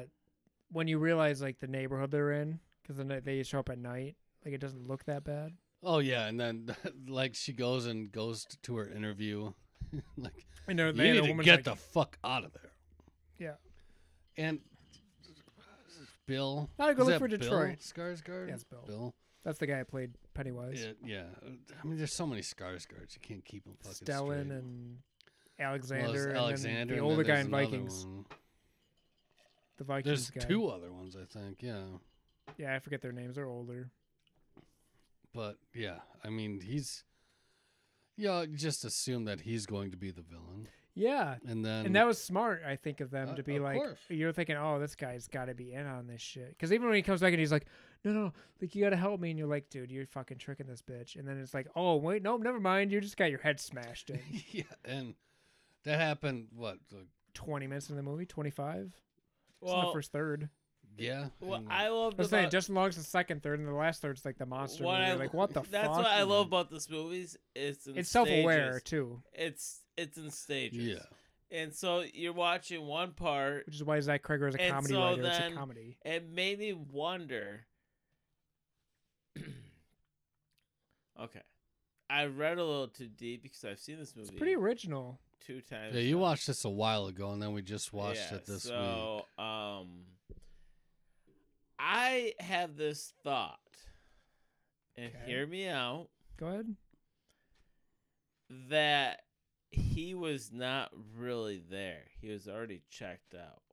[SPEAKER 3] when you realize like the neighborhood they're in, because then they show up at night, like it doesn't look that bad.
[SPEAKER 2] Oh yeah, and then like she goes and goes t- to her interview, like
[SPEAKER 3] And they're,
[SPEAKER 2] you
[SPEAKER 3] they,
[SPEAKER 2] need
[SPEAKER 3] the
[SPEAKER 2] to
[SPEAKER 3] woman's
[SPEAKER 2] get
[SPEAKER 3] like,
[SPEAKER 2] the fuck out of there.
[SPEAKER 3] Yeah.
[SPEAKER 2] And Bill,
[SPEAKER 3] Now I go
[SPEAKER 2] is
[SPEAKER 3] look
[SPEAKER 2] that
[SPEAKER 3] for
[SPEAKER 2] Bill
[SPEAKER 3] Detroit.
[SPEAKER 2] Skarsgård.
[SPEAKER 3] Yeah, it's Bill.
[SPEAKER 2] Bill.
[SPEAKER 3] That's the guy who played Pennywise.
[SPEAKER 2] Yeah, yeah. I mean, there's so many Skarsgårds. You can't keep them fucking
[SPEAKER 3] Stellan
[SPEAKER 2] straight.
[SPEAKER 3] and
[SPEAKER 2] Well,
[SPEAKER 3] Alexander,
[SPEAKER 2] there's
[SPEAKER 3] and then
[SPEAKER 2] Alexander,
[SPEAKER 3] the
[SPEAKER 2] and then
[SPEAKER 3] older guy
[SPEAKER 2] there's
[SPEAKER 3] in
[SPEAKER 2] another
[SPEAKER 3] Vikings,
[SPEAKER 2] one.
[SPEAKER 3] the
[SPEAKER 2] There's
[SPEAKER 3] Vikings guy.
[SPEAKER 2] two other ones, I think. Yeah,
[SPEAKER 3] Yeah, I forget their names. They're older.
[SPEAKER 2] but yeah, I mean, he's yeah. You just assume that he's going to be the villain,
[SPEAKER 3] Yeah,
[SPEAKER 2] and then
[SPEAKER 3] and that was smart, I think, of them
[SPEAKER 2] Uh,
[SPEAKER 3] to be
[SPEAKER 2] of
[SPEAKER 3] like,
[SPEAKER 2] course.
[SPEAKER 3] you're thinking, oh, this guy's got to be in on this shit. Because even when he comes back and he's like, no, no, like you got to help me, and you're like, dude, you're fucking tricking this bitch. And then it's like, oh, wait, no, never mind. You just got your head smashed in.
[SPEAKER 2] yeah, and that happened. What? Like,
[SPEAKER 3] 20 minutes in the movie, 25. It's in
[SPEAKER 1] Well,
[SPEAKER 3] the first third.
[SPEAKER 2] Yeah.
[SPEAKER 1] Well,
[SPEAKER 2] and
[SPEAKER 1] I love
[SPEAKER 3] I was saying
[SPEAKER 1] about-
[SPEAKER 3] Justin Long's the second third, and the last third's like the monster.
[SPEAKER 1] What
[SPEAKER 3] movie.
[SPEAKER 1] I-
[SPEAKER 3] like what the
[SPEAKER 1] that's
[SPEAKER 3] fuck?
[SPEAKER 1] what I love about this movie. is It's in
[SPEAKER 3] It's self-aware
[SPEAKER 1] stages.
[SPEAKER 3] too,
[SPEAKER 1] It's it's in stages.
[SPEAKER 2] yeah.
[SPEAKER 1] And so you're watching one part.
[SPEAKER 3] which is why Zach Kreger is a
[SPEAKER 1] And
[SPEAKER 3] comedy
[SPEAKER 1] so
[SPEAKER 3] writer.
[SPEAKER 1] then-
[SPEAKER 3] it's a comedy.
[SPEAKER 1] It made me wonder. okay, I read a little too deep because I've seen this movie
[SPEAKER 3] It's pretty original.
[SPEAKER 1] two times.
[SPEAKER 2] Yeah, you
[SPEAKER 1] now.
[SPEAKER 2] watched this a while ago, and then we just watched it this week.
[SPEAKER 1] so, um, I have this thought, and
[SPEAKER 3] Okay.
[SPEAKER 1] hear me out.
[SPEAKER 3] Go ahead.
[SPEAKER 1] That he was not really there. He was already checked out.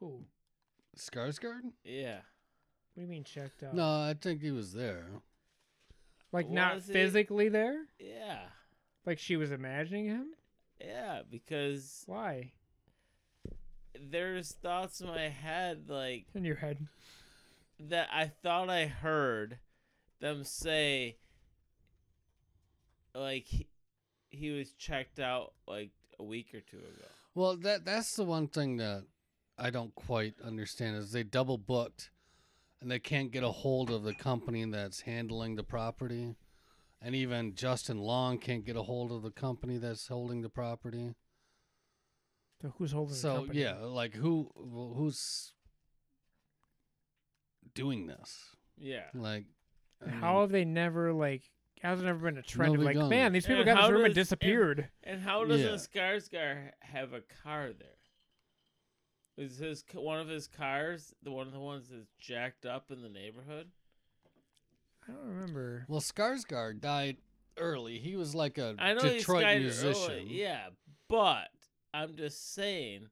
[SPEAKER 3] Who? What
[SPEAKER 2] Skarsgård?
[SPEAKER 1] Yeah.
[SPEAKER 3] do you mean checked
[SPEAKER 1] Oh.
[SPEAKER 3] out?
[SPEAKER 2] No, I think he was there.
[SPEAKER 3] like not
[SPEAKER 1] Was he-
[SPEAKER 3] physically there.
[SPEAKER 1] Yeah.
[SPEAKER 3] Like she was imagining him.
[SPEAKER 1] Yeah, because
[SPEAKER 3] Why?
[SPEAKER 1] there's thoughts in my head like
[SPEAKER 3] In your head.
[SPEAKER 1] that I thought I heard them say like he, he was checked out like a week or two ago.
[SPEAKER 2] Well, that that's the one thing that I don't quite understand is they double booked, and they can't get a hold of the company that's handling the property, and even Justin Long can't get a hold of the company that's holding the property.
[SPEAKER 3] So who's holding the
[SPEAKER 2] So
[SPEAKER 3] company?
[SPEAKER 2] yeah, like who well, who's doing this?
[SPEAKER 1] Yeah.
[SPEAKER 2] Like I
[SPEAKER 3] And
[SPEAKER 2] mean,
[SPEAKER 3] How have they never like? How's there never been a trend of
[SPEAKER 2] Nobody
[SPEAKER 3] like,
[SPEAKER 2] done
[SPEAKER 3] man,
[SPEAKER 2] it.
[SPEAKER 3] these people
[SPEAKER 1] And
[SPEAKER 3] got in
[SPEAKER 1] how
[SPEAKER 3] this room and
[SPEAKER 1] does- and-
[SPEAKER 3] disappeared?
[SPEAKER 1] And how doesn't
[SPEAKER 2] Yeah.
[SPEAKER 1] Skarsgård have a car there? Is his c- one of his cars the one of the ones that's jacked up in the neighborhood?
[SPEAKER 3] I don't remember.
[SPEAKER 2] Well, Skarsgård died early. He was like a
[SPEAKER 1] I know oh,
[SPEAKER 2] Detroit
[SPEAKER 1] he's
[SPEAKER 2] musician.
[SPEAKER 1] musician. yeah, but I'm just saying,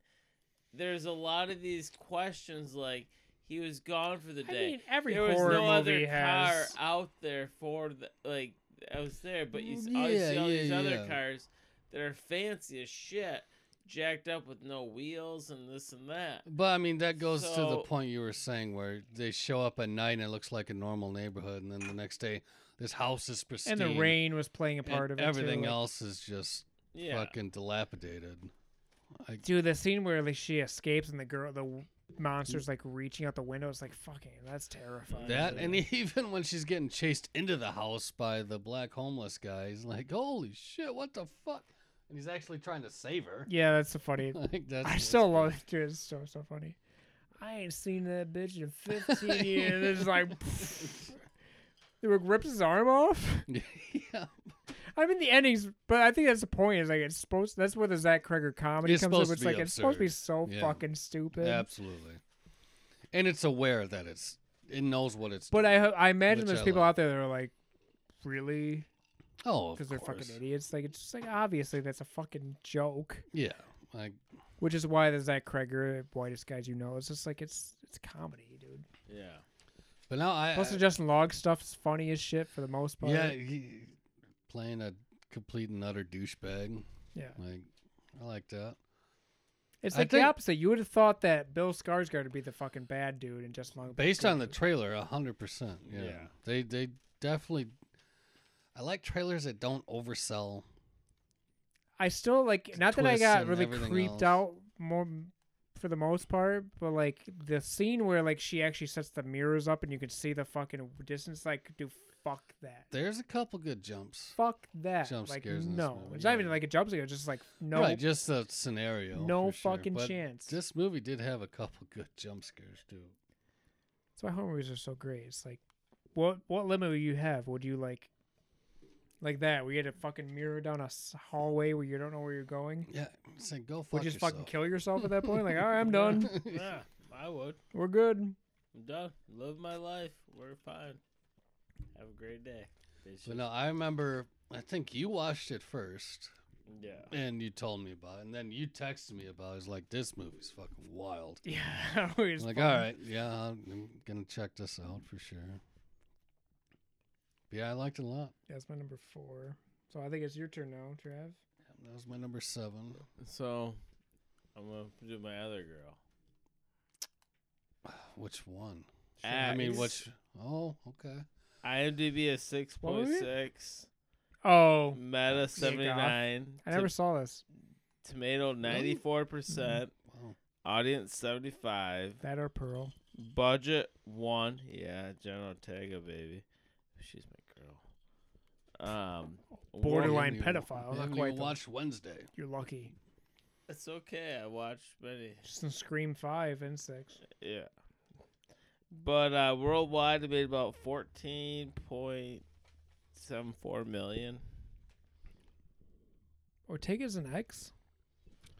[SPEAKER 1] there's a lot of these questions like he was gone for the
[SPEAKER 3] I
[SPEAKER 1] day.
[SPEAKER 3] mean, every
[SPEAKER 1] there was
[SPEAKER 3] horror
[SPEAKER 1] no
[SPEAKER 3] movie
[SPEAKER 1] other car
[SPEAKER 3] has.
[SPEAKER 1] out there for the like. I was there, but you, s-
[SPEAKER 2] Mm,
[SPEAKER 1] all, you
[SPEAKER 2] yeah,
[SPEAKER 1] see all
[SPEAKER 2] yeah,
[SPEAKER 1] these other
[SPEAKER 2] yeah.
[SPEAKER 1] cars that are fancy as shit, jacked up with no wheels and this and that.
[SPEAKER 2] But I mean, that goes to the
[SPEAKER 1] So-
[SPEAKER 2] point you were saying where they show up at night and it looks like a normal neighborhood, and then the next day this house is pristine.
[SPEAKER 3] and the rain was playing a
[SPEAKER 2] and
[SPEAKER 3] part of it. too,
[SPEAKER 2] everything
[SPEAKER 3] like-
[SPEAKER 2] else is just
[SPEAKER 1] Yeah,
[SPEAKER 2] fucking dilapidated. Like,
[SPEAKER 3] Dude, the scene where like she escapes and the girl, the w- monster's like reaching out the window. It's like fucking, that's terrifying.
[SPEAKER 2] that,
[SPEAKER 3] dude.
[SPEAKER 2] and even when she's getting chased into the house by the black homeless guy, he's like, "Holy shit, what the fuck!" And he's actually trying to save her.
[SPEAKER 3] yeah, that's so funny.
[SPEAKER 2] Like, that's
[SPEAKER 3] I
[SPEAKER 2] what's
[SPEAKER 3] still love it. Dude, it's so so funny. I ain't seen that bitch in 15 years. It's like, dude, it rips his arm off.
[SPEAKER 2] yeah.
[SPEAKER 3] I mean, the endings, but I think that's the point. Is like it's supposed. That's where the Zach Kreger comedy
[SPEAKER 2] It's
[SPEAKER 3] comes in.
[SPEAKER 2] supposed
[SPEAKER 3] It's
[SPEAKER 2] to
[SPEAKER 3] like
[SPEAKER 2] be
[SPEAKER 3] it's supposed to be so
[SPEAKER 2] Yeah.
[SPEAKER 3] fucking stupid.
[SPEAKER 2] Absolutely. And it's aware that it's it knows what it's
[SPEAKER 3] But I
[SPEAKER 2] doing.
[SPEAKER 3] ho- I imagine
[SPEAKER 2] Which
[SPEAKER 3] there's
[SPEAKER 2] I
[SPEAKER 3] people
[SPEAKER 2] love.
[SPEAKER 3] out there that are like, really,
[SPEAKER 2] oh because
[SPEAKER 3] because they're fucking idiots. Like it's just like obviously that's a fucking joke.
[SPEAKER 2] Yeah. Like
[SPEAKER 3] Which is why the Zach Kreger whitest guys you know. It's just like it's it's comedy, dude.
[SPEAKER 1] yeah.
[SPEAKER 2] but now I
[SPEAKER 3] Plus the Justin Log stuff's funny as shit for the most part.
[SPEAKER 2] Yeah, he, playing a complete and utter douchebag.
[SPEAKER 3] Yeah.
[SPEAKER 2] Like I like that.
[SPEAKER 3] It's
[SPEAKER 2] I
[SPEAKER 3] like the
[SPEAKER 2] think-
[SPEAKER 3] opposite. You would have thought that Bill Skarsgård would be the fucking bad dude and Justin Long.
[SPEAKER 2] Based on the trailer, a hundred percent. Yeah.
[SPEAKER 1] Yeah.
[SPEAKER 2] They they definitely I like trailers that don't oversell.
[SPEAKER 3] I still like not that I
[SPEAKER 2] twists
[SPEAKER 3] got
[SPEAKER 2] and
[SPEAKER 3] really
[SPEAKER 2] everything else.
[SPEAKER 3] creeped out more for the most part, but like the scene where like she actually sets the mirrors up and you can see the fucking distance, like, dude, fuck that.
[SPEAKER 2] There's a couple good jumps.
[SPEAKER 3] Fuck that.
[SPEAKER 2] Jump
[SPEAKER 3] like,
[SPEAKER 2] scares in this
[SPEAKER 3] no.
[SPEAKER 2] movie,
[SPEAKER 3] It's not
[SPEAKER 2] yeah.
[SPEAKER 3] even like a jump scare, it's just like no
[SPEAKER 2] Right, just the scenario.
[SPEAKER 3] no
[SPEAKER 2] for sure.
[SPEAKER 3] fucking
[SPEAKER 2] But
[SPEAKER 3] chance.
[SPEAKER 2] This movie did have a couple good jump scares too.
[SPEAKER 3] That's why horror movies are so great. It's like, what what limit would you have? Would you like, like that? We had a fucking mirror down a s- hallway where you don't know where you're going.
[SPEAKER 2] Yeah. It's like go fuck
[SPEAKER 3] Would you just fucking
[SPEAKER 2] yourself.
[SPEAKER 3] kill yourself at that point? Like, all right, I'm done.
[SPEAKER 1] yeah, I would.
[SPEAKER 3] We're good.
[SPEAKER 1] I'm done. Live my life. We're fine. Have a great day.
[SPEAKER 2] But no, I remember. I think you watched it first,
[SPEAKER 1] Yeah.
[SPEAKER 2] and you told me about, it, and then you texted me about. it. I was like, "This movie's fucking wild."
[SPEAKER 3] Yeah. we
[SPEAKER 2] I'm
[SPEAKER 3] just
[SPEAKER 2] like,
[SPEAKER 3] fucking-
[SPEAKER 2] all right, yeah, I'm gonna check this out for sure. But yeah, I liked it a lot.
[SPEAKER 3] That's my number four. So I think it's your turn now, Trav.
[SPEAKER 2] That was my number seven.
[SPEAKER 1] So I'm gonna do my other girl.
[SPEAKER 2] Which one? I mean,
[SPEAKER 1] Axe.
[SPEAKER 2] which? Oh, okay.
[SPEAKER 1] IMDb is six
[SPEAKER 3] What was
[SPEAKER 1] point
[SPEAKER 3] it?
[SPEAKER 1] six,
[SPEAKER 3] Oh,
[SPEAKER 1] Meta
[SPEAKER 3] Jake off.
[SPEAKER 1] seventy nine,
[SPEAKER 3] I never saw this.
[SPEAKER 1] Tomato ninety four percent,
[SPEAKER 2] Wow.
[SPEAKER 1] Audience 75.
[SPEAKER 3] That or Pearl.
[SPEAKER 1] Budget 1. Yeah, General Ortega, baby. She's my girl. Um,
[SPEAKER 3] Borderline
[SPEAKER 2] We haven't even-
[SPEAKER 3] pedophile,
[SPEAKER 2] we
[SPEAKER 3] not
[SPEAKER 2] haven't
[SPEAKER 3] quite
[SPEAKER 2] even
[SPEAKER 3] though.
[SPEAKER 2] watched Wednesday.
[SPEAKER 3] You're lucky.
[SPEAKER 1] It's okay. I watched many.
[SPEAKER 3] Just in Scream Five and Six.
[SPEAKER 1] Yeah. But uh, worldwide, it made about 14.74 million.
[SPEAKER 3] Ortega's an ex.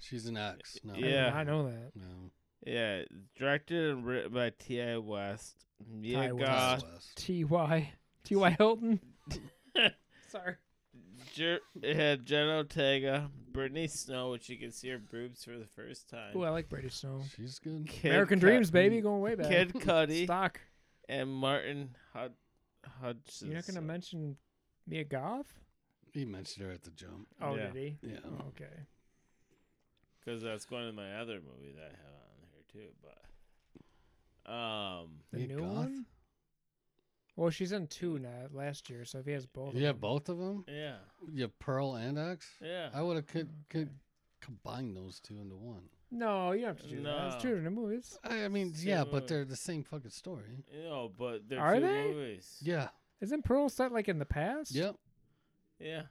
[SPEAKER 2] She's an ex. No.
[SPEAKER 1] Yeah.
[SPEAKER 3] I did not know that.
[SPEAKER 2] No.
[SPEAKER 1] Yeah, directed and written by T.I. West. Mia
[SPEAKER 3] Ty West.
[SPEAKER 1] Goth,
[SPEAKER 2] West.
[SPEAKER 3] T Y T Y Hilton. Sorry.
[SPEAKER 1] Jer- it had Jen Ortega, Brittany Snow, which you can see her boobs for the first time.
[SPEAKER 3] Ooh, I like British Snow.
[SPEAKER 2] She's good.
[SPEAKER 1] Kid
[SPEAKER 3] American
[SPEAKER 1] Cu-
[SPEAKER 3] Dreams, baby, going way back.
[SPEAKER 1] Kid Cudi
[SPEAKER 3] Stock.
[SPEAKER 1] and Martin Hud- Hudson.
[SPEAKER 3] You're not gonna mention Mia Goth?
[SPEAKER 2] He mentioned her at the jump.
[SPEAKER 3] Oh,
[SPEAKER 1] Yeah.
[SPEAKER 3] did he?
[SPEAKER 2] Yeah.
[SPEAKER 3] Oh, okay.
[SPEAKER 1] because that's one of my other movie that I have on here too. But um,
[SPEAKER 3] The
[SPEAKER 2] Mia
[SPEAKER 3] new
[SPEAKER 2] Goth?
[SPEAKER 3] one. Well, she's in two now. Last year, so if he has both.
[SPEAKER 2] You have
[SPEAKER 3] of them.
[SPEAKER 2] both of them.
[SPEAKER 1] yeah,
[SPEAKER 2] You have Pearl and X.
[SPEAKER 1] yeah.
[SPEAKER 2] I would have could, could
[SPEAKER 3] Okay.
[SPEAKER 2] combine those two into one.
[SPEAKER 3] No, you don't have to do that.
[SPEAKER 1] No.
[SPEAKER 3] It's two different movies.
[SPEAKER 2] I, I mean, yeah,
[SPEAKER 1] So-
[SPEAKER 2] but they're the same fucking story.
[SPEAKER 1] you know, but they're
[SPEAKER 3] Are
[SPEAKER 1] two
[SPEAKER 3] they?
[SPEAKER 1] movies.
[SPEAKER 2] Yeah.
[SPEAKER 3] Isn't Pearl set like in the past?
[SPEAKER 2] Yep.
[SPEAKER 1] yeah,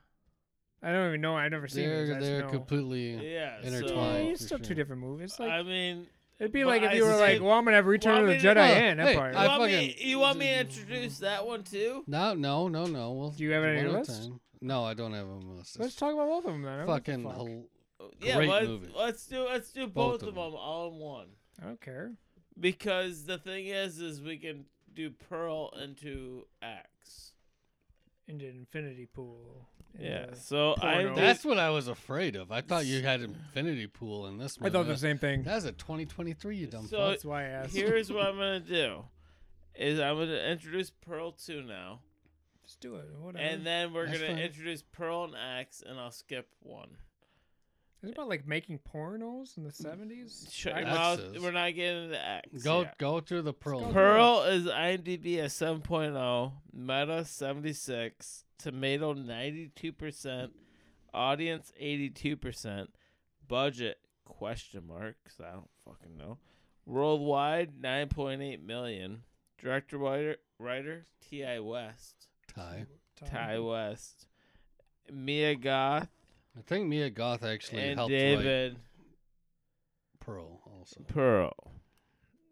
[SPEAKER 3] I don't even know. I've never seen it.
[SPEAKER 2] They're
[SPEAKER 3] That's
[SPEAKER 2] they're
[SPEAKER 3] no.
[SPEAKER 1] yeah.
[SPEAKER 2] completely.
[SPEAKER 3] Yeah,
[SPEAKER 2] intertwined.
[SPEAKER 1] So,
[SPEAKER 2] for
[SPEAKER 3] it's still two
[SPEAKER 2] sure.
[SPEAKER 3] different movies. Like,
[SPEAKER 1] I mean,
[SPEAKER 3] it'd be
[SPEAKER 1] but
[SPEAKER 3] like if
[SPEAKER 1] I
[SPEAKER 3] you were
[SPEAKER 1] said-
[SPEAKER 3] like, well, I'm gonna have Return
[SPEAKER 1] Well,
[SPEAKER 3] of
[SPEAKER 1] I
[SPEAKER 3] the
[SPEAKER 1] mean,
[SPEAKER 3] Jedi
[SPEAKER 2] oh,
[SPEAKER 3] and
[SPEAKER 2] hey,
[SPEAKER 3] Empire.
[SPEAKER 1] you
[SPEAKER 2] I
[SPEAKER 1] want me?
[SPEAKER 2] fucking-
[SPEAKER 1] You want me to introduce that one too?
[SPEAKER 2] No, no, no, no. Well,
[SPEAKER 3] Do you have it on
[SPEAKER 2] one
[SPEAKER 3] your
[SPEAKER 2] at a
[SPEAKER 3] list?
[SPEAKER 2] time. No, I don't have them on my list.
[SPEAKER 3] Let's
[SPEAKER 2] It's
[SPEAKER 3] talk about both of them then. I don't
[SPEAKER 2] fucking.
[SPEAKER 3] give a fuck.
[SPEAKER 2] hel-
[SPEAKER 1] Yeah,
[SPEAKER 2] Great
[SPEAKER 1] let's,
[SPEAKER 2] movie.
[SPEAKER 1] let's do let's do both,
[SPEAKER 2] Both
[SPEAKER 1] of
[SPEAKER 2] of
[SPEAKER 1] them all in one.
[SPEAKER 3] I don't care.
[SPEAKER 1] Because the thing is, is we can do Pearl into X.
[SPEAKER 3] Into Infinity Pool. and,
[SPEAKER 1] Yeah.
[SPEAKER 3] uh,
[SPEAKER 1] So I
[SPEAKER 3] Porno.
[SPEAKER 2] That's what I was afraid of. I thought you had Infinity Pool in this.
[SPEAKER 3] I thought
[SPEAKER 2] movie.
[SPEAKER 3] the same thing.
[SPEAKER 2] That's a 2023. You dumb
[SPEAKER 1] So-
[SPEAKER 2] fuck.
[SPEAKER 3] That's why I asked.
[SPEAKER 1] here's what I'm gonna do. Is I'm gonna introduce Pearl two now,
[SPEAKER 3] Just do it. Whatever.
[SPEAKER 1] and then we're
[SPEAKER 2] That's
[SPEAKER 1] gonna
[SPEAKER 2] fine.
[SPEAKER 1] introduce Pearl and X, and I'll skip one.
[SPEAKER 3] Is it about like making pornos in the seventies?
[SPEAKER 1] Mm, Shut
[SPEAKER 3] I-
[SPEAKER 1] your
[SPEAKER 2] X
[SPEAKER 1] mouth.
[SPEAKER 2] is-
[SPEAKER 1] We're not getting into X.
[SPEAKER 2] Go
[SPEAKER 1] yet.
[SPEAKER 2] go through the Pearl.
[SPEAKER 3] go
[SPEAKER 1] Pearl is IMDb at 7.0, Meta 76, Tomato 92%, Audience 82%, Budget question mark 'cause I don't fucking know. Worldwide 9.8 million. Director writer writer T.I. West.
[SPEAKER 2] Ty.
[SPEAKER 3] Oh.
[SPEAKER 1] Ty West. Mia Goth
[SPEAKER 2] I think Mia Goth actually
[SPEAKER 1] and
[SPEAKER 2] helped write
[SPEAKER 1] David
[SPEAKER 2] Pearl also.
[SPEAKER 1] Pearl.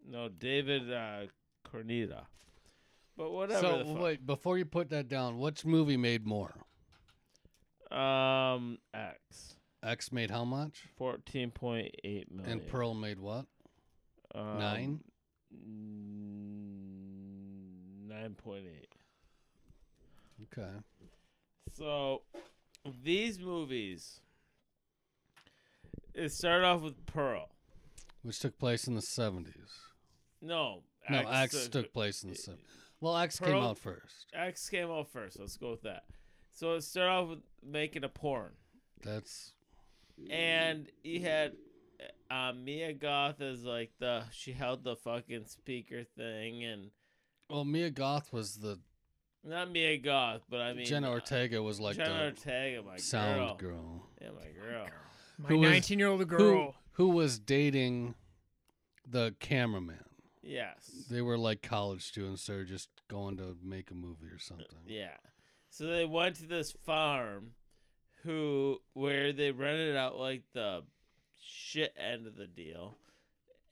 [SPEAKER 1] No, David uh, Cornita. But whatever. the
[SPEAKER 2] So
[SPEAKER 1] fuck.
[SPEAKER 2] wait, before you put that down, which movie made more?
[SPEAKER 1] Um, X
[SPEAKER 2] X made how much?
[SPEAKER 1] fourteen point eight
[SPEAKER 3] Oh,
[SPEAKER 1] million.
[SPEAKER 2] and Pearl made what?
[SPEAKER 1] Um,
[SPEAKER 2] Nine.
[SPEAKER 1] Nine point eight.
[SPEAKER 2] Okay.
[SPEAKER 1] So these movies. It started off with Pearl.
[SPEAKER 2] Which took place in the 70s.
[SPEAKER 1] No,
[SPEAKER 2] No, X, took place in the 70s. Well, X came
[SPEAKER 1] Pearl-
[SPEAKER 2] out first.
[SPEAKER 1] X came out first. Let's go with that. So it started off with making a porn,
[SPEAKER 2] That's
[SPEAKER 1] and he had uh, Mia Goth as like the she held the fucking speaker thing, and
[SPEAKER 2] Well, Mia Goth was the
[SPEAKER 1] not Mia Goth, but I mean
[SPEAKER 2] Jenna
[SPEAKER 1] uh,
[SPEAKER 2] Ortega was like
[SPEAKER 1] Jenna
[SPEAKER 2] the
[SPEAKER 1] Ortega, my girl.
[SPEAKER 2] sound Oh girl.
[SPEAKER 1] Yeah, my girl.
[SPEAKER 3] My
[SPEAKER 2] Who was-
[SPEAKER 3] nineteen-year-old girl.
[SPEAKER 2] Who who was dating the cameraman.
[SPEAKER 1] Yes.
[SPEAKER 2] They were like college students. They were just going to make a movie or something.
[SPEAKER 1] Yeah. So they went to this farm, who where they rented out like the shit end of the deal,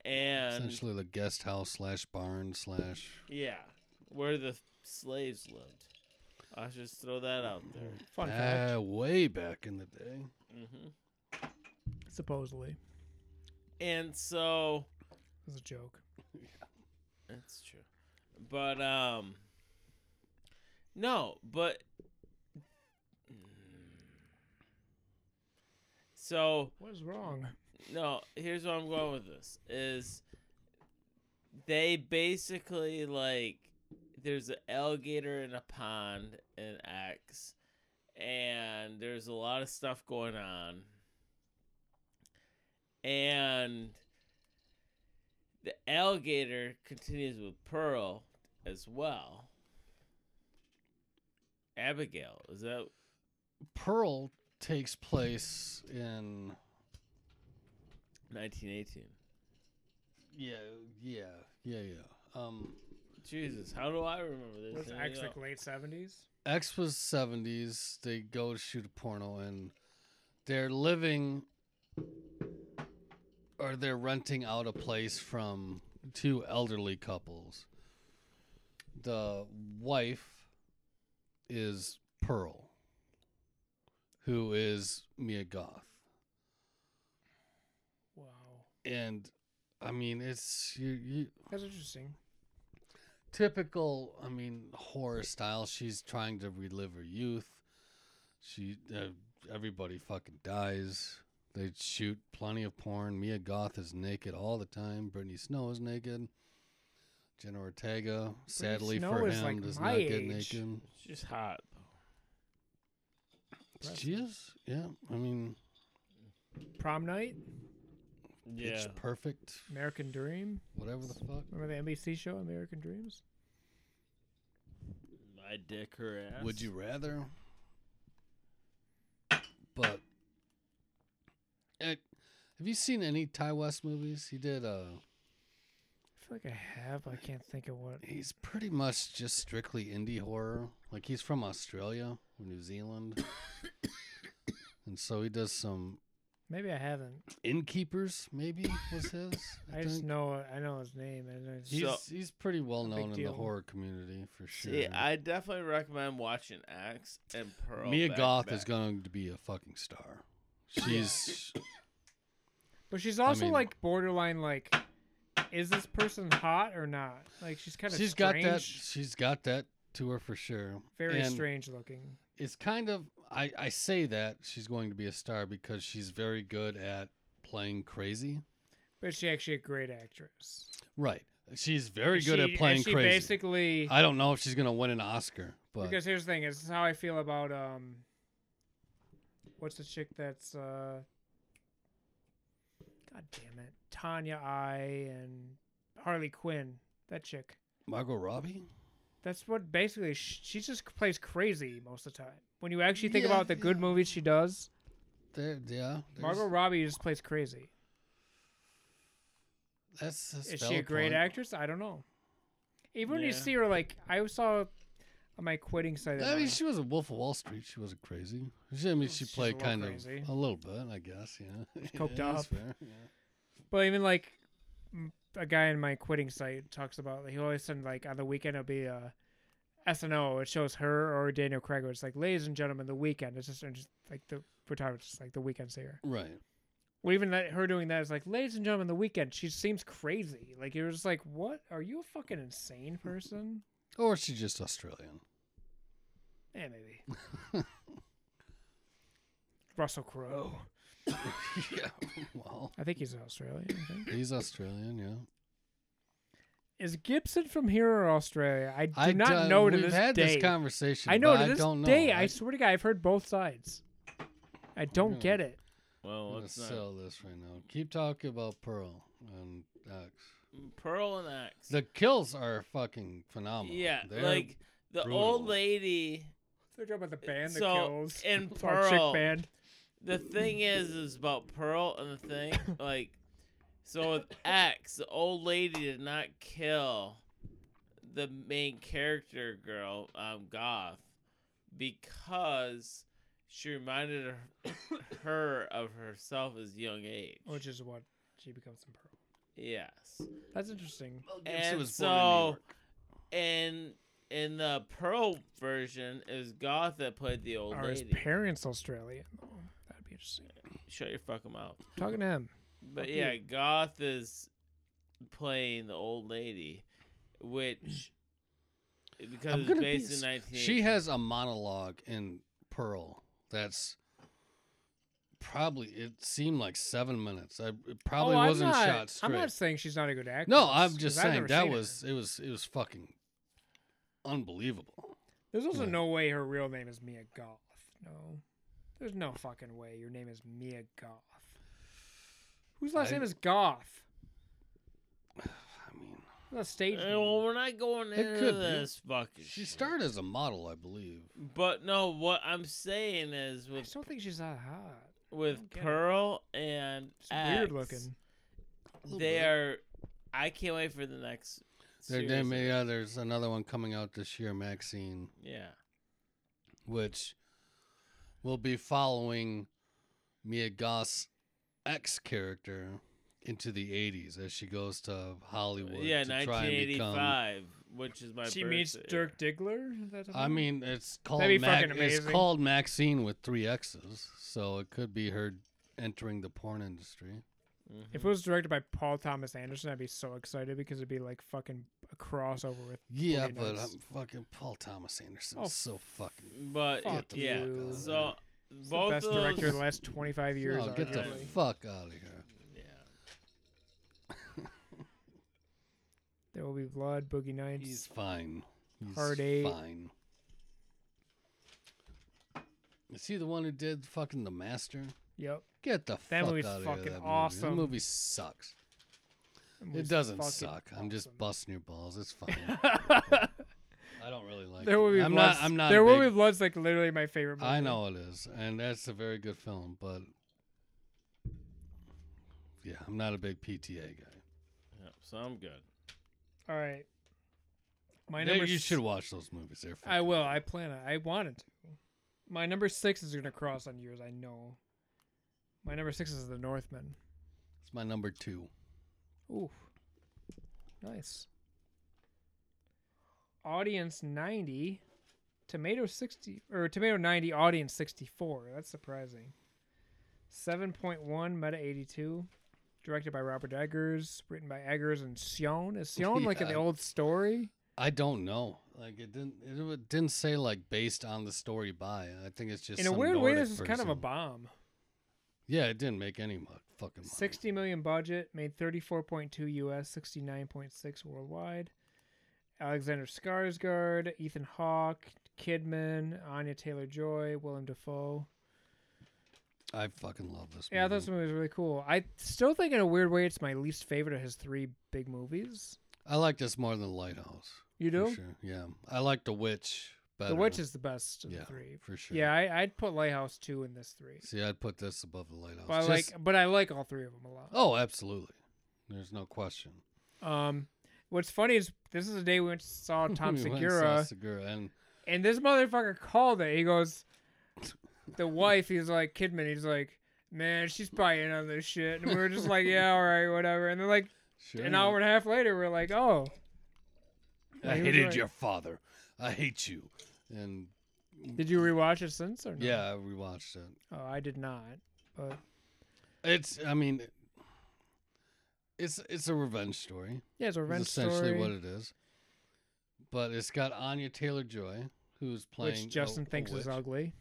[SPEAKER 1] and
[SPEAKER 2] Essentially, the guest house slash barn slash.
[SPEAKER 1] yeah, where the slaves lived. I should just throw that out there.
[SPEAKER 3] Fun fact.
[SPEAKER 2] Uh, way back in the day.
[SPEAKER 1] hmm
[SPEAKER 3] Supposedly,
[SPEAKER 1] And so
[SPEAKER 3] it's a joke.
[SPEAKER 1] that's true, but um, no, but mm. so
[SPEAKER 3] What is wrong?
[SPEAKER 1] No, here's where I'm going with this is they basically like there's an alligator in a pond in X and there's a lot of stuff going on. And the alligator continues with Pearl as well. Abigail, is that
[SPEAKER 2] Pearl takes place in
[SPEAKER 1] 1918?
[SPEAKER 2] Yeah, yeah, yeah, yeah. Um,
[SPEAKER 1] Jesus, how do I remember this?
[SPEAKER 3] Was
[SPEAKER 1] There
[SPEAKER 3] X
[SPEAKER 1] you
[SPEAKER 3] like
[SPEAKER 1] go.
[SPEAKER 3] late seventies?
[SPEAKER 2] X was 70s. They go to shoot a porno and they're living or they're renting out a place from two elderly couples. The wife is Pearl, who is Mia Goth.
[SPEAKER 3] Wow,
[SPEAKER 2] And I mean, it's you, you
[SPEAKER 3] that's interesting.
[SPEAKER 2] typical i mean horror style she's trying to relive her youth she uh, everybody fucking dies they shoot plenty of porn mia goth is naked all the time brittany snow is naked jenna ortega sadly
[SPEAKER 3] Snow
[SPEAKER 2] for
[SPEAKER 3] is,
[SPEAKER 2] him
[SPEAKER 3] like,
[SPEAKER 2] does
[SPEAKER 3] my
[SPEAKER 2] not get
[SPEAKER 3] age.
[SPEAKER 2] naked
[SPEAKER 1] She's hot.
[SPEAKER 2] she is yeah i mean
[SPEAKER 3] Prom night,
[SPEAKER 1] Yeah.
[SPEAKER 2] it's perfect
[SPEAKER 3] American Dream.
[SPEAKER 2] whatever the fuck
[SPEAKER 3] Remember the NBC show American Dreams?
[SPEAKER 1] I dick her ass.
[SPEAKER 2] would you rather but it, have you seen any ty west movies he did uh
[SPEAKER 3] I feel like I have. but I can't think of what.
[SPEAKER 2] He's pretty much just strictly indie horror. Like he's from Australia or New Zealand. and so he does some
[SPEAKER 3] Maybe I haven't.
[SPEAKER 2] innkeepers maybe was his.
[SPEAKER 3] I just
[SPEAKER 2] think.
[SPEAKER 3] know. I know his name. I know his-
[SPEAKER 1] He-
[SPEAKER 2] he's
[SPEAKER 1] So-
[SPEAKER 2] he's pretty well known in the
[SPEAKER 3] deal.
[SPEAKER 2] horror community for sure.
[SPEAKER 1] See, I definitely recommend watching X and Pearl.
[SPEAKER 2] Mia
[SPEAKER 1] back to
[SPEAKER 2] Goth is
[SPEAKER 1] back.
[SPEAKER 2] going to be a fucking star. She's
[SPEAKER 3] but she's also
[SPEAKER 2] mean-
[SPEAKER 3] like borderline. Like, is this person hot or not? Like, she's kind of
[SPEAKER 2] she's got
[SPEAKER 3] strange,
[SPEAKER 2] that she's got that to her for sure.
[SPEAKER 3] very
[SPEAKER 2] And-
[SPEAKER 3] strange looking.
[SPEAKER 2] it's kind of I, I say that she's going to be a star because she's very good at playing crazy.
[SPEAKER 3] But she actually a great actress.
[SPEAKER 2] Right. She's very good
[SPEAKER 3] She-
[SPEAKER 2] at playing
[SPEAKER 3] she
[SPEAKER 2] crazy.
[SPEAKER 3] Basically,
[SPEAKER 2] I don't know if she's gonna win an Oscar, but
[SPEAKER 3] because here's the thing: is how I feel about um, what's the chick that's uh, God damn it, Tanya I and Harley Quinn. That chick.
[SPEAKER 2] Margot Robbie.
[SPEAKER 3] That's what basically sh- she just plays crazy most of the time. When you actually think
[SPEAKER 2] Yeah,
[SPEAKER 3] about the good
[SPEAKER 2] yeah.
[SPEAKER 3] movies she does,
[SPEAKER 2] There, yeah. there's-
[SPEAKER 3] Margot Robbie just plays crazy.
[SPEAKER 2] That's, that's
[SPEAKER 3] Is she a
[SPEAKER 2] valid
[SPEAKER 3] great
[SPEAKER 2] point.
[SPEAKER 3] actress? I don't know. Even when you
[SPEAKER 1] Yeah.
[SPEAKER 3] see her, like I saw on my quitting site. of
[SPEAKER 2] I mean,
[SPEAKER 3] mine.
[SPEAKER 2] she was a Wolf of Wall Street. She wasn't crazy. She, I mean, she
[SPEAKER 3] Oh, She's a
[SPEAKER 2] played
[SPEAKER 3] little
[SPEAKER 2] kind
[SPEAKER 3] crazy.
[SPEAKER 2] of a little bit, I guess. Yeah,
[SPEAKER 3] coked
[SPEAKER 2] Yeah, that's
[SPEAKER 3] up.
[SPEAKER 2] fair, yeah.
[SPEAKER 3] But even like m- a guy in my quitting site talks about he always send like on the weekend it'll be uh, a SNO. It shows her or Daniel Craig. Where it's like, ladies and gentlemen, the weekend. It's just, it's just like the we're talking about just like the weekend singer.
[SPEAKER 2] Right.
[SPEAKER 3] Well, even that her doing that is like, ladies and gentlemen, the weekend. She seems crazy. Like you're just like, what? Are you a fucking insane person?
[SPEAKER 2] Or she's just Australian.
[SPEAKER 3] Yeah, Eh, maybe. Russell Crowe.
[SPEAKER 2] yeah. Well,
[SPEAKER 3] I think he's Australian. I think.
[SPEAKER 2] he's Australian. Yeah.
[SPEAKER 3] Is Gibson from here or Australia? I do
[SPEAKER 2] I
[SPEAKER 3] not
[SPEAKER 2] d-
[SPEAKER 3] know to
[SPEAKER 2] We've
[SPEAKER 3] this
[SPEAKER 2] had
[SPEAKER 3] day.
[SPEAKER 2] this conversation.
[SPEAKER 3] I know
[SPEAKER 2] but
[SPEAKER 3] to
[SPEAKER 2] I
[SPEAKER 3] this
[SPEAKER 2] don't know.
[SPEAKER 3] day. I,
[SPEAKER 2] I
[SPEAKER 3] swear to God, I've heard both sides. I don't
[SPEAKER 2] gonna-
[SPEAKER 3] get it.
[SPEAKER 2] am
[SPEAKER 1] Well,
[SPEAKER 2] gonna
[SPEAKER 1] let's not.
[SPEAKER 2] sell this right now. Keep talking about Pearl and X.
[SPEAKER 1] Pearl and X.
[SPEAKER 2] The kills are fucking phenomenal.
[SPEAKER 1] yeah,
[SPEAKER 2] They're-
[SPEAKER 1] like the
[SPEAKER 2] brutal.
[SPEAKER 1] old lady
[SPEAKER 3] They're talking about the band that
[SPEAKER 1] So,
[SPEAKER 3] kills.
[SPEAKER 1] and
[SPEAKER 3] Our chick
[SPEAKER 1] Pearl.
[SPEAKER 3] band.
[SPEAKER 1] the thing is is about Pearl and the thing like so with X, the old lady did not kill the main character girl, um, Goth, because she reminded her, her of herself as young age.
[SPEAKER 3] Which is what she becomes in Pearl.
[SPEAKER 1] Yes.
[SPEAKER 3] That's interesting.
[SPEAKER 2] Gibson
[SPEAKER 1] And
[SPEAKER 2] was born in New
[SPEAKER 1] so-
[SPEAKER 2] York.
[SPEAKER 1] And in the Pearl version, it was Goth that played the old
[SPEAKER 3] Are his
[SPEAKER 1] lady.
[SPEAKER 3] parents Australian? though? That'd be interesting.
[SPEAKER 1] Shut your fucking mouth.
[SPEAKER 3] Talking to him.
[SPEAKER 1] But
[SPEAKER 3] Fuck
[SPEAKER 1] yeah, Goth is playing the old lady, which because
[SPEAKER 3] Mm.
[SPEAKER 2] I'm
[SPEAKER 1] it's
[SPEAKER 2] gonna be
[SPEAKER 1] based
[SPEAKER 2] s-
[SPEAKER 1] in 19.
[SPEAKER 2] She has a monologue in Pearl that's probably it seemed like seven minutes. I it probably
[SPEAKER 3] Oh, I'm
[SPEAKER 2] wasn't
[SPEAKER 3] not-
[SPEAKER 2] shot straight.
[SPEAKER 3] I'm not saying she's not a good actress.
[SPEAKER 2] no, I'm
[SPEAKER 3] 'cause
[SPEAKER 2] just
[SPEAKER 3] I've
[SPEAKER 2] saying
[SPEAKER 3] never
[SPEAKER 2] that
[SPEAKER 3] seen her.
[SPEAKER 2] was it was it was fucking unbelievable.
[SPEAKER 3] There's also
[SPEAKER 2] Yeah.
[SPEAKER 3] no way her real name is Mia Goth. No, there's no fucking way your name is Mia Goth. Whose last
[SPEAKER 2] I-
[SPEAKER 3] name is Goth?
[SPEAKER 2] I mean,
[SPEAKER 3] The stage
[SPEAKER 1] Eh,
[SPEAKER 3] name.
[SPEAKER 1] well, we're not going
[SPEAKER 2] It
[SPEAKER 1] into
[SPEAKER 2] could be.
[SPEAKER 1] this fucking.
[SPEAKER 2] she
[SPEAKER 1] shit.
[SPEAKER 2] started as a model, I believe.
[SPEAKER 1] But no, what I'm saying is
[SPEAKER 3] I
[SPEAKER 1] with
[SPEAKER 3] just don't think she's that hot.
[SPEAKER 1] with
[SPEAKER 3] don't get it.
[SPEAKER 1] Pearl and
[SPEAKER 3] She's
[SPEAKER 1] X,
[SPEAKER 3] weird looking.
[SPEAKER 2] A little
[SPEAKER 1] They
[SPEAKER 2] bit.
[SPEAKER 1] are I can't wait for the next.
[SPEAKER 2] There,
[SPEAKER 1] series.
[SPEAKER 2] there may- yeah, there's another one coming out this year, Maxine,
[SPEAKER 1] Yeah.
[SPEAKER 2] which will be following Mia Goth's ex character into the 80s as she goes to Hollywood.
[SPEAKER 1] yeah,
[SPEAKER 2] to try and become.
[SPEAKER 1] 1985, which is my.
[SPEAKER 3] she meets
[SPEAKER 1] birthday.
[SPEAKER 3] Dirk Diggler. Is that his
[SPEAKER 2] I
[SPEAKER 3] name?
[SPEAKER 2] mean, it's called
[SPEAKER 3] be
[SPEAKER 2] Mac-
[SPEAKER 3] fucking
[SPEAKER 2] it's
[SPEAKER 3] amazing.
[SPEAKER 2] called Maxine with three X's, so it could be her entering the porn industry.
[SPEAKER 1] Mhm.
[SPEAKER 3] if it was directed by Paul Thomas Anderson, I'd be so excited because it'd be like fucking a crossover with.
[SPEAKER 2] Yeah,
[SPEAKER 3] Pretty
[SPEAKER 2] but
[SPEAKER 3] nice.
[SPEAKER 2] I'm fucking Paul Thomas Anderson.
[SPEAKER 3] Oh,
[SPEAKER 2] is so fucking.
[SPEAKER 1] But
[SPEAKER 3] Fuck
[SPEAKER 1] yeah,
[SPEAKER 3] you.
[SPEAKER 1] so
[SPEAKER 3] He's the
[SPEAKER 1] both
[SPEAKER 3] best
[SPEAKER 1] of
[SPEAKER 3] director
[SPEAKER 1] those-
[SPEAKER 3] of the last 25 years.
[SPEAKER 2] No, Oh, get the
[SPEAKER 3] arguably.
[SPEAKER 2] fuck out of here.
[SPEAKER 1] Yeah.
[SPEAKER 3] there will be blood, boogie nights.
[SPEAKER 2] He's fine. He's
[SPEAKER 3] Hard eight.
[SPEAKER 2] fine. Is he the one who did fucking The Master?
[SPEAKER 3] yep.
[SPEAKER 2] Get the
[SPEAKER 3] That
[SPEAKER 2] fuck
[SPEAKER 3] movie's
[SPEAKER 2] out of
[SPEAKER 3] fucking
[SPEAKER 2] here. That movie.
[SPEAKER 3] awesome.
[SPEAKER 2] That movie sucks.
[SPEAKER 3] That
[SPEAKER 2] It
[SPEAKER 3] movie's
[SPEAKER 2] doesn't
[SPEAKER 3] fucking
[SPEAKER 2] suck. I'm just
[SPEAKER 3] awesome.
[SPEAKER 2] busting your balls. It's fine. I don't really like
[SPEAKER 3] There
[SPEAKER 2] it.
[SPEAKER 3] will be
[SPEAKER 2] I'm
[SPEAKER 3] blood.
[SPEAKER 2] not. I'm not. a
[SPEAKER 3] There will
[SPEAKER 2] big
[SPEAKER 3] be blood's like literally my favorite. Movie.
[SPEAKER 2] I know it is, and that's a very good film, but yeah, I'm not a big PTA guy.
[SPEAKER 1] yeah. So I'm good.
[SPEAKER 3] All right. My
[SPEAKER 2] They-
[SPEAKER 3] number.
[SPEAKER 2] you
[SPEAKER 3] s-
[SPEAKER 2] should watch those movies. They're
[SPEAKER 3] I
[SPEAKER 2] fucking-
[SPEAKER 3] will. I plan on. I wanted to. My number six is gonna cross on yours. I know. My number six is The Northman.
[SPEAKER 2] It's my number two.
[SPEAKER 3] Ooh, nice. Audience ninety, tomato sixty or tomato ninety, audience sixty four. That's surprising. Seven point one, meta eighty two, directed by Robert Eggers, written by Eggers and Sion. Is Sion like in the
[SPEAKER 2] Yeah.
[SPEAKER 3] old story?
[SPEAKER 2] I don't know. Like it didn't. It wa- didn't say like based on the story by. I think it's just
[SPEAKER 3] in a
[SPEAKER 2] some
[SPEAKER 3] weird way,
[SPEAKER 2] Nordic
[SPEAKER 3] this is kind of a
[SPEAKER 2] person.
[SPEAKER 3] bomb.
[SPEAKER 2] Yeah, it didn't make any mo- fucking money.
[SPEAKER 3] Sixty million budget, made thirty four point two U.S., sixty nine point six worldwide. Alexander Skarsgård, Ethan Hawke, Kidman, Anya Taylor Joy, Willem Dafoe.
[SPEAKER 2] I fucking love this.
[SPEAKER 3] Yeah, I thought
[SPEAKER 2] movie.
[SPEAKER 3] this movie was really cool. I still think, in a weird way, it's my least favorite of his three big movies.
[SPEAKER 2] I like this more than Lighthouse.
[SPEAKER 3] You
[SPEAKER 2] for
[SPEAKER 3] do?
[SPEAKER 2] sure. Yeah, I like The Witch better.
[SPEAKER 3] The Witch is the best of
[SPEAKER 2] yeah
[SPEAKER 3] the three.
[SPEAKER 2] for sure.
[SPEAKER 3] Yeah, I, I'd put Lighthouse two in this three.
[SPEAKER 2] See, I'd put this above the Lighthouse.
[SPEAKER 3] But I
[SPEAKER 2] Just-
[SPEAKER 3] like, but I like all three of them a lot.
[SPEAKER 2] Oh, absolutely. There's no question.
[SPEAKER 3] Um, what's funny is this is the day we went to saw Tom
[SPEAKER 2] We went and saw
[SPEAKER 3] Segura.
[SPEAKER 2] Segura, and
[SPEAKER 3] And this motherfucker called it. He goes, the wife. He's like Kidman. He's like, man, she's probably in on this shit. And we were just like, yeah, all right, whatever. And then like
[SPEAKER 2] sure
[SPEAKER 3] an hour and a half later, we're like, oh,
[SPEAKER 2] I
[SPEAKER 3] he was
[SPEAKER 2] hated
[SPEAKER 3] right.
[SPEAKER 2] your father. I hate you. And
[SPEAKER 3] did you rewatch it since or no?
[SPEAKER 2] yeah, I rewatched it.
[SPEAKER 3] Oh, I did not. But
[SPEAKER 2] It's. I mean, it's it's a revenge story.
[SPEAKER 3] yeah, it's a
[SPEAKER 2] is
[SPEAKER 3] revenge
[SPEAKER 2] essentially
[SPEAKER 3] story.
[SPEAKER 2] what it is. But it's got Anya Taylor Joy, who's playing
[SPEAKER 3] which Justin
[SPEAKER 2] a,
[SPEAKER 3] thinks
[SPEAKER 2] a
[SPEAKER 3] is
[SPEAKER 2] witch.
[SPEAKER 3] ugly.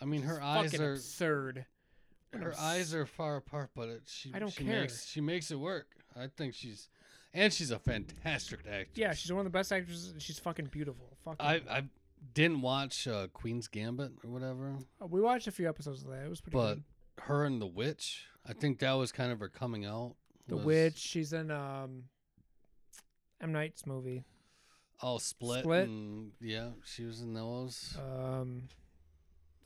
[SPEAKER 2] I mean, her
[SPEAKER 3] It's
[SPEAKER 2] eyes
[SPEAKER 3] fucking
[SPEAKER 2] are
[SPEAKER 3] absurd. What
[SPEAKER 2] her
[SPEAKER 3] abs-
[SPEAKER 2] eyes are far apart, but it, she
[SPEAKER 3] I don't
[SPEAKER 2] she
[SPEAKER 3] care.
[SPEAKER 2] makes she makes it work. I think she's and she's a fantastic actress.
[SPEAKER 3] Yeah, she's one of the best actresses. and She's fucking beautiful. Fuck.
[SPEAKER 2] I I didn't watch uh, Queen's Gambit or whatever,
[SPEAKER 3] Oh, we watched a few episodes of that. It was pretty
[SPEAKER 2] but
[SPEAKER 3] good.
[SPEAKER 2] her and the witch, I think that was kind of her coming out.
[SPEAKER 3] The
[SPEAKER 2] was-
[SPEAKER 3] Witch. She's in um, M Night's movie.
[SPEAKER 2] oh split,
[SPEAKER 3] Split.
[SPEAKER 2] and- yeah, she was in those.
[SPEAKER 3] Um,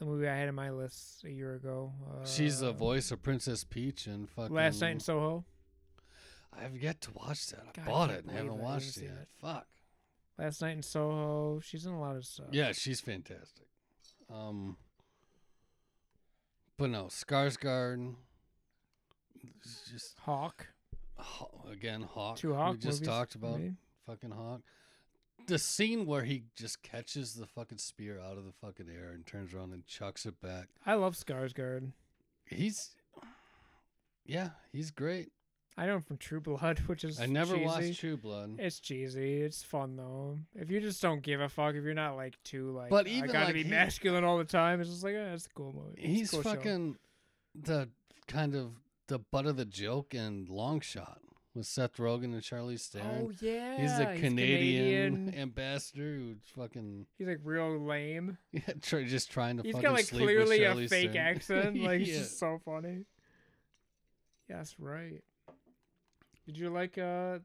[SPEAKER 3] the movie I had on my list a year ago. Uh,
[SPEAKER 2] she's the voice of Princess Peach and fucking.
[SPEAKER 3] Last night in Soho.
[SPEAKER 2] I've yet to watch that. I
[SPEAKER 3] God, I
[SPEAKER 2] bought it
[SPEAKER 3] can't
[SPEAKER 2] and
[SPEAKER 3] believe
[SPEAKER 2] haven't
[SPEAKER 3] I haven't
[SPEAKER 2] watched it
[SPEAKER 3] seen
[SPEAKER 2] yet.
[SPEAKER 3] it.
[SPEAKER 2] Fuck.
[SPEAKER 3] Last night in Soho. She's in a lot of stuff.
[SPEAKER 2] Yeah, she's fantastic. Um, but no, Skarsgård. it's Just
[SPEAKER 3] Hawk.
[SPEAKER 2] Haw- again, Hawk.
[SPEAKER 3] Two Hawk.
[SPEAKER 2] We just
[SPEAKER 3] movies
[SPEAKER 2] talked about
[SPEAKER 3] made.
[SPEAKER 2] fucking Hawk. The scene where he just catches the fucking spear out of the fucking air and turns around and chucks it back.
[SPEAKER 3] I love Skarsgård.
[SPEAKER 2] He's, yeah, he's great.
[SPEAKER 3] I know him from True Blood, which is
[SPEAKER 2] I never
[SPEAKER 3] cheesy.
[SPEAKER 2] watched True Blood,
[SPEAKER 3] It's cheesy. It's fun though. If you just don't give a fuck, if you're not like too like,
[SPEAKER 2] But
[SPEAKER 3] I
[SPEAKER 2] even,
[SPEAKER 3] gotta
[SPEAKER 2] like,
[SPEAKER 3] be
[SPEAKER 2] he-
[SPEAKER 3] masculine all the time. It's just like, eh, it's a cool movie. It's a
[SPEAKER 2] he's
[SPEAKER 3] cool show.
[SPEAKER 2] fucking the kind of the butt of the joke and long shot with Seth Rogen and Charlize Theron.
[SPEAKER 3] Oh yeah,
[SPEAKER 2] He's the Canadian,
[SPEAKER 3] Canadian.
[SPEAKER 2] ambassador who's fucking
[SPEAKER 3] He's like real lame.
[SPEAKER 2] yeah, try, just trying to.
[SPEAKER 3] He's
[SPEAKER 2] fucking
[SPEAKER 3] got like
[SPEAKER 2] sleep with
[SPEAKER 3] clearly a
[SPEAKER 2] Charlize
[SPEAKER 3] fake
[SPEAKER 2] Theron.
[SPEAKER 3] accent. Like it's
[SPEAKER 2] Yeah.
[SPEAKER 3] just so funny. Yes, right. Did you like uh?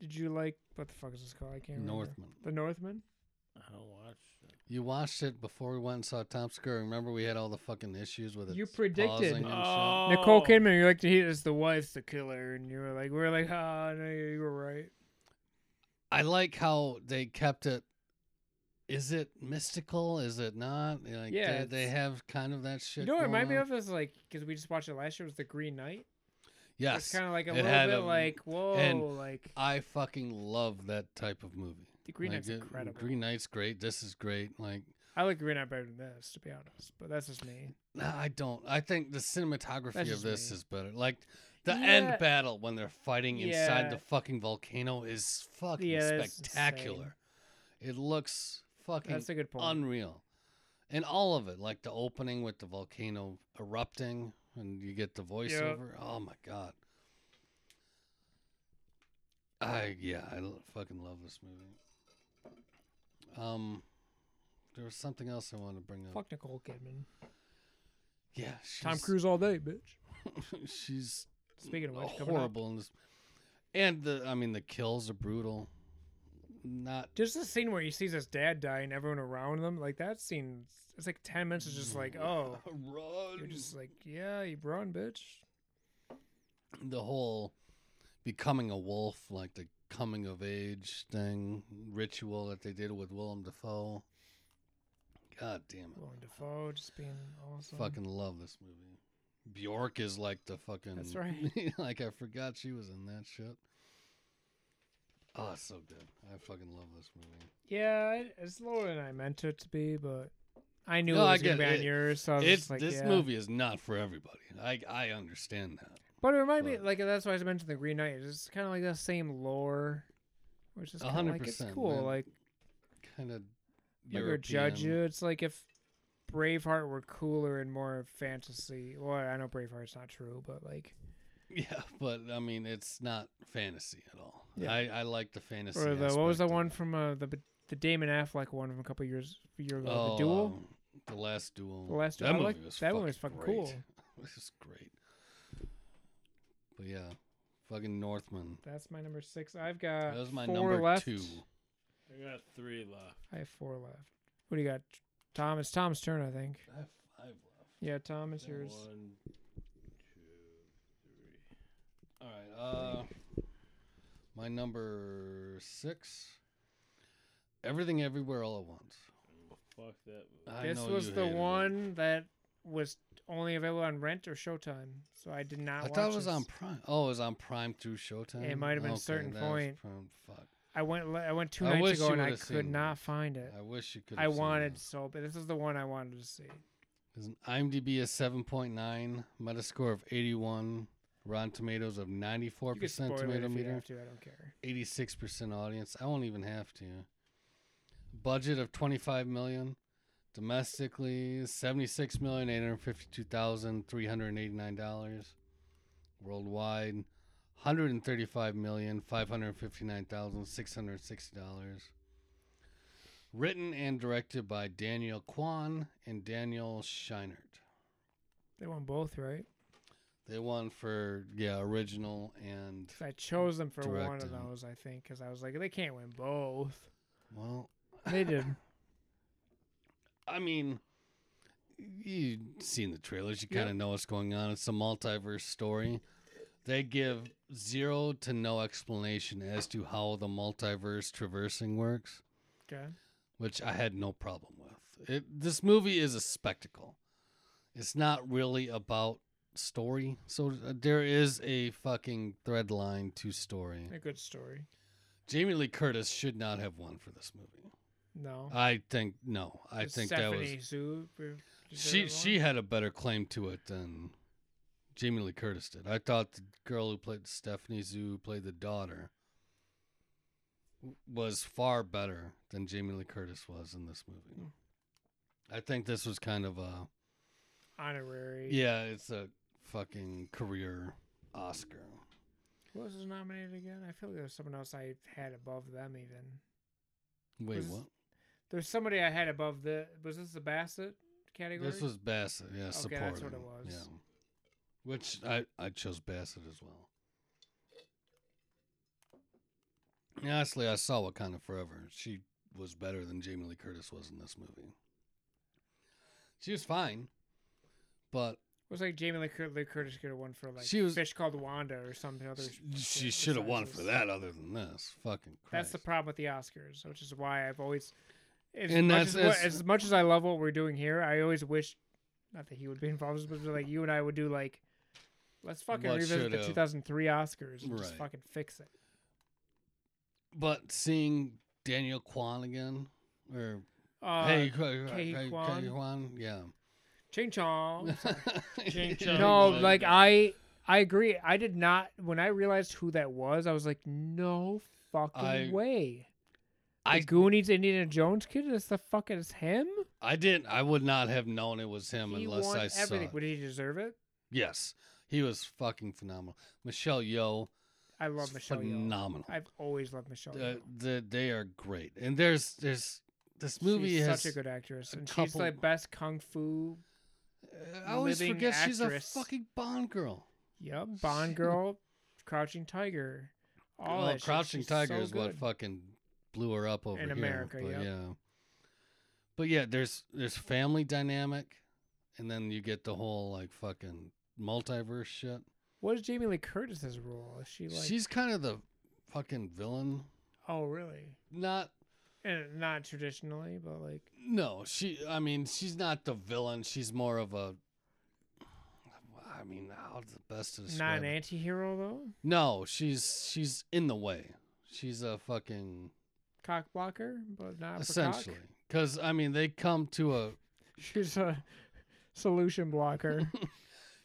[SPEAKER 3] Did you like what the fuck is this called? I can't remember.
[SPEAKER 2] Northman.
[SPEAKER 3] The Northman.
[SPEAKER 1] I don't watch. it.
[SPEAKER 2] You watched it before we went and saw Top Secret. Remember, we had all the fucking issues with it.
[SPEAKER 3] You predicted. Oh.
[SPEAKER 2] pausing and shit?
[SPEAKER 1] Oh.
[SPEAKER 3] Nicole Kidman, you're like, he's the wife's the killer, and you were like, we are like, ah, no, you you were right.
[SPEAKER 2] I like how they kept it. Is it mystical? Is it not? Like,
[SPEAKER 3] Yeah,
[SPEAKER 2] they, they
[SPEAKER 3] it's-
[SPEAKER 2] have kind of that shit.
[SPEAKER 3] you know what it
[SPEAKER 2] going
[SPEAKER 3] reminded me
[SPEAKER 2] on.
[SPEAKER 3] of is like because we just watched it last year was the Green Knight. It's
[SPEAKER 2] Yes,
[SPEAKER 3] kind of like a
[SPEAKER 2] it
[SPEAKER 3] little
[SPEAKER 2] had
[SPEAKER 3] bit
[SPEAKER 2] a-
[SPEAKER 3] like whoa,
[SPEAKER 2] and
[SPEAKER 3] like
[SPEAKER 2] I fucking love that type of movie.
[SPEAKER 3] the Green
[SPEAKER 2] Like,
[SPEAKER 3] Knight's
[SPEAKER 2] it-
[SPEAKER 3] incredible.
[SPEAKER 2] Green Knight's great. This is great. Like
[SPEAKER 3] I like Green Knight better than this, to be honest. But that's just me.
[SPEAKER 2] nah, I don't. I think the cinematography
[SPEAKER 3] That's
[SPEAKER 2] of
[SPEAKER 3] just
[SPEAKER 2] this
[SPEAKER 3] me.
[SPEAKER 2] is better. Like the
[SPEAKER 3] Yeah.
[SPEAKER 2] end battle when they're fighting
[SPEAKER 3] Yeah.
[SPEAKER 2] inside the fucking volcano is fucking
[SPEAKER 3] Yeah, that's insane.
[SPEAKER 2] spectacular. It looks fucking
[SPEAKER 3] That's a good point.
[SPEAKER 2] unreal and all of it like the opening with the volcano erupting and you get the voiceover oh my god i yeah i l- fucking love this movie um there was something else i wanted to bring up
[SPEAKER 3] Fuck Nicole Kidman.
[SPEAKER 2] yeah she's,
[SPEAKER 3] Tom Cruise all day, bitch.
[SPEAKER 2] she's
[SPEAKER 3] Speaking of which, coming up-
[SPEAKER 2] horrible in this and the i mean the kills are brutal not
[SPEAKER 3] Just the scene where he sees his dad die and everyone around them, like that scene, it's like 10 minutes is just
[SPEAKER 2] Mm.
[SPEAKER 3] like, oh,
[SPEAKER 2] run
[SPEAKER 3] you're just like, yeah, you run, bitch.
[SPEAKER 2] the whole becoming a wolf, like the coming of age thing, ritual that they did with Willem Dafoe. God damn it.
[SPEAKER 3] Willem Dafoe just being awesome.
[SPEAKER 2] Fucking love this movie. Bjork is like the fucking.
[SPEAKER 3] That's right.
[SPEAKER 2] like I forgot she was in that shit. Oh, it's so good. I fucking love this movie.
[SPEAKER 3] Yeah, it- it's lower than I meant it to be, but I knew
[SPEAKER 2] No,
[SPEAKER 3] it
[SPEAKER 2] I
[SPEAKER 3] was going to
[SPEAKER 2] get
[SPEAKER 3] be
[SPEAKER 2] it.
[SPEAKER 3] on yours, so I was
[SPEAKER 2] It's
[SPEAKER 3] just like,
[SPEAKER 2] this
[SPEAKER 3] yeah.
[SPEAKER 2] movie is not for everybody. I I understand that.
[SPEAKER 3] But it reminded me,
[SPEAKER 2] but-
[SPEAKER 3] like, that's why I mentioned the Green Knight. It's kind of like that same lore, which is
[SPEAKER 2] A
[SPEAKER 3] kind
[SPEAKER 2] hundred
[SPEAKER 3] of like, it's
[SPEAKER 2] percent,
[SPEAKER 3] cool.
[SPEAKER 2] man.
[SPEAKER 3] Like,
[SPEAKER 2] Kind of.
[SPEAKER 3] like or judge you. It's like if Braveheart were cooler and more fantasy. Well, I know Braveheart's not true, but like
[SPEAKER 2] Yeah, but I mean, it's not fantasy at all.
[SPEAKER 3] Yeah.
[SPEAKER 2] I, I like the fantasy.
[SPEAKER 3] or the what was
[SPEAKER 2] aspect
[SPEAKER 3] the
[SPEAKER 2] of
[SPEAKER 3] one
[SPEAKER 2] it.
[SPEAKER 3] from uh, the the Damon Affleck one from a couple years a year ago,
[SPEAKER 2] Oh,
[SPEAKER 3] the duel.
[SPEAKER 2] um, the last duel.
[SPEAKER 3] The Last Duel.
[SPEAKER 2] Oh, That
[SPEAKER 3] I
[SPEAKER 2] movie
[SPEAKER 3] like-
[SPEAKER 2] was
[SPEAKER 3] that
[SPEAKER 2] fucking
[SPEAKER 3] one was fucking
[SPEAKER 2] great.
[SPEAKER 3] cool.
[SPEAKER 2] This is great. But yeah, fucking Northman.
[SPEAKER 3] That's my number six. I've got
[SPEAKER 2] that was my
[SPEAKER 3] Uh, four
[SPEAKER 2] number
[SPEAKER 3] left.
[SPEAKER 2] two.
[SPEAKER 1] I got three left.
[SPEAKER 3] I have four left. What do you got, Tom? It's Tom's turn, I think.
[SPEAKER 2] I have five left.
[SPEAKER 3] Yeah, Tom, it's
[SPEAKER 1] Then
[SPEAKER 3] yours.
[SPEAKER 1] One, two, three.
[SPEAKER 2] All right. Uh, my number six. Everything, everywhere, all at once.
[SPEAKER 1] Oh, Fuck that movie.
[SPEAKER 2] I
[SPEAKER 3] this
[SPEAKER 2] know
[SPEAKER 3] was
[SPEAKER 2] you
[SPEAKER 3] the
[SPEAKER 2] hated it.
[SPEAKER 3] one that was only available on rent or Showtime, so I did not.
[SPEAKER 2] I
[SPEAKER 3] watch
[SPEAKER 2] thought it was
[SPEAKER 3] this.
[SPEAKER 2] on Prime. Oh, it was on Prime through Showtime.
[SPEAKER 3] It might have been
[SPEAKER 2] Okay,
[SPEAKER 3] certain
[SPEAKER 2] that was
[SPEAKER 3] point.
[SPEAKER 2] Prime. Fuck.
[SPEAKER 3] I went. I went two
[SPEAKER 2] I
[SPEAKER 3] nights
[SPEAKER 2] wish
[SPEAKER 3] ago
[SPEAKER 2] you
[SPEAKER 3] and I
[SPEAKER 2] would've
[SPEAKER 3] could
[SPEAKER 2] seen
[SPEAKER 3] not
[SPEAKER 2] this.
[SPEAKER 3] find it.
[SPEAKER 2] I wish you could.
[SPEAKER 3] I wanted so, but this is the one I wanted to see.
[SPEAKER 2] There's an IMDb of 7.9, Metascore of 81, Rotten Tomatoes of
[SPEAKER 3] You can
[SPEAKER 2] 94%
[SPEAKER 3] spoil it
[SPEAKER 2] tomato
[SPEAKER 3] if you
[SPEAKER 2] meter,
[SPEAKER 3] have to. I don't care.
[SPEAKER 2] 86% audience. I won't even have to. Budget of 25 million. Domestically, seventy-six million eight hundred fifty-two thousand three hundred eighty-nine dollars. Worldwide, one hundred and thirty-five million five hundred fifty-nine thousand six hundred sixty dollars. Written and directed by Daniel Kwan and Daniel Scheinert.
[SPEAKER 3] They won both, right?
[SPEAKER 2] They won for yeah, original and
[SPEAKER 3] 'Cause I chose them for one of
[SPEAKER 2] Directed.
[SPEAKER 3] those, I think, because I was like, they can't win both.
[SPEAKER 2] well,
[SPEAKER 3] They did.
[SPEAKER 2] I mean, you've seen the trailers. You
[SPEAKER 3] Yeah.
[SPEAKER 2] kind of know what's going on. It's a multiverse story. They give zero to no explanation as to how the multiverse traversing works,
[SPEAKER 3] okay.
[SPEAKER 2] which I had no problem with. It, this movie is a spectacle. It's not really about story. So uh, there is a fucking thread line to story.
[SPEAKER 3] A good story.
[SPEAKER 2] Jamie Lee Curtis should not have won for this movie.
[SPEAKER 3] No.
[SPEAKER 2] I think no. I
[SPEAKER 3] Does
[SPEAKER 2] think that was
[SPEAKER 3] Stephanie Sue re- deserve
[SPEAKER 2] she
[SPEAKER 3] one?
[SPEAKER 2] she had a better claim to it than Jamie Lee Curtis did. I thought the girl who played Stephanie Zhu, who played the daughter, w- was far better than Jamie Lee Curtis was in this movie.
[SPEAKER 3] Hmm.
[SPEAKER 2] I think this was kind of a
[SPEAKER 3] honorary.
[SPEAKER 2] yeah, it's a fucking career Oscar.
[SPEAKER 3] What was nominated again? I feel like there was someone else I had above them even.
[SPEAKER 2] Wait,
[SPEAKER 3] Was-
[SPEAKER 2] what?
[SPEAKER 3] There's somebody I had above the. Was this the Bassett category?
[SPEAKER 2] This was Bassett, yeah,
[SPEAKER 3] Okay,
[SPEAKER 2] supporting.
[SPEAKER 3] that's what it was.
[SPEAKER 2] Yeah. Which I, I chose Bassett as well. And honestly, I saw Wakanda Forever. She was better than Jamie Lee Curtis was in this movie. She was fine, but
[SPEAKER 3] was like Jamie Lee, Cur- Lee Curtis could have won for like
[SPEAKER 2] She was-
[SPEAKER 3] fish called Wanda or something other. shit
[SPEAKER 2] she should have won
[SPEAKER 3] besides
[SPEAKER 2] for
[SPEAKER 3] this.
[SPEAKER 2] that. Other than this, fucking.
[SPEAKER 3] That's the
[SPEAKER 2] Christ.
[SPEAKER 3] problem with the Oscars, which is why I've always, as,
[SPEAKER 2] And
[SPEAKER 3] much
[SPEAKER 2] that's-
[SPEAKER 3] as, what-
[SPEAKER 2] that's-
[SPEAKER 3] as much as I love what we're doing here, I always wish, not that he would be involved, but like you and I would do like, let's fucking
[SPEAKER 2] What
[SPEAKER 3] revisit the
[SPEAKER 2] should've.
[SPEAKER 3] 2003 Oscars and just
[SPEAKER 2] Right.
[SPEAKER 3] fucking fix it.
[SPEAKER 2] But seeing Daniel Kwan again, or
[SPEAKER 3] Uh,
[SPEAKER 2] hey,
[SPEAKER 3] hey,
[SPEAKER 2] K- K-
[SPEAKER 3] Kay
[SPEAKER 2] K-
[SPEAKER 3] Kwan? Oh,
[SPEAKER 2] Kwan, yeah.
[SPEAKER 3] Ching Chong.
[SPEAKER 2] Ching
[SPEAKER 4] Chong.
[SPEAKER 3] no,
[SPEAKER 4] Kwan.
[SPEAKER 3] like I, I agree. I did not when I realized who that was. I was like, no fucking
[SPEAKER 2] I-
[SPEAKER 3] way. The
[SPEAKER 2] I-
[SPEAKER 3] Goonies Indiana Jones kid. That's the fucking it's him.
[SPEAKER 2] I didn't. I would not have known it was him
[SPEAKER 3] he
[SPEAKER 2] unless
[SPEAKER 3] won
[SPEAKER 2] I saw.
[SPEAKER 3] everything.
[SPEAKER 2] it.
[SPEAKER 3] Would he deserve it?
[SPEAKER 2] Yes, he was fucking phenomenal. Michelle Yeoh,
[SPEAKER 3] I love
[SPEAKER 2] is
[SPEAKER 3] Michelle. Yeoh.
[SPEAKER 2] phenomenal.
[SPEAKER 3] I've always loved Michelle.
[SPEAKER 2] Uh,
[SPEAKER 3] Yeoh.
[SPEAKER 2] the, they are great, and there's there's this movie
[SPEAKER 3] she's
[SPEAKER 2] has.
[SPEAKER 3] such a good actress,
[SPEAKER 2] a
[SPEAKER 3] and she's
[SPEAKER 2] couple-
[SPEAKER 3] like best kung fu.
[SPEAKER 2] I always
[SPEAKER 3] living
[SPEAKER 2] forget
[SPEAKER 3] actress.
[SPEAKER 2] she's a fucking Bond girl.
[SPEAKER 3] Yep, Bond girl, Crouching Tiger, all
[SPEAKER 2] well,
[SPEAKER 3] that. shit.
[SPEAKER 2] Oh, Crouching
[SPEAKER 3] She's
[SPEAKER 2] Tiger
[SPEAKER 3] so
[SPEAKER 2] is what
[SPEAKER 3] good.
[SPEAKER 2] fucking blew her up over
[SPEAKER 3] In
[SPEAKER 2] here.
[SPEAKER 3] America,
[SPEAKER 2] but
[SPEAKER 3] yep.
[SPEAKER 2] yeah. But yeah, there's there's family dynamic, and then you get the whole like fucking multiverse shit.
[SPEAKER 3] What is Jamie Lee Curtis's role? Is she like?
[SPEAKER 2] She's kind of the fucking villain.
[SPEAKER 3] oh really?
[SPEAKER 2] Not
[SPEAKER 3] And not traditionally, but like
[SPEAKER 2] no, she. I mean, she's not the villain. She's more of a. I mean, how's the best to
[SPEAKER 3] not
[SPEAKER 2] describe?
[SPEAKER 3] an
[SPEAKER 2] it?
[SPEAKER 3] anti-hero though.
[SPEAKER 2] No, she's she's in the way. She's a fucking
[SPEAKER 3] Cock blocker, but not
[SPEAKER 2] essentially
[SPEAKER 3] For cock.
[SPEAKER 2] because I mean they come to a
[SPEAKER 3] She's a solution blocker.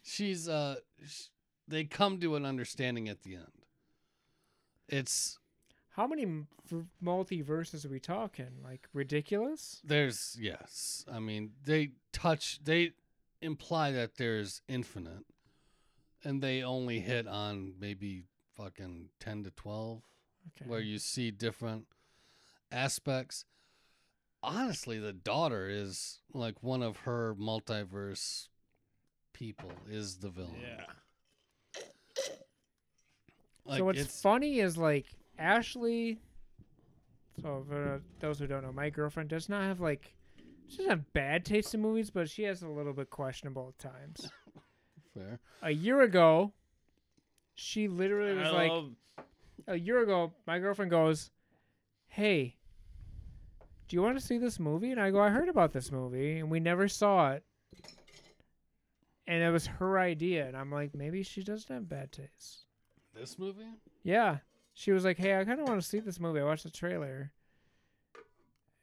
[SPEAKER 2] she's uh sh- they come to an understanding at the end. It's
[SPEAKER 3] How many m- v- multiverses are we talking? Like ridiculous?
[SPEAKER 2] there's yes, I mean they touch they imply that there's infinite, and they only hit on maybe fucking ten to twelve.
[SPEAKER 3] Okay.
[SPEAKER 2] where you see different aspects. Honestly, the daughter is like one of her multiverse people is the villain.
[SPEAKER 1] Yeah.
[SPEAKER 2] Like,
[SPEAKER 3] so what's
[SPEAKER 2] it's
[SPEAKER 3] funny is like Ashley. So for those who don't know, my girlfriend does not have like she doesn't have bad taste in movies, but she has a little bit questionable at times.
[SPEAKER 2] fair.
[SPEAKER 3] a year ago, she literally was
[SPEAKER 1] I
[SPEAKER 3] like,
[SPEAKER 1] love-
[SPEAKER 3] a year ago, my girlfriend goes, "Hey, do you want to see this movie?" And I go, "I heard about this movie, and we never saw it." And it was her idea, and I'm like, maybe she doesn't have bad taste.
[SPEAKER 2] This movie?
[SPEAKER 3] Yeah. She was like, Hey, I kinda wanna see this movie. I watched the trailer.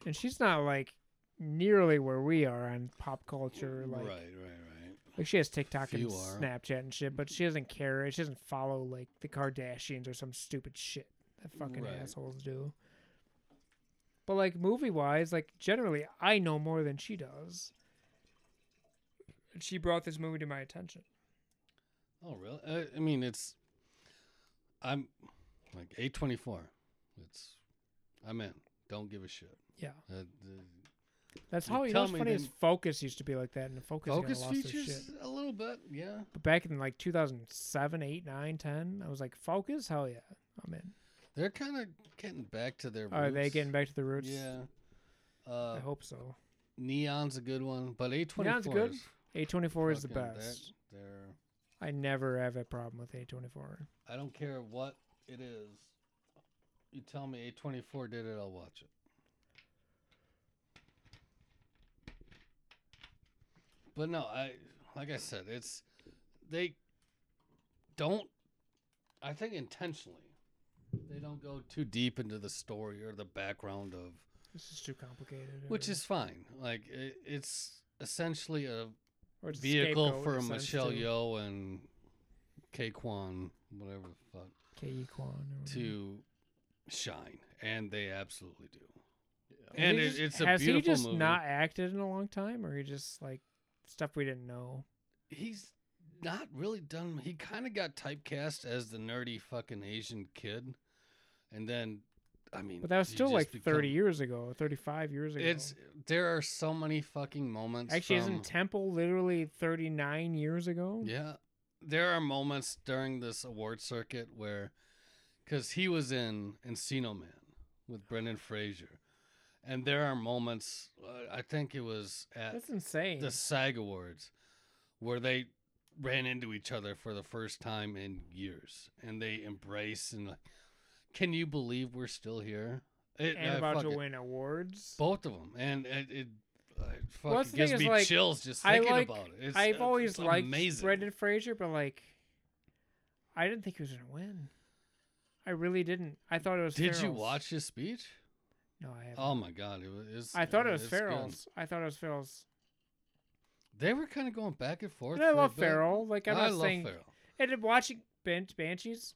[SPEAKER 3] And she's not like nearly where we are on pop culture. Like,
[SPEAKER 2] right, right,
[SPEAKER 3] like she has TikTok
[SPEAKER 2] Few
[SPEAKER 3] and
[SPEAKER 2] are.
[SPEAKER 3] Snapchat and shit, but she doesn't care. She doesn't follow like the Kardashians or some stupid shit that fucking
[SPEAKER 2] Right.
[SPEAKER 3] assholes do. But like movie wise, like generally I know more than she does. And She brought this movie to my attention.
[SPEAKER 2] right. Oh, really? I, I mean, it's I'm like eight twenty four. It's I'm in. Don't give a shit.
[SPEAKER 3] Yeah.
[SPEAKER 2] Uh, the
[SPEAKER 3] That's
[SPEAKER 2] You
[SPEAKER 3] how you know
[SPEAKER 2] tell
[SPEAKER 3] what's
[SPEAKER 2] me
[SPEAKER 3] funny is
[SPEAKER 2] then-
[SPEAKER 3] Focus used to be like that and Focus, kinda
[SPEAKER 2] focus
[SPEAKER 3] lost their shit.
[SPEAKER 2] features a little bit, yeah.
[SPEAKER 3] But back in like 2007, 8, 9, 10, I was like, Focus? Hell yeah. I'm in.
[SPEAKER 2] They're kind of getting back to their.
[SPEAKER 3] Are they
[SPEAKER 2] roots.
[SPEAKER 3] getting back to the roots?
[SPEAKER 2] Yeah. Uh,
[SPEAKER 3] I hope so.
[SPEAKER 2] Neon's a good one, but A twenty
[SPEAKER 3] Neon's
[SPEAKER 2] four
[SPEAKER 3] good.
[SPEAKER 2] is
[SPEAKER 3] A24 is the
[SPEAKER 2] fucking-
[SPEAKER 3] best.
[SPEAKER 2] They're, they're-
[SPEAKER 3] I never have a problem with A24.
[SPEAKER 2] I don't care what it is. You tell me A twenty four did it, I'll watch it. But no, I like I said, it's they don't. I think intentionally, they don't go too deep into the story or the background of
[SPEAKER 3] This is too complicated.
[SPEAKER 2] which
[SPEAKER 3] or-
[SPEAKER 2] is fine. Like it, it's essentially a
[SPEAKER 3] or it's a
[SPEAKER 2] vehicle
[SPEAKER 3] scapegoat in
[SPEAKER 2] for
[SPEAKER 3] a sense,
[SPEAKER 2] Michelle
[SPEAKER 3] too.
[SPEAKER 2] Yeoh and K Kwan, whatever the fuck,
[SPEAKER 3] K.E. E Kwan. or whatever.
[SPEAKER 2] to shine, and they absolutely do.
[SPEAKER 3] Has
[SPEAKER 2] And
[SPEAKER 3] he
[SPEAKER 2] it,
[SPEAKER 3] just-
[SPEAKER 2] it's a
[SPEAKER 3] has
[SPEAKER 2] beautiful
[SPEAKER 3] he just
[SPEAKER 2] movie.
[SPEAKER 3] not acted in a long time, or he just like stuff we didn't know?
[SPEAKER 2] He's not really done. He kind of got typecast as the nerdy fucking Asian kid, and then, I mean,
[SPEAKER 3] But that was
[SPEAKER 2] you
[SPEAKER 3] still
[SPEAKER 2] just
[SPEAKER 3] like 30
[SPEAKER 2] become-
[SPEAKER 3] years ago, 35 years ago.
[SPEAKER 2] It's there are so many fucking moments.
[SPEAKER 3] actually
[SPEAKER 2] from-
[SPEAKER 3] isn't Temple literally 39 years ago?
[SPEAKER 2] Yeah. There are moments during this award circuit where, because he was in Encino Man with Brendan Fraser, And there are moments. uh, I think it was at
[SPEAKER 3] That's insane.
[SPEAKER 2] the SAG Awards where they ran into each other for the first time in years, and they embrace and like, can you believe we're still here? uh, It,
[SPEAKER 3] and
[SPEAKER 2] I
[SPEAKER 3] about to
[SPEAKER 2] fucking-
[SPEAKER 3] win awards.
[SPEAKER 2] Both of them, and it, it, it fucking
[SPEAKER 3] that's the thing
[SPEAKER 2] gives
[SPEAKER 3] is,
[SPEAKER 2] me
[SPEAKER 3] like,
[SPEAKER 2] chills just
[SPEAKER 3] I
[SPEAKER 2] thinking
[SPEAKER 3] like-
[SPEAKER 2] about it. It's, uh,
[SPEAKER 3] I've
[SPEAKER 2] it's
[SPEAKER 3] always liked
[SPEAKER 2] amazing.
[SPEAKER 3] Brendan Fraser, but like, I didn't think he was gonna win. I really didn't. I thought it was.
[SPEAKER 2] Did you
[SPEAKER 3] Ferrell's.
[SPEAKER 2] watch his speech?
[SPEAKER 3] No, I haven't.
[SPEAKER 2] Oh my god, it was. It's,
[SPEAKER 3] I thought it was
[SPEAKER 2] it's good.
[SPEAKER 3] Farrell's. I thought it was Farrell's.
[SPEAKER 2] They were kind of going back and forth.
[SPEAKER 3] And I
[SPEAKER 2] for a
[SPEAKER 3] love
[SPEAKER 2] bit.
[SPEAKER 3] Farrell. Like I'm
[SPEAKER 2] I
[SPEAKER 3] not
[SPEAKER 2] love
[SPEAKER 3] saying.
[SPEAKER 2] Farrell.
[SPEAKER 3] And then watching Ban- Banshees.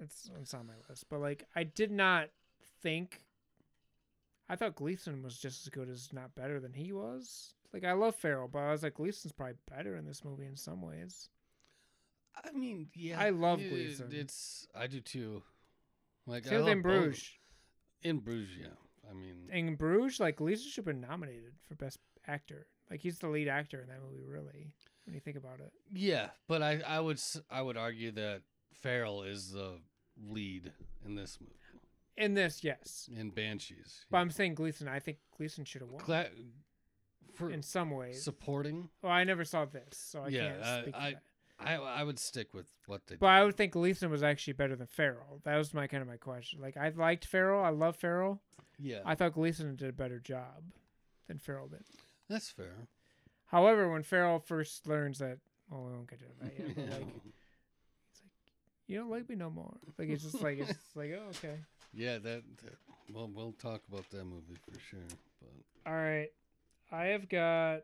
[SPEAKER 3] It's it's on my list, but like I did not think. I thought Gleason was just as good as not better than he was. Like I love Farrell, but I was like Gleason's probably better in this movie in some ways.
[SPEAKER 2] I mean, yeah,
[SPEAKER 3] I love
[SPEAKER 2] it-
[SPEAKER 3] Gleason.
[SPEAKER 2] It's I do too. Like I
[SPEAKER 3] Same
[SPEAKER 2] love
[SPEAKER 3] in
[SPEAKER 2] both of
[SPEAKER 3] Bruges.
[SPEAKER 2] them. In Bruges, yeah. I mean,
[SPEAKER 3] in Bruges, like Gleason should have been nominated for best actor. Like he's the lead actor in that movie, really. When you think about it,
[SPEAKER 2] yeah, but I I would s- I would argue that Farrell is the lead in this movie
[SPEAKER 3] in this, yes,
[SPEAKER 2] in Banshees.
[SPEAKER 3] but I'm saying Gleason. I think Gleason should have won
[SPEAKER 2] Cla- for
[SPEAKER 3] in some ways.
[SPEAKER 2] supporting,
[SPEAKER 3] well, I never saw this, so I
[SPEAKER 2] Yeah,
[SPEAKER 3] can't
[SPEAKER 2] I-
[SPEAKER 3] speak. to
[SPEAKER 2] I-
[SPEAKER 3] that.
[SPEAKER 2] I I would stick with what they.
[SPEAKER 3] But I would think Gleason was actually better than Farrell. That was my kind of my question. Like I liked Farrell, I love Farrell.
[SPEAKER 2] did. Yeah,
[SPEAKER 3] I thought Gleason did a better job than Farrell did.
[SPEAKER 2] that's fair.
[SPEAKER 3] However, when Farrell first learns that, well, we won't get to that yet, but like you don't like me no more. Like it's just like it's just like oh okay.
[SPEAKER 2] yeah, that, that. Well, we'll talk about that movie for sure. But
[SPEAKER 3] All right. I have got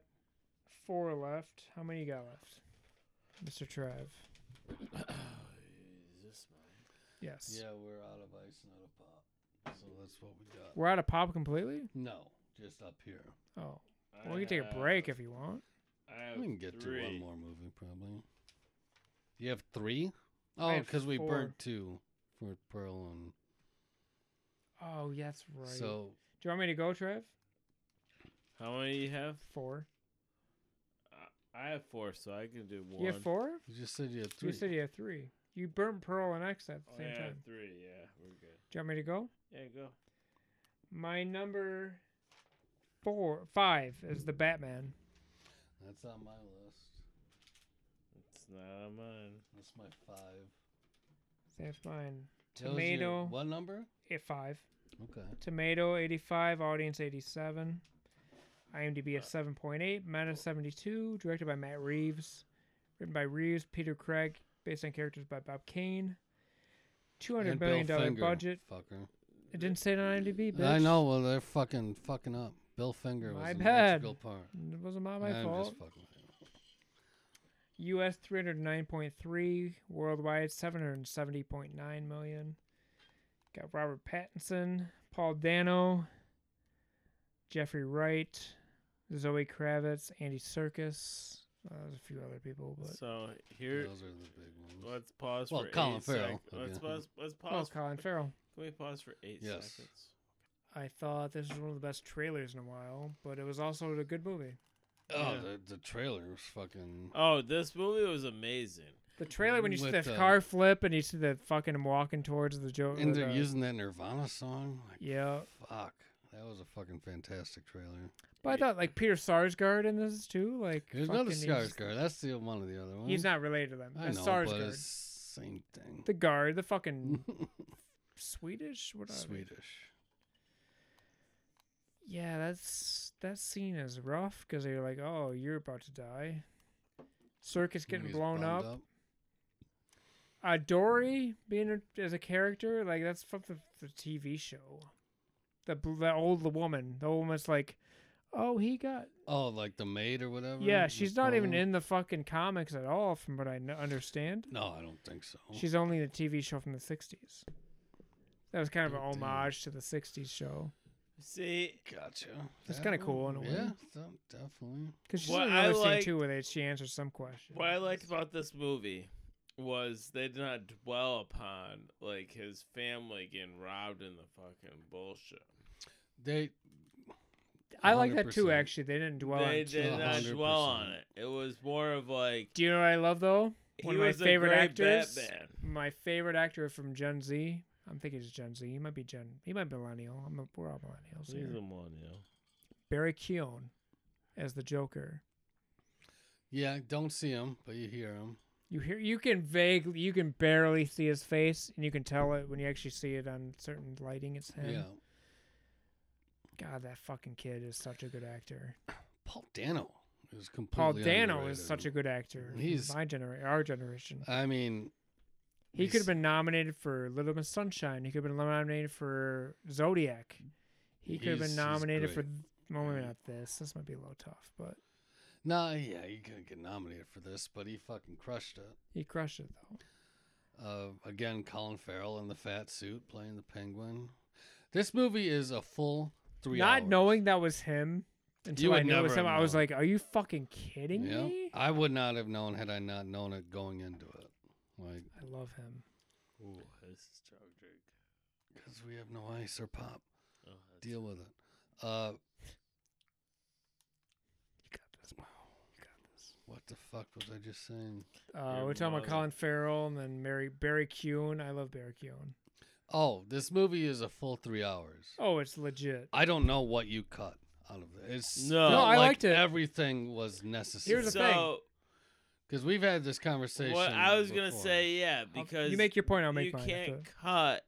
[SPEAKER 3] four left. How many you got left? Mr. Trev.
[SPEAKER 1] Is this mine?
[SPEAKER 3] Yes.
[SPEAKER 2] yeah, we're out of ice, not a pop. So that's what we got.
[SPEAKER 3] We're out of pop completely?
[SPEAKER 2] No, just up here.
[SPEAKER 3] Oh.
[SPEAKER 1] I
[SPEAKER 3] Well, we can take a
[SPEAKER 1] have-
[SPEAKER 3] break if you want.
[SPEAKER 1] I have
[SPEAKER 2] We can get to
[SPEAKER 1] three.
[SPEAKER 2] one more movie probably. You have three?
[SPEAKER 3] I
[SPEAKER 2] Oh,
[SPEAKER 3] have
[SPEAKER 2] because we
[SPEAKER 3] four.
[SPEAKER 2] burnt two for Pearl and
[SPEAKER 3] Oh, yeah, that's right.
[SPEAKER 2] so
[SPEAKER 3] Do you want me to go, Trev?
[SPEAKER 1] How many do you have?
[SPEAKER 3] Four.
[SPEAKER 1] I have four, so I can do one.
[SPEAKER 3] You have four?
[SPEAKER 2] you just said you had
[SPEAKER 3] You
[SPEAKER 2] three.
[SPEAKER 3] said you had three. You burnt Pearl and X at the
[SPEAKER 1] Oh,
[SPEAKER 3] same
[SPEAKER 1] yeah, I have
[SPEAKER 3] time.
[SPEAKER 1] three. Yeah, we're good.
[SPEAKER 3] Do you want me to go?
[SPEAKER 1] Yeah, go.
[SPEAKER 3] My number four, five is the Batman.
[SPEAKER 2] That's on my list.
[SPEAKER 1] It's not on mine.
[SPEAKER 2] That's my five.
[SPEAKER 3] That's mine.
[SPEAKER 2] That was your-
[SPEAKER 3] Tomato.
[SPEAKER 2] What number?
[SPEAKER 3] At five.
[SPEAKER 2] Okay.
[SPEAKER 3] Tomato 85, audience 87. IMDb
[SPEAKER 2] Uh,
[SPEAKER 3] at 7.8, Meta 72, directed by Matt Reeves, written by Reeves, Peter Craig, based on characters by Bob Kane. Two hundred
[SPEAKER 2] And Bill
[SPEAKER 3] million dollar
[SPEAKER 2] Finger,
[SPEAKER 3] budget.
[SPEAKER 2] Fucker.
[SPEAKER 3] It didn't say it on IMDb. Bitch.
[SPEAKER 2] I know. Well, they're fucking fucking up. Bill Finger
[SPEAKER 3] My
[SPEAKER 2] was an
[SPEAKER 3] bad.
[SPEAKER 2] integral part.
[SPEAKER 3] It wasn't my, my
[SPEAKER 2] I'm
[SPEAKER 3] fault.
[SPEAKER 2] just fucking. with you.
[SPEAKER 3] US 309.3, worldwide 770.9 million. Got Robert Pattinson, Paul Dano, Jeffrey Wright, Zoe Kravitz, Andy Serkis. Uh, there's a few other people, but
[SPEAKER 1] So here,
[SPEAKER 2] Those are the big ones.
[SPEAKER 1] let's pause
[SPEAKER 2] Well,
[SPEAKER 1] for
[SPEAKER 2] Colin
[SPEAKER 1] eight
[SPEAKER 2] Farrell,
[SPEAKER 1] sec- Let's
[SPEAKER 2] okay.
[SPEAKER 1] pause. Let's
[SPEAKER 3] oh,
[SPEAKER 1] pause.
[SPEAKER 3] Colin Farrell.
[SPEAKER 1] Can we pause for eight
[SPEAKER 2] Yes.
[SPEAKER 1] seconds?
[SPEAKER 3] I thought this was one of the best trailers in a while, but it was also a good movie.
[SPEAKER 2] Oh,
[SPEAKER 1] Yeah.
[SPEAKER 2] the, the trailer was fucking.
[SPEAKER 1] Oh, this movie was amazing.
[SPEAKER 3] The trailer when you see
[SPEAKER 2] With,
[SPEAKER 3] the
[SPEAKER 2] uh,
[SPEAKER 3] car flip and you see the fucking him walking towards the joke.
[SPEAKER 2] And they're using that Nirvana song. Like,
[SPEAKER 3] Oh, yeah,
[SPEAKER 2] Fuck. That was a fucking fantastic trailer.
[SPEAKER 3] but I thought like Peter Sarsgaard in this too. Like
[SPEAKER 2] There's not a
[SPEAKER 3] fucking he's-
[SPEAKER 2] Skarsgård. That's the one of the other ones.
[SPEAKER 3] He's not related to them.
[SPEAKER 2] I
[SPEAKER 3] That's
[SPEAKER 2] know, but
[SPEAKER 3] Sarsgaard.
[SPEAKER 2] it's Mm. same thing.
[SPEAKER 3] The guard, the fucking Swedish, what are they?
[SPEAKER 2] Swedish.
[SPEAKER 3] Yeah, that's that scene is rough because they're like, oh, you're about to die. Circus getting
[SPEAKER 2] He's
[SPEAKER 3] blown
[SPEAKER 2] bummed
[SPEAKER 3] up. Uh, Dory being a, as a character, like that's from the, the TV show. The bl- the old woman, the old woman's like, oh, he got
[SPEAKER 2] Oh, like the maid or whatever. Oh.
[SPEAKER 3] yeah.
[SPEAKER 2] The
[SPEAKER 3] She's not even
[SPEAKER 2] Polo?
[SPEAKER 3] in the fucking comics at all, from what I kn- understand.
[SPEAKER 2] No, I don't think so.
[SPEAKER 3] She's only in a TV show from the '60s. That was kind of an
[SPEAKER 2] Oh, damn.
[SPEAKER 3] homage to the '60s show.
[SPEAKER 1] See,
[SPEAKER 2] gotcha.
[SPEAKER 3] That's
[SPEAKER 2] That
[SPEAKER 3] kinda cool in a
[SPEAKER 2] one-
[SPEAKER 3] way.
[SPEAKER 2] Yeah, de- definitely.
[SPEAKER 3] Because she's
[SPEAKER 1] What
[SPEAKER 3] in
[SPEAKER 1] I
[SPEAKER 3] another scene
[SPEAKER 1] liked-
[SPEAKER 3] too where they, she answers some question.
[SPEAKER 1] what I liked about this movie was they did not dwell upon like his family getting robbed in the fucking bullshit.
[SPEAKER 2] They.
[SPEAKER 3] I like that too.
[SPEAKER 2] 100%.
[SPEAKER 3] Actually, they didn't dwell on.
[SPEAKER 1] they
[SPEAKER 3] it too
[SPEAKER 1] did not
[SPEAKER 3] much.
[SPEAKER 1] dwell on
[SPEAKER 2] 100%.
[SPEAKER 1] it. It was more of like
[SPEAKER 3] Do you know what I love though?
[SPEAKER 1] he
[SPEAKER 3] One of my
[SPEAKER 1] was a
[SPEAKER 3] favorite
[SPEAKER 1] great
[SPEAKER 3] actors.
[SPEAKER 1] Batman.
[SPEAKER 3] My favorite actor from Gen Z. I'm thinking he's Gen Z. He might be Gen. He might be millennial. I'm a, we're all millennials.
[SPEAKER 1] He's
[SPEAKER 3] Here.
[SPEAKER 1] a millennial.
[SPEAKER 3] Barry Keown as the Joker.
[SPEAKER 2] Yeah, don't see him, but you hear him.
[SPEAKER 3] You hear you can vaguely you can barely see his face and you can tell it when you actually see it on certain lighting it's him.
[SPEAKER 2] Yeah.
[SPEAKER 3] God, that fucking kid is such a good actor.
[SPEAKER 2] Paul Dano is
[SPEAKER 3] Paul
[SPEAKER 2] completely.
[SPEAKER 3] Dano is such a good actor.
[SPEAKER 2] He's-
[SPEAKER 3] He's my generation, our generation.
[SPEAKER 2] I mean,
[SPEAKER 3] He
[SPEAKER 2] he's-
[SPEAKER 3] could have been nominated for Little Miss Sunshine. He could have been nominated for Zodiac. He could have
[SPEAKER 2] He's- he's
[SPEAKER 3] been nominated for.
[SPEAKER 2] great.
[SPEAKER 3] Well, maybe
[SPEAKER 2] Yeah.
[SPEAKER 3] not this. This might be a little tough, but
[SPEAKER 2] Nah, yeah, he couldn't get nominated for this, but he fucking crushed it.
[SPEAKER 3] he crushed it though.
[SPEAKER 2] Uh, again, Colin Farrell in the fat suit playing the penguin. This movie is a full three
[SPEAKER 3] not
[SPEAKER 2] hours.
[SPEAKER 3] knowing that was him until I
[SPEAKER 2] would
[SPEAKER 3] knew it was
[SPEAKER 2] never
[SPEAKER 3] him,
[SPEAKER 2] have
[SPEAKER 3] I was
[SPEAKER 2] known.
[SPEAKER 3] like, "Are you fucking kidding
[SPEAKER 2] Yeah,
[SPEAKER 3] me?"
[SPEAKER 2] I would not have known had I not known it going into it. Like,
[SPEAKER 3] I love him.
[SPEAKER 1] Ooh, this is strong drink.
[SPEAKER 2] because we have no ice or pop.
[SPEAKER 1] Oh,
[SPEAKER 2] Deal with it. Uh,
[SPEAKER 3] You got this. Bro. You got this.
[SPEAKER 2] what the fuck was I just saying?
[SPEAKER 3] Uh,
[SPEAKER 1] Your
[SPEAKER 3] we're talking
[SPEAKER 1] mother.
[SPEAKER 3] about Colin Farrell and then Mary Barry Kuhn. I love Barry Kuhn.
[SPEAKER 2] Oh, this movie is a full three hours.
[SPEAKER 3] Oh, it's legit.
[SPEAKER 2] I don't know what you cut out of it. It's
[SPEAKER 1] No. No,
[SPEAKER 2] felt
[SPEAKER 3] I
[SPEAKER 2] like
[SPEAKER 3] liked it.
[SPEAKER 2] Everything was necessary.
[SPEAKER 3] Here's the thing.
[SPEAKER 1] so
[SPEAKER 2] because we've had this conversation.
[SPEAKER 1] what I was gonna
[SPEAKER 2] before.
[SPEAKER 1] say, yeah,
[SPEAKER 3] I'll-
[SPEAKER 1] because
[SPEAKER 3] you make your point, I'll make
[SPEAKER 1] you
[SPEAKER 3] mine.
[SPEAKER 1] can't
[SPEAKER 3] after.
[SPEAKER 1] cut.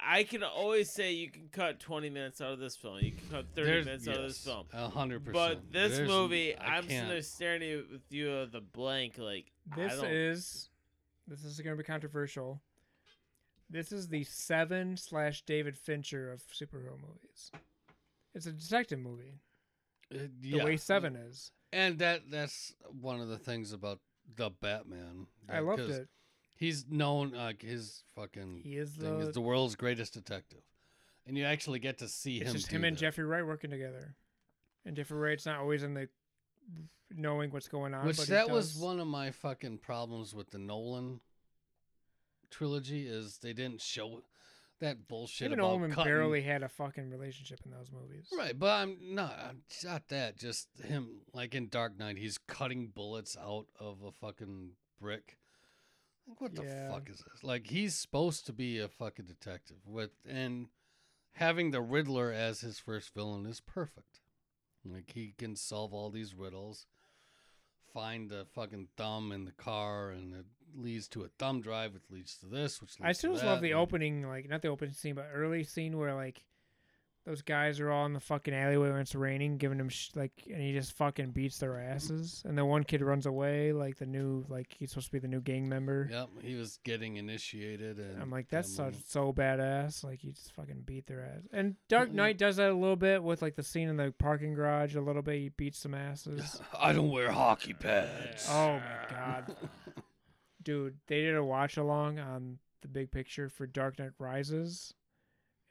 [SPEAKER 1] I can always say you can cut 20 minutes out of this film. You can cut 30
[SPEAKER 2] There's-
[SPEAKER 1] minutes out of this
[SPEAKER 2] yes,
[SPEAKER 1] film.
[SPEAKER 2] A hundred percent.
[SPEAKER 1] But this
[SPEAKER 2] There's-
[SPEAKER 1] movie,
[SPEAKER 2] I
[SPEAKER 1] I'm sitting
[SPEAKER 2] can't- uh,
[SPEAKER 1] there staring at you with you of the blank, like I
[SPEAKER 3] This
[SPEAKER 1] don't,
[SPEAKER 3] is this is going to be controversial. This is the seven slash David Fincher of superhero movies. It's a detective movie.
[SPEAKER 2] Uh,
[SPEAKER 3] The
[SPEAKER 2] yeah.
[SPEAKER 3] way Seven is,
[SPEAKER 2] And that that's one of the things about the Batman.
[SPEAKER 3] I
[SPEAKER 2] like,
[SPEAKER 3] loved
[SPEAKER 2] 'cause
[SPEAKER 3] it.
[SPEAKER 2] He's known like his fucking
[SPEAKER 3] He is
[SPEAKER 2] thing
[SPEAKER 3] the.
[SPEAKER 2] is the world's greatest detective, and you actually get to see
[SPEAKER 3] it's
[SPEAKER 2] him.
[SPEAKER 3] just
[SPEAKER 2] do
[SPEAKER 3] him and
[SPEAKER 2] that.
[SPEAKER 3] Jeffrey Wright working together, and Jeffrey Wright's not always in the knowing what's going on.
[SPEAKER 2] Which
[SPEAKER 3] but he
[SPEAKER 2] that was
[SPEAKER 3] does-
[SPEAKER 2] one of my fucking problems with the Nolan trilogy is they didn't show that bullshit
[SPEAKER 3] Even
[SPEAKER 2] about
[SPEAKER 3] Ullman
[SPEAKER 2] cutting.
[SPEAKER 3] barely had a fucking relationship in those movies.
[SPEAKER 2] Right, but I'm not. I'm not that. Just him, like in Dark Knight, he's cutting bullets out of a fucking brick. Like, what
[SPEAKER 3] Yeah.
[SPEAKER 2] the fuck is this? Like, he's supposed to be a fucking detective with, and having the Riddler as his first villain is perfect. Like, he can solve all these riddles, find the fucking thumb in the car, and it leads to a thumb drive, which leads to this, which leads
[SPEAKER 3] I still
[SPEAKER 2] to
[SPEAKER 3] just love
[SPEAKER 2] that,
[SPEAKER 3] the
[SPEAKER 2] and-
[SPEAKER 3] opening, like not the opening scene, but early scene where like those guys are all in the fucking alleyway when it's raining, giving him sh- like, and he just fucking beats their asses. And then one kid runs away, like the new, like he's supposed to be the new gang member.
[SPEAKER 2] Yep, he was getting initiated, and
[SPEAKER 3] I'm like, that's
[SPEAKER 2] um,
[SPEAKER 3] so, so badass. Like you just fucking beat their ass. And Dark
[SPEAKER 2] Mm-mm.
[SPEAKER 3] Knight does that a little bit with like the scene in the parking garage a little bit. He beats some asses.
[SPEAKER 2] I don't wear hockey pads.
[SPEAKER 3] oh my god, dude, they did a watch along on the big picture for Dark Knight Rises,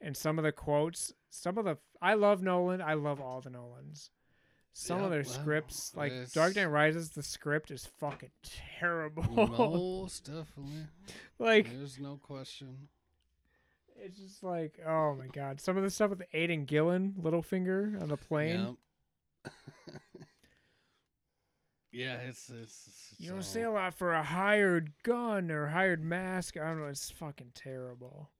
[SPEAKER 3] and some of the quotes, some of the I love Nolan, I love all the Nolans. Some
[SPEAKER 2] Yeah,
[SPEAKER 3] of their
[SPEAKER 2] well,
[SPEAKER 3] scripts, like
[SPEAKER 2] it's-
[SPEAKER 3] Dark Knight Rises, the script is fucking terrible.
[SPEAKER 2] Most definitely.
[SPEAKER 3] like
[SPEAKER 2] There's no question.
[SPEAKER 3] it's just like, oh my god, some of the stuff with Aiden Gillen, Littlefinger on the plane.
[SPEAKER 2] Yep. yeah, it's it's. it's
[SPEAKER 3] You don't
[SPEAKER 2] all-
[SPEAKER 3] see a lot for a hired gun or hired mask. I don't know. It's fucking terrible.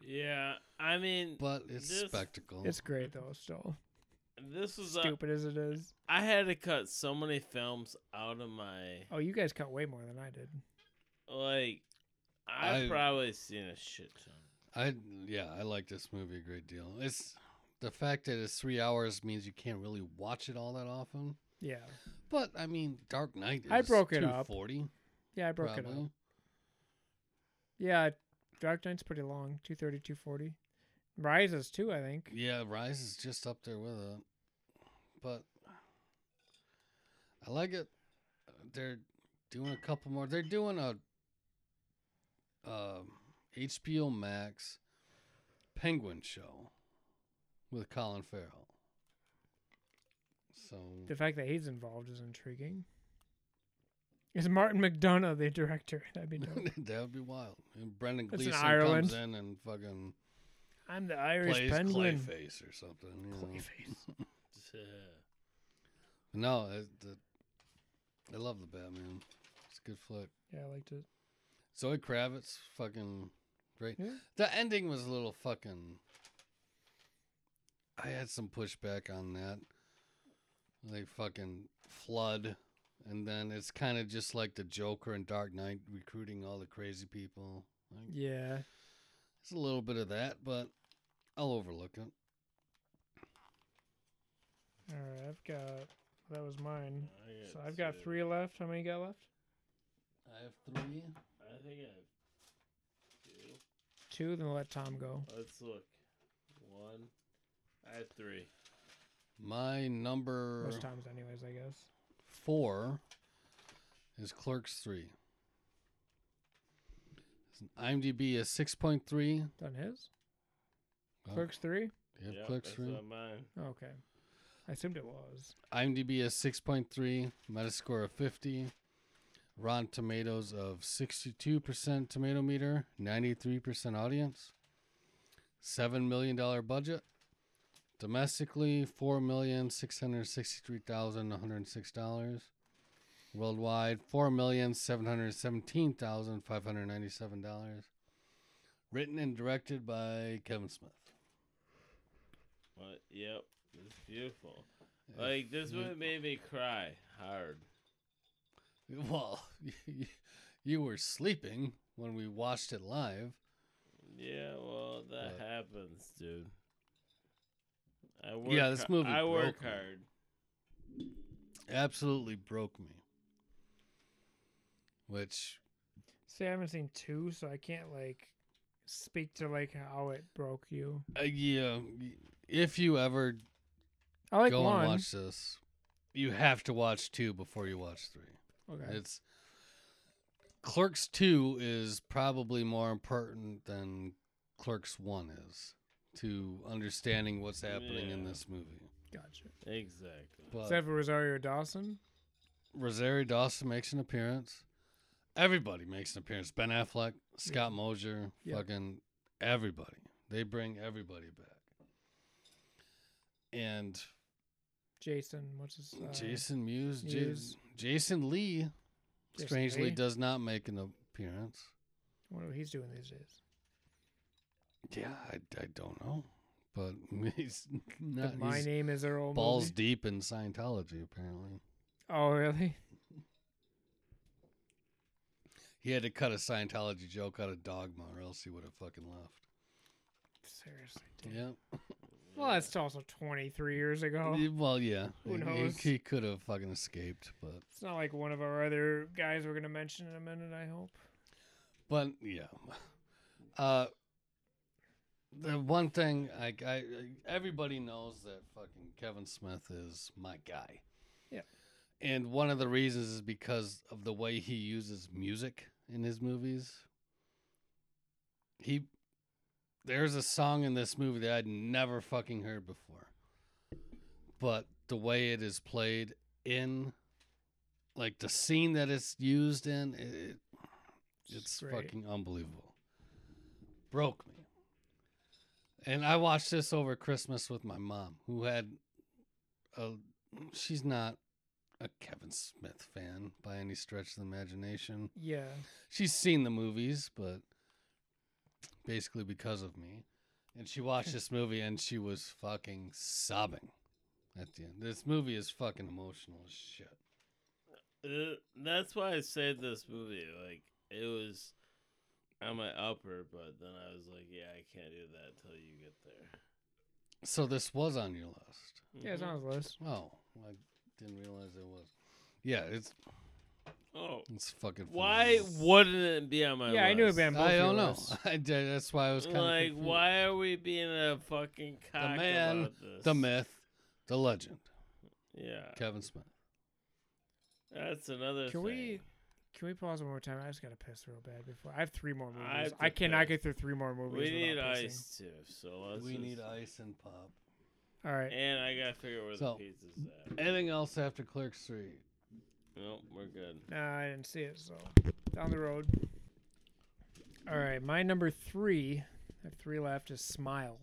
[SPEAKER 1] yeah. I mean,
[SPEAKER 2] but it's
[SPEAKER 1] this-
[SPEAKER 2] spectacle.
[SPEAKER 3] It's great though, still.
[SPEAKER 1] this was a,
[SPEAKER 3] Stupid as it is.
[SPEAKER 1] I had to cut so many films out of my
[SPEAKER 3] Oh, you guys cut way more than I did.
[SPEAKER 1] like. I've
[SPEAKER 2] I-
[SPEAKER 1] probably seen a shit ton.
[SPEAKER 2] I yeah, I like this movie a great deal. It's the fact that it's three hours means you can't really watch it all that often.
[SPEAKER 3] Yeah.
[SPEAKER 2] But I mean, Dark Knight. Is
[SPEAKER 3] I broke it up.
[SPEAKER 2] 240,
[SPEAKER 3] Yeah, I broke it
[SPEAKER 2] probably.
[SPEAKER 3] up. Yeah, Dark Knight's pretty long. 230, 240. Rises too, I think.
[SPEAKER 2] Yeah, Rise is just up there with it. But I like it. They're doing a couple more. They're doing a um HBO Max Penguin show with Colin Farrell. So
[SPEAKER 3] The fact that he's involved is intriguing. Is Martin McDonough the director? That'd be dope.
[SPEAKER 2] that would be wild. And Brendan
[SPEAKER 3] It's in
[SPEAKER 2] Gleeson
[SPEAKER 3] Ireland.
[SPEAKER 2] comes in and fucking
[SPEAKER 3] I'm the Irish
[SPEAKER 2] plays
[SPEAKER 3] penguin.
[SPEAKER 2] Clayface or something. You know.
[SPEAKER 3] Clayface.
[SPEAKER 2] No, I, the, I love the Batman. It's a good flick.
[SPEAKER 3] Yeah, I liked it.
[SPEAKER 2] Zoe Kravitz, fucking great.
[SPEAKER 3] Yeah.
[SPEAKER 2] The ending was a little fucking. I had some pushback on that. They fucking flood, and then it's kind of just like the Joker in Dark Knight recruiting all the crazy people. Like,
[SPEAKER 3] Yeah.
[SPEAKER 2] It's a little bit of that, but I'll overlook it.
[SPEAKER 3] All right. I've got that was mine. So I've
[SPEAKER 1] uh,
[SPEAKER 3] got three left. How many you got left?
[SPEAKER 2] I have three.
[SPEAKER 1] I think I have two.
[SPEAKER 3] Two. Then let Tom go.
[SPEAKER 1] Let's look. One. I have three.
[SPEAKER 2] My number
[SPEAKER 3] Most times, anyways. I guess.
[SPEAKER 2] four is Clerks three. It's an IMDb is six point three.
[SPEAKER 3] Done his.
[SPEAKER 2] Oh.
[SPEAKER 3] Clerks three.
[SPEAKER 2] You have
[SPEAKER 1] Yep,
[SPEAKER 2] Clerks
[SPEAKER 1] that's
[SPEAKER 2] three.
[SPEAKER 1] not mine.
[SPEAKER 3] Okay. I assumed it was.
[SPEAKER 2] IMDb is six point three. Metascore of fifty. Rotten Tomatoes of sixty-two percent tomato meter, ninety-three percent audience. Seven million dollar budget. Domestically, four million six hundred sixty-three thousand one hundred six dollars. Worldwide, four million seven hundred seventeen thousand five hundred ninety-seven dollars. Written and directed by Kevin Smith.
[SPEAKER 1] But yep, it's beautiful. Like this one made me cry hard.
[SPEAKER 2] Well, you were sleeping when we watched it live.
[SPEAKER 1] Yeah, well, that
[SPEAKER 2] But-
[SPEAKER 1] happens, dude. I work
[SPEAKER 2] Yeah, this
[SPEAKER 1] har-
[SPEAKER 2] movie
[SPEAKER 1] I work
[SPEAKER 2] broke me.
[SPEAKER 1] hard.
[SPEAKER 2] Absolutely broke me. Which,
[SPEAKER 3] See, I haven't seen two, so I can't like speak to like how it broke you.
[SPEAKER 2] uh, yeah, if you ever
[SPEAKER 3] I like
[SPEAKER 2] go
[SPEAKER 3] one.
[SPEAKER 2] and watch this, you have to watch two before you watch three.
[SPEAKER 3] okay.
[SPEAKER 2] It's Clerks Two is probably more important than Clerks One is to understanding what's happening in
[SPEAKER 1] Yeah.
[SPEAKER 2] this movie.
[SPEAKER 3] Gotcha.
[SPEAKER 1] Exactly.
[SPEAKER 2] But
[SPEAKER 3] Except for Rosario Dawson.
[SPEAKER 2] Rosario Dawson makes an appearance. Everybody makes an appearance. Ben Affleck, Scott Mosier,
[SPEAKER 3] Yeah.
[SPEAKER 2] fucking everybody. They bring everybody back. And
[SPEAKER 3] Jason, what's his uh,
[SPEAKER 2] Jason Mewes, Ja-
[SPEAKER 3] Mewes.
[SPEAKER 2] Jason Lee,
[SPEAKER 3] Jason
[SPEAKER 2] strangely
[SPEAKER 3] Lee.
[SPEAKER 2] does not make an appearance.
[SPEAKER 3] I wonder what he's doing these days.
[SPEAKER 2] Yeah, I, I don't know, but he's
[SPEAKER 3] The
[SPEAKER 2] not.
[SPEAKER 3] My
[SPEAKER 2] he's
[SPEAKER 3] name is Earl.
[SPEAKER 2] balls
[SPEAKER 3] movie?
[SPEAKER 2] deep in Scientology. Apparently,
[SPEAKER 3] Oh really?
[SPEAKER 2] he had to cut a Scientology joke out of Dogma, or else he would have fucking left.
[SPEAKER 3] Seriously. dude.
[SPEAKER 2] Yeah.
[SPEAKER 3] Well, that's also 23 years ago.
[SPEAKER 2] Y- Well, yeah.
[SPEAKER 3] Who
[SPEAKER 2] He- he-
[SPEAKER 3] knows?
[SPEAKER 2] He, could have fucking escaped, but
[SPEAKER 3] It's not like one of our other guys we're gonna mention in a minute. I hope.
[SPEAKER 2] but yeah. Uh the one thing I, I everybody knows that fucking Kevin Smith is my guy.
[SPEAKER 3] Yeah.
[SPEAKER 2] And one of the reasons is because of the way he uses music in his movies. He there's a song in this movie that I'd never fucking heard before. But the way it is played in like the scene that it's used in it, it's
[SPEAKER 3] Great.
[SPEAKER 2] fucking unbelievable. Broke me. And I watched this over Christmas with my mom who had a she's not a Kevin Smith fan by any stretch of the imagination
[SPEAKER 3] Yeah.
[SPEAKER 2] she's seen the movies, but basically because of me. And she watched this movie and she was fucking sobbing at the end. This movie is fucking emotional as shit.
[SPEAKER 1] Uh, that's why I saved this movie. Like it was, I'm an upper, but then I was like, yeah, I can't do that till you get there.
[SPEAKER 2] So this was on your list.
[SPEAKER 3] Yeah, it's on his list.
[SPEAKER 2] Oh, I didn't realize it was. Yeah, it's
[SPEAKER 1] Oh,
[SPEAKER 2] it's fucking.
[SPEAKER 1] why
[SPEAKER 2] phenomenal.
[SPEAKER 1] wouldn't it be on my?
[SPEAKER 3] Yeah, I knew it'd be
[SPEAKER 1] list?
[SPEAKER 3] on both
[SPEAKER 2] I
[SPEAKER 3] your
[SPEAKER 2] don't know.
[SPEAKER 3] lists.
[SPEAKER 2] I did, that's why I was kind
[SPEAKER 1] Like,
[SPEAKER 2] of
[SPEAKER 1] why are we being a fucking cock
[SPEAKER 2] The man,
[SPEAKER 1] about this?
[SPEAKER 2] the myth, the legend,
[SPEAKER 1] Yeah,
[SPEAKER 2] Kevin Smith.
[SPEAKER 1] that's another. thing.
[SPEAKER 3] Can we- Can we pause one more time? I just gotta piss real bad before I have three more movies.
[SPEAKER 1] I
[SPEAKER 3] I,
[SPEAKER 1] have to
[SPEAKER 3] cannot
[SPEAKER 1] piss.
[SPEAKER 3] get through three more movies.
[SPEAKER 1] We need
[SPEAKER 3] without pissing.
[SPEAKER 1] ice too, so let's.
[SPEAKER 2] we
[SPEAKER 1] just-
[SPEAKER 2] need ice and pop.
[SPEAKER 3] All right.
[SPEAKER 1] And I gotta figure out where
[SPEAKER 2] So-
[SPEAKER 1] the pizza's at.
[SPEAKER 2] Anything else after Clerks Three?
[SPEAKER 1] Nope, we're good.
[SPEAKER 3] Nah, I didn't see it. So down the road. All right, my number three. I have three left. Is Smile.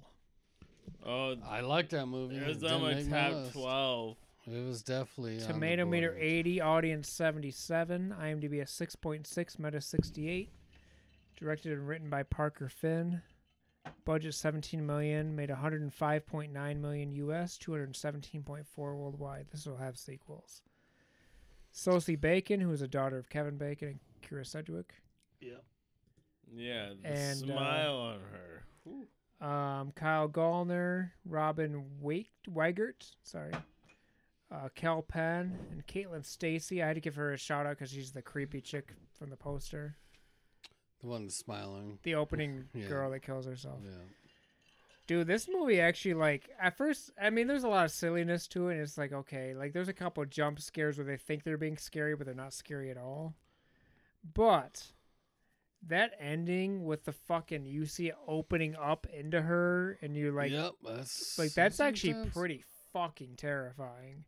[SPEAKER 1] Oh,
[SPEAKER 2] I like that movie.
[SPEAKER 1] it was
[SPEAKER 2] It
[SPEAKER 1] on
[SPEAKER 2] didn't
[SPEAKER 1] my
[SPEAKER 2] make
[SPEAKER 1] top
[SPEAKER 2] list.
[SPEAKER 1] twelve.
[SPEAKER 2] It was definitely on the
[SPEAKER 3] Tomato meter
[SPEAKER 2] board.
[SPEAKER 3] 80, audience 77, IMDb a 6.6, meta 68, Directed and written by Parker Finn. Budget 17 million, made 105.9 million US, 217.4 worldwide. This will have sequels. Sosie Bacon, who is a daughter of Kevin Bacon and Kira Sedgwick.
[SPEAKER 1] Yeah, the
[SPEAKER 3] And, uh,
[SPEAKER 1] smile on her.
[SPEAKER 3] um, Kyle Gallner, Robin Wake Weigert, sorry, uh, Kel Penn, and Caitlin Stacy. I had to give her a shout out because she's the creepy chick from the poster,
[SPEAKER 2] The one that's smiling.
[SPEAKER 3] the opening
[SPEAKER 2] Yeah.
[SPEAKER 3] girl that kills herself.
[SPEAKER 2] Yeah.
[SPEAKER 3] Dude, this movie actually like at first, I mean, there's a lot of silliness to it. And it's like okay, like there's a couple of jump scares where they think they're being scary, but they're not scary at all. But that ending with the fucking you see it opening up into her, and you like
[SPEAKER 2] yep. That's
[SPEAKER 3] like that's actually
[SPEAKER 2] sometimes-
[SPEAKER 3] pretty fucking terrifying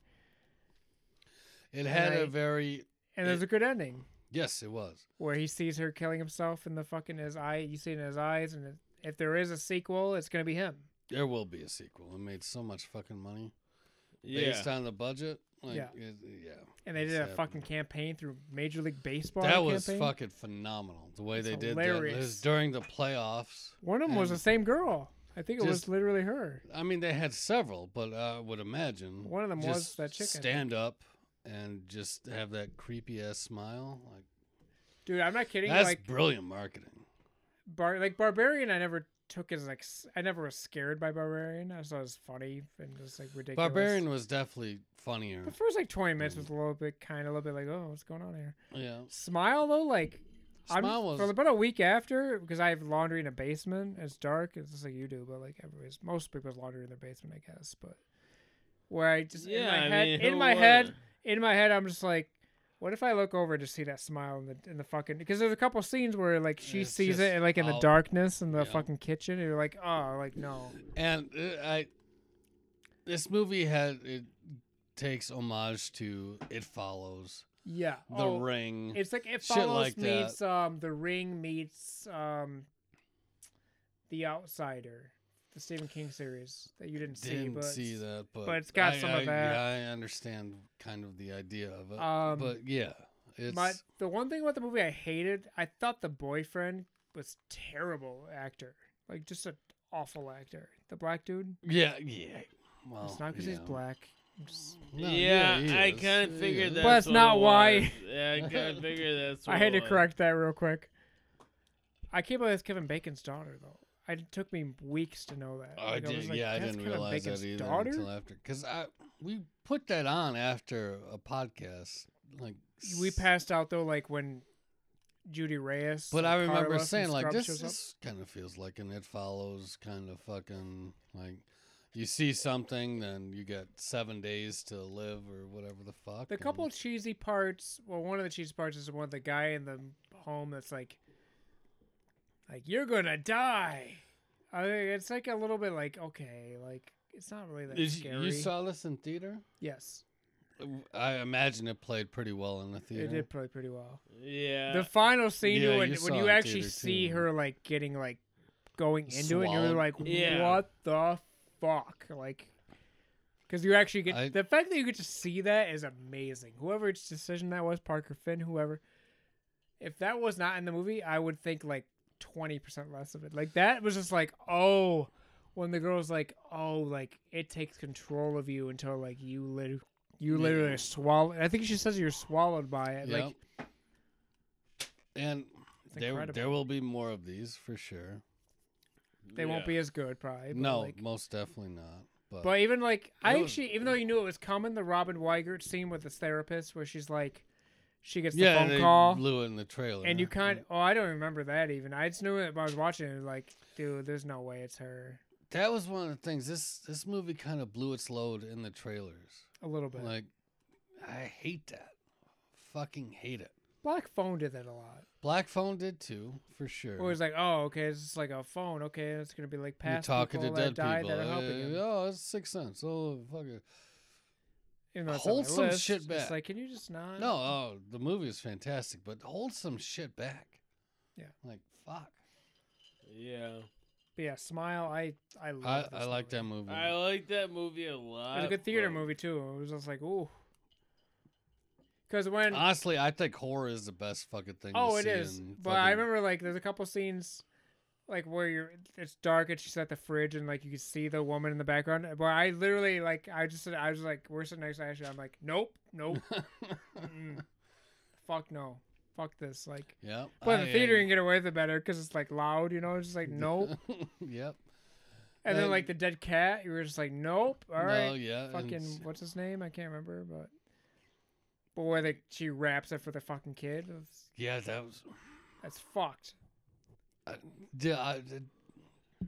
[SPEAKER 2] It had a
[SPEAKER 3] right.
[SPEAKER 2] very
[SPEAKER 3] and there's
[SPEAKER 2] It-
[SPEAKER 3] a good ending
[SPEAKER 2] yes. It was.
[SPEAKER 3] where he sees her killing himself in the fucking his eye you see it in his eyes and if there is a sequel it's gonna be him
[SPEAKER 2] There will be a sequel. It made so much fucking money
[SPEAKER 1] Yeah.
[SPEAKER 2] based on the budget. Like,
[SPEAKER 3] Yeah.
[SPEAKER 2] it- yeah.
[SPEAKER 3] and they
[SPEAKER 2] It's
[SPEAKER 3] did a
[SPEAKER 2] happening.
[SPEAKER 3] fucking campaign through major league baseball
[SPEAKER 2] that was
[SPEAKER 3] campaign.
[SPEAKER 2] fucking phenomenal. The way
[SPEAKER 3] It's
[SPEAKER 2] they did that It
[SPEAKER 3] hilarious.
[SPEAKER 2] was during the playoffs.
[SPEAKER 3] one of them was the
[SPEAKER 2] and-
[SPEAKER 3] same girl i think it was
[SPEAKER 2] Just-
[SPEAKER 3] literally her
[SPEAKER 2] I mean, they had several, but I would imagine
[SPEAKER 3] One of them was
[SPEAKER 2] just
[SPEAKER 3] that chick, I think.
[SPEAKER 2] Stand up and just have that creepy ass smile. Like
[SPEAKER 3] dude i'm not kidding
[SPEAKER 2] that's
[SPEAKER 3] like
[SPEAKER 2] brilliant marketing.
[SPEAKER 3] bar like barbarian i never took as like s- i never was scared by barbarian i just thought it was funny and just like ridiculous
[SPEAKER 2] Barbarian was definitely funnier.
[SPEAKER 3] the first like 20 minutes
[SPEAKER 2] Mm.
[SPEAKER 3] was a little bit kind of a little bit like oh what's going on here
[SPEAKER 2] Yeah,
[SPEAKER 3] Smile though, like
[SPEAKER 2] smile
[SPEAKER 3] I'm,
[SPEAKER 2] was
[SPEAKER 3] for about a week after because I have laundry in a basement. It's dark. It's just like you do, but like everybody's most people's laundry in their basement, I guess. But where I just in my
[SPEAKER 1] I
[SPEAKER 3] head,
[SPEAKER 1] mean,
[SPEAKER 3] in
[SPEAKER 1] who
[SPEAKER 3] my head,
[SPEAKER 1] wouldn't?
[SPEAKER 3] in my head, I'm just like, what if I look over to see that smile in the in the fucking? Because there's a couple scenes where like she
[SPEAKER 2] It's
[SPEAKER 3] sees
[SPEAKER 2] just
[SPEAKER 3] it like in the
[SPEAKER 2] all-
[SPEAKER 3] darkness in the
[SPEAKER 2] yeah.
[SPEAKER 3] fucking kitchen, and you're like, oh, like no,
[SPEAKER 2] and uh, I. This movie had it takes homage to It Follows,
[SPEAKER 3] yeah,
[SPEAKER 2] The
[SPEAKER 3] oh,
[SPEAKER 2] Ring.
[SPEAKER 3] It's like it
[SPEAKER 2] Shit
[SPEAKER 3] follows
[SPEAKER 2] like that.
[SPEAKER 3] meets um the ring meets um the outsider, the Stephen King series that you didn't, see,
[SPEAKER 2] Didn't
[SPEAKER 3] but
[SPEAKER 2] see that, but,
[SPEAKER 3] but it's got
[SPEAKER 2] I-
[SPEAKER 3] some of
[SPEAKER 2] I-
[SPEAKER 3] that.
[SPEAKER 2] Yeah, I understand kind of the idea of it,
[SPEAKER 3] Um,
[SPEAKER 2] but yeah, it's
[SPEAKER 3] my the one thing about the movie I hated, I thought the boyfriend was terrible actor, like just an awful actor. The black dude.
[SPEAKER 2] yeah, yeah. Well,
[SPEAKER 3] it's not because he's
[SPEAKER 2] Oh, yeah.
[SPEAKER 3] black. I'm just-
[SPEAKER 2] No,
[SPEAKER 1] yeah,
[SPEAKER 2] he
[SPEAKER 1] I
[SPEAKER 2] is.
[SPEAKER 1] kind
[SPEAKER 2] He
[SPEAKER 1] of figured
[SPEAKER 2] is.
[SPEAKER 1] that.
[SPEAKER 3] But that's not why.
[SPEAKER 1] Yeah, I kind of figured that's.
[SPEAKER 3] I
[SPEAKER 1] what
[SPEAKER 3] had
[SPEAKER 1] it
[SPEAKER 3] to
[SPEAKER 1] was.
[SPEAKER 3] correct that real quick. I can't believe that's Kevin Bacon's daughter though. I- It took me weeks to know that.
[SPEAKER 2] I
[SPEAKER 3] Like, was
[SPEAKER 2] did.
[SPEAKER 3] like,
[SPEAKER 2] yeah, I
[SPEAKER 3] "That's
[SPEAKER 2] didn't
[SPEAKER 3] Kevin
[SPEAKER 2] realize
[SPEAKER 3] Bacon's
[SPEAKER 2] that either
[SPEAKER 3] daughter?
[SPEAKER 2] until after, because I we put that on after a podcast, like
[SPEAKER 3] we
[SPEAKER 2] s-
[SPEAKER 3] passed out though, like when Judy Reyes.
[SPEAKER 2] But
[SPEAKER 3] and
[SPEAKER 2] I remember
[SPEAKER 3] Carlos and
[SPEAKER 2] saying like
[SPEAKER 3] Scrubs
[SPEAKER 2] this,
[SPEAKER 3] shows up.
[SPEAKER 2] this kind of feels like an It Follows kind of fucking like. You see something, then you got seven days to live or whatever the fuck.
[SPEAKER 3] The
[SPEAKER 2] and-
[SPEAKER 3] couple cheesy parts. Well, one of the cheesy parts is one the guy in the home that's like, like you're gonna die. I mean, it's like a little bit like okay, like it's not really that
[SPEAKER 2] Is-
[SPEAKER 3] scary.
[SPEAKER 2] you saw this in theater?
[SPEAKER 3] yes,
[SPEAKER 2] I imagine it played pretty well in the theater.
[SPEAKER 3] it did play pretty well.
[SPEAKER 1] Yeah.
[SPEAKER 3] the final scene
[SPEAKER 2] Yeah,
[SPEAKER 3] when,
[SPEAKER 2] you
[SPEAKER 3] when
[SPEAKER 2] saw
[SPEAKER 3] you
[SPEAKER 2] it in
[SPEAKER 3] actually
[SPEAKER 2] theater,
[SPEAKER 3] see
[SPEAKER 2] too.
[SPEAKER 3] her like getting like going into it and you're
[SPEAKER 2] Swallowed.
[SPEAKER 3] like
[SPEAKER 1] Yeah.
[SPEAKER 3] what the fuck like because you actually get
[SPEAKER 2] I-
[SPEAKER 3] the fact that you get to see that is amazing whoever's decision that was parker finn whoever if that was not in the movie i would think like 20% less of it like that was just like oh when the girl's like oh like it takes control of you until like you literally you
[SPEAKER 2] Yeah.
[SPEAKER 3] literally are swallowed i think she says you're swallowed by it
[SPEAKER 2] Yep.
[SPEAKER 3] like
[SPEAKER 2] and
[SPEAKER 3] it's
[SPEAKER 2] there,
[SPEAKER 3] incredible.
[SPEAKER 2] there will be more of these for sure.
[SPEAKER 3] They won't be as good, probably. But
[SPEAKER 2] No,
[SPEAKER 3] like-
[SPEAKER 2] most definitely not. But,
[SPEAKER 3] but even like, I
[SPEAKER 2] It was-
[SPEAKER 3] actually, even though you knew it was coming, the Robin Weigert scene with this therapist, where she's like, she gets the
[SPEAKER 2] yeah,
[SPEAKER 3] phone
[SPEAKER 2] they
[SPEAKER 3] call,
[SPEAKER 2] blew it in the trailer.
[SPEAKER 3] and you kind, oh, I don't remember that even. I just knew it when I was watching it. Like, dude, there's no way it's her.
[SPEAKER 2] that was one of the things. This this movie kind of blew its load in the trailers.
[SPEAKER 3] A little bit.
[SPEAKER 2] Like, I hate that. Fucking hate it.
[SPEAKER 3] Black Phone did that a lot.
[SPEAKER 2] Black Phone did too, for sure.
[SPEAKER 3] It was like, oh, okay, it's just like a phone. Okay, it's gonna be like
[SPEAKER 2] You're
[SPEAKER 3] past
[SPEAKER 2] talking to
[SPEAKER 3] people
[SPEAKER 2] dead
[SPEAKER 3] that died
[SPEAKER 2] people.
[SPEAKER 3] that are helping
[SPEAKER 2] Eh,
[SPEAKER 3] him.
[SPEAKER 2] oh, it's six cents. Oh, fuck it.
[SPEAKER 3] Even though it's on my
[SPEAKER 2] hold some
[SPEAKER 3] list,
[SPEAKER 2] shit
[SPEAKER 3] it's
[SPEAKER 2] back.
[SPEAKER 3] like, can you just not?
[SPEAKER 2] No, oh, the movie is fantastic, but hold some shit back.
[SPEAKER 3] Yeah.
[SPEAKER 2] Like fuck.
[SPEAKER 1] Yeah.
[SPEAKER 3] But yeah, smile. I I love
[SPEAKER 2] I,
[SPEAKER 3] this
[SPEAKER 2] I like
[SPEAKER 3] movie.
[SPEAKER 2] that movie.
[SPEAKER 1] I like that movie a lot.
[SPEAKER 3] It was a good theater
[SPEAKER 1] but-
[SPEAKER 3] movie too. It was just like, ooh. Because when
[SPEAKER 2] Honestly, I think horror is the best fucking thing.
[SPEAKER 3] oh,
[SPEAKER 2] to
[SPEAKER 3] it
[SPEAKER 2] see
[SPEAKER 3] is.
[SPEAKER 2] in
[SPEAKER 3] But I
[SPEAKER 2] fucking-
[SPEAKER 3] remember like there's a couple scenes like where you're it's dark and she's at the fridge and like you can see the woman in the background. But I literally like I just I was like we're sitting next to Ashley. I'm like nope nope mm, fuck no fuck this like.
[SPEAKER 2] yep.
[SPEAKER 3] But in
[SPEAKER 2] I
[SPEAKER 3] the theater you
[SPEAKER 2] am-
[SPEAKER 3] can get away with it better because it's like loud, you know. It's just like nope.
[SPEAKER 2] yep.
[SPEAKER 3] And then
[SPEAKER 2] And-
[SPEAKER 3] like the dead cat, you were just like nope. All right.
[SPEAKER 2] No, yeah. and
[SPEAKER 3] fucking what's his name? I can't remember, but boy, that she wraps it for the fucking kid. That's,
[SPEAKER 2] Yeah, that was.
[SPEAKER 3] that's fucked.
[SPEAKER 2] I, yeah, I, the,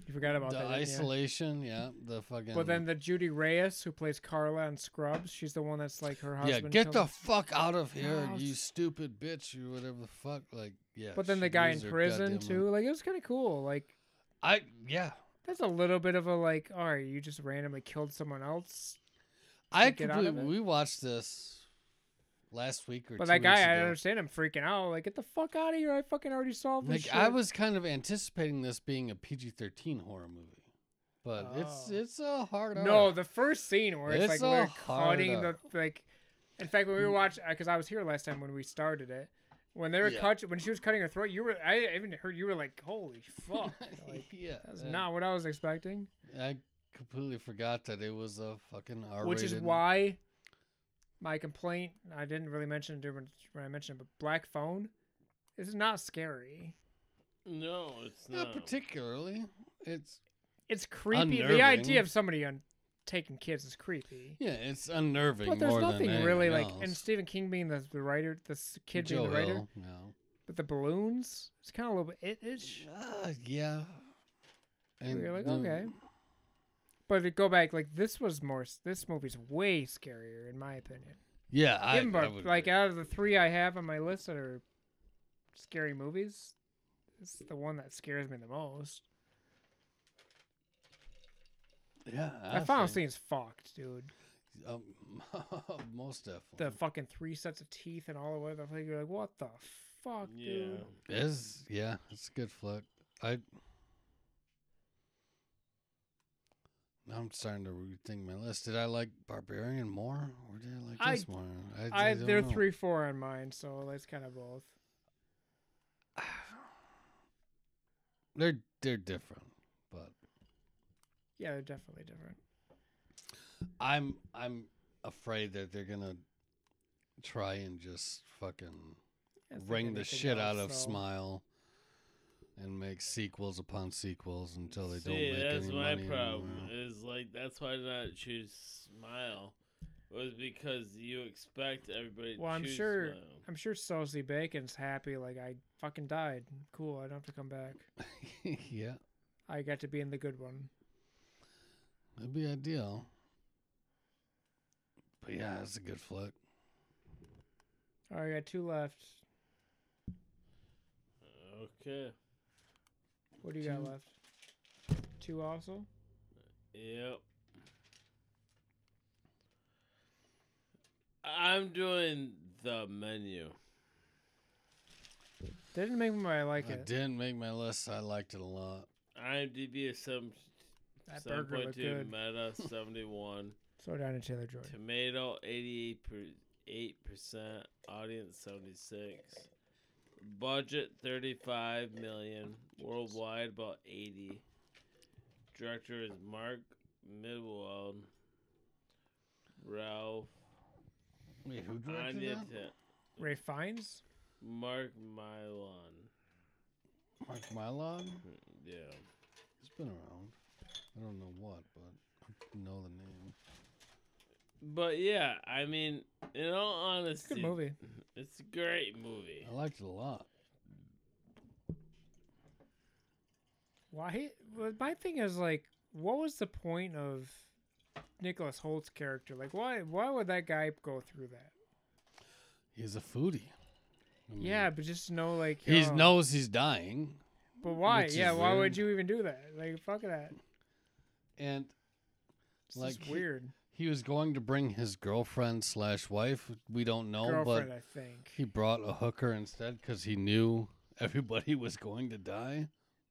[SPEAKER 3] You forgot about
[SPEAKER 2] the
[SPEAKER 3] that. didn't you?
[SPEAKER 2] isolation. Yeah, the fucking.
[SPEAKER 3] But then the Judy Reyes who plays Carla on Scrubs, she's the one that's like her
[SPEAKER 2] yeah,
[SPEAKER 3] husband.
[SPEAKER 2] get the
[SPEAKER 3] killed-
[SPEAKER 2] fuck out of here,
[SPEAKER 3] No,
[SPEAKER 2] you
[SPEAKER 3] it's-
[SPEAKER 2] stupid bitch, you whatever the fuck. Like, yeah.
[SPEAKER 3] But then the
[SPEAKER 2] she
[SPEAKER 3] guy in
[SPEAKER 2] lose her
[SPEAKER 3] prison
[SPEAKER 2] goddamn mind.
[SPEAKER 3] too. Like it was kind of cool. Like
[SPEAKER 2] I yeah.
[SPEAKER 3] that's a little bit of a like, all right, you just randomly killed someone else.
[SPEAKER 2] I
[SPEAKER 3] get out of
[SPEAKER 2] completely. We
[SPEAKER 3] it.
[SPEAKER 2] watched this last week or
[SPEAKER 3] But
[SPEAKER 2] two
[SPEAKER 3] that guy,
[SPEAKER 2] weeks
[SPEAKER 3] I
[SPEAKER 2] ago.
[SPEAKER 3] understand him freaking out. Like get the fuck out of here! I fucking already solved
[SPEAKER 2] Like
[SPEAKER 3] this.
[SPEAKER 2] I
[SPEAKER 3] shit.
[SPEAKER 2] was kind of anticipating this being a PG thirteen horror movie, but it's
[SPEAKER 3] Oh.
[SPEAKER 2] it's a hard R.
[SPEAKER 3] No, the first scene where it's,
[SPEAKER 2] It's
[SPEAKER 3] like we're
[SPEAKER 2] a hard Mm.
[SPEAKER 3] cutting the like. In fact, when we were watching, because I was here last time when we started it, when they were
[SPEAKER 2] Yeah.
[SPEAKER 3] cut, when she was cutting her throat, you were I even heard you were like, "Holy fuck!" Like
[SPEAKER 2] yeah,
[SPEAKER 3] that's
[SPEAKER 2] uh,
[SPEAKER 3] not what I was expecting.
[SPEAKER 2] I completely forgot that it was a fucking R.
[SPEAKER 3] Which is why my complaint I didn't really mention it when when I mentioned, it, but Black Phone is not scary.
[SPEAKER 1] No, it's
[SPEAKER 2] not particularly. It's
[SPEAKER 3] It's creepy.
[SPEAKER 2] Unnerving.
[SPEAKER 3] The idea of somebody on taking kids is creepy.
[SPEAKER 2] yeah, it's unnerving.
[SPEAKER 3] But there's
[SPEAKER 2] more
[SPEAKER 3] nothing
[SPEAKER 2] than
[SPEAKER 3] really like,
[SPEAKER 2] anything else.
[SPEAKER 3] and Stephen King being the, the writer, this kid
[SPEAKER 2] Joe
[SPEAKER 3] being the writer,
[SPEAKER 2] Hill, no.
[SPEAKER 3] But the balloons, it's kind of a little bit ish.
[SPEAKER 2] Uh, yeah. mm,
[SPEAKER 3] Where you're like,
[SPEAKER 2] the-
[SPEAKER 3] okay. But if you go back, like this was more. s- This movie's way scarier, in my opinion.
[SPEAKER 2] Yeah, I,
[SPEAKER 3] Even
[SPEAKER 2] I
[SPEAKER 3] but,
[SPEAKER 2] would
[SPEAKER 3] like
[SPEAKER 2] agree.
[SPEAKER 3] out of the three I have on my list that are scary movies, it's the one that scares me the most.
[SPEAKER 2] yeah,
[SPEAKER 3] that final
[SPEAKER 2] honestly.
[SPEAKER 3] scene's fucked, dude.
[SPEAKER 2] Um, most
[SPEAKER 3] The
[SPEAKER 2] definitely.
[SPEAKER 3] fucking three sets of teeth and all the way the like, you're like, what the fuck,
[SPEAKER 1] Yeah.
[SPEAKER 3] dude?
[SPEAKER 2] is yeah, it's a good flick. I. Now I'm starting to rethink my list. Did I like Barbarian more, or did I like
[SPEAKER 3] I-
[SPEAKER 2] this more?
[SPEAKER 3] I
[SPEAKER 2] don't
[SPEAKER 3] there are
[SPEAKER 2] know.
[SPEAKER 3] three four on mine, so that's kind of both.
[SPEAKER 2] They're they're different, but
[SPEAKER 3] Yeah, they're definitely different.
[SPEAKER 2] I'm I'm afraid that they're gonna try and just fucking
[SPEAKER 3] That's like
[SPEAKER 2] wring the
[SPEAKER 3] anything
[SPEAKER 2] shit out
[SPEAKER 3] else,
[SPEAKER 2] of
[SPEAKER 3] so-
[SPEAKER 2] Smile and make sequels upon sequels until they don't
[SPEAKER 1] See,
[SPEAKER 2] make
[SPEAKER 1] that's
[SPEAKER 2] any
[SPEAKER 1] my
[SPEAKER 2] money
[SPEAKER 1] problem.
[SPEAKER 2] anymore.
[SPEAKER 1] Is like that's why I did not choose Smile was because you expect everybody.
[SPEAKER 3] Well,
[SPEAKER 1] to
[SPEAKER 3] I'm
[SPEAKER 1] choose
[SPEAKER 3] sure-
[SPEAKER 1] Smile.
[SPEAKER 3] I'm sure Saucy Bacon's happy. Like I fucking died. Cool. I don't have to come back.
[SPEAKER 2] yeah,
[SPEAKER 3] I got to be in the good one.
[SPEAKER 2] that'd be ideal. But yeah, it's a good flick.
[SPEAKER 3] All right, I got two left.
[SPEAKER 1] Okay.
[SPEAKER 3] What do you got
[SPEAKER 2] Two.
[SPEAKER 3] left? Two also.
[SPEAKER 1] Yep. I'm doing the menu.
[SPEAKER 3] Didn't make me I like
[SPEAKER 2] I
[SPEAKER 3] it.
[SPEAKER 2] didn't make my list. I liked it a lot.
[SPEAKER 1] IMDb is some
[SPEAKER 3] That
[SPEAKER 1] seven
[SPEAKER 3] burger
[SPEAKER 1] point
[SPEAKER 3] looked
[SPEAKER 1] two,
[SPEAKER 3] good.
[SPEAKER 1] Meta seventy one,
[SPEAKER 3] So down to Taylor Jordan.
[SPEAKER 1] Tomato eighty eight per eight percent, audience seventy six, budget thirty five million, worldwide about eighty. Director is Mark Midwell. Ralph
[SPEAKER 2] Wait, who directed
[SPEAKER 1] Anya,
[SPEAKER 2] that?
[SPEAKER 3] Ray Fiennes.
[SPEAKER 1] Mark Mylon.
[SPEAKER 2] Mark Mylon.
[SPEAKER 1] Yeah.
[SPEAKER 2] He's been around. I don't know what, but I know the name.
[SPEAKER 1] But yeah, I mean, in all
[SPEAKER 3] It's a
[SPEAKER 1] honesty,
[SPEAKER 3] good movie. Oh.
[SPEAKER 1] it's a great movie.
[SPEAKER 2] I liked it a lot.
[SPEAKER 3] Why? Well, my thing is like, what was the point of Nicholas Holt's character? Like, why? Why would that guy go through that?
[SPEAKER 2] He's a foodie. I mean,
[SPEAKER 3] Yeah, but just know like
[SPEAKER 2] He
[SPEAKER 3] oh,
[SPEAKER 2] knows Hmm. he's dying,
[SPEAKER 3] But why?
[SPEAKER 2] which is
[SPEAKER 3] Yeah, why would
[SPEAKER 2] weird.
[SPEAKER 3] you even do that? Like, fuck that.
[SPEAKER 2] and
[SPEAKER 3] It's
[SPEAKER 2] Like,
[SPEAKER 3] just
[SPEAKER 2] he-
[SPEAKER 3] weird.
[SPEAKER 2] he was going to bring his girlfriend slash wife. We don't know,
[SPEAKER 3] Girlfriend,
[SPEAKER 2] Oh, but
[SPEAKER 3] I think.
[SPEAKER 2] he brought a hooker instead because he knew everybody was going to die.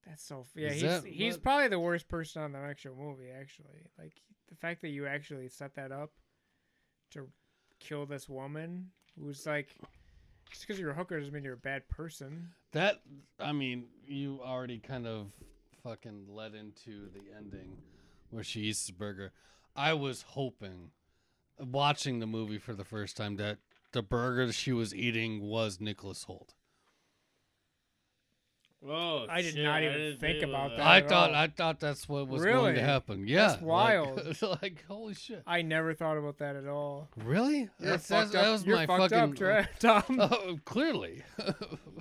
[SPEAKER 3] That's so. f- Yeah,
[SPEAKER 2] Is
[SPEAKER 3] he's
[SPEAKER 2] that
[SPEAKER 3] he's
[SPEAKER 2] what-
[SPEAKER 3] probably the worst person on the actual movie. Actually, like the fact that you actually set that up to kill this woman who's like, just because you're a hooker doesn't mean you're a bad person.
[SPEAKER 2] That I mean, you already kind of fucking led into the ending where she eats the burger. I was hoping watching the movie for the first time that the burger she was eating was Nicholas Holt.
[SPEAKER 1] Oh,
[SPEAKER 3] I did
[SPEAKER 1] shit,
[SPEAKER 3] not
[SPEAKER 1] I
[SPEAKER 3] even
[SPEAKER 1] didn't
[SPEAKER 3] think about that.
[SPEAKER 2] I
[SPEAKER 3] at
[SPEAKER 2] thought
[SPEAKER 3] all.
[SPEAKER 2] I thought that's what was going
[SPEAKER 3] Really?
[SPEAKER 2] to happen. Yeah.
[SPEAKER 3] That's wild.
[SPEAKER 2] Like, like holy shit.
[SPEAKER 3] I never thought about that at all.
[SPEAKER 2] Really?
[SPEAKER 3] You're
[SPEAKER 2] That's- that's-
[SPEAKER 3] fucked up.
[SPEAKER 2] That was
[SPEAKER 3] you're
[SPEAKER 2] my
[SPEAKER 3] fucked
[SPEAKER 2] fucking
[SPEAKER 3] up, Tra- Tom.
[SPEAKER 2] Oh, clearly. I mean,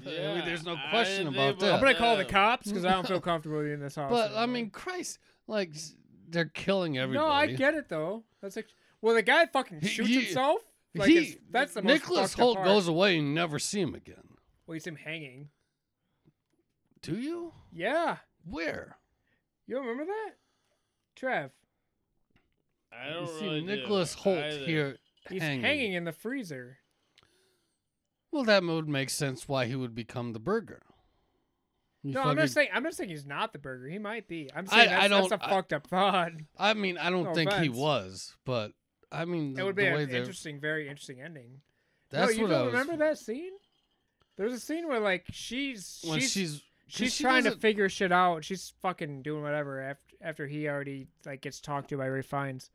[SPEAKER 1] Yeah,
[SPEAKER 2] there's no
[SPEAKER 1] I
[SPEAKER 2] question
[SPEAKER 1] didn't
[SPEAKER 2] about
[SPEAKER 1] even-
[SPEAKER 2] that.
[SPEAKER 3] I'm gonna call the
[SPEAKER 1] Um,
[SPEAKER 3] cops because I don't feel comfortable in this house.
[SPEAKER 2] But I
[SPEAKER 3] anymore.
[SPEAKER 2] mean, Christ, like s- they're killing everybody.
[SPEAKER 3] no, I get it though. That's like, well, the guy fucking
[SPEAKER 2] He-
[SPEAKER 3] shoots
[SPEAKER 2] he-
[SPEAKER 3] himself. Like,
[SPEAKER 2] he,
[SPEAKER 3] it's- that's the most
[SPEAKER 2] Nicholas
[SPEAKER 3] fucked up
[SPEAKER 2] Holt
[SPEAKER 3] part.
[SPEAKER 2] goes away and you never see him again.
[SPEAKER 3] Well, he's him hanging.
[SPEAKER 2] Do you?
[SPEAKER 3] Yeah,
[SPEAKER 2] Where?
[SPEAKER 3] you don't remember that, Trev?
[SPEAKER 1] I don't
[SPEAKER 2] you see
[SPEAKER 1] really do
[SPEAKER 2] Nicholas Holt
[SPEAKER 1] either.
[SPEAKER 2] here
[SPEAKER 3] He's
[SPEAKER 2] hanging.
[SPEAKER 3] hanging. in the freezer.
[SPEAKER 2] Well, that would make sense why he would become the burger. You
[SPEAKER 3] no, I'm not
[SPEAKER 2] fucking-
[SPEAKER 3] saying. I'm not saying he's not the burger. He might be. I'm
[SPEAKER 2] I-
[SPEAKER 3] saying that's,
[SPEAKER 2] I don't-
[SPEAKER 3] that's a
[SPEAKER 2] I-
[SPEAKER 3] fucked up thought.
[SPEAKER 2] I mean, I don't
[SPEAKER 3] No
[SPEAKER 2] think he
[SPEAKER 3] offense.
[SPEAKER 2] was, but I mean, the,
[SPEAKER 3] it would be
[SPEAKER 2] the
[SPEAKER 3] an
[SPEAKER 2] way they're.
[SPEAKER 3] interesting, very interesting ending.
[SPEAKER 2] That's
[SPEAKER 3] no, you
[SPEAKER 2] what
[SPEAKER 3] don't
[SPEAKER 2] I was.
[SPEAKER 3] remember that scene? There's a scene where like she's
[SPEAKER 2] When
[SPEAKER 3] she's
[SPEAKER 2] she's
[SPEAKER 3] she's
[SPEAKER 2] she
[SPEAKER 3] trying to
[SPEAKER 2] doesn't-
[SPEAKER 3] figure shit out. She's fucking doing whatever after after he already like gets talked to by refines.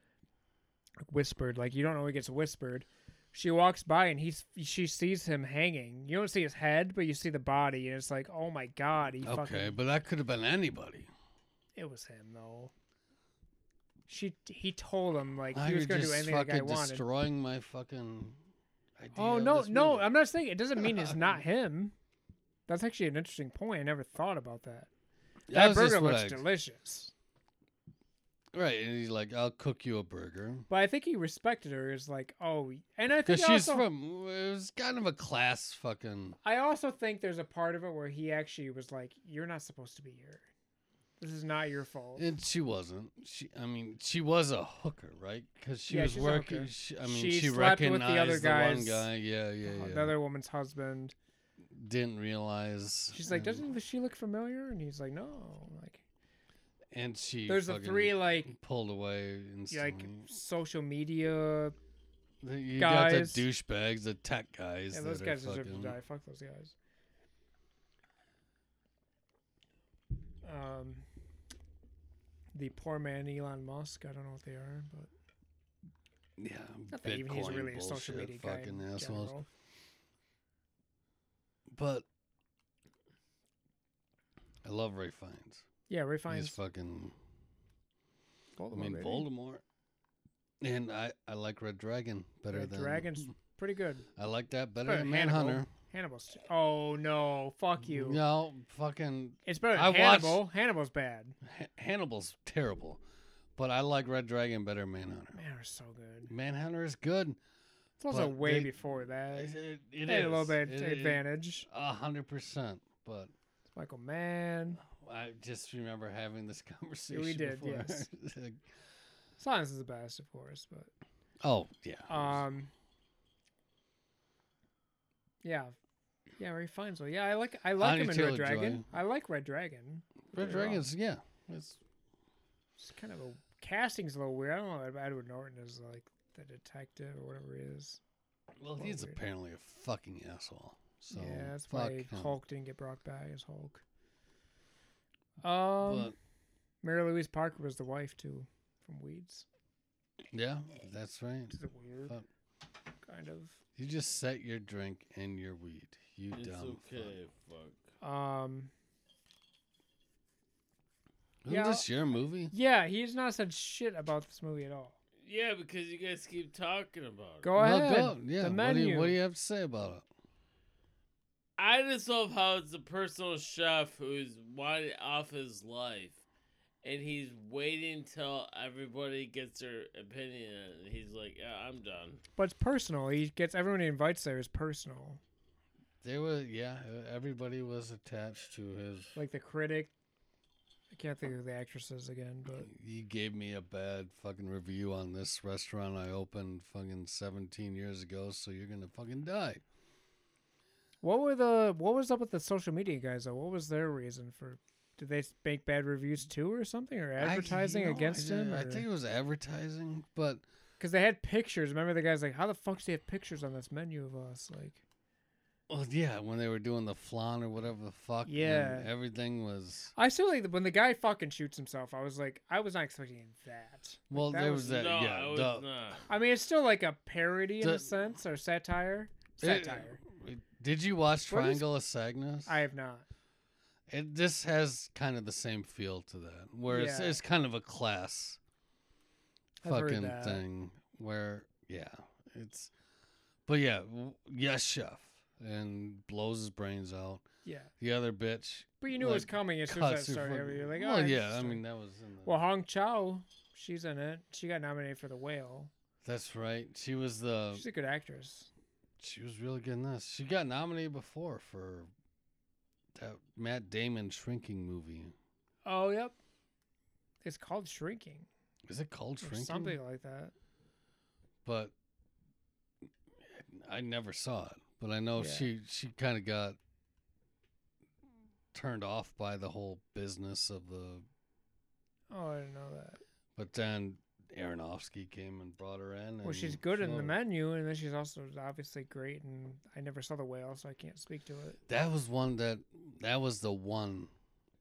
[SPEAKER 3] Whispered, like you don't know he gets whispered. She walks by and he's she sees him hanging. You don't see his head, but you see the body, and it's like, oh my god, he
[SPEAKER 2] okay,
[SPEAKER 3] fucking.
[SPEAKER 2] but that could have been anybody.
[SPEAKER 3] It was him though. She he told him like
[SPEAKER 2] Now
[SPEAKER 3] he was
[SPEAKER 2] you're
[SPEAKER 3] gonna do
[SPEAKER 2] just
[SPEAKER 3] anything the guy
[SPEAKER 2] fucking
[SPEAKER 3] wanted.
[SPEAKER 2] destroying my fucking. Idea
[SPEAKER 3] Oh
[SPEAKER 2] of
[SPEAKER 3] no,
[SPEAKER 2] this
[SPEAKER 3] no,
[SPEAKER 2] movie.
[SPEAKER 3] I'm not saying it doesn't mean it's not him. That's actually an interesting point. I never thought about that. That,
[SPEAKER 2] was just
[SPEAKER 3] burger
[SPEAKER 2] what
[SPEAKER 3] looks
[SPEAKER 2] I-
[SPEAKER 3] delicious.
[SPEAKER 2] Right, and he's like, "I'll cook you a burger."
[SPEAKER 3] But I think he respected her as like, oh, and I
[SPEAKER 2] Because
[SPEAKER 3] think
[SPEAKER 2] she's
[SPEAKER 3] also,
[SPEAKER 2] from, it was kind of a class fucking.
[SPEAKER 3] I also think there's a part of it where he actually was like, you're not supposed to be here. This is not your fault.
[SPEAKER 2] And she wasn't. She, I mean, she was a hooker, right? Because she
[SPEAKER 3] Yeah,
[SPEAKER 2] was
[SPEAKER 3] she's a
[SPEAKER 2] working.
[SPEAKER 3] hooker.
[SPEAKER 2] She, I mean,
[SPEAKER 3] She
[SPEAKER 2] she,
[SPEAKER 3] slept with the
[SPEAKER 2] recognized
[SPEAKER 3] other guys. Oh,
[SPEAKER 2] one guy. Yeah, yeah, yeah.
[SPEAKER 3] Another woman's husband.
[SPEAKER 2] Didn't realize.
[SPEAKER 3] She's like,
[SPEAKER 2] and-
[SPEAKER 3] doesn't she look familiar? And he's like, no. Like,
[SPEAKER 2] And she.
[SPEAKER 3] there's the
[SPEAKER 2] fucking
[SPEAKER 3] three like,
[SPEAKER 2] pulled away
[SPEAKER 3] like
[SPEAKER 2] instantly.
[SPEAKER 3] social media.
[SPEAKER 2] The- you got the
[SPEAKER 3] guys.
[SPEAKER 2] douchebags, the tech guys.
[SPEAKER 3] Yeah, those
[SPEAKER 2] that
[SPEAKER 3] guys
[SPEAKER 2] are
[SPEAKER 3] deserve to
[SPEAKER 2] fucking-
[SPEAKER 3] die. Fuck those guys. Um, the poor man Elon Musk. I don't know what they are, but
[SPEAKER 2] Yeah,
[SPEAKER 3] not that even
[SPEAKER 2] Bitcoin
[SPEAKER 3] he's really
[SPEAKER 2] bullshit,
[SPEAKER 3] a social media guy.
[SPEAKER 2] fucking
[SPEAKER 3] in
[SPEAKER 2] assholes.
[SPEAKER 3] general.
[SPEAKER 2] But I love Ray Fiennes.
[SPEAKER 3] Yeah, Ray Fiennes.
[SPEAKER 2] He's fucking.
[SPEAKER 3] Voldemort,
[SPEAKER 2] I mean,
[SPEAKER 3] baby.
[SPEAKER 2] Voldemort. And I, I like Red Dragon better
[SPEAKER 3] Red
[SPEAKER 2] than
[SPEAKER 3] Dragon's pretty good.
[SPEAKER 2] I like that better
[SPEAKER 3] better
[SPEAKER 2] than
[SPEAKER 3] than Hannibal.
[SPEAKER 2] Manhunter.
[SPEAKER 3] Hannibal's. Oh no! Fuck you.
[SPEAKER 2] No, fucking
[SPEAKER 3] It's better than
[SPEAKER 2] I watched-
[SPEAKER 3] Hannibal. Hannibal's bad.
[SPEAKER 2] H- Hannibal's terrible, but I like Red Dragon better than Manhunter.
[SPEAKER 3] Man, are so good.
[SPEAKER 2] Manhunter is good.
[SPEAKER 3] It's also
[SPEAKER 2] But
[SPEAKER 3] way
[SPEAKER 2] they-
[SPEAKER 3] before that.
[SPEAKER 2] It, it, it
[SPEAKER 3] They had a little
[SPEAKER 2] is.
[SPEAKER 3] bit
[SPEAKER 2] It- it-
[SPEAKER 3] advantage.
[SPEAKER 2] A hundred percent. But
[SPEAKER 3] Michael Mann.
[SPEAKER 2] I just remember having this conversation.
[SPEAKER 3] did,
[SPEAKER 2] before.
[SPEAKER 3] yes. Science is the best, of course, but
[SPEAKER 2] oh yeah.
[SPEAKER 3] Um. Yeah, yeah, Ray Fiennes. will- Yeah, I like I like
[SPEAKER 2] Anya
[SPEAKER 3] him in Red
[SPEAKER 2] Taylor-Joy.
[SPEAKER 3] Dragon. I like Red Dragon.
[SPEAKER 2] Red Dragon's yeah. It's
[SPEAKER 3] It's kind of a casting's a little weird. I don't know. if Edward Norton is like the detective or whatever he is.
[SPEAKER 2] well,
[SPEAKER 3] Well,
[SPEAKER 2] he's
[SPEAKER 3] weird.
[SPEAKER 2] apparently a fucking asshole. So
[SPEAKER 3] yeah, that's
[SPEAKER 2] fuck
[SPEAKER 3] why
[SPEAKER 2] him.
[SPEAKER 3] Hulk didn't get brought back as Hulk. Um,
[SPEAKER 2] But
[SPEAKER 3] Mary Louise Parker was the wife too, from Weeds.
[SPEAKER 2] yeah, that's right.
[SPEAKER 3] Which is a weird,
[SPEAKER 2] Fuck.
[SPEAKER 3] kind of.
[SPEAKER 2] You just set your drink and your weed. You
[SPEAKER 1] It's
[SPEAKER 2] dumb. fuck.
[SPEAKER 1] okay. Fuck.
[SPEAKER 3] Um,
[SPEAKER 2] Isn't
[SPEAKER 3] Yeah.
[SPEAKER 2] this your movie?
[SPEAKER 3] yeah, he's not said shit about this movie at all.
[SPEAKER 1] Yeah, because you guys keep talking about it.
[SPEAKER 3] Go ahead.
[SPEAKER 2] Yeah.
[SPEAKER 3] The
[SPEAKER 2] What, do you, what do
[SPEAKER 3] menu.
[SPEAKER 2] you have to say about it?
[SPEAKER 1] I just love how it's a personal chef who's wanted off his life, and he's waiting till everybody gets their opinion, and he's like, "Yeah, I'm done."
[SPEAKER 3] But it's personal. He gets everyone he invites there is personal.
[SPEAKER 2] There was yeah. Everybody was attached to his.
[SPEAKER 3] Like the critic. I can't think of the actresses again, but
[SPEAKER 2] He gave me a bad fucking review on this restaurant I opened fucking 17 years ago. So you're gonna fucking die.
[SPEAKER 3] what were the what was up with the social media guys though? What was their reason for? Did they make bad reviews too or something or
[SPEAKER 2] I- you
[SPEAKER 3] advertising
[SPEAKER 2] know,
[SPEAKER 3] against
[SPEAKER 2] I,
[SPEAKER 3] him?
[SPEAKER 2] I
[SPEAKER 3] or-
[SPEAKER 2] think it was advertising, but
[SPEAKER 3] because they had pictures. Remember the guy's like, "How the fuck do they have pictures on this menu of us?" Like,
[SPEAKER 2] Well, yeah, when they were doing the flan or whatever the fuck. and
[SPEAKER 3] Yeah.
[SPEAKER 2] everything was.
[SPEAKER 3] I still like when the guy fucking shoots himself. I was like, I was not expecting that.
[SPEAKER 2] Well,
[SPEAKER 3] that
[SPEAKER 2] there
[SPEAKER 3] was-
[SPEAKER 2] was, that.
[SPEAKER 1] no,
[SPEAKER 2] yeah,
[SPEAKER 1] I was
[SPEAKER 2] duh.
[SPEAKER 1] not.
[SPEAKER 3] I mean, it's still like a parody in
[SPEAKER 2] The-
[SPEAKER 3] a sense or satire.
[SPEAKER 2] It-
[SPEAKER 3] Satire.
[SPEAKER 2] Did you watch
[SPEAKER 3] What is-
[SPEAKER 2] Triangle of Cygnus?
[SPEAKER 3] I have not.
[SPEAKER 2] It, this has kind of the same feel to that, where it's,
[SPEAKER 3] Yeah.
[SPEAKER 2] it's kind of a class
[SPEAKER 3] I've heard
[SPEAKER 2] fucking
[SPEAKER 3] that.
[SPEAKER 2] thing. Where yeah, it's. But yeah, w- yes, chef, and blows his brains out.
[SPEAKER 3] Yeah,
[SPEAKER 2] The other bitch
[SPEAKER 3] but you knew it was
[SPEAKER 2] Like,
[SPEAKER 3] coming. It's just
[SPEAKER 2] cuts
[SPEAKER 3] that
[SPEAKER 2] her
[SPEAKER 3] story.
[SPEAKER 2] fucking-
[SPEAKER 3] You're like, oh,
[SPEAKER 2] well, yeah, I
[SPEAKER 3] interesting."
[SPEAKER 2] mean that was in the,
[SPEAKER 3] Well, Hong Chao, she's in it. She got nominated for The Whale.
[SPEAKER 2] that's right. She was the
[SPEAKER 3] She's a good actress.
[SPEAKER 2] She was really good in this. She got nominated before for that Matt Damon shrinking movie.
[SPEAKER 3] Oh, yep. It's called Shrinking
[SPEAKER 2] Is it called
[SPEAKER 3] or
[SPEAKER 2] Shrinking?
[SPEAKER 3] something like that.
[SPEAKER 2] But I never saw it. But I know
[SPEAKER 3] Yeah.
[SPEAKER 2] she she kind of got turned off by the whole business of the.
[SPEAKER 3] Oh, I didn't know that.
[SPEAKER 2] But then Aronofsky came and brought her in.
[SPEAKER 3] Well, she's
[SPEAKER 2] and
[SPEAKER 3] good
[SPEAKER 2] she
[SPEAKER 3] in the
[SPEAKER 2] loved it.
[SPEAKER 3] menu, and then she's also obviously great. And I never saw the whale, so I can't speak to it.
[SPEAKER 2] That was one that that was the one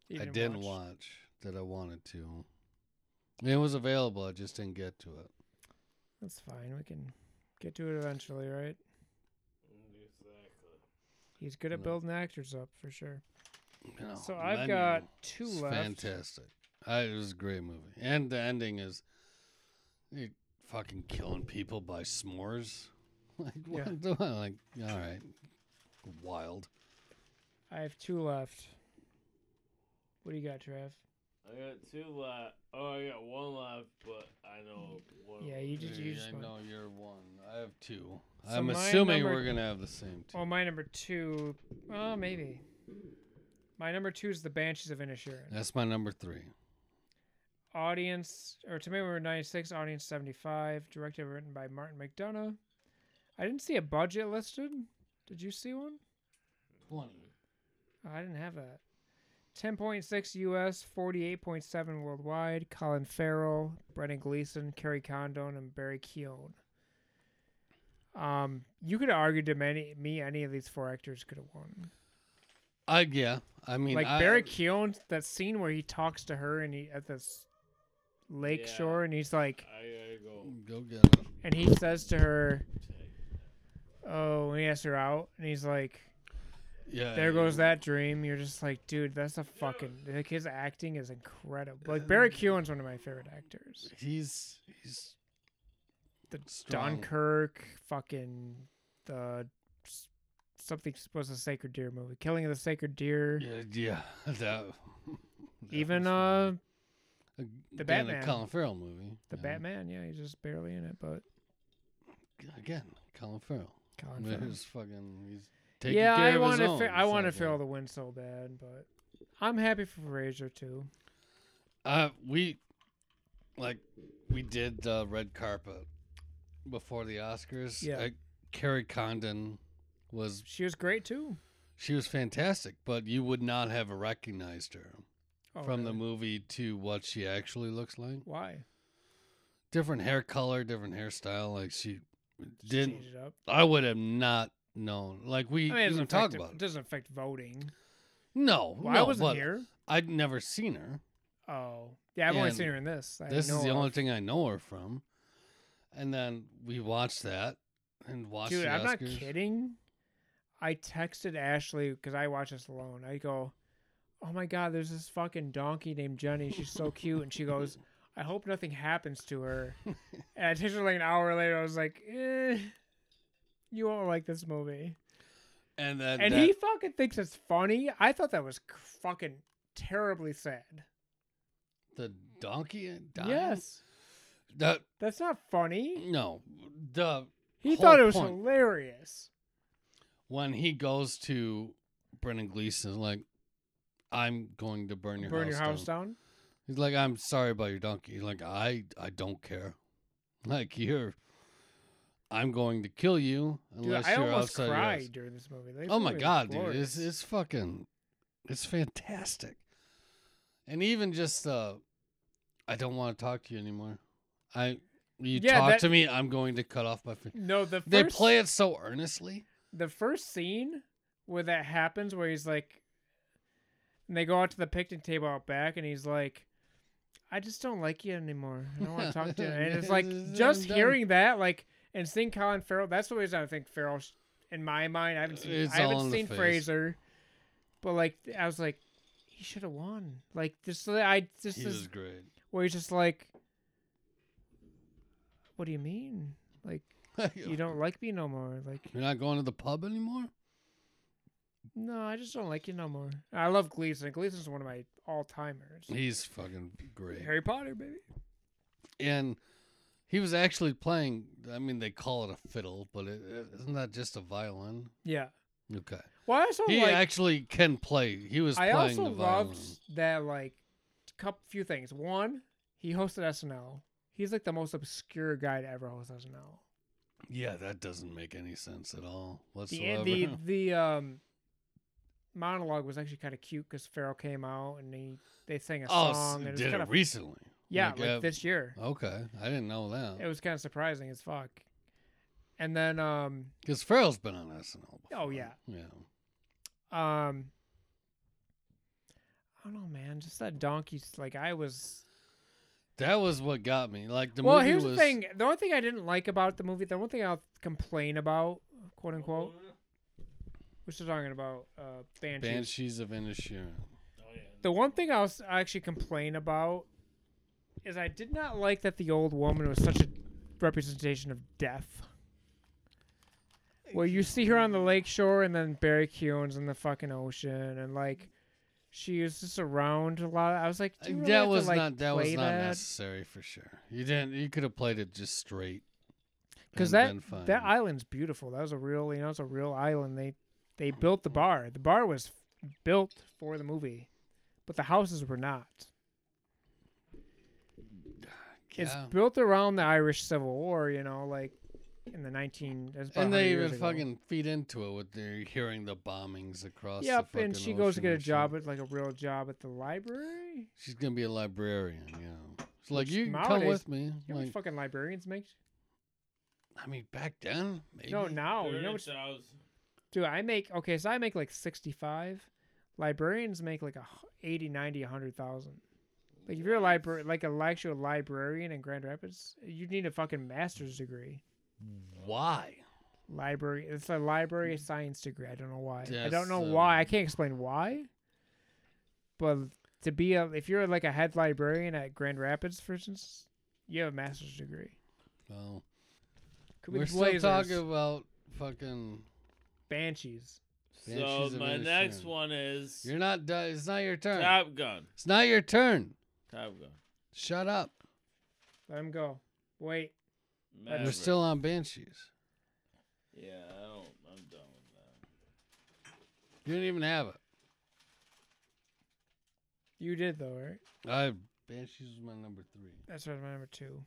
[SPEAKER 3] You
[SPEAKER 2] I didn't
[SPEAKER 3] watch?
[SPEAKER 2] watch that I wanted to. It was available. I just didn't get to it.
[SPEAKER 3] That's fine. We can get to it eventually, right?
[SPEAKER 1] Exactly.
[SPEAKER 3] He's good at
[SPEAKER 2] No.
[SPEAKER 3] building actors up for sure.
[SPEAKER 2] No,
[SPEAKER 3] so I've
[SPEAKER 2] Menu
[SPEAKER 3] got two
[SPEAKER 2] is
[SPEAKER 3] left.
[SPEAKER 2] Fantastic. I, it was a great movie, and the ending is you fucking killing people by s'mores. Like
[SPEAKER 3] Yeah.
[SPEAKER 2] what? the- Like all right, wild.
[SPEAKER 3] I have two left. What do you got, Trev?
[SPEAKER 1] I got two left. Oh, I got one left, but I know one.
[SPEAKER 3] Yeah, you just
[SPEAKER 2] Yeah,
[SPEAKER 3] use
[SPEAKER 2] I
[SPEAKER 3] one.
[SPEAKER 2] know you're one. I have two.
[SPEAKER 3] So
[SPEAKER 2] I'm
[SPEAKER 3] my
[SPEAKER 2] assuming
[SPEAKER 3] number-
[SPEAKER 2] we're gonna have the same two.
[SPEAKER 3] Well, Oh, my number two. Oh, maybe. My number two is the Banshees of Inisherin.
[SPEAKER 2] That's my number three.
[SPEAKER 3] audience or tomato meter 96 audience 75 directed and written by martin mcdonough i didn't see a budget listed did you see one
[SPEAKER 2] Twenty.
[SPEAKER 3] Oh, i didn't have that 10.6 us 48.7 worldwide colin farrell brendan gleeson kerry condon and barry keown um you could argue to many me any of these four actors could have won
[SPEAKER 2] I yeah. I mean,
[SPEAKER 3] like
[SPEAKER 2] I,
[SPEAKER 3] barry keown that scene where he talks to her and he at this lake
[SPEAKER 1] Yeah.
[SPEAKER 3] shore and he's like
[SPEAKER 1] I gotta go.
[SPEAKER 2] Go get it.
[SPEAKER 3] and he says to her, "Oh," and he asks her out, and he's like,
[SPEAKER 2] Yeah.
[SPEAKER 3] "There goes that dream." You're just like, dude, that's a fucking like his acting is incredible. Like Barry Keoghan's one of my favorite actors.
[SPEAKER 2] He's he's
[SPEAKER 3] The
[SPEAKER 2] strong.
[SPEAKER 3] Dunkirk, fucking the s- something was a sacred deer movie, Killing of the Sacred Deer.
[SPEAKER 2] Yeah, yeah. That, that
[SPEAKER 3] Even
[SPEAKER 2] was
[SPEAKER 3] uh
[SPEAKER 2] a- again,
[SPEAKER 3] Batman.
[SPEAKER 2] a Colin Farrell movie.
[SPEAKER 3] the
[SPEAKER 2] you know.
[SPEAKER 3] Batman, yeah, he's just barely in it, but
[SPEAKER 2] again, Colin Farrell.
[SPEAKER 3] Colin
[SPEAKER 2] With
[SPEAKER 3] Farrell.
[SPEAKER 2] his fucking, he's taking
[SPEAKER 3] Yeah,
[SPEAKER 2] care
[SPEAKER 3] I
[SPEAKER 2] of his
[SPEAKER 3] want to
[SPEAKER 2] own.
[SPEAKER 3] fa- I
[SPEAKER 2] it's
[SPEAKER 3] want to
[SPEAKER 2] like a-
[SPEAKER 3] fail the win so bad, but I'm happy for Fraser too.
[SPEAKER 2] Uh, we like we did uh, red carpet before the Oscars.
[SPEAKER 3] Yeah.
[SPEAKER 2] uh, Carrie Condon was
[SPEAKER 3] She was great too.
[SPEAKER 2] she was fantastic, but you would not have recognized her
[SPEAKER 3] Oh,
[SPEAKER 2] from the
[SPEAKER 3] really?
[SPEAKER 2] movie to what she actually looks like.
[SPEAKER 3] Why?
[SPEAKER 2] Different hair color, different hairstyle. Like she
[SPEAKER 3] Just
[SPEAKER 2] didn't
[SPEAKER 3] change it up.
[SPEAKER 2] I would have not known. Like we
[SPEAKER 3] I mean, it doesn't
[SPEAKER 2] even talk
[SPEAKER 3] affect-
[SPEAKER 2] about
[SPEAKER 3] it
[SPEAKER 2] it.
[SPEAKER 3] doesn't affect voting.
[SPEAKER 2] No,
[SPEAKER 3] Well,
[SPEAKER 2] no,
[SPEAKER 3] I wasn't
[SPEAKER 2] but
[SPEAKER 3] here.
[SPEAKER 2] I'd never seen her.
[SPEAKER 3] Oh, yeah, I've only seen
[SPEAKER 2] And
[SPEAKER 3] her in this. I
[SPEAKER 2] This is
[SPEAKER 3] know
[SPEAKER 2] the only
[SPEAKER 3] of.
[SPEAKER 2] thing I know her from. And then we watched that and watched.
[SPEAKER 3] Dude,
[SPEAKER 2] the
[SPEAKER 3] I'm not
[SPEAKER 2] Oscars.
[SPEAKER 3] kidding. I texted Ashley because I watch this alone. I go, "Oh my god, there's this fucking donkey named Jenny. She's so cute." And she goes, "I hope nothing happens to her." and I texted her like an hour later. I was like, eh, "You won't like this movie."
[SPEAKER 2] And then
[SPEAKER 3] And
[SPEAKER 2] that-
[SPEAKER 3] he fucking thinks it's funny. I thought that was c- fucking terribly sad.
[SPEAKER 2] the donkey died.
[SPEAKER 3] Yes.
[SPEAKER 2] That
[SPEAKER 3] That's not funny.
[SPEAKER 2] no, the
[SPEAKER 3] He
[SPEAKER 2] whole
[SPEAKER 3] thought it was
[SPEAKER 2] point-
[SPEAKER 3] hilarious.
[SPEAKER 2] when he goes to Brendan Gleeson, like, I'm going to burn your
[SPEAKER 3] Burn
[SPEAKER 2] house
[SPEAKER 3] your house down.
[SPEAKER 2] He's like, I'm sorry about your donkey. He's like, I I don't care. Like you're, I'm going to kill you
[SPEAKER 3] Dude,
[SPEAKER 2] unless
[SPEAKER 3] I
[SPEAKER 2] you're
[SPEAKER 3] almost
[SPEAKER 2] outside. your house."
[SPEAKER 3] cried during this movie. This
[SPEAKER 2] Oh my
[SPEAKER 3] movie was
[SPEAKER 2] god, dude,
[SPEAKER 3] glorious.
[SPEAKER 2] it's it's fucking, it's fantastic. And even just uh, I don't want to talk to you anymore. I You
[SPEAKER 3] Yeah,
[SPEAKER 2] talk
[SPEAKER 3] that-
[SPEAKER 2] to me, I'm going to cut off my finger.
[SPEAKER 3] No, the first
[SPEAKER 2] They play it so earnestly.
[SPEAKER 3] the first scene where that happens, where he's like, and they go out to the picnic table out back, and he's like, "I just don't like you anymore. I don't want to talk to you." And it's like
[SPEAKER 2] I'm
[SPEAKER 3] just
[SPEAKER 2] done.
[SPEAKER 3] hearing that, like, and seeing Colin Farrell. That's the reason I think Farrell, sh- in my mind, I haven't seen
[SPEAKER 2] It's
[SPEAKER 3] I
[SPEAKER 2] all in
[SPEAKER 3] haven't
[SPEAKER 2] the
[SPEAKER 3] seen
[SPEAKER 2] face.
[SPEAKER 3] Fraser, but like I was like, he should have won. Like this, I this
[SPEAKER 2] He
[SPEAKER 3] is
[SPEAKER 2] was great.
[SPEAKER 3] where he's just like, "What do you mean? Like you
[SPEAKER 2] You're
[SPEAKER 3] don't like me no more? Like."
[SPEAKER 2] not going to the pub anymore?
[SPEAKER 3] No, I just don't like you no more. I love Gleason. Gleason's one of my all timers.
[SPEAKER 2] He's fucking great.
[SPEAKER 3] Harry Potter, baby.
[SPEAKER 2] and he was actually playing. I mean, they call it a fiddle, but it, it, isn't that just a violin?
[SPEAKER 3] Yeah.
[SPEAKER 2] Okay.
[SPEAKER 3] Well, I also
[SPEAKER 2] He
[SPEAKER 3] like.
[SPEAKER 2] actually can play. He was
[SPEAKER 3] I
[SPEAKER 2] playing
[SPEAKER 3] also
[SPEAKER 2] the violin.
[SPEAKER 3] loved that like couple few things. One, he hosted SNL. He's like the most obscure guy to ever host SNL.
[SPEAKER 2] Yeah, that doesn't make any sense at all
[SPEAKER 3] The
[SPEAKER 2] whatsoever.
[SPEAKER 3] the the um monologue was actually kind of cute because Farrell came out and he they sang a
[SPEAKER 2] oh,
[SPEAKER 3] song.
[SPEAKER 2] s-
[SPEAKER 3] and it was
[SPEAKER 2] did it
[SPEAKER 3] kind of
[SPEAKER 2] recently?
[SPEAKER 3] yeah,
[SPEAKER 2] like,
[SPEAKER 3] like,
[SPEAKER 2] uh,
[SPEAKER 3] this year.
[SPEAKER 2] Okay, I didn't know
[SPEAKER 3] It
[SPEAKER 2] that
[SPEAKER 3] was kind of surprising as fuck. And then um
[SPEAKER 2] because Farrell's been on SNL. before.
[SPEAKER 3] Oh, yeah.
[SPEAKER 2] yeah.
[SPEAKER 3] Um, I don't know, man. Just that donkey's like I was.
[SPEAKER 2] That was what got me. Like the
[SPEAKER 3] well,
[SPEAKER 2] movie
[SPEAKER 3] here's
[SPEAKER 2] was
[SPEAKER 3] the thing. The only thing I didn't like about the movie, the one thing I'll complain about, quote unquote,
[SPEAKER 1] Uh-huh.
[SPEAKER 3] we're still talking about uh, Banshees.
[SPEAKER 2] Banshees of Inisherin.
[SPEAKER 1] Oh, yeah.
[SPEAKER 3] The one thing I'll s- actually complain about is I did not like that the old woman was such a representation of death. Well, you see her on the lake shore, and then Barry Keoghan's in the fucking ocean, and like she was just around a lot. I was like, Do you really have
[SPEAKER 2] that
[SPEAKER 3] to,
[SPEAKER 2] was
[SPEAKER 3] like,
[SPEAKER 2] not that was
[SPEAKER 3] play
[SPEAKER 2] not
[SPEAKER 3] that?
[SPEAKER 2] necessary for sure. You didn't. You could have played it just straight.
[SPEAKER 3] because
[SPEAKER 2] and
[SPEAKER 3] that
[SPEAKER 2] been fine.
[SPEAKER 3] that island's beautiful. That was a real, you know, it's a real island. They they built the bar. The bar was f- built for the movie, but the houses were not. It's
[SPEAKER 2] Yeah.
[SPEAKER 3] built around the Irish Civil War, you know, like in the nineteen. that's about
[SPEAKER 2] and they
[SPEAKER 3] 100 years
[SPEAKER 2] even
[SPEAKER 3] ago.
[SPEAKER 2] fucking feed into it with their hearing the bombings across. the
[SPEAKER 3] Yep,
[SPEAKER 2] fucking
[SPEAKER 3] and she goes to
[SPEAKER 2] ocean
[SPEAKER 3] get a
[SPEAKER 2] and shit.
[SPEAKER 3] job at like a real job at the library.
[SPEAKER 2] She's gonna be a librarian, you know. It's like
[SPEAKER 3] Which
[SPEAKER 2] you can come
[SPEAKER 3] nowadays-
[SPEAKER 2] with me.
[SPEAKER 3] You know how many
[SPEAKER 2] Like,
[SPEAKER 3] fucking librarians make?
[SPEAKER 2] I mean, back then, maybe.
[SPEAKER 3] No, now oh, you know what?
[SPEAKER 1] $30,000.
[SPEAKER 3] Dude, I make okay, so I make like sixty-five. Librarians make like a hu- 80, 90, hundred thousand. Like if you're a library, like a actual librarian in Grand Rapids, you need a fucking master's degree.
[SPEAKER 2] why?
[SPEAKER 3] Library, it's a library science degree. I don't know why. I
[SPEAKER 2] Mm. Yes,
[SPEAKER 3] don't know
[SPEAKER 2] um,
[SPEAKER 3] why. I can't explain why. But to be a, if you're like a head librarian at Grand Rapids, for instance, you have a master's degree.
[SPEAKER 2] Well,
[SPEAKER 3] Could be
[SPEAKER 2] we're
[SPEAKER 3] the
[SPEAKER 2] still
[SPEAKER 3] Blazers.
[SPEAKER 2] talking about fucking.
[SPEAKER 3] banshees.
[SPEAKER 2] Banshees
[SPEAKER 1] So
[SPEAKER 2] of
[SPEAKER 1] my next
[SPEAKER 2] Inisherin.
[SPEAKER 1] one is
[SPEAKER 2] You're not. di- It's not your turn.
[SPEAKER 1] Top Gun.
[SPEAKER 2] It's not your turn.
[SPEAKER 1] Top Gun.
[SPEAKER 2] Shut up.
[SPEAKER 3] Let him go. Wait,
[SPEAKER 2] They're
[SPEAKER 1] Maverick.
[SPEAKER 2] still on banshees.
[SPEAKER 1] Yeah, I don't. I'm done with that.
[SPEAKER 2] You didn't even have it.
[SPEAKER 3] you did though, right?
[SPEAKER 2] I banshees was my number three.
[SPEAKER 3] That's right, my number two.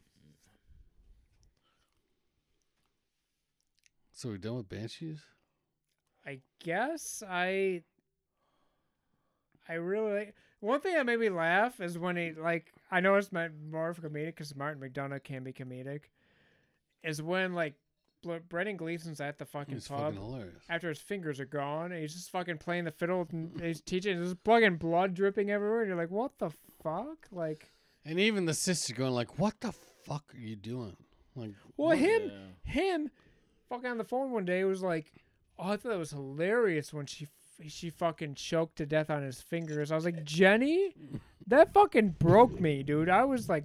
[SPEAKER 2] So we're done with banshees.
[SPEAKER 3] I guess I. I really one thing that made me laugh is when he like I know it's meant more for comedic because Martin McDonough can be comedic, is when like Bl- Brendan Gleason's at the fucking
[SPEAKER 2] It's
[SPEAKER 3] pub
[SPEAKER 2] fucking hilarious.
[SPEAKER 3] after his fingers are gone and he's just fucking playing the fiddle and he's teaching there's fucking blood dripping everywhere and you're like what the fuck like
[SPEAKER 2] And even the sister going like, "What the fuck are you doing?" Like,
[SPEAKER 3] well him
[SPEAKER 1] Yeah.
[SPEAKER 3] him fucking on the phone one day was like, "Oh, I thought that was hilarious when she she fucking choked to death on his fingers." I was like, "Jenny, that fucking broke me, dude. I was like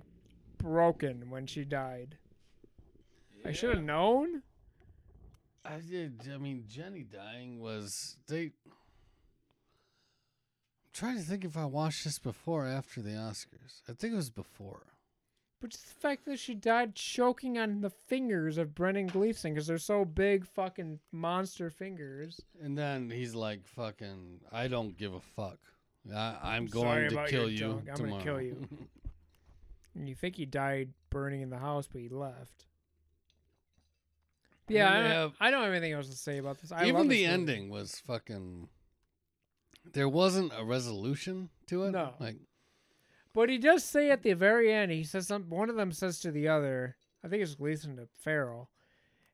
[SPEAKER 3] broken when she died. I should have known."
[SPEAKER 2] I did. I mean, Jenny dying was they. I'm trying to think if I watched this before or after the Oscars. I think it was before.
[SPEAKER 3] But just the fact that she died choking on the fingers of Brendan Gleeson because they're so big, fucking monster fingers.
[SPEAKER 2] And then he's like, "Fucking, I don't give a fuck. I, I'm going
[SPEAKER 3] sorry
[SPEAKER 2] to
[SPEAKER 3] about
[SPEAKER 2] kill
[SPEAKER 3] your
[SPEAKER 2] you
[SPEAKER 3] dog. I'm
[SPEAKER 2] tomorrow."
[SPEAKER 3] gonna kill you. And you think he died burning in the house, but he left. Yeah,
[SPEAKER 2] And
[SPEAKER 3] I
[SPEAKER 2] they
[SPEAKER 3] don't,
[SPEAKER 2] have-
[SPEAKER 3] I don't have anything else to say about this. I love
[SPEAKER 2] Even
[SPEAKER 3] this
[SPEAKER 2] the
[SPEAKER 3] movie.
[SPEAKER 2] ending was fucking. There wasn't a resolution to it.
[SPEAKER 3] No.
[SPEAKER 2] Like,
[SPEAKER 3] But he does say at the very end, he says some, one of them says to the other, I think it's listening to Farrell.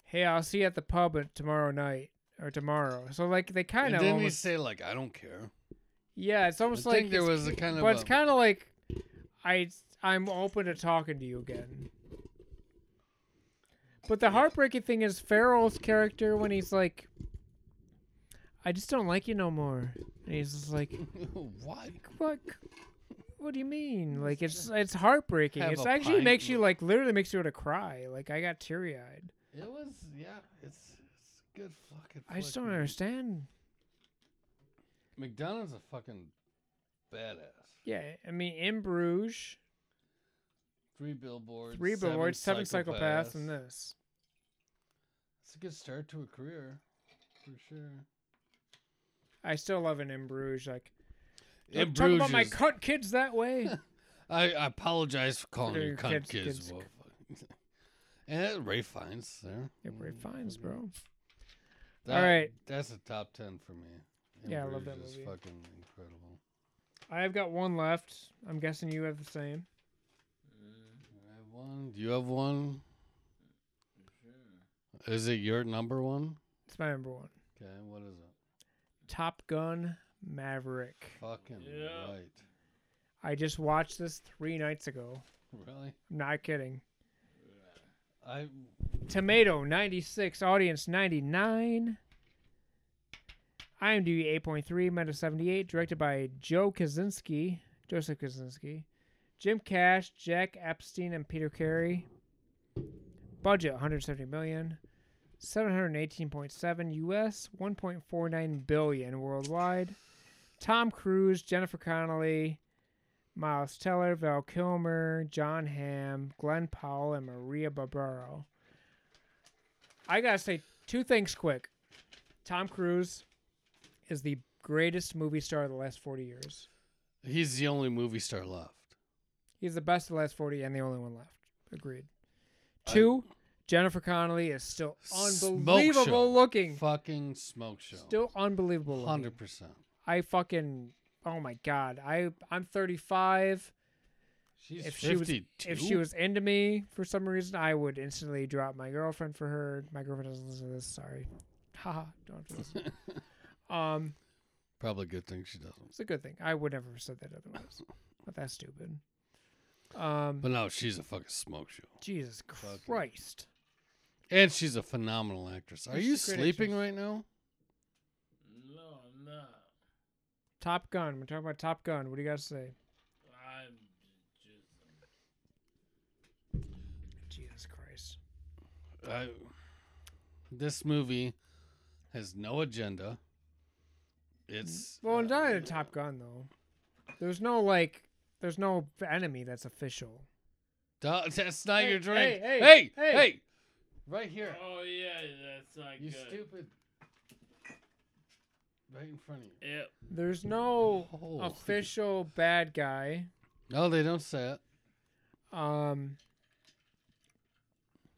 [SPEAKER 3] Hey, I'll see you at the pub at- tomorrow night or tomorrow. So like they kind
[SPEAKER 2] And
[SPEAKER 3] of
[SPEAKER 2] didn't he
[SPEAKER 3] almost,
[SPEAKER 2] say like I don't care?
[SPEAKER 3] yeah, it's
[SPEAKER 2] I
[SPEAKER 3] almost like
[SPEAKER 2] think there
[SPEAKER 3] it's-
[SPEAKER 2] was a kind of.
[SPEAKER 3] but it's
[SPEAKER 2] a-
[SPEAKER 3] kind of like I I'm open to talking to you again. But the heartbreaking thing is Farrell's character when he's like, I just don't like you no more. And he's just like,
[SPEAKER 2] what?
[SPEAKER 3] what? What do you mean? Like it's it's heartbreaking.
[SPEAKER 2] Have
[SPEAKER 3] It's
[SPEAKER 2] a
[SPEAKER 3] actually
[SPEAKER 2] pint
[SPEAKER 3] makes
[SPEAKER 2] with-
[SPEAKER 3] you like literally makes you want to cry. Like I got teary eyed.
[SPEAKER 2] It was yeah. It's it's a good fucking.
[SPEAKER 3] I just
[SPEAKER 2] flick,
[SPEAKER 3] don't
[SPEAKER 2] man.
[SPEAKER 3] understand.
[SPEAKER 2] McDonald's a fucking badass.
[SPEAKER 3] Yeah, I mean in Bruges,
[SPEAKER 2] Three billboards.
[SPEAKER 3] three billboards, seven psychopaths, and this.
[SPEAKER 2] It's a good start to a career, for sure.
[SPEAKER 3] I still love an in Bruges. Like
[SPEAKER 2] In
[SPEAKER 3] Don't talk about my
[SPEAKER 2] Bruges.
[SPEAKER 3] cunt kids that way.
[SPEAKER 2] I, I apologize for calling
[SPEAKER 3] Your
[SPEAKER 2] you cunt
[SPEAKER 3] kids-
[SPEAKER 2] kids.
[SPEAKER 3] kids-
[SPEAKER 2] motherfucker. and Ray Fiennes there.
[SPEAKER 3] yeah, Ray Fiennes, bro.
[SPEAKER 2] That-
[SPEAKER 3] Alright.
[SPEAKER 2] That's a top ten for me. And
[SPEAKER 3] Yeah, I love that
[SPEAKER 2] Bruges is
[SPEAKER 3] movie.
[SPEAKER 2] fucking incredible.
[SPEAKER 3] I've got one left. I'm guessing you have the same.
[SPEAKER 2] I have one. Do you have one? Is it your number one?
[SPEAKER 3] It's my number one.
[SPEAKER 2] Okay, what is it?
[SPEAKER 3] Top Gun Maverick.
[SPEAKER 2] Fucking
[SPEAKER 1] Yeah.
[SPEAKER 2] right.
[SPEAKER 3] I just watched this three nights ago.
[SPEAKER 2] Really?
[SPEAKER 3] I'm not kidding.
[SPEAKER 2] I
[SPEAKER 3] Tomato 96, audience 99. IMDb 8.3, Meta 78, directed by Joe Kaczynski, Joseph Kaczynski, Jim Cash, Jack Epstein, and Peter Carey. Budget 170 million, 718.7 US, 1.49 billion worldwide. Tom Cruise, Jennifer Connelly, Miles Teller, Val Kilmer, John Hamm, Glenn Powell, and Maria Barbaro. I gotta say two things quick. Tom Cruise is the greatest movie star of the last 40 years.
[SPEAKER 2] he's the only movie star left.
[SPEAKER 3] He's the best of the last 40 and the only one left. Agreed. Two, Jennifer Connelly is still
[SPEAKER 2] Smoke show.
[SPEAKER 3] unbelievable looking.
[SPEAKER 2] Fucking smoke show.
[SPEAKER 3] Still unbelievable looking.
[SPEAKER 2] hundred percent.
[SPEAKER 3] I fucking oh my god. I I'm 35.
[SPEAKER 2] She's
[SPEAKER 3] If she was-
[SPEAKER 2] fifty-two.
[SPEAKER 3] If she was into me for some reason, I would instantly drop my girlfriend for her. My girlfriend doesn't listen to this. Sorry. Haha. Don't have to listen. um
[SPEAKER 2] probably a good thing she doesn't.
[SPEAKER 3] It's a good thing. I would never have said that otherwise. but that's stupid. Um,
[SPEAKER 2] But no, she's a fucking smoke show,
[SPEAKER 3] Jesus
[SPEAKER 2] fucking-
[SPEAKER 3] Christ.
[SPEAKER 2] and she's a phenomenal actress. Are
[SPEAKER 3] She's
[SPEAKER 2] you
[SPEAKER 3] a great
[SPEAKER 2] sleeping
[SPEAKER 3] actress.
[SPEAKER 2] right now?
[SPEAKER 1] No, I'm not.
[SPEAKER 3] Top Gun. We're talking about Top Gun. What do you got to say?
[SPEAKER 1] I'm just.
[SPEAKER 3] Jesus Christ.
[SPEAKER 2] I, this movie has no agenda. It's
[SPEAKER 3] Well,
[SPEAKER 2] uh,
[SPEAKER 3] and not in Top Gun though. There's no like. There's no enemy that's official.
[SPEAKER 2] duh, that's not
[SPEAKER 3] Hey,
[SPEAKER 2] your drink.
[SPEAKER 3] hey, hey,
[SPEAKER 2] hey,
[SPEAKER 3] hey.
[SPEAKER 2] hey, right here.
[SPEAKER 1] Oh yeah, that's not
[SPEAKER 2] You
[SPEAKER 1] good.
[SPEAKER 2] stupid. Right in front of you.
[SPEAKER 1] Yep.
[SPEAKER 3] There's no
[SPEAKER 2] Oh.
[SPEAKER 3] official bad guy.
[SPEAKER 2] No, they don't say it.
[SPEAKER 3] Um.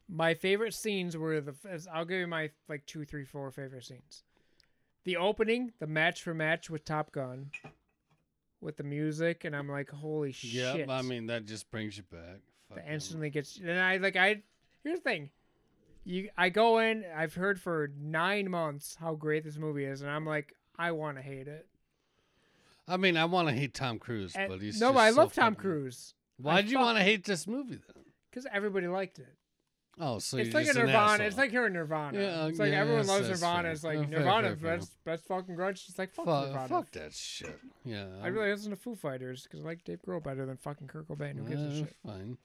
[SPEAKER 3] My favorite scenes were the. as- I'll give you my like two, three, four favorite scenes. The opening, the match for match with Top Gun, with the music, and I'm like, holy
[SPEAKER 2] Yeah,
[SPEAKER 3] shit!
[SPEAKER 2] I mean that just brings you back.
[SPEAKER 3] that
[SPEAKER 2] Fucking-
[SPEAKER 3] instantly gets. And I like I. Here's the thing, you I go in. I've heard for nine months how great this movie is, and I'm like, I want to hate it.
[SPEAKER 2] I mean, I want to hate Tom Cruise,
[SPEAKER 3] And-
[SPEAKER 2] but he's
[SPEAKER 3] Eh, no,
[SPEAKER 2] just
[SPEAKER 3] but I
[SPEAKER 2] so
[SPEAKER 3] love Tom
[SPEAKER 2] fucking-
[SPEAKER 3] Cruise
[SPEAKER 2] Why do you
[SPEAKER 3] fuck-
[SPEAKER 2] want to hate this movie then?
[SPEAKER 3] because everybody liked it.
[SPEAKER 2] Oh, so
[SPEAKER 3] it's
[SPEAKER 2] you're
[SPEAKER 3] like a
[SPEAKER 2] just an
[SPEAKER 3] Nirvana.
[SPEAKER 2] asshole.
[SPEAKER 3] It's like hearing Nirvana.
[SPEAKER 2] Yeah,
[SPEAKER 3] it's like
[SPEAKER 2] yeah,
[SPEAKER 3] everyone
[SPEAKER 2] yes,
[SPEAKER 3] loves
[SPEAKER 2] that's
[SPEAKER 3] Nirvana.
[SPEAKER 2] fair.
[SPEAKER 3] It's like
[SPEAKER 2] No, fair,
[SPEAKER 3] Nirvana,
[SPEAKER 2] fair, fair.
[SPEAKER 3] best best fucking grudge. It's like fuck Nirvana.
[SPEAKER 2] fuck, fuck that shit. Yeah,
[SPEAKER 3] I really listen to Foo Fighters because I like Dave Grohl better than fucking Kurt Cobain. Who gives a
[SPEAKER 2] eh,
[SPEAKER 3] shit?
[SPEAKER 2] Fine,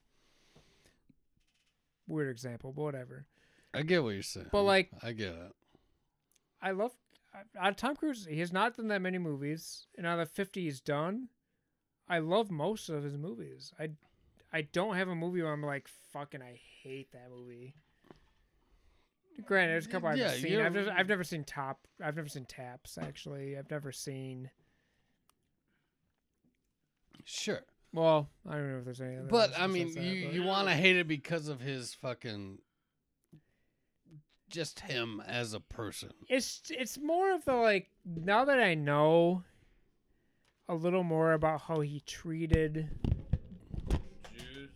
[SPEAKER 3] Weird example, but whatever.
[SPEAKER 2] I get what you're saying.
[SPEAKER 3] But, like-
[SPEAKER 2] I get it.
[SPEAKER 3] I love I, I, Tom Cruise. He has not done that many movies, and out of fifty he's done, I love most of his movies. I I don't have a movie where I'm like fucking I hate that movie. Granted, there's a couple
[SPEAKER 2] Yeah,
[SPEAKER 3] I've seen.
[SPEAKER 2] you're-
[SPEAKER 3] I've, never, I've never seen Top. I've never seen Taps. Actually, I've never seen.
[SPEAKER 2] Sure,
[SPEAKER 3] Well, I don't know if there's any. Other
[SPEAKER 2] but
[SPEAKER 3] ones
[SPEAKER 2] I mean,
[SPEAKER 3] besides that,
[SPEAKER 2] you
[SPEAKER 3] but-
[SPEAKER 2] you want to hate it because of his fucking, just him as a person.
[SPEAKER 3] it's it's more of the like now that I know a little more about how he treated
[SPEAKER 1] Juice.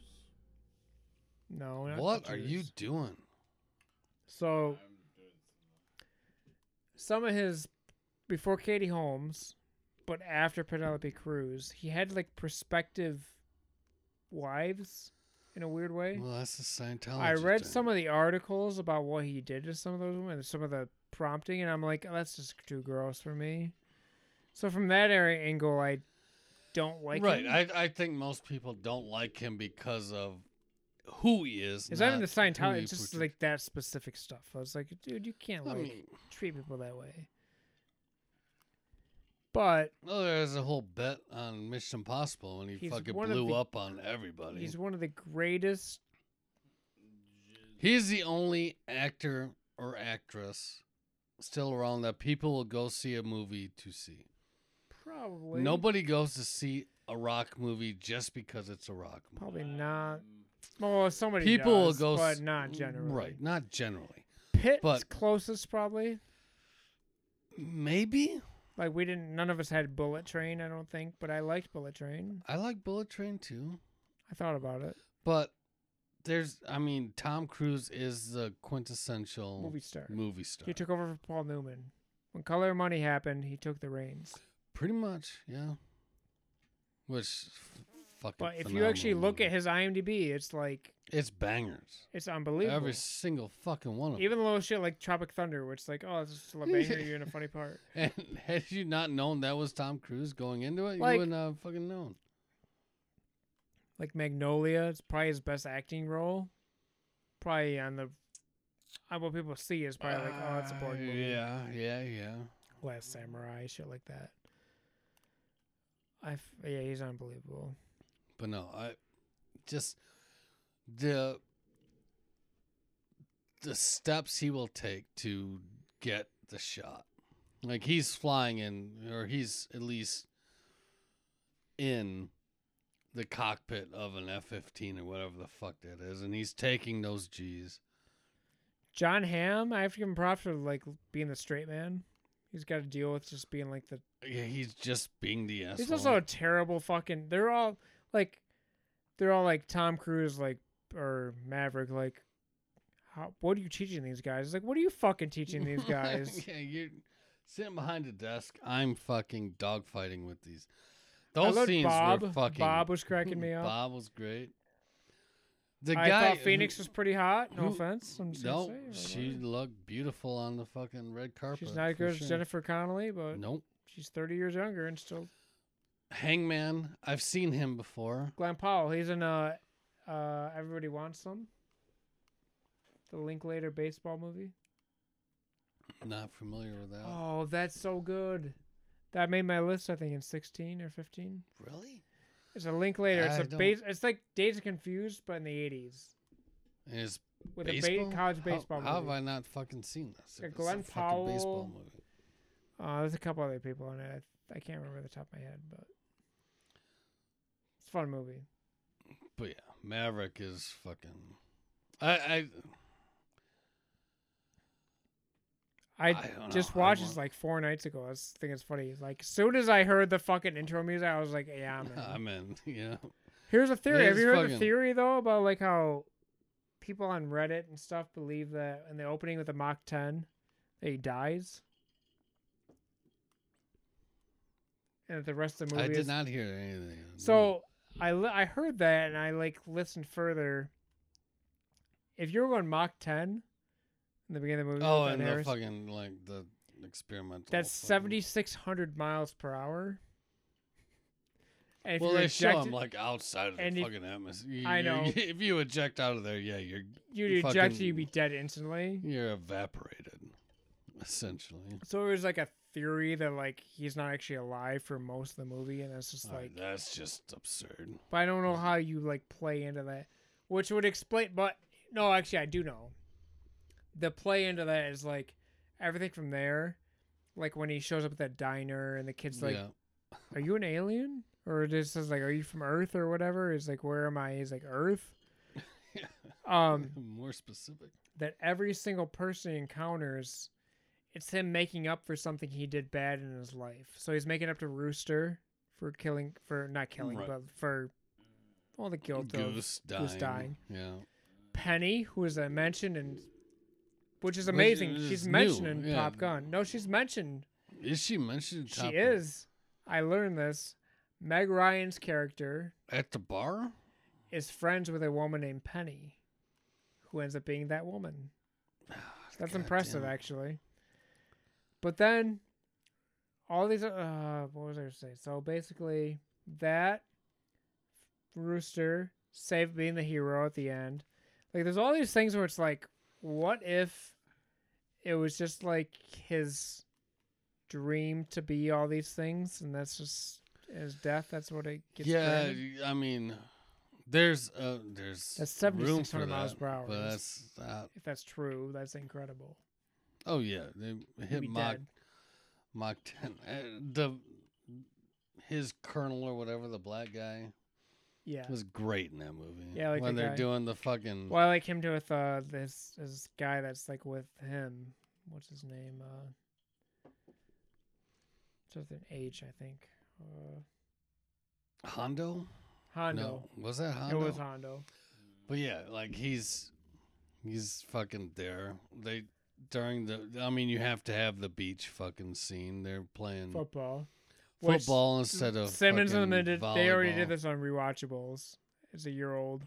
[SPEAKER 3] no No, we're not
[SPEAKER 2] what
[SPEAKER 3] touching
[SPEAKER 2] are you
[SPEAKER 3] these.
[SPEAKER 2] doing?
[SPEAKER 3] So some of his before Katie Holmes, but after Penelope Cruz, he had like prospective wives in a weird way.
[SPEAKER 2] Well, that's the Scientology.
[SPEAKER 3] I read
[SPEAKER 2] thing.
[SPEAKER 3] some of the articles about what he did to some of those women, some of the prompting, and I'm like, oh, that's just too gross for me. So from that area angle, I don't like
[SPEAKER 2] right.
[SPEAKER 3] him.
[SPEAKER 2] I I think most people don't like him because of who he is.
[SPEAKER 3] It's not in
[SPEAKER 2] not
[SPEAKER 3] the
[SPEAKER 2] who
[SPEAKER 3] Scientology,
[SPEAKER 2] he
[SPEAKER 3] it's just
[SPEAKER 2] portray-
[SPEAKER 3] like that specific stuff. I was like, dude, you can't
[SPEAKER 2] I
[SPEAKER 3] like
[SPEAKER 2] mean,
[SPEAKER 3] treat people that way. But
[SPEAKER 2] well, there's a whole bet on Mission Impossible when he
[SPEAKER 3] He's
[SPEAKER 2] fucking
[SPEAKER 3] one of
[SPEAKER 2] blew
[SPEAKER 3] the-
[SPEAKER 2] up on everybody.
[SPEAKER 3] he's one of the greatest.
[SPEAKER 2] He's the only actor or actress still around that people will go see a movie to see.
[SPEAKER 3] Probably.
[SPEAKER 2] Nobody goes to see a rock movie just because it's a rock movie.
[SPEAKER 3] Probably not. Well, somebody
[SPEAKER 2] people will
[SPEAKER 3] does,
[SPEAKER 2] go, s-
[SPEAKER 3] but not generally.
[SPEAKER 2] Right, not generally.
[SPEAKER 3] Pitt's
[SPEAKER 2] but-
[SPEAKER 3] closest probably.
[SPEAKER 2] Maybe
[SPEAKER 3] Like we didn't. None of us had Bullet Train. I don't think, but I liked Bullet Train.
[SPEAKER 2] I like Bullet Train too,
[SPEAKER 3] I thought about it.
[SPEAKER 2] but there's. I mean, Tom Cruise is the quintessential
[SPEAKER 3] Movie star.
[SPEAKER 2] movie star.
[SPEAKER 3] He took over for Paul Newman. When Color of Money happened, he took the reins.
[SPEAKER 2] pretty much, yeah. Which, f- fucking.
[SPEAKER 3] But if you actually
[SPEAKER 2] phenomenal
[SPEAKER 3] look at
[SPEAKER 2] movie.
[SPEAKER 3] his IMDb, it's like
[SPEAKER 2] it's bangers.
[SPEAKER 3] it's unbelievable.
[SPEAKER 2] Every single fucking one of them.
[SPEAKER 3] Even little shit like Tropic Thunder, which is like, oh, this is still a banger. You're in a funny part.
[SPEAKER 2] And had you not known that was Tom Cruise going into it,
[SPEAKER 3] Like-
[SPEAKER 2] you wouldn't have fucking known.
[SPEAKER 3] Like Magnolia, it's probably his best acting role. Probably on the on what people see is probably like, oh, that's a boring
[SPEAKER 2] Uh,
[SPEAKER 3] movie.
[SPEAKER 2] Yeah, yeah, yeah.
[SPEAKER 3] Last Samurai, shit like that. I f- yeah, he's unbelievable.
[SPEAKER 2] But no, I just the the steps he will take to get the shot. Like he's flying in, or he's at least in the cockpit of an F fifteen or whatever the fuck that is, and he's taking those G's.
[SPEAKER 3] John Hamm, I have to give him props for like being the straight man. He's got to deal with just being like the
[SPEAKER 2] Yeah, he's just being the asshole.
[SPEAKER 3] He's also a terrible fucking. They're all like, they're all like Tom Cruise, like or Maverick, like. How, what are you teaching these guys? It's like, what are you fucking teaching these guys?
[SPEAKER 2] yeah, you're sitting behind a desk. I'm fucking dogfighting with these.
[SPEAKER 3] I
[SPEAKER 2] Those
[SPEAKER 3] loved
[SPEAKER 2] scenes
[SPEAKER 3] Bob.
[SPEAKER 2] were fucking.
[SPEAKER 3] Bob was cracking me up.
[SPEAKER 2] Bob was great. The
[SPEAKER 3] I
[SPEAKER 2] guy
[SPEAKER 3] thought Phoenix
[SPEAKER 2] who-
[SPEAKER 3] was pretty hot. No
[SPEAKER 2] who-
[SPEAKER 3] offense. I'm just
[SPEAKER 2] no,
[SPEAKER 3] gonna say,
[SPEAKER 2] she
[SPEAKER 3] like,
[SPEAKER 2] looked beautiful on the fucking red carpet.
[SPEAKER 3] she's not as
[SPEAKER 2] for
[SPEAKER 3] good as
[SPEAKER 2] sure.
[SPEAKER 3] Jennifer Connelly, but
[SPEAKER 2] Nope.
[SPEAKER 3] she's 30 years younger and still.
[SPEAKER 2] Hangman. I've seen him before.
[SPEAKER 3] Glenn Powell. He's in uh, uh, Everybody Wants Some. The Linklater baseball movie.
[SPEAKER 2] Not familiar with that.
[SPEAKER 3] Oh, that's so good. That made my list. I think in sixteen or fifteen.
[SPEAKER 2] Really?
[SPEAKER 3] It's a Linklater. It's
[SPEAKER 2] I
[SPEAKER 3] a
[SPEAKER 2] don't-
[SPEAKER 3] base. It's like Days of Confused, but in the eighties
[SPEAKER 2] And it's
[SPEAKER 3] with a
[SPEAKER 2] baseball?
[SPEAKER 3] ba- college
[SPEAKER 2] How-
[SPEAKER 3] baseball
[SPEAKER 2] How, have
[SPEAKER 3] movie.
[SPEAKER 2] I not fucking seen this?
[SPEAKER 3] Yeah,
[SPEAKER 2] If it's a
[SPEAKER 3] Glenn
[SPEAKER 2] fucking
[SPEAKER 3] Powell.
[SPEAKER 2] baseball movie.
[SPEAKER 3] Uh, there's a couple other people in it. I, I can't remember the top of my head, but it's a fun movie.
[SPEAKER 2] But yeah, Maverick is fucking. I I
[SPEAKER 3] I,
[SPEAKER 2] I don't
[SPEAKER 3] just
[SPEAKER 2] know, I
[SPEAKER 3] watched
[SPEAKER 2] want-
[SPEAKER 3] this like four nights ago. I was thinking it's funny. Like as soon as I heard the fucking intro music, I was like, "Yeah, I'm in."
[SPEAKER 2] I'm in. Yeah.
[SPEAKER 3] Here's a theory.
[SPEAKER 2] It
[SPEAKER 3] Have
[SPEAKER 2] is
[SPEAKER 3] you heard the
[SPEAKER 2] fucking-
[SPEAKER 3] theory though about like how people on Reddit and stuff believe that in the opening with the Mach 10 that he dies, and that the rest of the movie
[SPEAKER 2] I did
[SPEAKER 3] is
[SPEAKER 2] not hear anything.
[SPEAKER 3] so. I li- I heard that and I like listened further. If you're going Mach 10 in the beginning of the movie,
[SPEAKER 2] oh,
[SPEAKER 3] with Ed
[SPEAKER 2] and the
[SPEAKER 3] Harris,
[SPEAKER 2] fucking like the experimental.
[SPEAKER 3] that's
[SPEAKER 2] fucking-
[SPEAKER 3] 7,600 miles per hour. And if
[SPEAKER 2] Well,
[SPEAKER 3] you're
[SPEAKER 2] they show 'em,
[SPEAKER 3] ejected-
[SPEAKER 2] like outside of
[SPEAKER 3] and
[SPEAKER 2] the
[SPEAKER 3] if-
[SPEAKER 2] fucking atmosphere. You-
[SPEAKER 3] I
[SPEAKER 2] you-
[SPEAKER 3] know.
[SPEAKER 2] If you eject out of there, yeah, you're
[SPEAKER 3] you
[SPEAKER 2] fucking-
[SPEAKER 3] ejected, you'd be dead instantly.
[SPEAKER 2] you're evaporated, essentially.
[SPEAKER 3] So it was like a theory that like he's not actually alive for most of the movie, and it's just
[SPEAKER 2] Uh,
[SPEAKER 3] like.
[SPEAKER 2] that's just absurd.
[SPEAKER 3] But I don't know how you like play into that, which would explain. But no, actually, I do know. The play into that is like everything from there, like when he shows up at that diner and the kid's like,
[SPEAKER 2] yeah,
[SPEAKER 3] "Are you an alien?" Or this is like, "Are you from Earth?" or whatever. Is like, "Where am I?" He's like, "Earth." um,
[SPEAKER 2] more specific.
[SPEAKER 3] that every single person he encounters, it's him making up for something he did bad in his life. So he's making up to Rooster for killing, for not killing,
[SPEAKER 2] Right.
[SPEAKER 3] but for all the guilt of.
[SPEAKER 2] Goose dying.
[SPEAKER 3] dying.
[SPEAKER 2] Yeah,
[SPEAKER 3] Penny, who is uh, mentioned and which is
[SPEAKER 2] Which
[SPEAKER 3] amazing.
[SPEAKER 2] is
[SPEAKER 3] she's
[SPEAKER 2] new,
[SPEAKER 3] mentioned in
[SPEAKER 2] yeah.
[SPEAKER 3] Top Gun. No, she's mentioned.
[SPEAKER 2] Is she mentioned?
[SPEAKER 3] she
[SPEAKER 2] Top-
[SPEAKER 3] is. I learned this. Meg Ryan's character
[SPEAKER 2] at the bar.
[SPEAKER 3] is friends with a woman named Penny, who ends up being that woman. That's
[SPEAKER 2] God
[SPEAKER 3] impressive,
[SPEAKER 2] damn it.
[SPEAKER 3] actually. But then, all these. Uh, what was I going to say? So basically, that Rooster save being the hero at the end. Like, there's all these things where it's like, what if it was just like his dream to be all these things, and that's just his death. That's what it gets.
[SPEAKER 2] yeah,
[SPEAKER 3] granted?
[SPEAKER 2] I mean, there's uh, there's
[SPEAKER 3] That's
[SPEAKER 2] room
[SPEAKER 3] 7,600
[SPEAKER 2] for
[SPEAKER 3] miles
[SPEAKER 2] that,
[SPEAKER 3] per hour.
[SPEAKER 2] But that's uh,
[SPEAKER 3] If that's true, that's incredible.
[SPEAKER 2] oh yeah, they
[SPEAKER 3] He'd
[SPEAKER 2] hit
[SPEAKER 3] be
[SPEAKER 2] Mach
[SPEAKER 3] dead.
[SPEAKER 2] Mach ten. Uh, the his colonel or whatever the black guy
[SPEAKER 3] Yeah.
[SPEAKER 2] was great in that movie.
[SPEAKER 3] Yeah, I like
[SPEAKER 2] when
[SPEAKER 3] the
[SPEAKER 2] they're
[SPEAKER 3] guy.
[SPEAKER 2] doing the fucking
[SPEAKER 3] Well, I like him too with uh this this guy that's like with him. What's his name? Uh, it's with an H, I think. Uh,
[SPEAKER 2] Hondo.
[SPEAKER 3] Hondo.
[SPEAKER 2] No, was that Hondo?
[SPEAKER 3] It was Hondo.
[SPEAKER 2] But yeah, like he's he's fucking there. They during the I mean you have to have the beach fucking scene. They're playing
[SPEAKER 3] Football. Which
[SPEAKER 2] Hmm. football instead of
[SPEAKER 3] Simmons and
[SPEAKER 2] fucking
[SPEAKER 3] them did, they already did
[SPEAKER 2] volleyball.
[SPEAKER 3] this on rewatchables. It's a year old.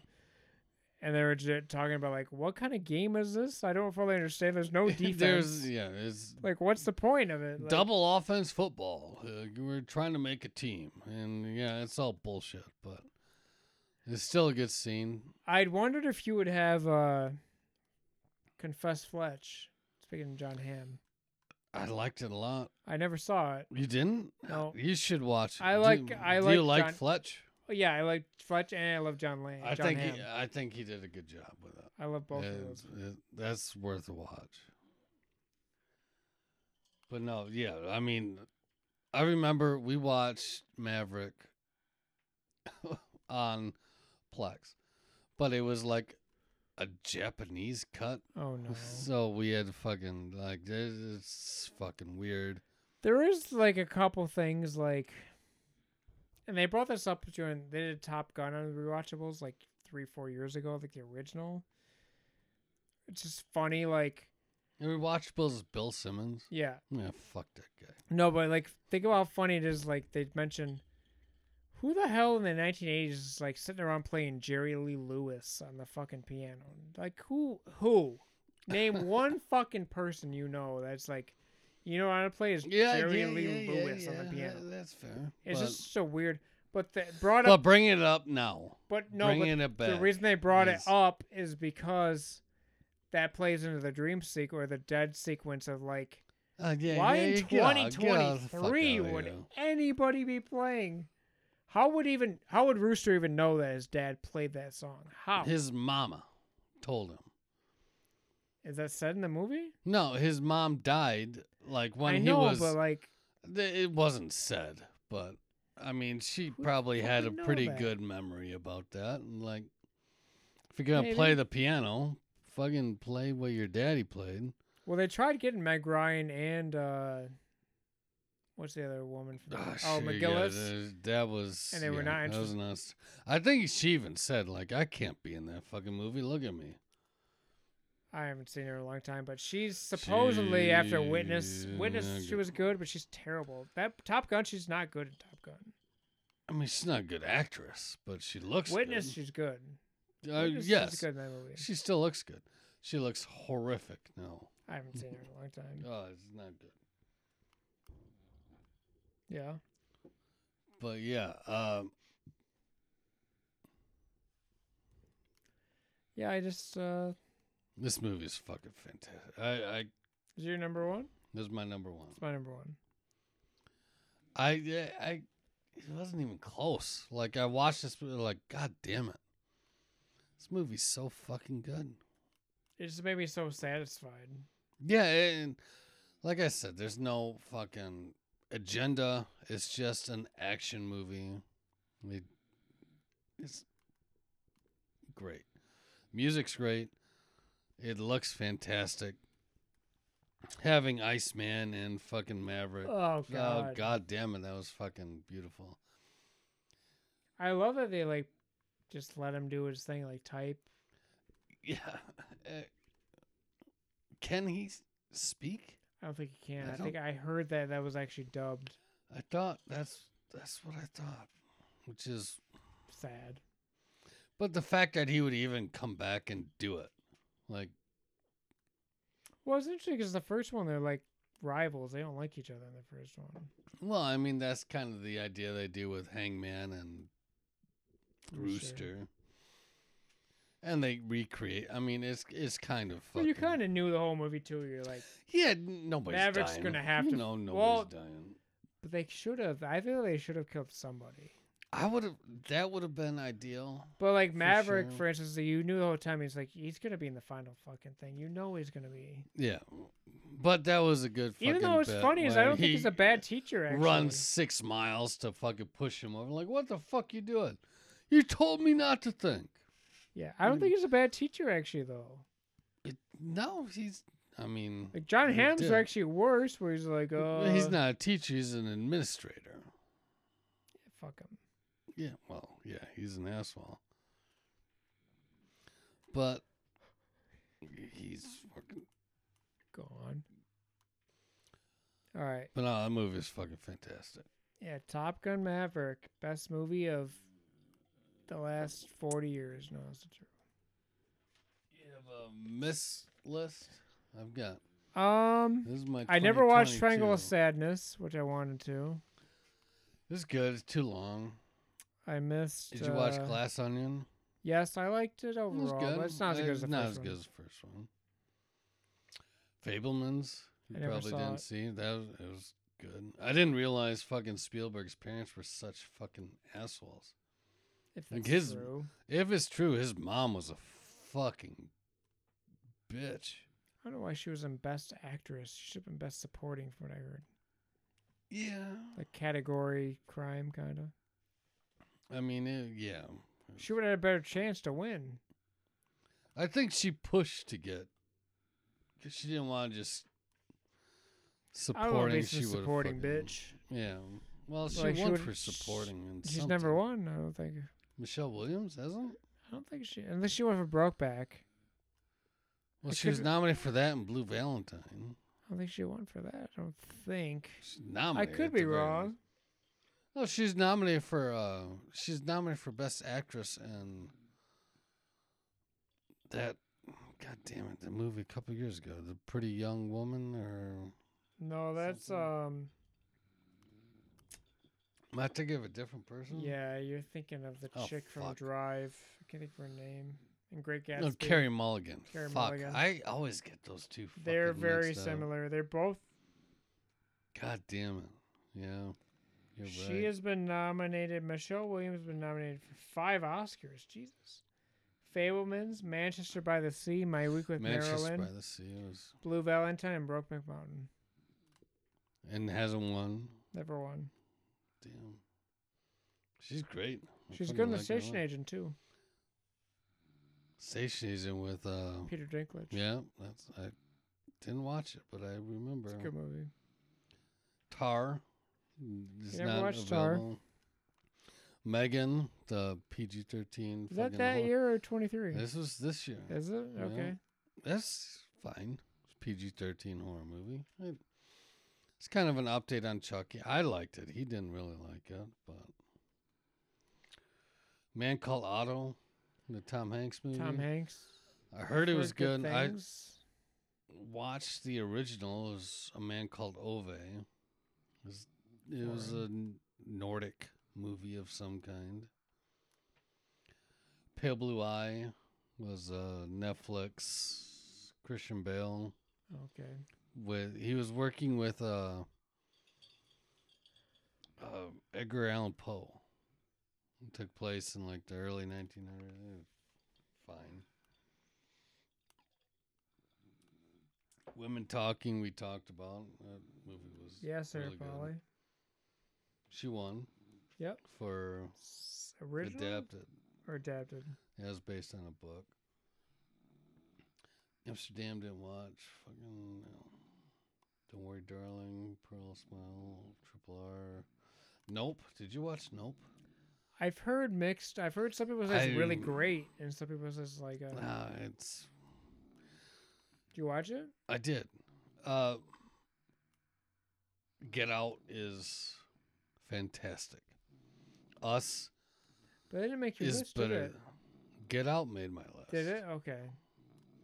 [SPEAKER 3] And they were ju- talking about like, what kind of game is this? I don't fully understand. There's no defense.
[SPEAKER 2] There's yeah, it's
[SPEAKER 3] like, what's the point of it? Like,
[SPEAKER 2] double offense football. Uh, we're trying to make a team, and yeah, it's all bullshit. But it's still a good scene.
[SPEAKER 3] I'd wondered if you would have uh, confess Fletch. Speaking of John Hamm,
[SPEAKER 2] I liked it a lot.
[SPEAKER 3] I never saw it.
[SPEAKER 2] You didn't?
[SPEAKER 3] No.
[SPEAKER 2] You should watch. it.
[SPEAKER 3] I
[SPEAKER 2] Do-
[SPEAKER 3] like- I
[SPEAKER 2] do
[SPEAKER 3] like
[SPEAKER 2] you like
[SPEAKER 3] John-
[SPEAKER 2] Fletch?
[SPEAKER 3] Oh, yeah, I like Fletch and I love John Lane.
[SPEAKER 2] I
[SPEAKER 3] John
[SPEAKER 2] think
[SPEAKER 3] Hamm.
[SPEAKER 2] he, I think he did a good job with it.
[SPEAKER 3] I love both of
[SPEAKER 2] And
[SPEAKER 3] those.
[SPEAKER 2] it- that's worth a watch. But no, yeah, I mean, I remember we watched Maverick on Plex, but it was like a Japanese cut,
[SPEAKER 3] Oh no,
[SPEAKER 2] so we had to fucking like this is fucking weird.
[SPEAKER 3] there is like a couple things like, and they brought this up during they did Top Gun on the rewatchables like three four years ago, like the original. It's just funny, like
[SPEAKER 2] And we watched Bill's Bill Simmons.
[SPEAKER 3] yeah,
[SPEAKER 2] Yeah, fuck that guy.
[SPEAKER 3] No, but like think about how funny it is. Like they mention, who the hell in the 1980s is like sitting around playing Jerry Lee Lewis on the fucking piano? Like who? Who? Name one fucking person you know that's like, you know how to play is
[SPEAKER 2] Yeah,
[SPEAKER 3] Jerry
[SPEAKER 2] yeah,
[SPEAKER 3] Lee
[SPEAKER 2] yeah, yeah,
[SPEAKER 3] Lewis on
[SPEAKER 2] yeah,
[SPEAKER 3] the piano.
[SPEAKER 2] That's fair.
[SPEAKER 3] It's
[SPEAKER 2] but,
[SPEAKER 3] just so weird. But they brought
[SPEAKER 2] but
[SPEAKER 3] up,
[SPEAKER 2] bring it up now.
[SPEAKER 3] but no, but
[SPEAKER 2] bringing it back.
[SPEAKER 3] the reason they brought
[SPEAKER 2] is-
[SPEAKER 3] it up is because that plays into the dream sequ or the dead sequence of like
[SPEAKER 2] Uh, yeah,
[SPEAKER 3] Why
[SPEAKER 2] yeah,
[SPEAKER 3] in
[SPEAKER 2] you get out- get out the fuck
[SPEAKER 3] 2023
[SPEAKER 2] outta
[SPEAKER 3] would
[SPEAKER 2] here.
[SPEAKER 3] anybody be playing? How would even how would Rooster even know that his dad played that song? How is
[SPEAKER 2] his mama told him?
[SPEAKER 3] that said in the movie?
[SPEAKER 2] No, his mom died. Like when
[SPEAKER 3] I
[SPEAKER 2] he
[SPEAKER 3] know,
[SPEAKER 2] was,
[SPEAKER 3] but like
[SPEAKER 2] th- it wasn't said, but I mean, she
[SPEAKER 3] Who the
[SPEAKER 2] probably
[SPEAKER 3] fuck
[SPEAKER 2] had a
[SPEAKER 3] would know
[SPEAKER 2] pretty
[SPEAKER 3] that?
[SPEAKER 2] good memory about that. And like, if you're gonna play
[SPEAKER 3] Maybe.
[SPEAKER 2] the piano, fucking play what your daddy played.
[SPEAKER 3] well they tried getting Meg Ryan and uh what's the other woman from
[SPEAKER 2] Ah,
[SPEAKER 3] Oh
[SPEAKER 2] shit, yeah,
[SPEAKER 3] McGillis.
[SPEAKER 2] th- that was
[SPEAKER 3] And they were
[SPEAKER 2] yeah,
[SPEAKER 3] not
[SPEAKER 2] that was not- I think she even said like, "I can't be in that fucking movie. Look at me."
[SPEAKER 3] I haven't seen her in a long time, but she's supposedly after Witness
[SPEAKER 2] She's not
[SPEAKER 3] Witness she
[SPEAKER 2] good.
[SPEAKER 3] was good, but she's terrible. That Top Gun, she's not good in Top Gun.
[SPEAKER 2] I mean, she's not a good actress, but she looks
[SPEAKER 3] Witness,
[SPEAKER 2] Good.
[SPEAKER 3] she's good.
[SPEAKER 2] Uh,
[SPEAKER 3] Witness,
[SPEAKER 2] yes,
[SPEAKER 3] she's good in that movie.
[SPEAKER 2] She still looks good. She looks horrific. No.
[SPEAKER 3] I haven't seen her in a long time.
[SPEAKER 2] Oh, it's not good.
[SPEAKER 3] Yeah.
[SPEAKER 2] But yeah, um,
[SPEAKER 3] Yeah, I just uh
[SPEAKER 2] this movie is fucking fantastic. I, I
[SPEAKER 3] is your number one?
[SPEAKER 2] this is my number one.
[SPEAKER 3] It's my number one.
[SPEAKER 2] I, yeah, I, it wasn't even close. Like I watched this, movie, like God damn it, this movie's so fucking good.
[SPEAKER 3] It just made me so satisfied.
[SPEAKER 2] Yeah, and like I said, there's no fucking agenda. It's just an action movie. It, it's great. Music's great. It looks fantastic. Having Iceman and fucking Maverick.
[SPEAKER 3] Oh god.
[SPEAKER 2] Oh god damn it, that was fucking beautiful.
[SPEAKER 3] I love that they like just let him do his thing, like type.
[SPEAKER 2] yeah. Uh, can he s- speak?
[SPEAKER 3] I don't think he can.
[SPEAKER 2] I
[SPEAKER 3] I, think I heard that that was actually dubbed.
[SPEAKER 2] I thought that's that's what I thought, which is
[SPEAKER 3] Sad.
[SPEAKER 2] but the fact that he would even come back and do it, like
[SPEAKER 3] Well, it's interesting because the first one they're like rivals. They don't like each other in the first one.
[SPEAKER 2] well, I mean that's kind of the idea they do with Hangman and
[SPEAKER 3] I'm sure.
[SPEAKER 2] Rooster. And they recreate. I mean, it's it's kind of.
[SPEAKER 3] Well, you
[SPEAKER 2] fucking-
[SPEAKER 3] kind of knew the whole movie too. You're like,
[SPEAKER 2] Yeah, n- nobody's
[SPEAKER 3] Maverick's
[SPEAKER 2] dying.
[SPEAKER 3] gonna have to-
[SPEAKER 2] No, nobody's
[SPEAKER 3] well-
[SPEAKER 2] dying.
[SPEAKER 3] but they should have. I feel they should have killed somebody.
[SPEAKER 2] I would have. That would have been ideal.
[SPEAKER 3] But like Maverick,
[SPEAKER 2] sure.
[SPEAKER 3] for instance, you knew the whole time he's like, he's gonna be in the final fucking thing. You know he's gonna be.
[SPEAKER 2] Yeah, but that was a good.
[SPEAKER 3] Even
[SPEAKER 2] fucking
[SPEAKER 3] though it's
[SPEAKER 2] bit
[SPEAKER 3] funny, is I
[SPEAKER 2] where
[SPEAKER 3] don't think
[SPEAKER 2] he
[SPEAKER 3] he's a bad teacher. Actually,
[SPEAKER 2] Runs six miles to fucking push him over. Like, what the fuck you doing? You told me not to think.
[SPEAKER 3] Yeah, I don't think he's a bad teacher actually though.
[SPEAKER 2] It, no, he's. I mean,
[SPEAKER 3] Like John
[SPEAKER 2] He
[SPEAKER 3] Hamm's
[SPEAKER 2] did.
[SPEAKER 3] actually worse, where he's like, oh,
[SPEAKER 2] he's not a teacher. He's an administrator.
[SPEAKER 3] Fuck him.
[SPEAKER 2] Yeah, well, yeah, he's an asshole. But he's fucking.
[SPEAKER 3] Go on. All right.
[SPEAKER 2] But no, that movie is fucking fantastic.
[SPEAKER 3] Yeah, Top Gun Maverick, best movie of the last forty years. No, that's not true.
[SPEAKER 2] You have a Uh, miss list. I've got.
[SPEAKER 3] Um,
[SPEAKER 2] This is my.
[SPEAKER 3] I never watched
[SPEAKER 2] 2022.
[SPEAKER 3] Triangle of Sadness, which I wanted to.
[SPEAKER 2] This is good. It's too long.
[SPEAKER 3] I missed.
[SPEAKER 2] Did you watch
[SPEAKER 3] uh,
[SPEAKER 2] Glass Onion?
[SPEAKER 3] Yes, I liked it
[SPEAKER 2] It was
[SPEAKER 3] overall,
[SPEAKER 2] good.
[SPEAKER 3] but it's not as good as the
[SPEAKER 2] not
[SPEAKER 3] first
[SPEAKER 2] as
[SPEAKER 3] one.
[SPEAKER 2] good as the first one. Fablemans. You
[SPEAKER 3] I never
[SPEAKER 2] probably
[SPEAKER 3] saw
[SPEAKER 2] didn't
[SPEAKER 3] it.
[SPEAKER 2] see that. Was, it was good. I didn't realize fucking Spielberg's parents were such fucking assholes.
[SPEAKER 3] If
[SPEAKER 2] Like
[SPEAKER 3] that's
[SPEAKER 2] his-
[SPEAKER 3] true.
[SPEAKER 2] If it's true, his mom was a fucking bitch.
[SPEAKER 3] I don't know why she was in Best Actress. She should have been Best Supporting, from what I heard.
[SPEAKER 2] Yeah.
[SPEAKER 3] Like category crime, kind of.
[SPEAKER 2] I mean, it, yeah.
[SPEAKER 3] She would have had a better chance to win.
[SPEAKER 2] I think she pushed to get because she didn't want to just
[SPEAKER 3] I don't want
[SPEAKER 2] supporting.
[SPEAKER 3] to be
[SPEAKER 2] She
[SPEAKER 3] some
[SPEAKER 2] would
[SPEAKER 3] supporting bitch.
[SPEAKER 2] Yeah. Well, she
[SPEAKER 3] Like, she
[SPEAKER 2] won
[SPEAKER 3] would-
[SPEAKER 2] for
[SPEAKER 3] sh-
[SPEAKER 2] supporting. And
[SPEAKER 3] She's never
[SPEAKER 2] something.
[SPEAKER 3] won. I don't think.
[SPEAKER 2] Michelle Williams hasn't.
[SPEAKER 3] I don't think she. Unless she went for Brokeback.
[SPEAKER 2] Well,
[SPEAKER 3] It
[SPEAKER 2] she was
[SPEAKER 3] could've-
[SPEAKER 2] nominated for that and Blue Valentine.
[SPEAKER 3] I don't think she won for that. I don't think.
[SPEAKER 2] She's nominated.
[SPEAKER 3] I
[SPEAKER 2] at
[SPEAKER 3] could
[SPEAKER 2] the
[SPEAKER 3] be
[SPEAKER 2] very least.
[SPEAKER 3] wrong.
[SPEAKER 2] No, she's nominated for. uh She's nominated for Best Actress and that. God damn it! The movie a couple years ago, the Pretty Young Woman, or
[SPEAKER 3] No, that's um.
[SPEAKER 2] am I thinking of a different person?
[SPEAKER 3] Yeah, you're thinking of the
[SPEAKER 2] Mm. Oh,
[SPEAKER 3] chick from
[SPEAKER 2] fuck.
[SPEAKER 3] Drive. I can't think of her name. And Great Gatsby.
[SPEAKER 2] No, Carrie Mulligan.
[SPEAKER 3] Carey
[SPEAKER 2] Fuck,
[SPEAKER 3] Mulligan.
[SPEAKER 2] I always get those two.
[SPEAKER 3] They're
[SPEAKER 2] fucking
[SPEAKER 3] very
[SPEAKER 2] mixed up.
[SPEAKER 3] similar. They're both.
[SPEAKER 2] God damn it! Yeah, you're
[SPEAKER 3] she
[SPEAKER 2] right.
[SPEAKER 3] has been nominated. Michelle Williams has been nominated for five Oscars. Jesus. Fableman's, Manchester by the Sea, My Week with
[SPEAKER 2] Manchester
[SPEAKER 3] Marilyn,
[SPEAKER 2] by the Sea was-
[SPEAKER 3] Blue Valentine, and Brokeback Mountain.
[SPEAKER 2] and hasn't won.
[SPEAKER 3] Never won.
[SPEAKER 2] Damn. She's great. I
[SPEAKER 3] She's
[SPEAKER 2] fucking
[SPEAKER 3] good in the
[SPEAKER 2] like her a
[SPEAKER 3] station
[SPEAKER 2] lot.
[SPEAKER 3] agent too.
[SPEAKER 2] Station agent with uh
[SPEAKER 3] Peter Dinklage.
[SPEAKER 2] Yeah, that's I didn't watch it, but I remember
[SPEAKER 3] It's a good movie.
[SPEAKER 2] Tar. Is
[SPEAKER 3] never
[SPEAKER 2] not
[SPEAKER 3] watched Tar?
[SPEAKER 2] available. Megan, the PG thirteen.
[SPEAKER 3] Is that that year or 23?
[SPEAKER 2] This was this year.
[SPEAKER 3] Is it?
[SPEAKER 2] Yeah.
[SPEAKER 3] Okay.
[SPEAKER 2] That's fine. It's PG thirteen horror movie. It- it's kind of an update on Chucky. I liked it. He didn't really like it, but Man Called Otto, the Tom Hanks movie.
[SPEAKER 3] Tom Hanks.
[SPEAKER 2] Mm-hmm. I heard it
[SPEAKER 3] Heard
[SPEAKER 2] was good. I
[SPEAKER 3] things.
[SPEAKER 2] watched the original. It was a man called Ove. It was, it was a n- Nordic movie of some kind. Pale Blue Eye was uh, Netflix. Christian Bale
[SPEAKER 3] Okay.
[SPEAKER 2] with he was working with uh, uh Edgar Allan Poe. It took place in like the early 1900s. Fine. Women talking. We talked about that movie was.
[SPEAKER 3] Yeah, Sarah
[SPEAKER 2] really good.
[SPEAKER 3] Polly.
[SPEAKER 2] She won
[SPEAKER 3] Yep.
[SPEAKER 2] for
[SPEAKER 3] S- Original
[SPEAKER 2] adapted.
[SPEAKER 3] or adapted?
[SPEAKER 2] It was based on a book. Amsterdam didn't watch. Fucking. No. Don't worry, darling. Pearl Smile. Triple R. Nope. Did you watch Nope?
[SPEAKER 3] I've heard mixed. I've heard some people say it's really
[SPEAKER 2] I-
[SPEAKER 3] great, and some people say it's like, uh, "Do
[SPEAKER 2] Uh, it's
[SPEAKER 3] you watch it?"
[SPEAKER 2] I did. Uh, Get Out is fantastic. Us
[SPEAKER 3] But they didn't make your
[SPEAKER 2] is
[SPEAKER 3] list, did
[SPEAKER 2] better.
[SPEAKER 3] it?
[SPEAKER 2] Get Out made my list.
[SPEAKER 3] Did it? Okay,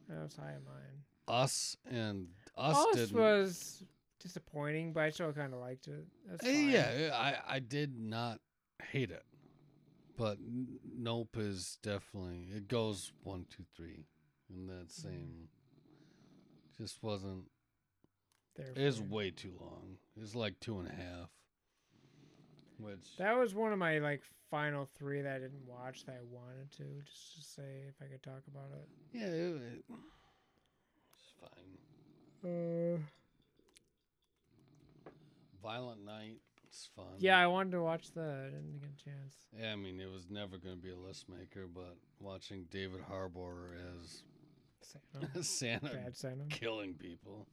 [SPEAKER 3] that was high on mine.
[SPEAKER 2] Us and Us,
[SPEAKER 3] Us
[SPEAKER 2] didn't.
[SPEAKER 3] was disappointing, but I still kind of liked it. That's
[SPEAKER 2] Eh,
[SPEAKER 3] fine.
[SPEAKER 2] yeah, I I did not hate it, but N- Nope is definitely it goes one two three in
[SPEAKER 3] Mm.
[SPEAKER 2] that same. Just wasn't.
[SPEAKER 3] They're
[SPEAKER 2] It was
[SPEAKER 3] fine.
[SPEAKER 2] way too long. It's like two and a half. Which
[SPEAKER 3] That was one of my like final three that I didn't watch that I wanted to just to say if I could talk about it.
[SPEAKER 2] yeah, it, it- it's fine.
[SPEAKER 3] Uh,
[SPEAKER 2] Um, Violent Night, it's fun.
[SPEAKER 3] yeah, I wanted to watch that. I didn't get a chance.
[SPEAKER 2] Yeah, I mean, it was never going to be a list maker, but watching David Harbour
[SPEAKER 3] Santa.
[SPEAKER 2] as Santa
[SPEAKER 3] Bad Santa.
[SPEAKER 2] killing people.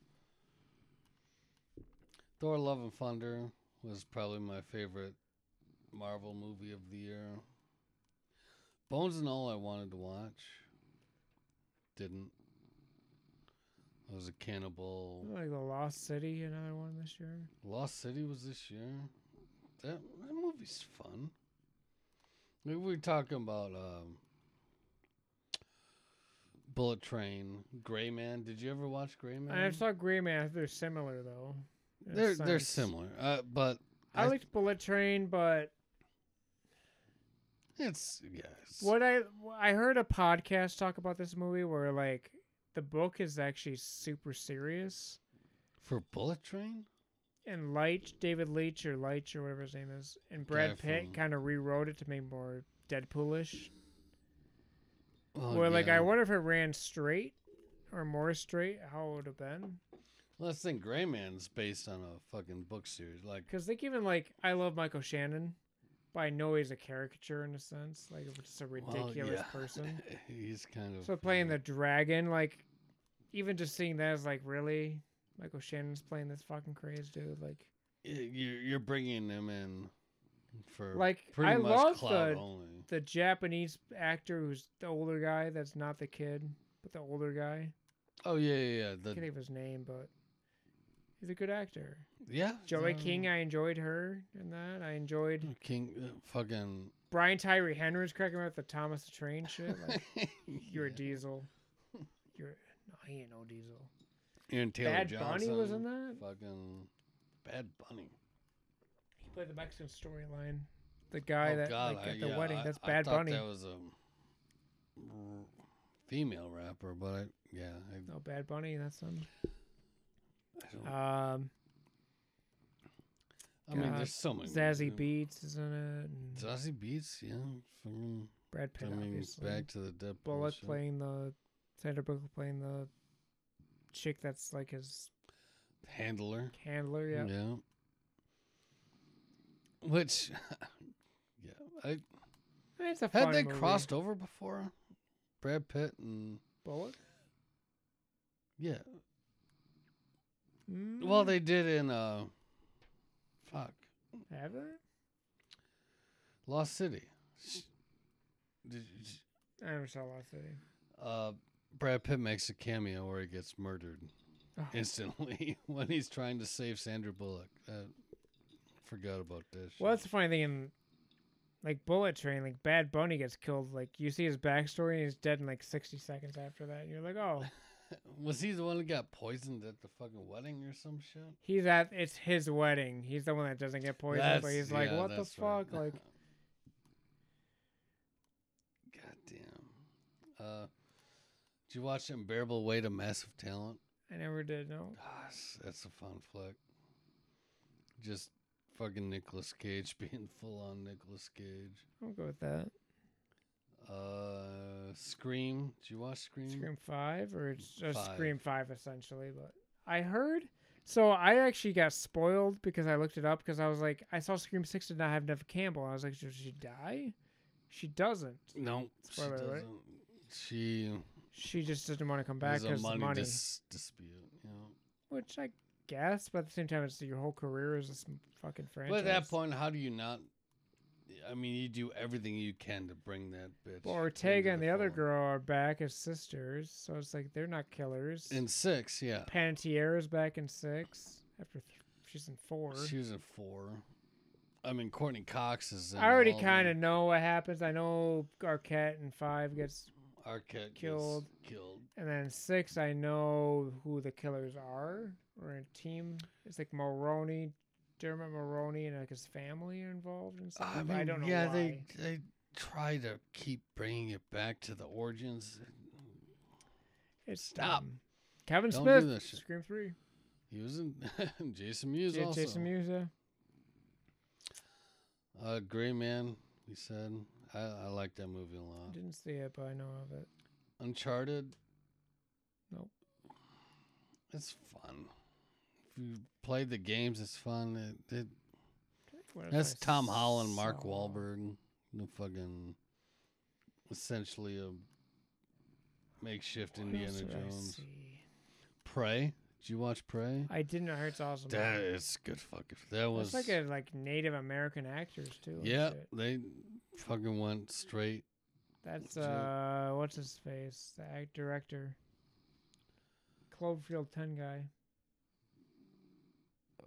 [SPEAKER 2] Thor: Love and Thunder was probably my favorite Marvel movie of the year. Bones and All I wanted to watch. Didn't. I was a cannibal.
[SPEAKER 3] Like the Lost City, another one this year.
[SPEAKER 2] Lost City was this year. That that movie's fun. Maybe we're talking about um, Bullet Train, Gray Man. Did you ever watch Gray Man?
[SPEAKER 3] I saw Grey Man. I think They're similar though. in a
[SPEAKER 2] Um, They're they're
[SPEAKER 3] sense.
[SPEAKER 2] similar, uh, but
[SPEAKER 3] I
[SPEAKER 2] I-
[SPEAKER 3] liked Bullet Train, but
[SPEAKER 2] it's yes.
[SPEAKER 3] what I I heard a podcast talk about this movie where like the book is actually super serious.
[SPEAKER 2] for Bullet Train?
[SPEAKER 3] and Leitch, David Leitch or Leitch or whatever his name is, and Brad
[SPEAKER 2] Guy
[SPEAKER 3] Pitt
[SPEAKER 2] from-
[SPEAKER 3] kind of rewrote it to make more Deadpoolish.
[SPEAKER 2] Oh,
[SPEAKER 3] Where like I
[SPEAKER 2] yeah.
[SPEAKER 3] wonder if it ran straight or more straight, how it would have been.
[SPEAKER 2] Let's think. Gray Man's based on a fucking book series. Like
[SPEAKER 3] Because like even like I love Michael Shannon, but I know he's a caricature in a sense, like of just a
[SPEAKER 2] well,
[SPEAKER 3] ridiculous
[SPEAKER 2] yeah.
[SPEAKER 3] person.
[SPEAKER 2] He's kind of
[SPEAKER 3] So playing
[SPEAKER 2] uh,
[SPEAKER 3] the dragon, like even just seeing that is like really Michael Shannon's playing this fucking crazy dude, like.
[SPEAKER 2] y- You're you're bringing him in for
[SPEAKER 3] Like,
[SPEAKER 2] pretty
[SPEAKER 3] I
[SPEAKER 2] much
[SPEAKER 3] love
[SPEAKER 2] cloud
[SPEAKER 3] the-
[SPEAKER 2] only.
[SPEAKER 3] the Japanese actor who's the older guy that's not the kid, but the older guy.
[SPEAKER 2] Oh yeah, yeah, yeah.
[SPEAKER 3] I can't
[SPEAKER 2] The,
[SPEAKER 3] think of his name, but he's a good actor.
[SPEAKER 2] yeah.
[SPEAKER 3] Joey
[SPEAKER 2] the-
[SPEAKER 3] King, I enjoyed her in that. I enjoyed
[SPEAKER 2] King, uh, fucking.
[SPEAKER 3] Brian Tyree Henry's cracking me up with the Thomas the Train shit. Like, you're a
[SPEAKER 2] Yeah.
[SPEAKER 3] diesel. You're no, he ain't no diesel.
[SPEAKER 2] Aaron Taylor
[SPEAKER 3] Bad
[SPEAKER 2] Johnson.
[SPEAKER 3] Bunny was in that.
[SPEAKER 2] Fucking Bad Bunny.
[SPEAKER 3] He played the Mexican storyline. The guy
[SPEAKER 2] oh
[SPEAKER 3] that
[SPEAKER 2] God,
[SPEAKER 3] like,
[SPEAKER 2] I,
[SPEAKER 3] at the
[SPEAKER 2] yeah,
[SPEAKER 3] wedding.
[SPEAKER 2] I-
[SPEAKER 3] That's
[SPEAKER 2] I
[SPEAKER 3] Bad
[SPEAKER 2] thought
[SPEAKER 3] Bunny.
[SPEAKER 2] That was a r- female rapper, but I, yeah, I,
[SPEAKER 3] No, Oh, Bad Bunny. That's him.
[SPEAKER 2] I don't.
[SPEAKER 3] Um,
[SPEAKER 2] I mean,
[SPEAKER 3] Oh, God.
[SPEAKER 2] there's so many.
[SPEAKER 3] Zazie
[SPEAKER 2] movies.
[SPEAKER 3] Beats is in it. and
[SPEAKER 2] Zazzy Beats, yeah. Fucking
[SPEAKER 3] Brad Pitt.
[SPEAKER 2] coming
[SPEAKER 3] obviously.
[SPEAKER 2] back to the Deadpool.
[SPEAKER 3] Bullock
[SPEAKER 2] shit.
[SPEAKER 3] playing the Sandra Bullock playing the chick that's like his
[SPEAKER 2] Handler.
[SPEAKER 3] handler. Yeah,
[SPEAKER 2] Yeah. Which, yeah, I
[SPEAKER 3] I mean, it's a
[SPEAKER 2] had
[SPEAKER 3] fun
[SPEAKER 2] they
[SPEAKER 3] movie.
[SPEAKER 2] crossed over before. Brad Pitt and
[SPEAKER 3] Bullock.
[SPEAKER 2] yeah, well
[SPEAKER 3] Mm,
[SPEAKER 2] they did in uh, fuck,
[SPEAKER 3] have they?
[SPEAKER 2] Lost City. Sh- did you-
[SPEAKER 3] I never saw Lost City.
[SPEAKER 2] Uh, Brad Pitt makes a cameo where he gets murdered
[SPEAKER 3] Oh,
[SPEAKER 2] instantly when he's trying to save Sandra Bullock. Uh, forgot about this.
[SPEAKER 3] well, that's the funny thing in like Bullet Train. Like Bad Bunny gets killed. Like you see his backstory, and he's dead in like sixty seconds after that. And you're like, oh,
[SPEAKER 2] Was he the one that got poisoned at the fucking wedding or some shit?
[SPEAKER 3] he's at it's his wedding. He's the one that doesn't get poisoned, but
[SPEAKER 2] That's-
[SPEAKER 3] he's like,
[SPEAKER 2] yeah,
[SPEAKER 3] what the
[SPEAKER 2] that's right.
[SPEAKER 3] fuck? Like
[SPEAKER 2] Goddamn. Uh, did you watch Unbearable Weight of Massive Talent?
[SPEAKER 3] I never did. No,
[SPEAKER 2] Gosh, that's a fun flick. Just fucking Nicolas Cage being full on Nicolas Cage.
[SPEAKER 3] I'll go with that.
[SPEAKER 2] Uh, Scream. Did you watch Scream?
[SPEAKER 3] Scream Five, or it's just
[SPEAKER 2] Mm. Five.
[SPEAKER 3] Scream Five essentially. But I heard, so I actually got spoiled because I looked it up because I was like, I saw Scream Six did not have Neve Campbell. I was like, does she die? She doesn't.
[SPEAKER 2] No, she
[SPEAKER 3] Spoiler alert.
[SPEAKER 2] doesn't. She
[SPEAKER 3] She just doesn't want to come back
[SPEAKER 2] has a
[SPEAKER 3] because
[SPEAKER 2] money,
[SPEAKER 3] money, money
[SPEAKER 2] dis- dispute. You know.
[SPEAKER 3] which I guess. But at the same time, it's your whole career is this m- fucking franchise.
[SPEAKER 2] But at that point, how do you not? I mean, you do everything you can to bring that bitch.
[SPEAKER 3] Well, Ortega
[SPEAKER 2] into
[SPEAKER 3] and the other
[SPEAKER 2] fold.
[SPEAKER 3] girl are back as sisters, so it's like they're not killers.
[SPEAKER 2] in six, yeah,
[SPEAKER 3] Pantiera's back in six after th- she's in four.
[SPEAKER 2] she was in four. I mean, Courtney Cox is. In
[SPEAKER 3] I already
[SPEAKER 2] all
[SPEAKER 3] kind of
[SPEAKER 2] them.
[SPEAKER 3] know what happens. I know Arquette in five gets,
[SPEAKER 2] Arquette gets
[SPEAKER 3] killed.
[SPEAKER 2] Killed.
[SPEAKER 3] and then in six I know who the killers are. Or a team. It's like Maroney, Dermot Maroney, and like his family are involved and stuff.
[SPEAKER 2] I mean,
[SPEAKER 3] I don't know
[SPEAKER 2] yeah,
[SPEAKER 3] why.
[SPEAKER 2] they they try to keep bringing it back to the origins.
[SPEAKER 3] It's
[SPEAKER 2] Stop.
[SPEAKER 3] dumb. Kevin
[SPEAKER 2] Don't do
[SPEAKER 3] Smith,
[SPEAKER 2] this shit.
[SPEAKER 3] Scream Three,
[SPEAKER 2] He was in Jason Mewes
[SPEAKER 3] yeah,
[SPEAKER 2] also.
[SPEAKER 3] Jason Musa.
[SPEAKER 2] Uh, Gray Man. He said, "I, I like that movie a lot."
[SPEAKER 3] Didn't see it, but I know of it.
[SPEAKER 2] Uncharted.
[SPEAKER 3] Nope.
[SPEAKER 2] It's fun. If you played the games, it's fun. It, it,
[SPEAKER 3] What if
[SPEAKER 2] that's
[SPEAKER 3] I
[SPEAKER 2] Tom Holland, Mark
[SPEAKER 3] saw?
[SPEAKER 2] Wahlberg, no fucking, essentially a makeshift
[SPEAKER 3] What else
[SPEAKER 2] Indiana
[SPEAKER 3] did I
[SPEAKER 2] Jones.
[SPEAKER 3] see?
[SPEAKER 2] Prey. Did you watch Prey?
[SPEAKER 3] I didn't. I heard it's awesome.
[SPEAKER 2] That is good. Fucking. That was
[SPEAKER 3] It's like a like Native American actors too. and
[SPEAKER 2] Yeah,
[SPEAKER 3] shit.
[SPEAKER 2] they fucking went straight.
[SPEAKER 3] That's
[SPEAKER 2] Legit.
[SPEAKER 3] uh, what's his face, the act director. Cloverfield ten guy.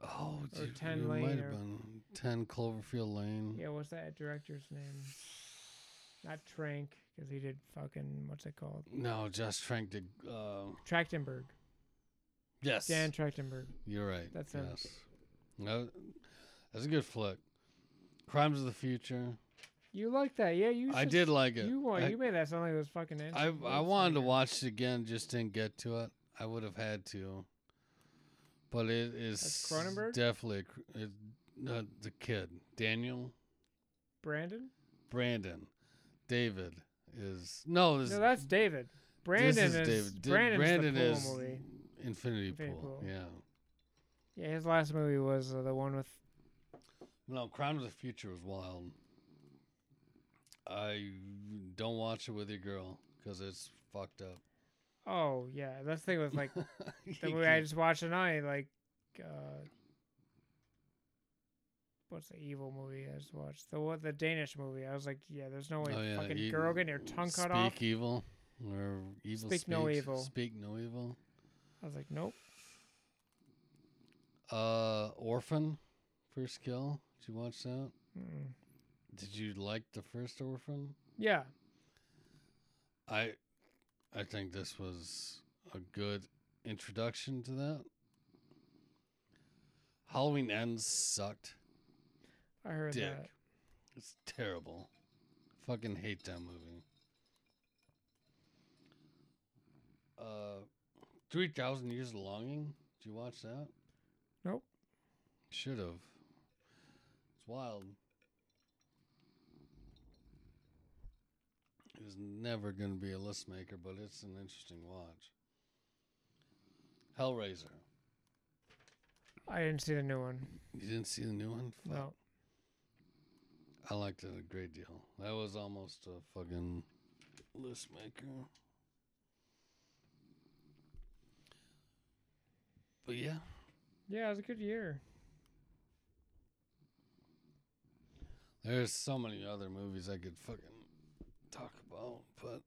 [SPEAKER 2] Oh,
[SPEAKER 3] Or
[SPEAKER 2] dude,
[SPEAKER 3] 10
[SPEAKER 2] it
[SPEAKER 3] Lane
[SPEAKER 2] might
[SPEAKER 3] or-
[SPEAKER 2] have been ten Cloverfield Lane.
[SPEAKER 3] Yeah, what's that director's name? Not Trank, because he did fucking what's it called?
[SPEAKER 2] No, Josh Trank did. Uh,
[SPEAKER 3] Trachtenberg.
[SPEAKER 2] yes,
[SPEAKER 3] Dan Trachtenberg.
[SPEAKER 2] you're right.
[SPEAKER 3] That's him.
[SPEAKER 2] yes. No, that's a good flick. Crimes of the Future.
[SPEAKER 3] You like that? Yeah, you.
[SPEAKER 2] I
[SPEAKER 3] should-
[SPEAKER 2] did like it.
[SPEAKER 3] You wa-
[SPEAKER 2] I,
[SPEAKER 3] you made that sound like it was fucking. Anthony
[SPEAKER 2] I, I
[SPEAKER 3] Bourdain
[SPEAKER 2] wanted to
[SPEAKER 3] or-
[SPEAKER 2] watch it again, just didn't get to it. I would have had to, but it is
[SPEAKER 3] That's Cronenberg?
[SPEAKER 2] definitely a cr- it, no, the kid Daniel
[SPEAKER 3] Brandon.
[SPEAKER 2] Brandon David is no this
[SPEAKER 3] No, that's David. Brandon
[SPEAKER 2] is
[SPEAKER 3] is,
[SPEAKER 2] David. Did-
[SPEAKER 3] Brandon's
[SPEAKER 2] Brandon
[SPEAKER 3] the pool
[SPEAKER 2] is-
[SPEAKER 3] movie.
[SPEAKER 2] Infinity,
[SPEAKER 3] Infinity
[SPEAKER 2] Pool.
[SPEAKER 3] Pool.
[SPEAKER 2] yeah
[SPEAKER 3] Yeah, his last movie was uh, the one with
[SPEAKER 2] No, Crimes of the Future was wild. I don't watch it with your girl because it's fucked up.
[SPEAKER 3] Oh yeah, that's the thing with like
[SPEAKER 2] You
[SPEAKER 3] the movie I
[SPEAKER 2] can't-
[SPEAKER 3] just watched tonight, like uh what's the evil movie I just watched? The what the Danish movie. I was like, yeah, there's no way
[SPEAKER 2] Oh, yeah,
[SPEAKER 3] fucking
[SPEAKER 2] you-
[SPEAKER 3] girl getting her tongue
[SPEAKER 2] speak
[SPEAKER 3] cut off.
[SPEAKER 2] evil or evil.
[SPEAKER 3] Speak no
[SPEAKER 2] speaks,
[SPEAKER 3] evil.
[SPEAKER 2] Speak no evil.
[SPEAKER 3] I was like, Nope.
[SPEAKER 2] Uh, Orphan, first kill. Did you watch that?
[SPEAKER 3] Mm-mm.
[SPEAKER 2] Did you like the first Orphan?
[SPEAKER 3] Yeah.
[SPEAKER 2] I, I think this was a good introduction to that. Halloween Ends sucked.
[SPEAKER 3] I heard
[SPEAKER 2] Dick.
[SPEAKER 3] that.
[SPEAKER 2] It's terrible. Fucking hate that movie. Uh, three thousand years of longing. Did you watch that?
[SPEAKER 3] Nope.
[SPEAKER 2] Should have. It's wild. It was never going to be a list maker, but it's an interesting watch. Hellraiser.
[SPEAKER 3] I didn't see the new one.
[SPEAKER 2] You didn't see the new one? Fuck.
[SPEAKER 3] No.
[SPEAKER 2] I liked it a great deal. That was almost a fucking list maker. But yeah,
[SPEAKER 3] Yeah, it was a good year.
[SPEAKER 2] there's so many other movies I could fucking talk about, but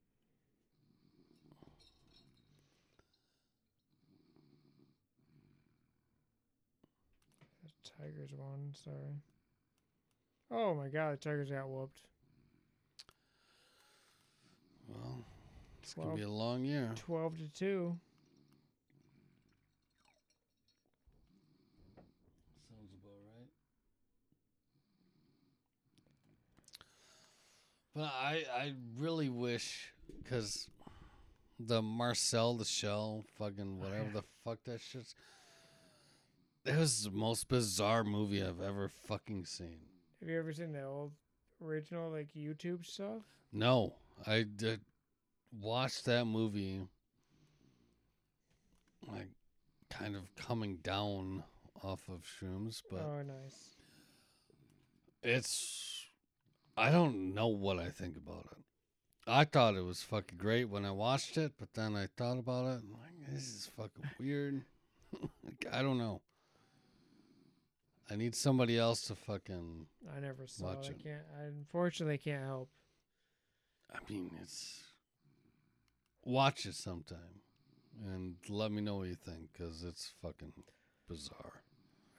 [SPEAKER 3] The Tigers won, sorry. Oh my god, the Tigers got whooped.
[SPEAKER 2] well, it's gonna be a long year.
[SPEAKER 3] Twelve to two.
[SPEAKER 2] Sounds about right. But I I really wish because the Marcel the Shell fucking whatever the fuck that shit's. It was the most bizarre movie I've ever fucking seen.
[SPEAKER 3] Have you ever seen the old original like YouTube stuff?
[SPEAKER 2] No, I did watch that movie like kind of coming down off of shrooms, but
[SPEAKER 3] oh nice.
[SPEAKER 2] It's I don't know what I think about it. I thought it was fucking great when I watched it, but then I thought about it and I'm like this is fucking weird. Like, I don't know. I need somebody else to fucking.
[SPEAKER 3] I never saw.
[SPEAKER 2] Watch
[SPEAKER 3] it.
[SPEAKER 2] it.
[SPEAKER 3] I can't. I unfortunately can't help.
[SPEAKER 2] I mean, it's. Watch it sometime, and let me know what you think, cause it's fucking bizarre.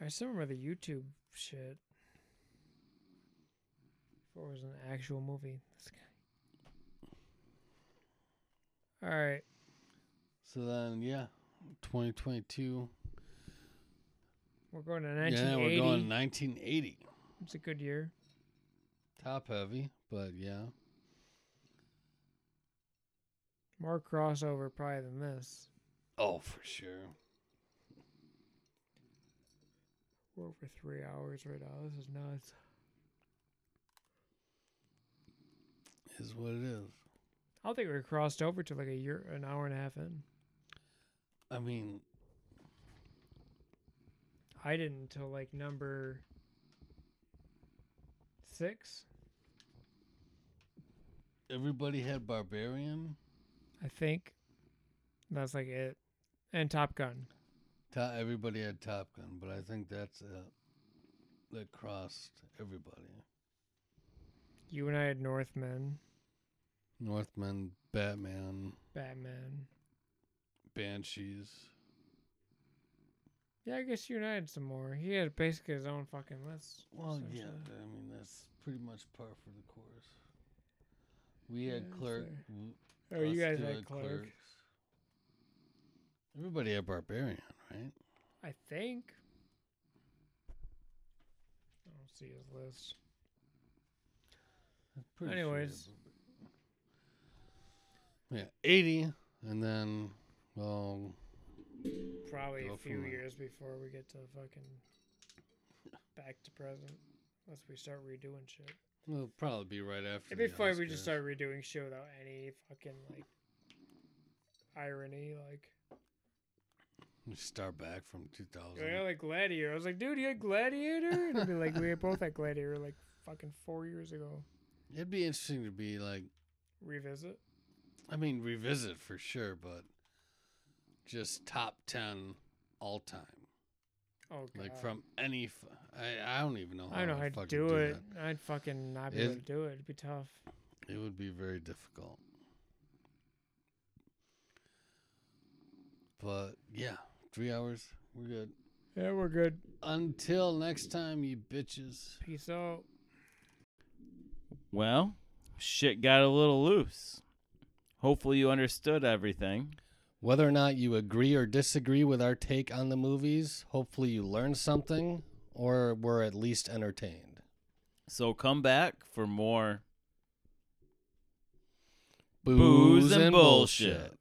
[SPEAKER 3] I still remember the YouTube shit. Before it was an actual movie. This guy. All right.
[SPEAKER 2] So then, yeah, 2022.
[SPEAKER 3] We're going to
[SPEAKER 2] Yeah,
[SPEAKER 3] 1980.
[SPEAKER 2] we're going 1980.
[SPEAKER 3] It's a good year.
[SPEAKER 2] Top heavy, but yeah.
[SPEAKER 3] More crossover probably than this.
[SPEAKER 2] Oh, for sure.
[SPEAKER 3] We're over three hours right now. This is nuts.
[SPEAKER 2] Is what it is.
[SPEAKER 3] I don't think we crossed over to like a year, an hour and a half in.
[SPEAKER 2] I mean,
[SPEAKER 3] I didn't until like number six,
[SPEAKER 2] everybody had Barbarian.
[SPEAKER 3] I think. That's like it. And Top Gun.
[SPEAKER 2] Top, everybody had Top Gun, but I think that's it. That crossed everybody.
[SPEAKER 3] You and I had Northmen,
[SPEAKER 2] Northmen, Batman,
[SPEAKER 3] Batman.
[SPEAKER 2] Banshees.
[SPEAKER 3] Yeah, I guess you and I had some more. He had basically his own fucking list.
[SPEAKER 2] Well, yeah,
[SPEAKER 3] essentially.
[SPEAKER 2] I mean that's pretty much par for the course. We had
[SPEAKER 3] Yeah, that's
[SPEAKER 2] Clerk.
[SPEAKER 3] fair.
[SPEAKER 2] w-
[SPEAKER 3] Oh, you
[SPEAKER 2] us
[SPEAKER 3] guys
[SPEAKER 2] two
[SPEAKER 3] had Clerk.
[SPEAKER 2] Clerks. Everybody had Barbarian, right?
[SPEAKER 3] I think. I don't see his list.
[SPEAKER 2] I'm pretty sure
[SPEAKER 3] Anyways.
[SPEAKER 2] everybody- yeah, eighty, and then well,
[SPEAKER 3] Probably
[SPEAKER 2] Go
[SPEAKER 3] a
[SPEAKER 2] for
[SPEAKER 3] few
[SPEAKER 2] mine.
[SPEAKER 3] years before we get to fucking back to present. Unless we start redoing shit.
[SPEAKER 2] it'll probably be right after.
[SPEAKER 3] It'd be
[SPEAKER 2] the
[SPEAKER 3] funny if we just
[SPEAKER 2] Oscars.
[SPEAKER 3] start redoing shit without any fucking like irony. Like,
[SPEAKER 2] We start back from two thousand.
[SPEAKER 3] you know, like Gladiator. I was like, dude, you had Gladiator? And it'd be like, we had both had Gladiator like fucking four years ago.
[SPEAKER 2] It'd be interesting to be like,
[SPEAKER 3] Revisit.
[SPEAKER 2] I mean, revisit for sure, but just top ten all time,
[SPEAKER 3] Oh god.
[SPEAKER 2] like from any. F- I I don't even know. How
[SPEAKER 3] I don't know
[SPEAKER 2] I'd
[SPEAKER 3] how to
[SPEAKER 2] fucking
[SPEAKER 3] do, it.
[SPEAKER 2] that.
[SPEAKER 3] I'd fucking not be
[SPEAKER 2] Is-
[SPEAKER 3] able to do it. It'd be tough.
[SPEAKER 2] It would be very difficult. But yeah, three hours. We're good.
[SPEAKER 3] Yeah, we're good.
[SPEAKER 2] Until next time, you bitches.
[SPEAKER 3] Peace out.
[SPEAKER 1] Well, shit got a little loose. Hopefully, you understood everything.
[SPEAKER 2] Whether or not you agree or disagree with our take on the movies, hopefully you learned something or were at least entertained.
[SPEAKER 1] So come back for more
[SPEAKER 2] Booze,
[SPEAKER 1] and bullshit.